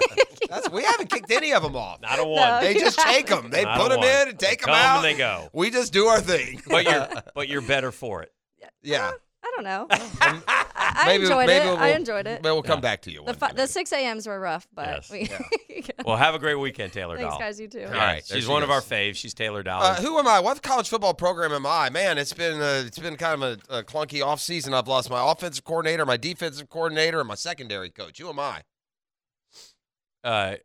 Speaker 1: That's, we haven't kicked any of them off.
Speaker 5: not a one.
Speaker 10: (laughs) No.
Speaker 1: They just take them. They
Speaker 5: Not
Speaker 1: put
Speaker 5: a
Speaker 1: them
Speaker 5: one.
Speaker 1: in and take
Speaker 5: They
Speaker 1: them
Speaker 5: come
Speaker 1: out.
Speaker 5: and they
Speaker 1: (laughs)
Speaker 5: go.
Speaker 1: We just do our thing.
Speaker 10: (laughs)
Speaker 5: but you're but you're better for it.
Speaker 1: yeah.
Speaker 10: I
Speaker 1: (laughs)
Speaker 10: don't know. I, I enjoyed it. I enjoyed it.
Speaker 1: But Um, we'll come back to you.
Speaker 10: The,
Speaker 1: One
Speaker 10: fi-
Speaker 1: day,
Speaker 10: the
Speaker 1: maybe.
Speaker 10: 6 a.m.s were rough, but
Speaker 5: Yes.
Speaker 10: we, (laughs)
Speaker 5: Well, have a great weekend, Taylor
Speaker 10: thanks,
Speaker 5: doll.
Speaker 10: guys. You too.
Speaker 5: All
Speaker 1: All
Speaker 5: right,
Speaker 1: right, there
Speaker 5: she's
Speaker 1: she
Speaker 5: one of our
Speaker 1: is.
Speaker 5: faves. She's Taylor doll.
Speaker 1: Uh, who am I? What college football program am I? Man, it's been uh, it's been kind of a, a clunky offseason. I've lost my offensive coordinator, my defensive coordinator, and my secondary coach. Who am I?
Speaker 5: uh,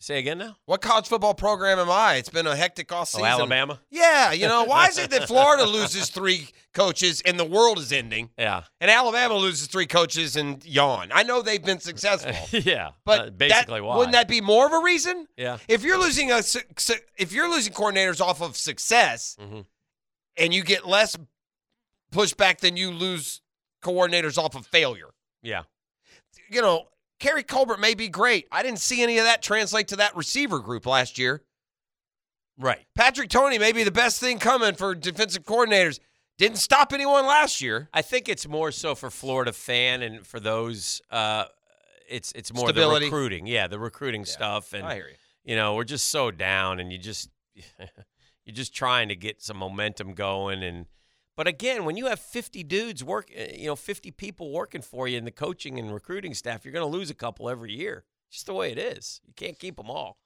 Speaker 5: say again now.
Speaker 1: What college football program am I? It's been a hectic offseason.
Speaker 5: Oh, Alabama.
Speaker 1: Yeah, you know why is it
Speaker 5: (laughs)
Speaker 1: that Florida loses three coaches and the world is ending,
Speaker 5: Yeah.
Speaker 1: and Alabama loses three coaches and yawn? I know they've been
Speaker 5: (laughs)
Speaker 1: successful,
Speaker 5: yeah.
Speaker 1: but
Speaker 5: uh, basically,
Speaker 1: that,
Speaker 5: why?
Speaker 1: wouldn't that be more of a reason?
Speaker 5: Yeah.
Speaker 1: If you're losing a su- su- if you're losing coordinators off of success,
Speaker 5: Mhm.
Speaker 1: and you get less pushback than you lose coordinators off of failure.
Speaker 5: Yeah.
Speaker 1: You know, Kerry Colbert may be great. I didn't see any of that translate to that receiver group last year.
Speaker 5: Right.
Speaker 1: Patrick Tony may be the best thing coming for defensive coordinators. Didn't stop anyone last year.
Speaker 5: I think it's more so for Florida fan and for those. Uh, it's it's more
Speaker 1: Stability.
Speaker 5: the recruiting. Yeah, the recruiting stuff and
Speaker 1: I hear you.
Speaker 5: you know we're just so down and you just (laughs) you're just trying to get some momentum going and but again when you have 50 dudes work uh, you know 50 people working for you in the coaching and recruiting staff you're going to lose a couple every year It's just the way it is you can't keep them all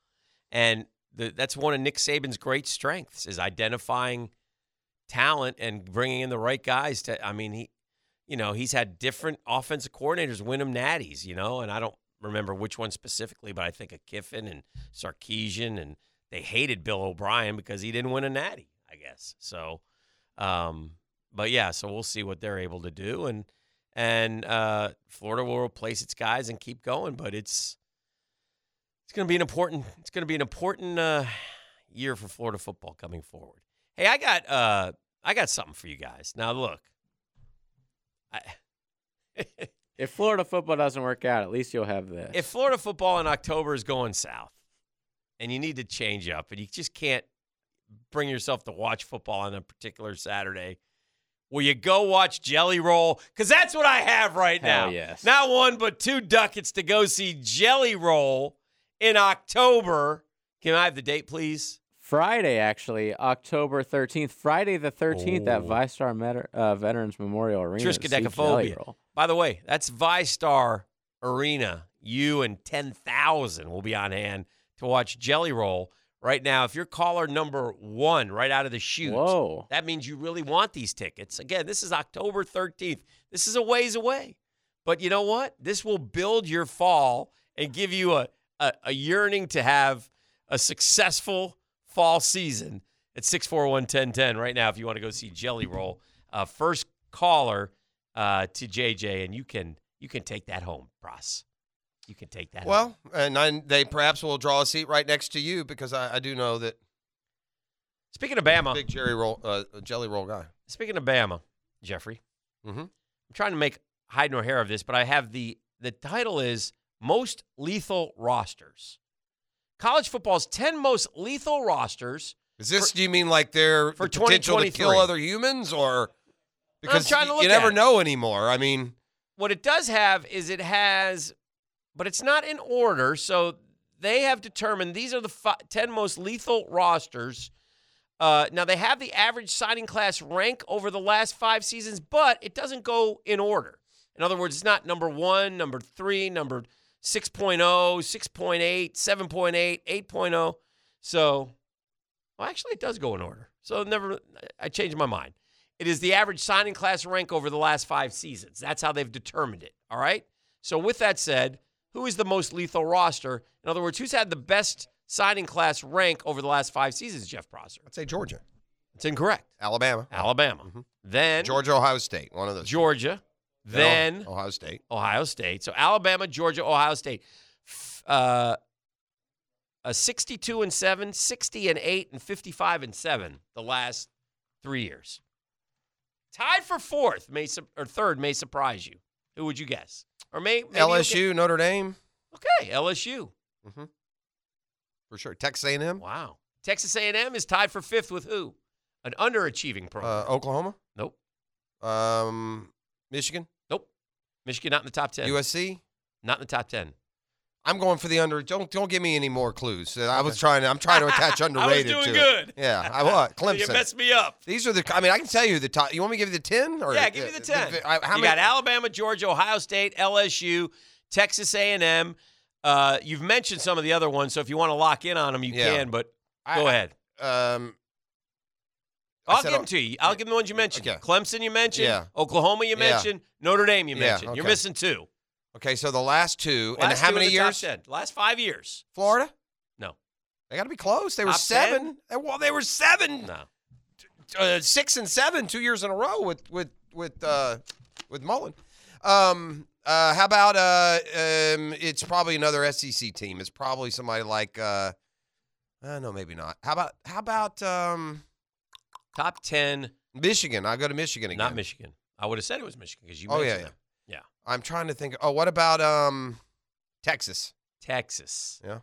Speaker 5: and the, that's one of Nick Saban's great strengths is identifying talent and bringing in the right guys to I mean he you know he's had different offensive coordinators win him natties you know and I don't remember which one specifically but I think of Kiffin and Sarkeesian and they hated Bill O'Brien because he didn't win a natty I guess so um but yeah so we'll see what they're able to do and and uh Florida will replace its guys and keep going but it's it's going to be an important. It's going to be an important uh, year for Florida football coming forward. Hey, I got uh, I got something for you guys. Now look, I,
Speaker 2: If Florida football doesn't work out, at least you'll have this.
Speaker 5: if Florida football in October is going south, and you need to change up, and you just can't bring yourself to watch football on a particular Saturday, will you go watch Jelly Roll? Because that's what I have right
Speaker 2: Hell
Speaker 5: now.
Speaker 2: yes.
Speaker 5: Not one but two ducats to go see Jelly Roll in October. Can I have the date, please?
Speaker 2: Friday, actually, October 13th, Friday the 13th at
Speaker 5: Oh.
Speaker 2: Vistar Met- uh, Veterans Memorial Arena. to see Jelly
Speaker 5: Triskaidekaphobia.
Speaker 2: Roll.
Speaker 5: By the way, that's ViStar Arena. You and 10,000 will be on hand to watch Jelly Roll right now. If you're caller number one right out of the chute,
Speaker 2: Whoa.
Speaker 5: that means you really want these tickets. Again, this is October 13th. This is a ways away. But you know what? This will build your fall and give you a, a, a yearning to have a successful fall season at 641 1010 right now if you want to go see Jelly Roll. Uh, first caller uh, to JJ, and you can you can take that home, Ross. You can take that. home.
Speaker 1: Well, and I, they perhaps will draw a seat right next to you because I, I do know that.
Speaker 5: Speaking of Bama,
Speaker 1: big Jerry roll, uh, jelly roll guy.
Speaker 5: Speaking of Bama, Jeffrey,
Speaker 1: Mhm.
Speaker 5: I'm trying to make hide nor hair of this, but I have the the title is most lethal rosters. College football's ten most lethal rosters.
Speaker 1: Is this? do you mean like they're
Speaker 5: for
Speaker 1: the potential to kill
Speaker 5: 2023.
Speaker 1: other humans, or because
Speaker 5: trying to
Speaker 1: y-
Speaker 5: look
Speaker 1: you never
Speaker 5: at it.
Speaker 1: know anymore? I mean,
Speaker 5: What it does have is it has, but it's not in order. So they have determined these are the fi- ten most lethal rosters. Uh, now they have the average signing class rank over the last five seasons, but it doesn't go in order. In other words, it's not number one, number three, number oh, 6.0, 6.8, 7.8, 8.0. oh. So, well, actually, it does go in order. So, never, I changed my mind. It is the average signing class rank over the last five seasons. That's how they've determined it. All right. So, with that said, who is the most lethal roster? In other words, who's had the best signing class rank over the last five seasons, Jeff Prosser?
Speaker 1: I'd say Georgia,
Speaker 5: It's incorrect.
Speaker 1: Alabama,
Speaker 5: Alabama. Then
Speaker 1: Georgia, Ohio State, one of those.
Speaker 5: Georgia. Then
Speaker 1: Ohio Ohio State.
Speaker 5: Ohio State. So Alabama, Georgia, Ohio State. F- Uh, a 62 and 7, 60 and 8, and 55 and 7 the last three years. Tied for fourth may su- or third may surprise you. Who would you guess? Or may maybe you'll
Speaker 1: LSU, Notre Dame,
Speaker 5: get- okay, LSU.
Speaker 1: for sure. Texas A&M,
Speaker 5: Wow. Texas A&M is tied for fifth with who? An underachieving
Speaker 1: uh,
Speaker 5: program.
Speaker 1: Oklahoma,
Speaker 5: nope.
Speaker 1: um, Michigan,
Speaker 5: Nope. Michigan not in the top ten.
Speaker 1: USC.
Speaker 5: Not in the top ten.
Speaker 1: I'm going for the under. Don't don't give me any more clues. Uh, I was trying. to- I'm
Speaker 5: (laughs)
Speaker 1: trying to attach underrated
Speaker 5: doing
Speaker 1: to
Speaker 5: good.
Speaker 1: it. Yeah, I
Speaker 5: (laughs)
Speaker 1: was
Speaker 5: You
Speaker 1: Clemson.
Speaker 5: messed me up.
Speaker 1: These are the. I mean, I can tell you the top. You want me to give you the ten? Or Uh,
Speaker 5: yeah, give me the ten.
Speaker 1: I- how
Speaker 5: you
Speaker 1: many-
Speaker 5: got Alabama, Georgia, Ohio State, LSU, Texas A&M. Uh, you've mentioned some of the other ones, so if you want to lock in on them, you
Speaker 1: Yeah.
Speaker 5: can. But
Speaker 1: I-
Speaker 5: go ahead.
Speaker 1: Um, I
Speaker 5: I'll
Speaker 1: said
Speaker 5: give them
Speaker 1: I'll-
Speaker 5: to you. I'll give them the ones you mentioned.
Speaker 1: Okay.
Speaker 5: Clemson, you mentioned.
Speaker 1: Yeah.
Speaker 5: Oklahoma, you
Speaker 1: Yeah.
Speaker 5: mentioned. Notre Dame, you
Speaker 1: Yeah,
Speaker 5: mentioned. You're
Speaker 1: okay.
Speaker 5: missing two.
Speaker 1: okay, so the last two. and
Speaker 5: Last
Speaker 1: how
Speaker 5: two in
Speaker 1: many
Speaker 5: the top
Speaker 1: years?
Speaker 5: 10. Last five years.
Speaker 1: Florida.
Speaker 5: No.
Speaker 1: They got to be close. They were
Speaker 5: Top
Speaker 1: seven.
Speaker 5: 10?
Speaker 1: They- well, they were seven,
Speaker 5: No.
Speaker 1: uh, six and seven, two years in a row with with with uh, with Mullen. Um, uh, how about uh, um, it's probably another SEC team. It's probably somebody like uh, uh, no, maybe not. How about how about um,
Speaker 5: Top ten.
Speaker 1: Michigan? I go to Michigan again.
Speaker 5: Not Michigan. I would have said it was Michigan because you
Speaker 1: Oh,
Speaker 5: mentioned
Speaker 1: yeah,
Speaker 5: them. Yeah.
Speaker 1: I'm trying to think. Oh, what about um, Texas?
Speaker 5: Texas.
Speaker 1: Yeah.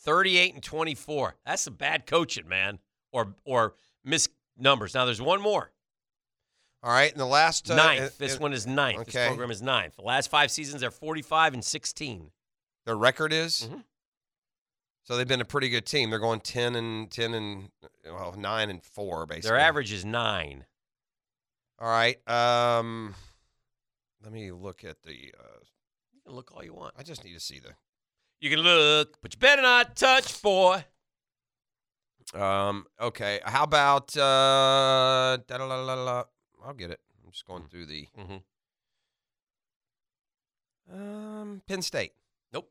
Speaker 5: 38 and 24. That's some bad coaching, man. Or or miss numbers. Now there's one more.
Speaker 1: All right, and the last uh,
Speaker 5: ninth.
Speaker 1: uh,
Speaker 5: this
Speaker 1: uh,
Speaker 5: one is ninth. This
Speaker 1: okay.
Speaker 5: program is ninth. The last five seasons, they're 45 and 16.
Speaker 1: Their record is.
Speaker 5: Mhm.
Speaker 1: So they've been a pretty good team. They're going ten and ten and well nine and four basically.
Speaker 5: Their average is nine.
Speaker 1: All right. Um, let me look at the. Uh,
Speaker 5: You can look all you want.
Speaker 1: I just need to see the.
Speaker 5: You can look, but you better not touch, boy.
Speaker 1: Um. Okay. How about? Uh, da-la-la-la-la. I'll get it. I'm just going through the.
Speaker 5: Mm-hmm.
Speaker 1: Um, Penn State.
Speaker 5: Nope.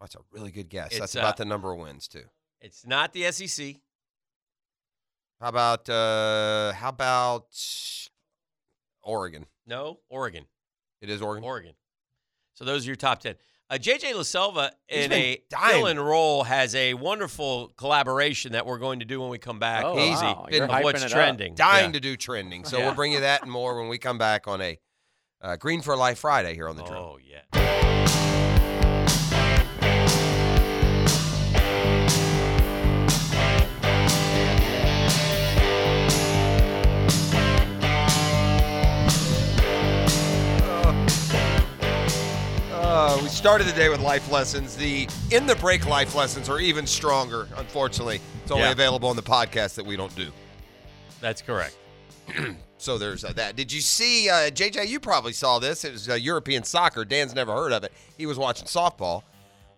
Speaker 1: That's a really good guess.
Speaker 5: It's,
Speaker 1: That's
Speaker 5: uh,
Speaker 1: about the number of wins too.
Speaker 5: It's not the E SEC.
Speaker 1: How about? Uh, how about? Oregon.
Speaker 5: No, Oregon.
Speaker 1: It is Oregon.
Speaker 5: Oregon. So those are your top 10. Uh, JJ LaSelva
Speaker 1: He's
Speaker 5: in
Speaker 1: been
Speaker 5: a
Speaker 1: dying.
Speaker 5: fill and roll has a wonderful collaboration that we're going to do when we come back.
Speaker 2: Oh,
Speaker 5: Easy.
Speaker 1: wow.
Speaker 5: of
Speaker 1: You're
Speaker 5: what's
Speaker 2: hyping it up.
Speaker 5: trending.
Speaker 1: dying
Speaker 5: Yeah.
Speaker 1: to do trending. So
Speaker 5: Yeah.
Speaker 1: we'll bring you that and more when we come back on a uh, Green for Life Friday here on the Drill.
Speaker 5: Oh, yeah.
Speaker 1: Uh, we started the day with life lessons. The in the break life lessons are even stronger. Unfortunately, it's only
Speaker 5: Yeah.
Speaker 1: available on the podcast that we don't do.
Speaker 5: That's correct.
Speaker 1: So there's uh, that. Did you see uh, JJ? You probably saw this. It was uh, European soccer. Dan's never heard of it. He was watching softball,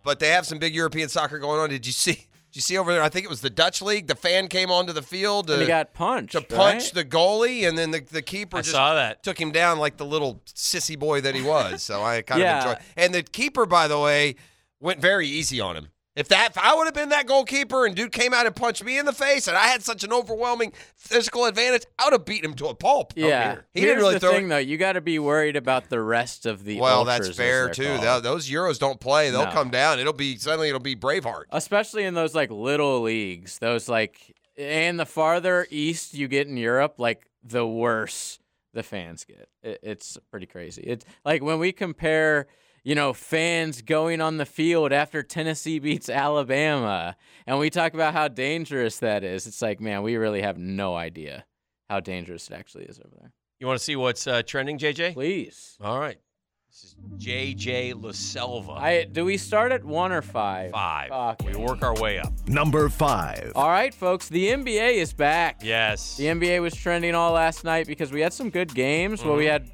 Speaker 1: but they have some big European soccer going on. Did you see? Did you see over there? I think it was the Dutch league. The fan came onto the field to,
Speaker 2: and he got punched.
Speaker 1: to
Speaker 2: right?
Speaker 1: punch the goalie, and then the, the keeper
Speaker 5: I
Speaker 1: just
Speaker 5: saw that.
Speaker 1: took him down like the little sissy boy that he was. So I kind
Speaker 2: Yeah.
Speaker 1: of enjoy. And the keeper, by the way, went very easy on him. If that if I would have been that goalkeeper and dude came out and punched me in the face and I had such an overwhelming physical advantage, I would have beat him to a pulp. out
Speaker 2: Yeah,
Speaker 1: Oh, here. He
Speaker 2: Here's
Speaker 1: didn't really
Speaker 2: the
Speaker 1: throw
Speaker 2: thing though. You got to be worried about the rest of the.
Speaker 1: Well,
Speaker 2: ultras,
Speaker 1: that's
Speaker 2: as
Speaker 1: fair
Speaker 2: they're
Speaker 1: too.
Speaker 2: called.
Speaker 1: Tho- those Euros don't play. They'll
Speaker 2: No.
Speaker 1: come down. It'll be suddenly it'll be Braveheart.
Speaker 2: especially in those like little leagues those like and the farther east you get in europe like the worse the fans get it, it's pretty crazy it's like when we compare you know fans going on the field after tennessee beats alabama and we talk about how dangerous that is it's like man we really have no idea how dangerous it actually is over there
Speaker 5: You want to see what's uh, trending, JJ?
Speaker 2: please
Speaker 5: All right. This is JJ LaSelva.
Speaker 2: i do we start at one or five
Speaker 5: five.
Speaker 2: Fuck.
Speaker 5: We work our way up.
Speaker 3: Number five.
Speaker 2: all right folks the nba is back
Speaker 5: Yes.
Speaker 2: The NBA was trending all last night because we had some good games where we
Speaker 1: Mm-hmm.
Speaker 2: had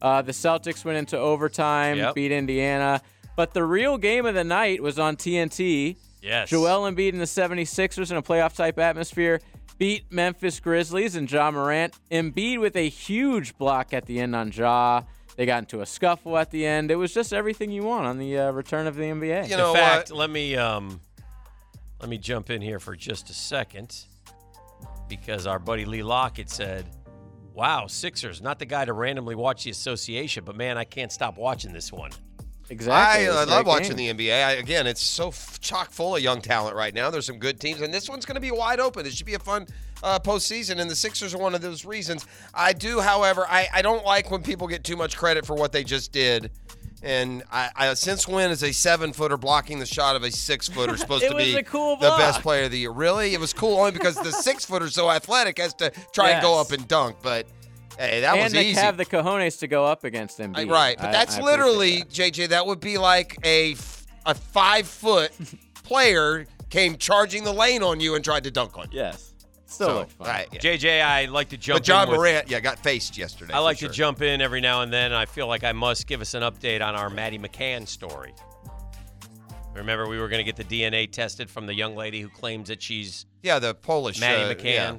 Speaker 2: uh, the Celtics went into overtime,
Speaker 5: Yep.
Speaker 2: beat Indiana. But the real game of the night was on TNT.
Speaker 5: Yes.
Speaker 2: Joel Embiid and the 76ers in a playoff type atmosphere beat Memphis Grizzlies and Ja Morant. Embiid with a huge block at the end on Ja. They got into a scuffle at the end. It was just everything you want on the uh, return of the NBA.
Speaker 1: You
Speaker 5: In
Speaker 1: know
Speaker 5: fact,
Speaker 1: what?
Speaker 5: let me um, let me jump in here for just a second because our buddy Lee Lockett said, "Wow, Sixers, not the guy to randomly watch the association, but man, I can't stop watching this one."
Speaker 2: Exactly.
Speaker 1: I, I love watching the NBA. I, again, it's so f- chock full of young talent right now. There's some good teams, and this one's going to be wide open. It should be a fun uh, postseason, and the Sixers are one of those reasons. I do, however, I, I don't like when people get too much credit for what they just did. And I, I since when is a seven footer blocking the shot of a six
Speaker 2: (laughs)
Speaker 1: footer supposed
Speaker 2: It
Speaker 1: to
Speaker 2: was
Speaker 1: be
Speaker 2: a cool
Speaker 1: the best
Speaker 2: block.
Speaker 1: player of the year? Really, it was cool only because
Speaker 2: (laughs)
Speaker 1: the six footer so athletic has to try and go
Speaker 2: Yes.
Speaker 1: up and dunk. But hey, that
Speaker 2: and
Speaker 1: was
Speaker 2: they
Speaker 1: easy.
Speaker 2: have the cojones to go up against Embiid.
Speaker 1: I- right, but
Speaker 2: I-
Speaker 1: that's
Speaker 2: I appreciate
Speaker 1: literally
Speaker 2: that.
Speaker 1: JJ. That would be like a f- a five foot player came charging the lane on you and tried to dunk on you.
Speaker 2: Yes. Still looked fun.
Speaker 1: right, yeah.
Speaker 5: JJ, I like to jump.
Speaker 1: but John
Speaker 5: in with-
Speaker 1: Morant, yeah, got faced yesterday.
Speaker 5: I
Speaker 1: for
Speaker 5: like
Speaker 1: sure.
Speaker 5: to jump in every now and then. And I feel like I must give us an update on our Maddie McCann story. Remember, we were going to get the DNA tested from the young lady who claims that she's
Speaker 1: Yeah, the Polish
Speaker 5: Maddie
Speaker 1: uh,
Speaker 5: McCann.
Speaker 1: yeah.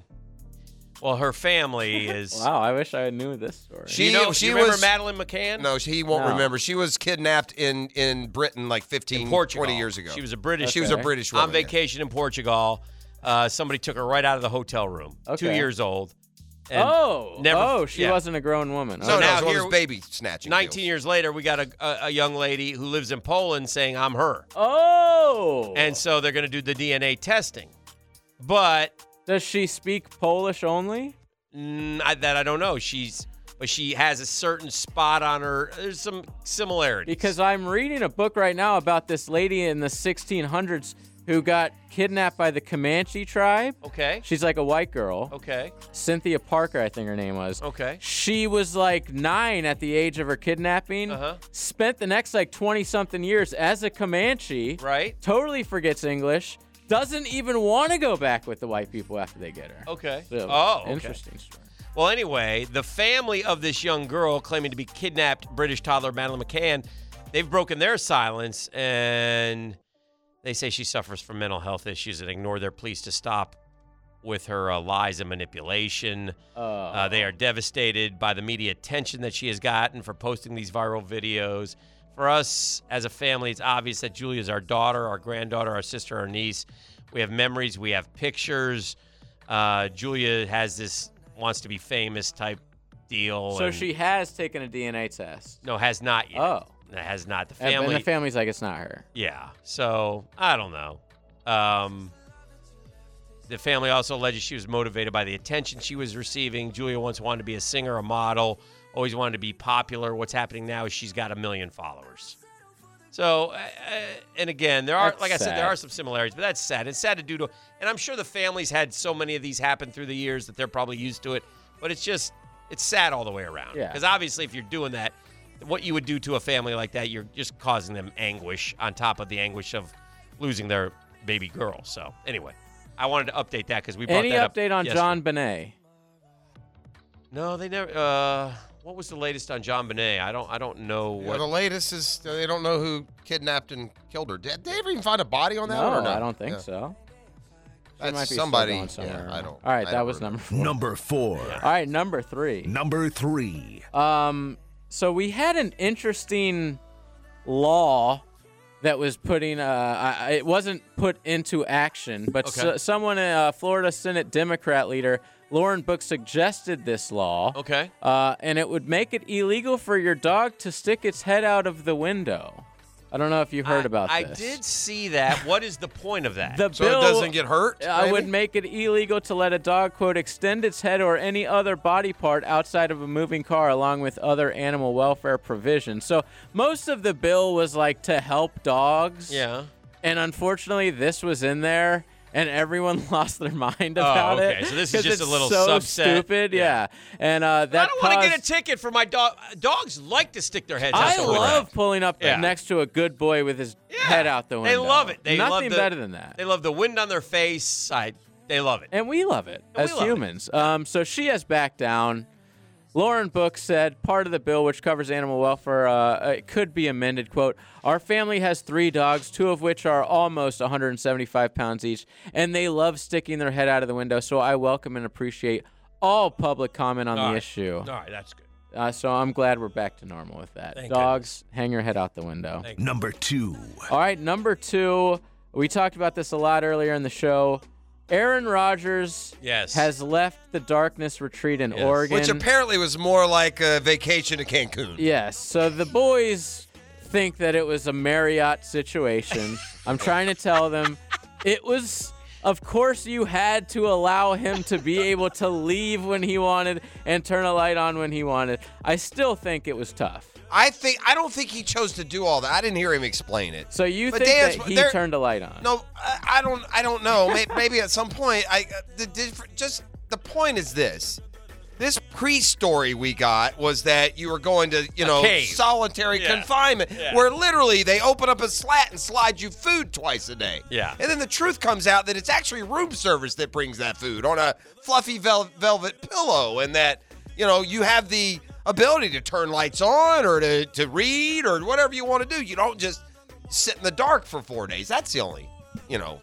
Speaker 5: Well,
Speaker 2: (laughs)
Speaker 5: her family is.
Speaker 2: Wow, I wish I knew this story.
Speaker 1: She-
Speaker 5: Do you know,
Speaker 1: she
Speaker 5: do you remember
Speaker 1: was-
Speaker 5: Madeline McCann?
Speaker 1: No, she, he won't
Speaker 2: No.
Speaker 1: remember. She was kidnapped in in Britain like 15,
Speaker 5: in Portugal.
Speaker 1: 20 years ago.
Speaker 5: She was a British.
Speaker 1: she was a
Speaker 2: Okay.
Speaker 1: British woman.
Speaker 5: on
Speaker 1: yeah.
Speaker 5: vacation in Portugal. Uh, somebody took her right out of the hotel room. Two
Speaker 2: Okay.
Speaker 5: years old. And
Speaker 2: oh,
Speaker 5: never-
Speaker 2: oh, she
Speaker 5: yeah.
Speaker 2: wasn't a grown woman. Oh,
Speaker 1: No,
Speaker 5: So
Speaker 2: Okay.
Speaker 1: no,
Speaker 5: now
Speaker 1: it's one of
Speaker 5: here-
Speaker 1: those baby snatching.
Speaker 5: 19
Speaker 1: deals.
Speaker 5: years later, we got a, a, a young lady who lives in Poland saying, I'm her.
Speaker 2: oh,
Speaker 5: And so they're going to do the DNA testing. But
Speaker 2: does she speak Polish only?
Speaker 5: mm, I, that I don't know. She's. But she has a certain spot on her. There's some similarities.
Speaker 2: Because I'm reading a book right now about this lady in the 1600s who got kidnapped by the Comanche tribe.
Speaker 5: okay,
Speaker 2: She's like a white girl,
Speaker 5: okay,
Speaker 2: Cynthia Parker, I think her name was.
Speaker 5: okay.
Speaker 2: She was like nine at the age of her kidnapping.
Speaker 5: Uh-huh.
Speaker 2: Spent the next like 20 something years as a Comanche.
Speaker 5: Right.
Speaker 2: Totally forgets English. Doesn't even want to go back with the white people after they get her.
Speaker 5: Okay.
Speaker 2: So,
Speaker 5: oh, okay.
Speaker 2: interesting story.
Speaker 5: Well, anyway, the family of this young girl claiming to be kidnapped British toddler Madeline McCann, they've broken their silence and they say she suffers from mental health issues and ignore their pleas to stop with her uh, lies and manipulation.
Speaker 2: Uh,
Speaker 5: Uh, they are devastated by the media attention that she has gotten for posting these viral videos. For us as a family, it's obvious that Julia is our daughter, our granddaughter, our sister, our niece. We have memories, we have pictures. Uh, Julia has this wants to be famous type deal.
Speaker 2: so
Speaker 5: and-
Speaker 2: she has taken a DNA test.
Speaker 5: no has not yet.
Speaker 2: Oh.
Speaker 5: has not the
Speaker 2: And-
Speaker 5: family.
Speaker 2: And the family's like, it's not her.
Speaker 5: Yeah. So I don't know. Um, the family also alleges she was motivated by the attention she was receiving. Julia once wanted to be a singer, a model, always wanted to be popular. What's happening now is she's got a million followers. So, uh, uh, and again, there are,
Speaker 2: That's
Speaker 5: like I said, there
Speaker 2: sad.
Speaker 5: are some similarities, but that's sad. It's sad to do to, and I'm sure the family's had so many of these happen through the years that they're probably used to it, but it's just, it's sad all the way around.
Speaker 2: Yeah.
Speaker 5: Because obviously, if you're doing that, what you would do to a family like that, you're just causing them anguish on top of the anguish of losing their baby girl. So, anyway, I wanted to update that because we brought
Speaker 2: Any
Speaker 5: that up
Speaker 2: update on
Speaker 5: yesterday.
Speaker 2: John Benet?
Speaker 5: No, they never. Uh, what was the latest on John Benet? I don't. I don't know
Speaker 1: Yeah,
Speaker 5: what.
Speaker 1: the latest is uh, they don't know who kidnapped and killed her. Did they ever even find a body on that
Speaker 2: No,
Speaker 1: one or not?
Speaker 2: I don't think
Speaker 1: Yeah.
Speaker 2: so. She
Speaker 1: That's
Speaker 2: might be still
Speaker 1: somebody.
Speaker 2: going
Speaker 1: yeah,
Speaker 2: somewhere.
Speaker 1: I don't.
Speaker 2: All right,
Speaker 1: I
Speaker 2: that
Speaker 1: don't
Speaker 2: was
Speaker 1: remember.
Speaker 2: number (laughs) four.
Speaker 3: Number four.
Speaker 2: All right, number three.
Speaker 3: Number three.
Speaker 2: Um, so we had an interesting law that was putting. Uh, I, I- it wasn't put into action, but
Speaker 5: Okay.
Speaker 2: so- someone, uh, Florida Senate Democrat leader Lauren Book, suggested this law.
Speaker 5: Okay.
Speaker 2: Uh, and it would make it illegal for your dog to stick its head out of the window. I don't know if you heard about
Speaker 5: I
Speaker 2: this.
Speaker 5: did see that. What is the point of that?
Speaker 2: The
Speaker 1: So
Speaker 2: bill
Speaker 1: it doesn't get hurt?
Speaker 2: I would
Speaker 1: maybe?
Speaker 2: make it illegal to let a dog, quote, extend its head or any other body part outside of a moving car, along with other animal welfare provisions. So most of the bill was like to help dogs.
Speaker 5: Yeah.
Speaker 2: And unfortunately, this was in there. And everyone (laughs) lost their mind about
Speaker 5: Oh, okay.
Speaker 2: it.
Speaker 5: So this is
Speaker 2: 'cause
Speaker 5: just a
Speaker 2: it's
Speaker 5: little
Speaker 2: so
Speaker 5: subset.
Speaker 2: stupid, yeah. And uh, that
Speaker 5: I don't want to get a
Speaker 2: caused-
Speaker 5: ticket for my dog. Dogs like to stick their heads. out
Speaker 2: I
Speaker 5: the window.
Speaker 2: love pulling up
Speaker 5: Yeah.
Speaker 2: next to a good boy with his head out the
Speaker 5: They
Speaker 2: window.
Speaker 5: love it. They
Speaker 2: Nothing
Speaker 5: love the-
Speaker 2: better than that.
Speaker 5: They love the wind on their face. I, they love it.
Speaker 2: and we love it
Speaker 5: And we
Speaker 2: as
Speaker 5: love it.
Speaker 2: humans. Um, so she has backed down. Lauren Book said part of the bill, which covers animal welfare, uh, it could be amended. "Quote: Our family has three dogs, two of which are almost 175 pounds each, and they love sticking their head out of the window. So I welcome and appreciate all public comment on
Speaker 5: All
Speaker 2: the
Speaker 5: right.
Speaker 2: issue.
Speaker 5: All right, that's good.
Speaker 2: Uh, so I'm glad we're back to normal with that.
Speaker 5: Thank
Speaker 2: dogs, hang your head out the window.
Speaker 3: Number two.
Speaker 2: All right, number two. We talked about this a lot earlier in the show. Aaron Rodgers
Speaker 5: Yes.
Speaker 2: has left the Darkness Retreat in
Speaker 5: Yes.
Speaker 2: Oregon.
Speaker 1: Which apparently was more like a vacation to Cancun.
Speaker 2: yes, so the boys think that it was a Marriott situation. I'm trying to tell them it was. Of course, you had to allow him to be able to leave when he wanted and turn a light on when he wanted. I still think it was tough.
Speaker 1: I think I don't think he chose to do all that. I didn't hear him explain it.
Speaker 2: So you
Speaker 1: But
Speaker 2: think
Speaker 1: Dan's-
Speaker 2: that he
Speaker 1: there-
Speaker 2: turned a light on?
Speaker 1: No, I, I don't. I don't know. May- (laughs) Maybe at some point, I uh, the diff- just the point is this. This pre-story we got was that you were going to, you know,
Speaker 5: cave.
Speaker 1: solitary
Speaker 5: Yeah.
Speaker 1: confinement,
Speaker 5: Yeah.
Speaker 1: where literally they open up a slat and slide you food twice a day.
Speaker 5: Yeah.
Speaker 1: and then the truth comes out that it's actually room service that brings that food on a fluffy vel- velvet pillow, and that you know you have the ability to turn lights on or to to read or whatever you want to do. You don't just sit in the dark for four days. That's the only, you know,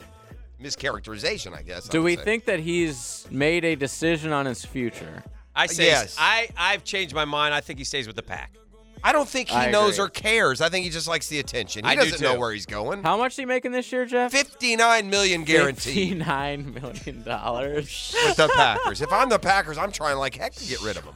Speaker 1: mischaracterization, I guess. I
Speaker 2: Do
Speaker 1: would
Speaker 2: we
Speaker 1: say.
Speaker 2: think that he's made a decision on his future?
Speaker 5: I say
Speaker 1: Yes.
Speaker 5: I I've changed my mind. I think he stays with the pack.
Speaker 1: I don't think he
Speaker 2: I
Speaker 1: knows
Speaker 2: agree.
Speaker 1: or cares. I think he just likes the attention. He
Speaker 5: I do
Speaker 1: doesn't know
Speaker 5: too.
Speaker 1: where he's going.
Speaker 2: How much is he making this year, Jeff?
Speaker 1: Fifty-nine million guaranteed
Speaker 2: Fifty-nine million
Speaker 1: (laughs)
Speaker 2: dollars.
Speaker 1: with the Packers. If I'm the Packers, I'm trying like heck to get rid of him.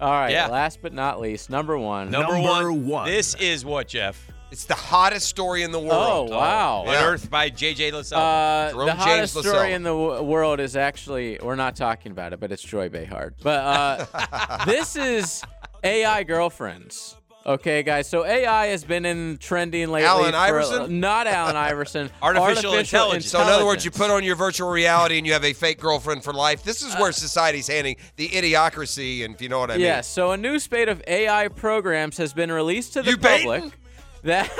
Speaker 2: All right.
Speaker 5: Yeah.
Speaker 2: Last but not least, number one.
Speaker 5: Number,
Speaker 3: Number
Speaker 5: one,
Speaker 3: one.
Speaker 5: This is what Jeff.
Speaker 1: It's the hottest story in the
Speaker 2: Oh
Speaker 1: world.
Speaker 2: wow.
Speaker 1: Yeah.
Speaker 5: Unearthed by JJ Lasell.
Speaker 2: Uh,
Speaker 1: Jerome
Speaker 2: the
Speaker 1: James
Speaker 2: hottest
Speaker 1: LaSalle.
Speaker 2: story in the w- world is actually we're not talking about it, but it's Joy Behar. But
Speaker 1: (laughs)
Speaker 2: uh, this is AI girlfriends. Okay, guys. So AI has been in trending lately.
Speaker 1: Allen
Speaker 2: for-
Speaker 1: Iverson?
Speaker 2: not
Speaker 1: (laughs)
Speaker 2: Allen Iverson.
Speaker 5: Artificial intelligence.
Speaker 1: So in other words, you
Speaker 2: intelligence. Uh,
Speaker 1: put on your virtual reality and you have a fake girlfriend for life. This is where society's handing the idiocracy, and if you know what I mean.
Speaker 2: Yes, so a new spate of AI programs has been released to the
Speaker 1: You baiting?
Speaker 2: public. That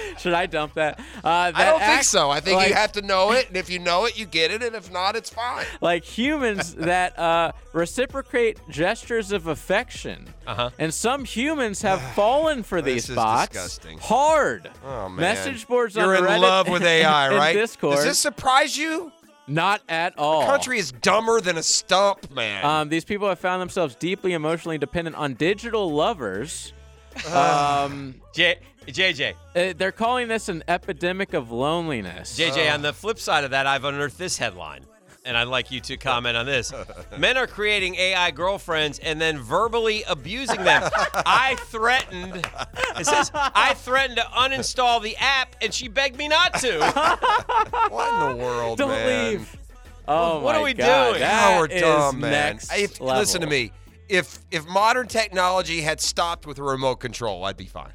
Speaker 2: (laughs) should I dump that? Uh, that
Speaker 1: I don't think
Speaker 2: act
Speaker 1: so. I think
Speaker 2: like,
Speaker 1: you have to know it, and if you know it, you get it, and if not, it's fine. (laughs)
Speaker 2: like humans that uh, reciprocate gestures of affection.
Speaker 5: Uh-huh.
Speaker 2: And some humans
Speaker 1: (sighs)
Speaker 2: have fallen for
Speaker 1: This
Speaker 2: these
Speaker 1: is
Speaker 2: bots
Speaker 1: disgusting.
Speaker 2: hard.
Speaker 1: Oh man,
Speaker 2: Message boards
Speaker 1: You're
Speaker 2: on
Speaker 1: in
Speaker 2: Reddit
Speaker 1: love
Speaker 2: (laughs)
Speaker 1: with AI,
Speaker 2: and
Speaker 1: right?
Speaker 2: Discord.
Speaker 1: Does this surprise you?
Speaker 2: Not at all.
Speaker 1: Country is dumber than a stump, man.
Speaker 2: Um, these people have found themselves deeply emotionally dependent on
Speaker 1: (sighs)
Speaker 2: digital lovers.
Speaker 1: Uh,
Speaker 2: Um,
Speaker 5: J, JJ.
Speaker 2: uh, they're calling this an epidemic of loneliness.
Speaker 5: JJ,
Speaker 1: Oh.
Speaker 5: on the flip side of that, I've unearthed this headline, and I'd like you to comment on
Speaker 1: (laughs)
Speaker 5: this. Men are creating AI girlfriends and then verbally
Speaker 1: (laughs)
Speaker 5: abusing them. I threatened. It says I threatened to uninstall the app, and she begged me
Speaker 1: (laughs)
Speaker 5: not to.
Speaker 1: what in the world,
Speaker 2: Don't
Speaker 1: man?
Speaker 2: leave. Oh
Speaker 5: What
Speaker 2: my
Speaker 5: are we
Speaker 2: God,
Speaker 5: doing?
Speaker 2: that
Speaker 1: Now we're
Speaker 2: is
Speaker 1: dumb, man.
Speaker 2: next
Speaker 1: If-
Speaker 2: level.
Speaker 1: listen to me. If if modern technology had stopped with a remote control, I'd be fine.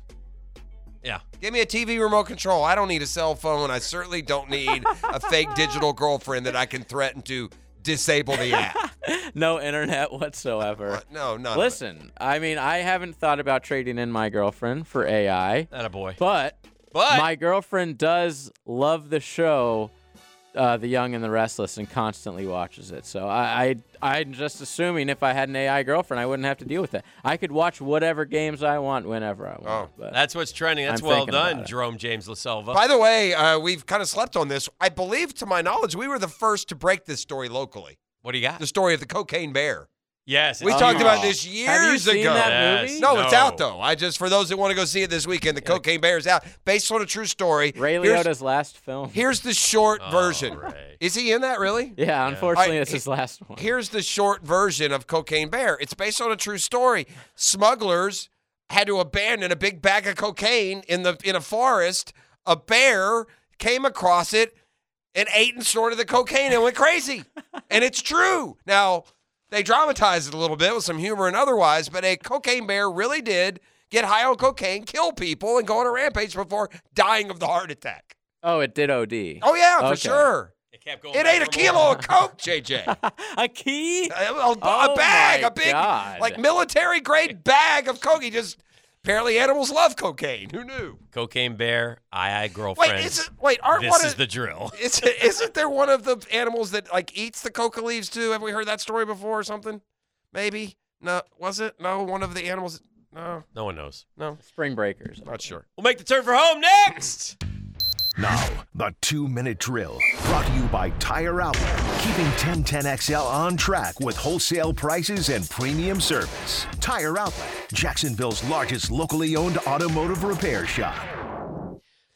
Speaker 5: Yeah.
Speaker 1: Give me a TV remote control. I don't need a cell phone. I certainly don't need a fake digital girlfriend that I can threaten to disable the
Speaker 2: (laughs)
Speaker 1: app.
Speaker 2: No internet (laughs) whatsoever.
Speaker 1: But no, no.
Speaker 2: listen, I mean, I haven't thought about trading in my girlfriend for AI,
Speaker 5: That a boy.
Speaker 2: but
Speaker 5: But
Speaker 2: my girlfriend does love the show. Uh, the Young and the Restless, and constantly watches it. So I, I, I'm just assuming if I had an AI girlfriend, I wouldn't have to deal with that. I could watch whatever games I want whenever I want.
Speaker 1: Oh,
Speaker 2: but-
Speaker 5: that's what's trending. That's
Speaker 2: I'm
Speaker 5: well
Speaker 2: thinking about
Speaker 5: done,
Speaker 2: it.
Speaker 5: Jerome James LaSelva.
Speaker 1: By the way, uh, we've kind of slept on this. I believe, to my knowledge, we were the first to break this story locally.
Speaker 5: what do you got?
Speaker 1: The story of the cocaine bear.
Speaker 5: Yes,
Speaker 1: We
Speaker 5: it's
Speaker 1: talked
Speaker 5: huge.
Speaker 1: about this
Speaker 5: Have
Speaker 1: years
Speaker 5: you seen
Speaker 1: ago.
Speaker 5: that movie?
Speaker 1: No, it's
Speaker 5: No.
Speaker 1: out though. I just for those that want to go see it this weekend, the Cocaine Bear is out, based on a true story.
Speaker 2: Ray
Speaker 1: Here's-
Speaker 2: Liotta's last film.
Speaker 1: Here's the short version. Is he in that really?
Speaker 2: Yeah,
Speaker 1: All
Speaker 2: unfortunately,
Speaker 1: right,
Speaker 2: it's his last one.
Speaker 1: Here's the short version of Cocaine Bear. It's based on a true story. Smugglers had to abandon a big bag of cocaine in the in a forest. A bear came across it and ate and snorted the cocaine and went crazy. and it's true. Now, they dramatized it a little bit with some humor and otherwise, but a cocaine bear really did get high on cocaine, kill people, and go on a rampage before dying of the heart attack.
Speaker 2: Oh, it
Speaker 1: (laughs)
Speaker 2: did OD.
Speaker 1: Oh yeah, for
Speaker 2: Okay.
Speaker 1: sure.
Speaker 5: It kept going.
Speaker 1: It ate a kilo
Speaker 5: (laughs)
Speaker 1: of coke, JJ.
Speaker 2: A key?
Speaker 1: A, a- a
Speaker 2: Oh
Speaker 1: bag,
Speaker 2: my
Speaker 1: a big,
Speaker 2: God.
Speaker 1: like military grade bag of coke. He just apparently animals love cocaine. Who knew?
Speaker 5: Cocaine Bear, I I
Speaker 1: Wait,
Speaker 5: girlfriend.
Speaker 1: is it? Wait, aren't
Speaker 5: this
Speaker 1: one
Speaker 5: is
Speaker 1: of
Speaker 5: the drill.
Speaker 1: (laughs)
Speaker 5: (laughs)
Speaker 1: is it, isn't there one of the animals that like eats the coca leaves too? Have we heard that story before or something? Maybe. No, was it? No, one of the animals. No,
Speaker 5: No one knows.
Speaker 1: no,
Speaker 2: Spring Breakers.
Speaker 1: not sure.
Speaker 5: We'll make the turn for home next.
Speaker 3: Now, the two minute drill brought to you by Tire Outlet, keeping 1010XL on track with wholesale prices and premium service. Tire Outlet, Jacksonville's largest locally owned automotive repair shop.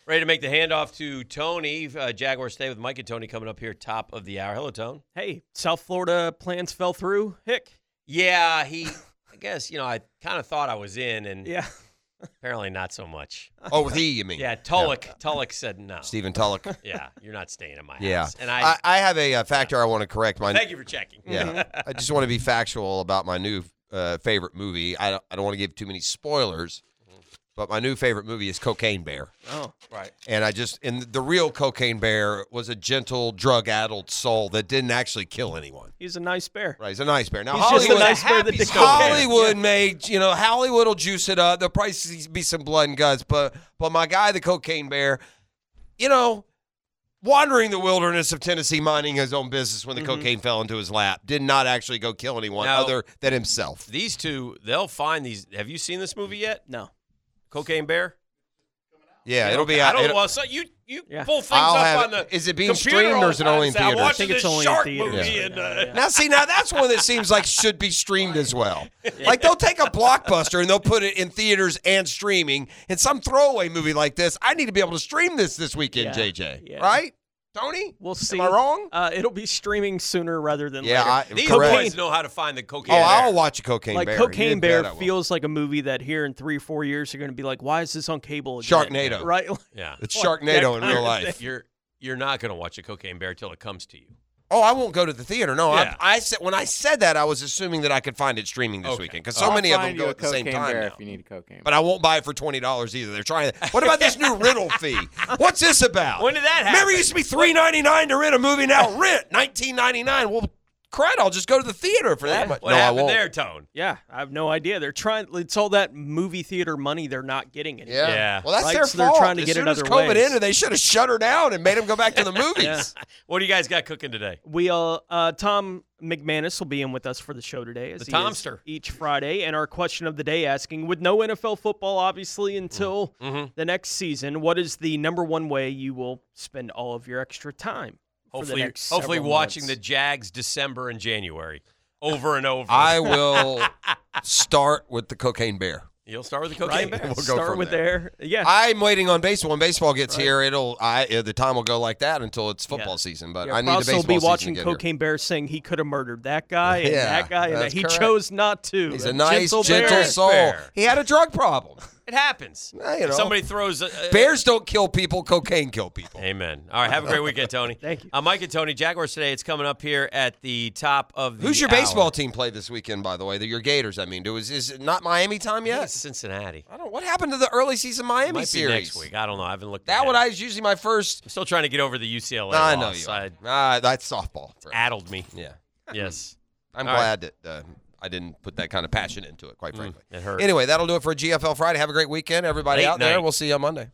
Speaker 5: Ready to make the handoff to Tony. Uh, Jaguar stay with Mike and Tony coming up here top of the hour. Hello, Tone.
Speaker 9: Hey, South Florida plans fell through. Hick.
Speaker 5: Yeah,
Speaker 9: (laughs)
Speaker 5: he. I guess you know. I kind of thought I was in, and
Speaker 9: Yeah.
Speaker 5: apparently not so
Speaker 9: (laughs)
Speaker 5: much.
Speaker 1: Oh, with he,
Speaker 2: (laughs)
Speaker 1: you mean?
Speaker 5: Yeah, Tulloch. Tulloch said no.
Speaker 1: Stephen Tulloch.
Speaker 5: Yeah, you're not staying in my house.
Speaker 1: Yeah,
Speaker 5: and I,
Speaker 1: I have a, uh factor I want to correct. My
Speaker 5: thank you for checking.
Speaker 1: Yeah. I just want to be factual about my new uh, favorite movie. I don't, I don't want to give too many spoilers, but my new favorite movie is Cocaine Bear.
Speaker 9: Oh.
Speaker 5: right.
Speaker 1: And I just, and the real Cocaine Bear was a gentle, drug addled soul that didn't actually kill anyone.
Speaker 9: (laughs) He's a nice bear.
Speaker 1: Right. He's a nice bear. Now,
Speaker 9: He's just a
Speaker 1: Hollywood,
Speaker 9: nice bear that
Speaker 5: happy
Speaker 9: did cocaine.
Speaker 1: Hollywood made, you know, Hollywood will juice it up. There'll probably be some blood and guts, but but my guy, the cocaine bear, you know, wandering the wilderness of Tennessee, minding his own business when the cocaine fell into his lap, did not actually go kill anyone
Speaker 5: Mm-hmm. No.
Speaker 1: other than himself.
Speaker 5: These two, they'll find these. Have you seen this movie yet?
Speaker 9: No.
Speaker 5: Cocaine Bear.
Speaker 1: Yeah, it'll be.
Speaker 5: I
Speaker 1: out.
Speaker 5: don't.
Speaker 1: it'll-
Speaker 5: Well, so you you
Speaker 9: Yeah.
Speaker 5: pull things
Speaker 1: I'll
Speaker 5: up
Speaker 1: have
Speaker 5: on
Speaker 1: it.
Speaker 5: the.
Speaker 1: Is it being
Speaker 5: computer
Speaker 1: streamed or
Speaker 5: all
Speaker 1: is it
Speaker 5: the time
Speaker 1: only
Speaker 5: and
Speaker 1: in
Speaker 5: say,
Speaker 1: theaters?
Speaker 5: I
Speaker 1: I
Speaker 5: watched
Speaker 9: think
Speaker 5: this
Speaker 9: it's only in
Speaker 5: shark
Speaker 9: theaters
Speaker 5: movie
Speaker 9: right
Speaker 5: and, uh,
Speaker 1: Now, see, now that's one that seems like should be streamed as well. Like they'll take a blockbuster and they'll put it in theaters and streaming. And some throwaway movie like this, I need to be able to stream this this weekend,
Speaker 9: Yeah,
Speaker 1: JJ.
Speaker 9: yeah.
Speaker 1: Right, Tony?
Speaker 9: We'll see.
Speaker 1: Am I wrong?
Speaker 9: Uh, it'll be streaming sooner rather than
Speaker 1: Yeah,
Speaker 9: later.
Speaker 1: I,
Speaker 5: These
Speaker 1: correct.
Speaker 5: boys know how to find the cocaine.
Speaker 1: Oh,
Speaker 5: bear.
Speaker 1: I'll watch a Cocaine
Speaker 9: like
Speaker 1: Bear.
Speaker 9: Cocaine
Speaker 1: You
Speaker 9: Bear
Speaker 1: bet I will.
Speaker 9: feels like a movie that here in three, four years you're going to be like, why is this on cable? Again?
Speaker 1: Sharknado.
Speaker 9: right? (laughs)
Speaker 5: Yeah.
Speaker 1: It's
Speaker 9: like
Speaker 1: Sharknado
Speaker 9: that
Speaker 1: in real
Speaker 9: kind of
Speaker 1: life.
Speaker 5: (laughs) You're you're not gonna watch a cocaine bear till it comes to you.
Speaker 1: Oh, I won't go to the theater. No,
Speaker 5: Yeah.
Speaker 1: I, I said when I said that, I was assuming that I could find it streaming this
Speaker 5: Okay.
Speaker 1: weekend because so
Speaker 5: I'll
Speaker 1: many of them
Speaker 2: Find
Speaker 1: go
Speaker 2: you a
Speaker 1: at the same
Speaker 2: cocaine
Speaker 1: time
Speaker 2: bear
Speaker 1: now.
Speaker 2: if you need a cocaine.
Speaker 1: But I won't buy it for twenty dollars either. They're trying. What about this new
Speaker 5: (laughs)
Speaker 1: rental fee? What's this about?
Speaker 5: When did that
Speaker 1: Remember,
Speaker 5: happen?
Speaker 1: it used to be three ninety nine to rent a movie. Now rent nineteen ninety nine. Well, crud! I'll just go to the theater for that much.
Speaker 5: What
Speaker 1: no, I
Speaker 5: happened
Speaker 1: won't.
Speaker 5: there, Tone?
Speaker 9: Yeah, I have no idea. They're trying. It's all that movie theater money they're not getting anymore.
Speaker 1: Yeah.
Speaker 5: Yeah.
Speaker 1: Well, that's
Speaker 9: Right,
Speaker 1: their
Speaker 9: so they're
Speaker 1: fault.
Speaker 9: trying to
Speaker 1: as
Speaker 9: get it
Speaker 1: soon as
Speaker 9: other
Speaker 1: COVID
Speaker 9: ways.
Speaker 1: ended, they should have shut her down and made them go back
Speaker 5: (laughs)
Speaker 1: to the movies.
Speaker 5: What do you guys got cooking today?
Speaker 9: We uh, uh, Tom McManus will be in with us for the show today, as
Speaker 5: The
Speaker 9: he is
Speaker 5: Tomster.
Speaker 9: each Friday, and our question of the day asking: With no NFL football, obviously,
Speaker 5: Mm-hmm.
Speaker 9: until the next season, what is the number one way you will spend all of your extra time? for the
Speaker 5: Hopefully,
Speaker 9: next
Speaker 5: hopefully
Speaker 9: several
Speaker 5: watching the
Speaker 9: months?
Speaker 5: Jags December and January over and over.
Speaker 1: I will start with the cocaine bear.
Speaker 5: You'll start with the cocaine bear.
Speaker 9: right.
Speaker 1: We'll go
Speaker 9: Start
Speaker 1: from
Speaker 9: with
Speaker 1: there.
Speaker 9: there. Yeah,
Speaker 1: I'm waiting on baseball. When baseball gets here, it'll I uh, the time will go like that until it's football
Speaker 9: Yeah.
Speaker 1: season. But
Speaker 9: Yeah,
Speaker 1: I need
Speaker 9: Krause
Speaker 1: the baseball
Speaker 9: will be
Speaker 1: season
Speaker 9: watching
Speaker 1: to get here.
Speaker 9: Cocaine Bear saying he could have murdered that guy and
Speaker 1: Yeah,
Speaker 9: that guy, and that
Speaker 1: that's
Speaker 9: he
Speaker 1: correct.
Speaker 9: chose not to.
Speaker 1: He's
Speaker 9: That
Speaker 1: a nice, gentle,
Speaker 9: bear.
Speaker 1: soul.
Speaker 5: Bear.
Speaker 1: He had a drug
Speaker 5: (laughs)
Speaker 1: problem.
Speaker 5: It happens.
Speaker 1: Well, you know.
Speaker 5: Somebody throws a, a-
Speaker 1: Bears don't kill people. Cocaine kill people.
Speaker 5: Amen. All right, have a great weekend, Tony.
Speaker 9: (laughs) Thank you.
Speaker 5: Uh, Mike and Tony Jaguars today. It's coming up here at the top of the.
Speaker 1: Who's your
Speaker 5: hour.
Speaker 1: baseball team play this weekend? By the way, The- your Gators. I mean, do is is it not Miami time
Speaker 5: I think it's
Speaker 1: yet?
Speaker 5: Cincinnati.
Speaker 1: I don't. What happened to the early season Miami
Speaker 5: Might be
Speaker 1: series?
Speaker 5: next week. I don't know. I haven't looked.
Speaker 1: That
Speaker 5: ahead.
Speaker 1: one I is usually my first.
Speaker 5: I'm still trying to get over the UCLA.
Speaker 1: I know
Speaker 5: loss.
Speaker 1: you.
Speaker 5: I-
Speaker 1: are. Ah, that's softball.
Speaker 5: addled me.
Speaker 1: Yeah,
Speaker 5: Yes.
Speaker 1: I'm
Speaker 5: All right.
Speaker 1: glad that uh, I didn't put that kind of passion into Mm, it. Quite frankly,
Speaker 5: it hurt.
Speaker 1: Anyway, that'll do it for GFL Friday. Have a great weekend, everybody
Speaker 5: Late
Speaker 1: out there.
Speaker 5: night.
Speaker 1: We'll see you on Monday.